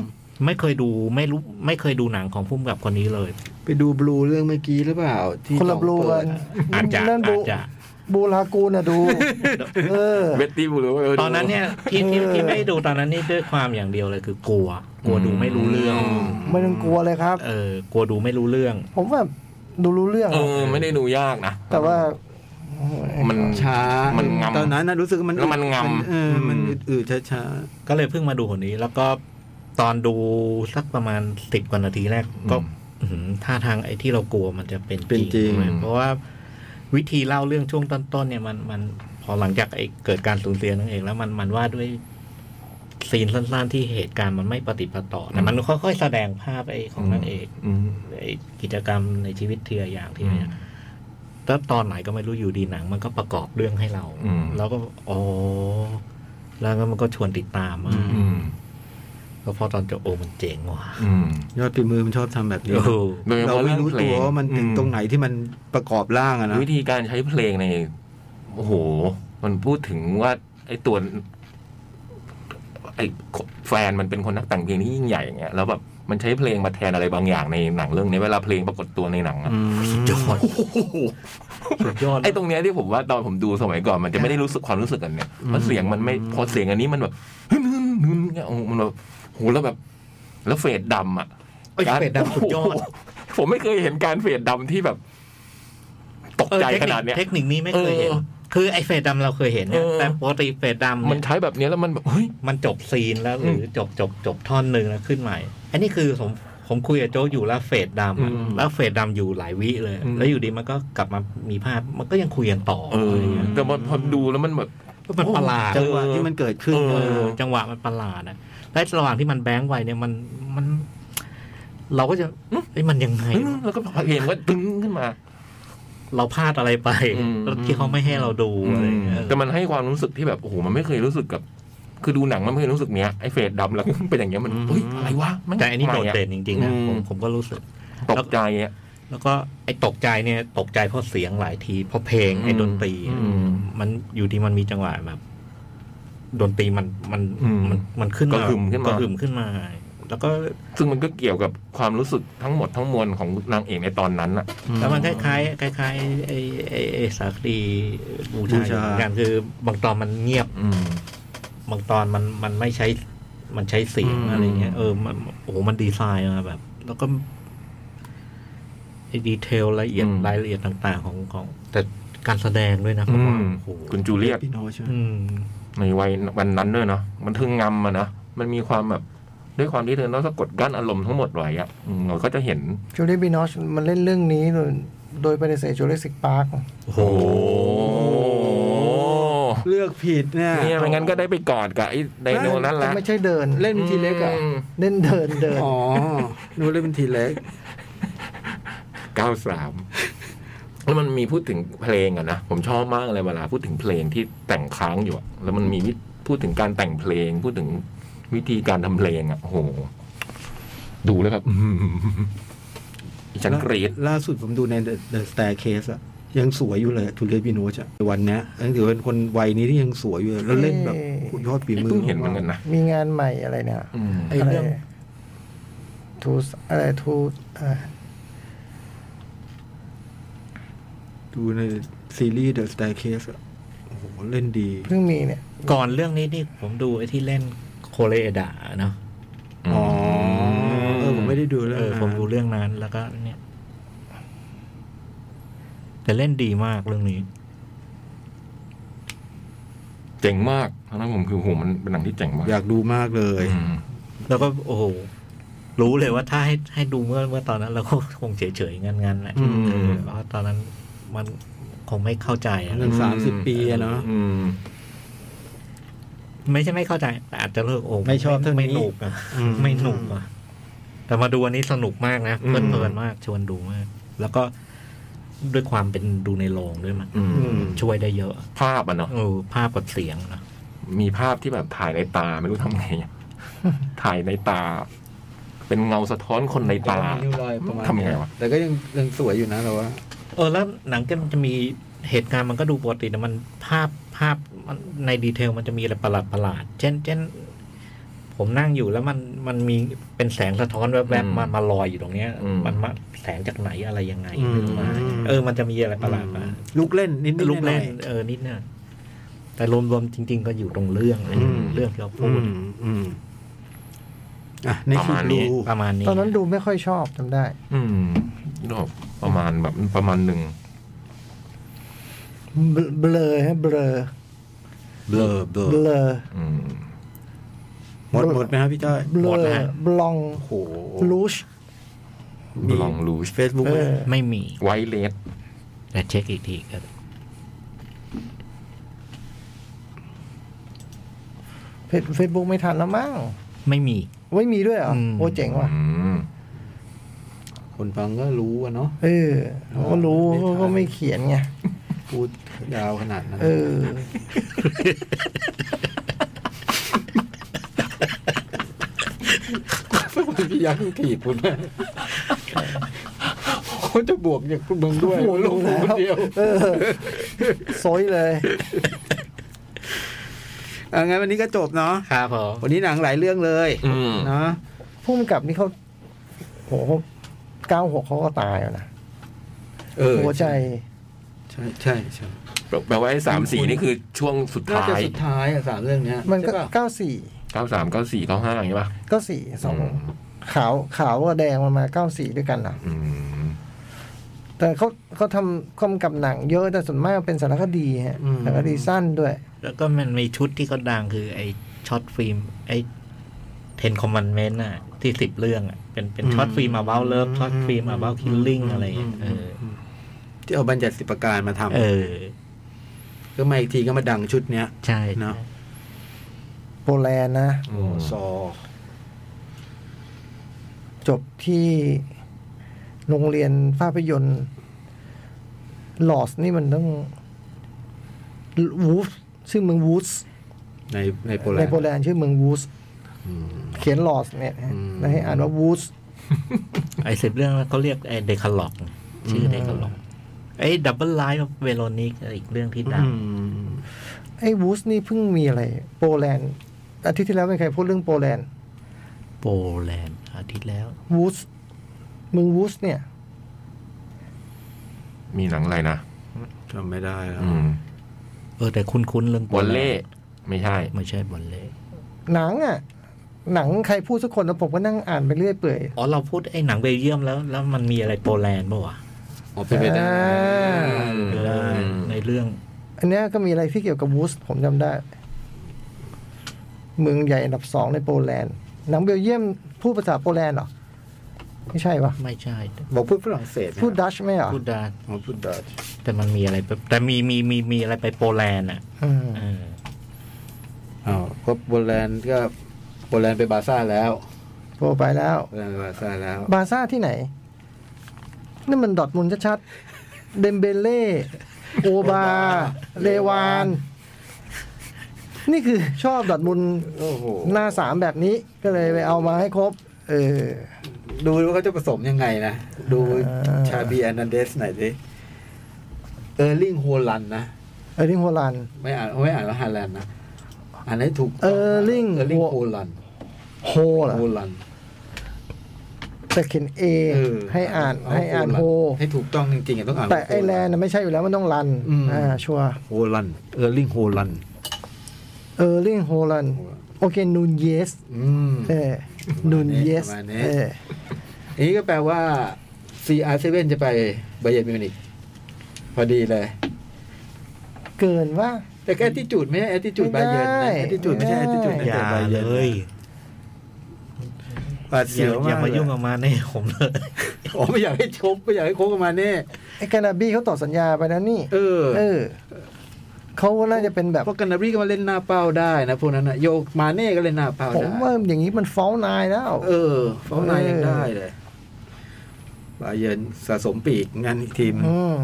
Speaker 6: ไม่เคยดูไม่รู้ ไม่เคยดูหนังของพุ่มกับคนนี้เลย
Speaker 3: ไปดูบลูเรื่องเมื่อกี้หรือเปล่า ที่
Speaker 5: คนละบลู
Speaker 3: เปิ
Speaker 5: กั
Speaker 3: ด
Speaker 5: น
Speaker 3: อะ
Speaker 6: อาจจะ
Speaker 5: นั่นบลู
Speaker 6: อาจจะ
Speaker 5: บลูลากูนอะดู เออ
Speaker 1: เวตตี้บลูเออดู
Speaker 6: ตอนนั้นเนี่ยที่ที่
Speaker 5: เออ
Speaker 6: ที่ไม่ดูตอนนั้นนี่ด้วยความอย่างเดียวเลยคือกลัว กลัวดูไม่รู้เรื่อง
Speaker 5: ไม่ต้องกลัวเลยครับ
Speaker 6: เออกลัวดูไม่รู้เรื่อง
Speaker 5: ผมว่าดูรู้เรื่อง
Speaker 1: เออ ไม่ได้ดูยากนะ
Speaker 5: แต่ว่า
Speaker 1: มัน
Speaker 2: ช้า
Speaker 1: มันงำ
Speaker 2: ตอนนั้นนะรู้สึกว่ามัน
Speaker 1: แล้วมันงำ
Speaker 2: เออมันอืดๆช้า
Speaker 6: ก็เลยเพิ่งมาดูคนนี้ แล้วก็ตอนดูสักประมาณสิบกว่านาทีแรกก็อื้อหือท่าทางไอ้ที่เรากลัวมันจะเป็น
Speaker 2: ๆเป็นจริง
Speaker 1: อืม
Speaker 6: เพราะว่าวิธีเล่าเรื่องช่วงต้นๆเนี่ยมันมันพอหลังจากไอ้เกิดการสูญเสียนั่นเองแล้วมันมันว่าด้วยซีนสั้นๆที่เหตุการณ์มันไม่ปฏิดปะต่อแต่มันค่อยๆแสดงภาพไอ้ของนั่นเอง
Speaker 1: อืม
Speaker 6: ไอ้กิจกรรมในชีวิตเทียอย่างที่เนี่ยแล้วตอนไหนก็ไม่รู้อยู่ดีหนัง มันก็ประกอบเรื่องให้เรา
Speaker 1: อืม
Speaker 6: แล้วก็อ๋อแล้วก็มันก็ชวนติดตามมา
Speaker 1: อืม
Speaker 6: แล้วพอตอนจบโอ้มันเจ๋งว่ะ
Speaker 1: อืม
Speaker 2: ยอดฝีมือมันชอบทำแบบนี้
Speaker 6: โอ้โห
Speaker 1: โดยเฉ
Speaker 2: เรา
Speaker 1: พาะ
Speaker 2: ไม่
Speaker 1: เรื่อง
Speaker 2: รู้
Speaker 1: เพล
Speaker 2: ตัว
Speaker 1: ง
Speaker 2: ว่ามันถึงตรงไหนที่มันประกอบร่างอะนะ
Speaker 1: วิธีการใช้เพลงในโอ้โห มันพูดถึงว่า ไอ้ตัวไอ้แฟนมันเป็นคนนักแต่งเพลงที่ยิ่งใหญ่อย่างเงี้ยแล้วแบบมันใช้เพลงมาแทนอะไรบางอย่างในหนังเรื่องนี้เวลาเพลงปรากฏตัวในหนังอะ
Speaker 2: อืม
Speaker 6: ยอดสุดยอด
Speaker 1: ไอ้ตรงเนี้ยที่ผมว่าตอนผมดูสมัยก่อนมันจะไม่ได้รู้สึกความรู้สึกอันเนี้ยเพราะเสียงมันไม่พอเสียงอันนี้มันแบบฮึ่มฮึ่มฮึ่มเนี่ยโอ้โหมันแบบโหแล้วแบบ แล้วเฟดดำอ่ะ
Speaker 6: ไอ้ย
Speaker 1: การ
Speaker 6: เฟดดำสุดยอด
Speaker 1: โโหผมไม่เคยเห็นการเฟดดำที่แบบ ตก
Speaker 6: เออ
Speaker 1: ใจ
Speaker 6: เทค
Speaker 1: ข
Speaker 6: ค
Speaker 1: นาดเนี้ย
Speaker 6: เทคนิคนี้ไม่เคยเห็น
Speaker 1: เออ
Speaker 6: คือไอ้เฟดดำเราเคยเห็นเนี่ย
Speaker 1: เออ
Speaker 6: แต่ปกติเฟดดำ
Speaker 1: มั
Speaker 6: เนี่
Speaker 1: น
Speaker 6: ย
Speaker 1: ใช้แบบเนี้ยแล้วมันแบบเฮ้ย
Speaker 6: มันจบซีนแล้วหรืออจบจบจบท่อนหนึ่งแล้วขึ้นใหม่ อันนี้คือผมผมคุยกับโจกอยู่แล้วเฟดดำอะ
Speaker 1: อืม
Speaker 6: แล้วเฟดดำอยู่หลายวิเลย
Speaker 1: อืม
Speaker 6: แล้วอยู่ดีมันก็กลับมามีภาพมันก็ยังคุยกันต่อ
Speaker 1: เออ
Speaker 6: อะไรเงี้ย
Speaker 1: แต่มันพอดูแล้วมันแบบ
Speaker 6: ก็มันประหลาด
Speaker 2: จังหวะที่มันเกิดขึ้น
Speaker 1: เอ
Speaker 6: เออจังหวะมันประหลาดนะและระหว่างที่มันแบงค์ไว้เนี่ยมันมัน เราก็จะเอ้ยมันยังไง
Speaker 1: เฮ้ยแล้วก็เพลงก็ตึ้งขึ้นมา
Speaker 6: เราพลาดอะไรไป
Speaker 1: อืม
Speaker 6: แล้วที่เขาไม่ให้เราดูอะไรเงี้ย
Speaker 1: แต่มันให้ความรู้สึกที่แบบโอ้โหมันไม่เคยรู้สึกกับ คือดูหนังมันไม่เคยรู้สึกเนี้ยไอ้เฟดดำแล้วเป็นอย่างเงี้ยมันเฮ้ยอะไรวะมั
Speaker 6: แต่อันนี้
Speaker 1: ใหม่
Speaker 6: โดด
Speaker 1: อะ
Speaker 6: เด่นจริงๆนะ
Speaker 1: อืม
Speaker 6: ผมผมก็รู้สึก
Speaker 1: ตกใจอ่ะ
Speaker 6: แล้วก็ไอ้ตกใจเนี่ย ตกใจเพราะเสียงหลายที เพราะเพลงไอ้
Speaker 1: อืม
Speaker 6: ดนตรี
Speaker 1: อืม
Speaker 6: มันอยู่ที่มันมีจังหวะแบบดนตรีมันมัน
Speaker 1: อืม
Speaker 6: มันมันขึ้น
Speaker 1: กระหึ่มขึ้นมา
Speaker 6: กระหึ่มขึ้นมา แล้วก็
Speaker 1: ซึ่งมันก็เกี่ยวกับความรู้สึกทั้งหมดทั้งมวลของนางเอกในตอนนั้นอ่ะ
Speaker 6: แล้วมันคล้ายๆคล้ายๆไอ้ไอ้ไอ้สาคดีบูชาอยู่เหมือนกันคือบางตอนมันเงียบ
Speaker 1: อืม
Speaker 6: บางตอนมันมันไม่ใช้ มันใช้เสียง
Speaker 1: อืม
Speaker 6: อะไรเงี้ยเออมันโอ้โหมันดีไซน์มาแบบ แล้วก็ไอ้ดีเทลละเอียดรายละเอียดต่าง ๆ ของของ แต่การแสดงด้วยนะผมว่าโอ้โห
Speaker 1: คุณจูเลียต
Speaker 2: พี่โนใช่ไหม
Speaker 6: อืม
Speaker 1: ในวัยวันนั้นด้วยเนาะมันถึงงำอะนะมันมีความแบบ ด้วยความที่เธอต้องสะกดกั้นอารมณ์ทั้งหมดไว้อะอืมเราก็จะเห็น
Speaker 5: จูเลียบีนอชมันเล่นเรื่องนี้โดยโดยปฏิเสธจูเลสิกพาร์ค
Speaker 6: โอ้โห
Speaker 1: โอ้โห
Speaker 2: เลือกผิดเนี่ย
Speaker 1: เนี่ยไม่งั้นก็ได้ไปกอดกับไอ้ไดโนนั้นละ
Speaker 5: ไม่ใช่เดิน
Speaker 2: เล่นเป็นทีเล็กอะ
Speaker 1: ม
Speaker 5: เล่นเดินเดิน
Speaker 2: อ๋อ นูเล่นเป็นทีเล็ก
Speaker 1: 93แล้วมันมีพูดถึงเพลงอะนะผมชอบมากเลยเวลาพูดถึงเพลงที่แต่งค้างอยู่อะแล้วมันมีวิพูดถึงการแต่งเพลง พูดถึงวิธีการทำเพลงอะโอ้โห ดูแล้วแบบอื้อ หือฉันกรีด
Speaker 2: ล่าสุดผมดูใน The The Staircase อะยังสวยอยู่เลยทูเลียบิโนชอะวันเนี้ยยังถือเป็นคนวัยนี้ที่ยังสวยอยู่เลยแล้วเล่นแบบ
Speaker 5: เอ๊ะ
Speaker 2: โอ้โหยอดฝีมื
Speaker 1: เพิ่
Speaker 2: อง
Speaker 1: เห็นเหมือนกันนะ
Speaker 5: มีงานใหม่อะไรเนี่ย
Speaker 1: อืม
Speaker 2: ไอ้เรื่อง
Speaker 5: ทูอะไรทู
Speaker 2: ดูในซีรีส์ The Staircase อะโอ้โหเล่นดี
Speaker 5: เพิ่งมีเนี่ย
Speaker 6: ก่อนเรื่องนี้นี่ผมดูไอ้ที่เล่นโคเรดาเนาะ
Speaker 2: อ๋อเออผมไม่ได้ดูเรื่อง
Speaker 6: เออ
Speaker 2: นั้น
Speaker 6: ผมดูเรื่องนั้นแล้วก็เนี่ย แต่เล่นดีมากเรื่องนี้
Speaker 1: เจ๋งมากเพราะฉะนั้นผมคือโหมันเป็นหนังที่เจ๋งมาก
Speaker 2: อยากดูมากเลย
Speaker 1: อืม
Speaker 6: แล้วก็โอ้โหรู้เลยว่าถ้าให้ให้ดูเมื่อเมื่อตอนนั้นเราก็คงเฉยๆงันๆแหละ
Speaker 2: อืม
Speaker 6: เออเพราะว่าตอนนั้นมันคงไม่เข้าใจอะ
Speaker 2: ตั้งสามสิบปีอะเนาะ
Speaker 1: อืม
Speaker 6: ไม่ใช่ไม่เข้าใจแต่อาจจะเลิกโอ้
Speaker 11: ไม่ชอบเท่านี้
Speaker 6: ไม่หนุกอ่ะ
Speaker 11: อืม
Speaker 6: ไม่หนุกอ่ะแต่มาดูอันนี้สนุกมากนะ
Speaker 1: อื
Speaker 6: เพลิ
Speaker 1: ม
Speaker 6: นเพลินมากชวนดูมาก แล้วก็ด้วยความเป็นดูในโรงด้วยมัน
Speaker 1: อืม
Speaker 6: ช่วยได้เยอะ
Speaker 1: ภาพอ่ะเนาะ
Speaker 6: เออภาพกับเสียงนะ
Speaker 1: มีภาพที่แบบถ่ายในตาไม่รู้ทำไง ถ่ายในตา เป็นเงาสะท้อนคนในตา
Speaker 2: นิ้วรอยประมาณ
Speaker 1: ทำยังไงวะ
Speaker 2: แต่ก็ยังยังสวยอยู่นะเราว่า
Speaker 6: เออแล้วหนังก็มันจะมีเหตุการณ์มันก็ดูปกติแต่มันภาพภาพมันในดีเทลมันจะมีอะไรประหลาดประหลาดเช่นเช่นผมนั่งอยู่แล้วมันมันมีเป็นแสงสะท้อนแวบ
Speaker 1: อืม
Speaker 6: ๆมามาลอยอยู่ตรงเนี้ย
Speaker 1: อืม
Speaker 6: มันมาแสงจากไหนอะไรยังไงไม่รู้มา
Speaker 11: อืม
Speaker 6: เออ มันจะมีอะไรประหลาดมา
Speaker 11: ลูกเล่นนิดๆหน่อยๆ
Speaker 6: ลูกเล่นเออนิดหน่อยแต่รวมๆจริง ๆ ก็อยู่ตรงเรื่องเลย
Speaker 11: อืม
Speaker 6: เรื่องที่เราพู
Speaker 11: อื
Speaker 6: ด
Speaker 11: มอืมอ่ะนี่คือ
Speaker 1: ประมาณนี้
Speaker 11: ดู
Speaker 6: ประมาณนี้
Speaker 5: ตอนนั้นดูไม่ค่อยชอบจำได้
Speaker 1: อืมนึกออกประมาณแบบประมาณหนึ่ง
Speaker 5: เบลเบลอฮะเบลอ
Speaker 11: เบลอเบลอ
Speaker 5: เบลอ
Speaker 1: อืม
Speaker 11: หมดหมดไหมครับพี่จ้อย
Speaker 5: เบลอบลอง
Speaker 11: โอ้โห
Speaker 5: ลูช
Speaker 11: มี
Speaker 1: ลองรู้
Speaker 11: เฟซบุ๊ก
Speaker 5: เออ
Speaker 6: ไม่มี
Speaker 1: ไวเลส
Speaker 6: แต่เช็คอีกทีก็
Speaker 5: เฟซบุ๊กไม่ทันแล้วมั้ง
Speaker 6: ไม่มี
Speaker 5: ไว้ยมีด้วยเหรอ
Speaker 6: อืม
Speaker 5: โอ้เจ๋งว่ะ
Speaker 1: อืม
Speaker 2: คนฟังก็รู้อะเนาะ
Speaker 5: เออเขาก็รู้
Speaker 2: ไม่ทัน
Speaker 5: เขาก็ไม่เขียนไง
Speaker 2: พูดยาวขนาดนั้น
Speaker 5: เออ
Speaker 2: พี่ยักษ์ขีดคุณแม่ เขาจะบวกอย่างคุณมึงด้วย
Speaker 5: โอ้โห
Speaker 2: ลง
Speaker 5: ลง
Speaker 2: ค
Speaker 5: แล้ว
Speaker 2: นเดียว
Speaker 5: เออซอยเลย
Speaker 11: อ่ะงั้นวันนี้ก็จบเนาะ
Speaker 6: ครับผม
Speaker 11: วันนี้หนังหลายเรื่องเลย
Speaker 1: อืม
Speaker 11: เนาะ
Speaker 5: พุ่มกับนี่เขาโหเก้าหกเขาก็ตายแล้วนะ
Speaker 2: เออ
Speaker 5: หัวใจ
Speaker 2: ใช่ใช่ใช่
Speaker 1: แปลว่าไอ้สามสี่นี่คือช่วงสุด
Speaker 2: น่า
Speaker 1: ท้า
Speaker 2: จะ
Speaker 1: ย
Speaker 2: สุดท้ายอะสามเรื่องเนี้ย
Speaker 5: มัน
Speaker 2: ใช่
Speaker 5: ก็
Speaker 2: ปะ
Speaker 5: เก้าสี่
Speaker 1: เก้าสามเก้าสี่เก้าห้าอย่างนี้ป่ะ
Speaker 5: เก้าสี่สองขาวขาวกับแดงมันมาเก้าสี่ด้วยกันนะ
Speaker 1: อืม
Speaker 5: แต่เขาเขาทำกำกับหนังเยอะแต่ส่วนมากเป็นสารคดีฮะสารคดีสั้นด้วย
Speaker 6: แล้วก็มันมีชุดที่เขาดังคือไอ้ช็อตฟิล์มไอ้เทนคอมมานเมนต์น่ะ ที่สิบเรื่องอ่ะเป็นเป็นช็อตฟิล์มอาเบลเลิฟช็อตฟิล์มอาเบลคิลลิ่งอะไรอย่างเงี้ยเออ
Speaker 11: ที่เอาบัญญัติสิบประการมาทำ
Speaker 6: เออ
Speaker 11: ก็มาอีกทีก็มาดังชุดเนี้ย
Speaker 6: ใช่
Speaker 11: เนาะ
Speaker 5: โปแลนด์นะ
Speaker 1: อืม
Speaker 11: ซอ
Speaker 5: จบที่โรงเรียนภาพยนตร์ลอสนี่มันต้องวูฟชื่อเมืองวูส
Speaker 11: ในในโปแล
Speaker 5: ใน
Speaker 11: นด์
Speaker 5: โปแลนด์ชื่อเมืองวูส
Speaker 11: อืม
Speaker 5: เขียนลอสเนี่ย
Speaker 11: อืม
Speaker 5: แล้วให้อ่านว่าวูส
Speaker 6: ไอ้สิบเรื่องแล้วเขาเรียกไอ้เดคาล็อกชื่อเดคาล็อกไอ้ดับเบิลไลท์เวโรนิกอีกเรื่องที่ดัง
Speaker 11: อืม
Speaker 5: ไอ้วูสนี่เพิ่งมีอะไร โปแลนด์อาทิตย์ที่แล้วเป็นใครพูดเรื่องโปแลนด์
Speaker 6: โปแลนด์อาทิตย์แล้ว
Speaker 5: วูสเมืองวูสเนี่ย
Speaker 1: มีหนังอะไรนะ
Speaker 11: จำไม่ได้แล้ว
Speaker 1: อืม
Speaker 6: เออแต่คุ้นๆเรื่องโป
Speaker 1: วอล
Speaker 6: แนด์
Speaker 1: เล่ไม่ใช่
Speaker 6: ไม่ใช่บอลเล่
Speaker 5: หนังอ่ะ หนังใครพูดสักคนแล้วผมก็นั่งอ่านไปเรื่อยเปื่อย
Speaker 6: อ๋อเราพูดไอ้หนังเบลเยียมแล้ว แล้วมันมีอะไรโปแลนด์ป่าวะ
Speaker 2: อ๋อเป็นไปได้
Speaker 1: อืม
Speaker 6: เออในเรื่อง
Speaker 5: อันเนี้ยก็มีอะไรที่เกี่ยวกับวูสผมจำได้ เมืองใหญ่อันดับสองในโปแลนด์หนังเบลเยียมพูดภาษาโปแลนด์เหรอ ไม่ใช่ปะ
Speaker 6: ไม่ใช่
Speaker 11: บอกพูดฝรั่งเศสนะ
Speaker 5: พูดดัชไหมเหรอ
Speaker 6: พูดได้
Speaker 11: อ๋อพูดดัตช์
Speaker 6: แต่มันมีอะไรไปแต่มีมีมีมีอะไรไปโปแลนด์อ่ะ
Speaker 5: อืม
Speaker 6: เออ
Speaker 11: อาว
Speaker 2: ก็โปแลนด์ก็โปแลนด์ไปบาร์ซ่าแล้ว
Speaker 5: โปรไปแล้ว
Speaker 2: โปแลนด์ไปบาร์ซ่าแล้ว
Speaker 5: บาร์ซ่าที่ไหนนั่นมันดอร์ทมุนด์ชัดๆเดมเบเล่โอบา เลวาน นี่คือชอบดอร์ทมุนด์
Speaker 2: โอ้โห
Speaker 5: หน้าสามแบบนี้ก็เลยไปเอามาให้ครบ เออ
Speaker 2: ดูว่าเขาจะผสมยังไงนะ ดู
Speaker 5: อ่า
Speaker 2: ชาบีแอนนันเดสหน่อยสิเออร์ลิงโฮลันนะ
Speaker 5: เออร์ลิงโฮลันด์
Speaker 2: ไม่อ่านไม่อ่านว่าฮาแลนด์นะอ่านให้ถูกต้งนะ
Speaker 5: Erling
Speaker 2: เออร์ลิง
Speaker 5: Ho-
Speaker 2: โฮลัน
Speaker 5: โฮเหรอ
Speaker 2: โฮลัน
Speaker 5: แต่เขียนเอ
Speaker 2: เออ
Speaker 5: ให้อ่านให้อ่านโฮ
Speaker 2: ให้ถูกต้องจริงๆอ่ะต้องอ่าน
Speaker 5: แต่
Speaker 2: ว่า
Speaker 5: ไอแลนด์น่ะไม่ใช่อยู่แล้วมันต้องรัน
Speaker 2: อืม
Speaker 5: อ่าชัว
Speaker 2: โฮลันเออร์ลิงโฮลัน
Speaker 5: เออร์ลิงโฮลันด์โอเคนูนเยส
Speaker 2: อืม
Speaker 5: เออนูนเยส
Speaker 2: ประมาณนี้
Speaker 5: เออ
Speaker 2: อันนี้ก็แปลว่า CR7 จะไปไบาเยร์นมิวนิกพอดีเลย
Speaker 5: เกินว่า
Speaker 2: แต่แอตติจูดไม่ใช่แอตติจูด
Speaker 5: ไม่
Speaker 2: บา
Speaker 5: ได้
Speaker 2: เยร์นนะแอตติจูดไม่ใช่แอตติจูด
Speaker 5: ไม่ได้
Speaker 2: แต่บาเยร์นบาด
Speaker 6: อ
Speaker 2: เสี
Speaker 6: ย่า
Speaker 2: ยว
Speaker 6: อ
Speaker 2: มา
Speaker 6: ย่าก มายุ่ง
Speaker 2: เล
Speaker 6: กับมาในผมเลย
Speaker 2: อ๋อไม่อยากให้ชบไม่อยากให้โค้งกันมาแน่
Speaker 5: ไอแคนาบีเขาต่อสัญญาไปแล้วนี่
Speaker 2: เออ
Speaker 5: เออ เขา เขาน่าจะเป็นแบบ
Speaker 2: พวกกันนารีก็มาเล่นหน้าเป้าได้นะพวกนั้นนะโยกมาเน่ก็เล่นหน้าเป้า
Speaker 5: ผม
Speaker 2: ได้
Speaker 5: ว่าอย่างนี้มันฟ้องนายแล้ว
Speaker 2: เออฟองนายยังได้เลยบาเยิร์นสะสมปีกงานอีกทีม
Speaker 5: อืม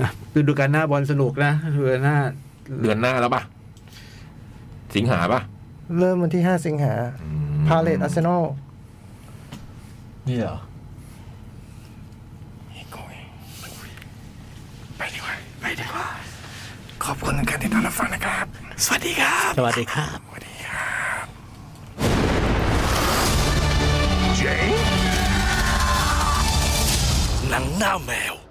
Speaker 2: อ่ะฤดูกาลหน้าบอลสนุกนะฤดูกาลหน้า
Speaker 1: เดือนหน้าแล้วป่ะ สิงหาป่ะ
Speaker 5: เริ่มวันที่ 5 สิงหา พาเลตอาร์เซนอล
Speaker 6: นี่เหรอ
Speaker 1: ขอบคุณการติดตามรับฟังนะครับ สวัสดีครับ
Speaker 6: สวัสดีครับ
Speaker 8: หนังหน้าแมว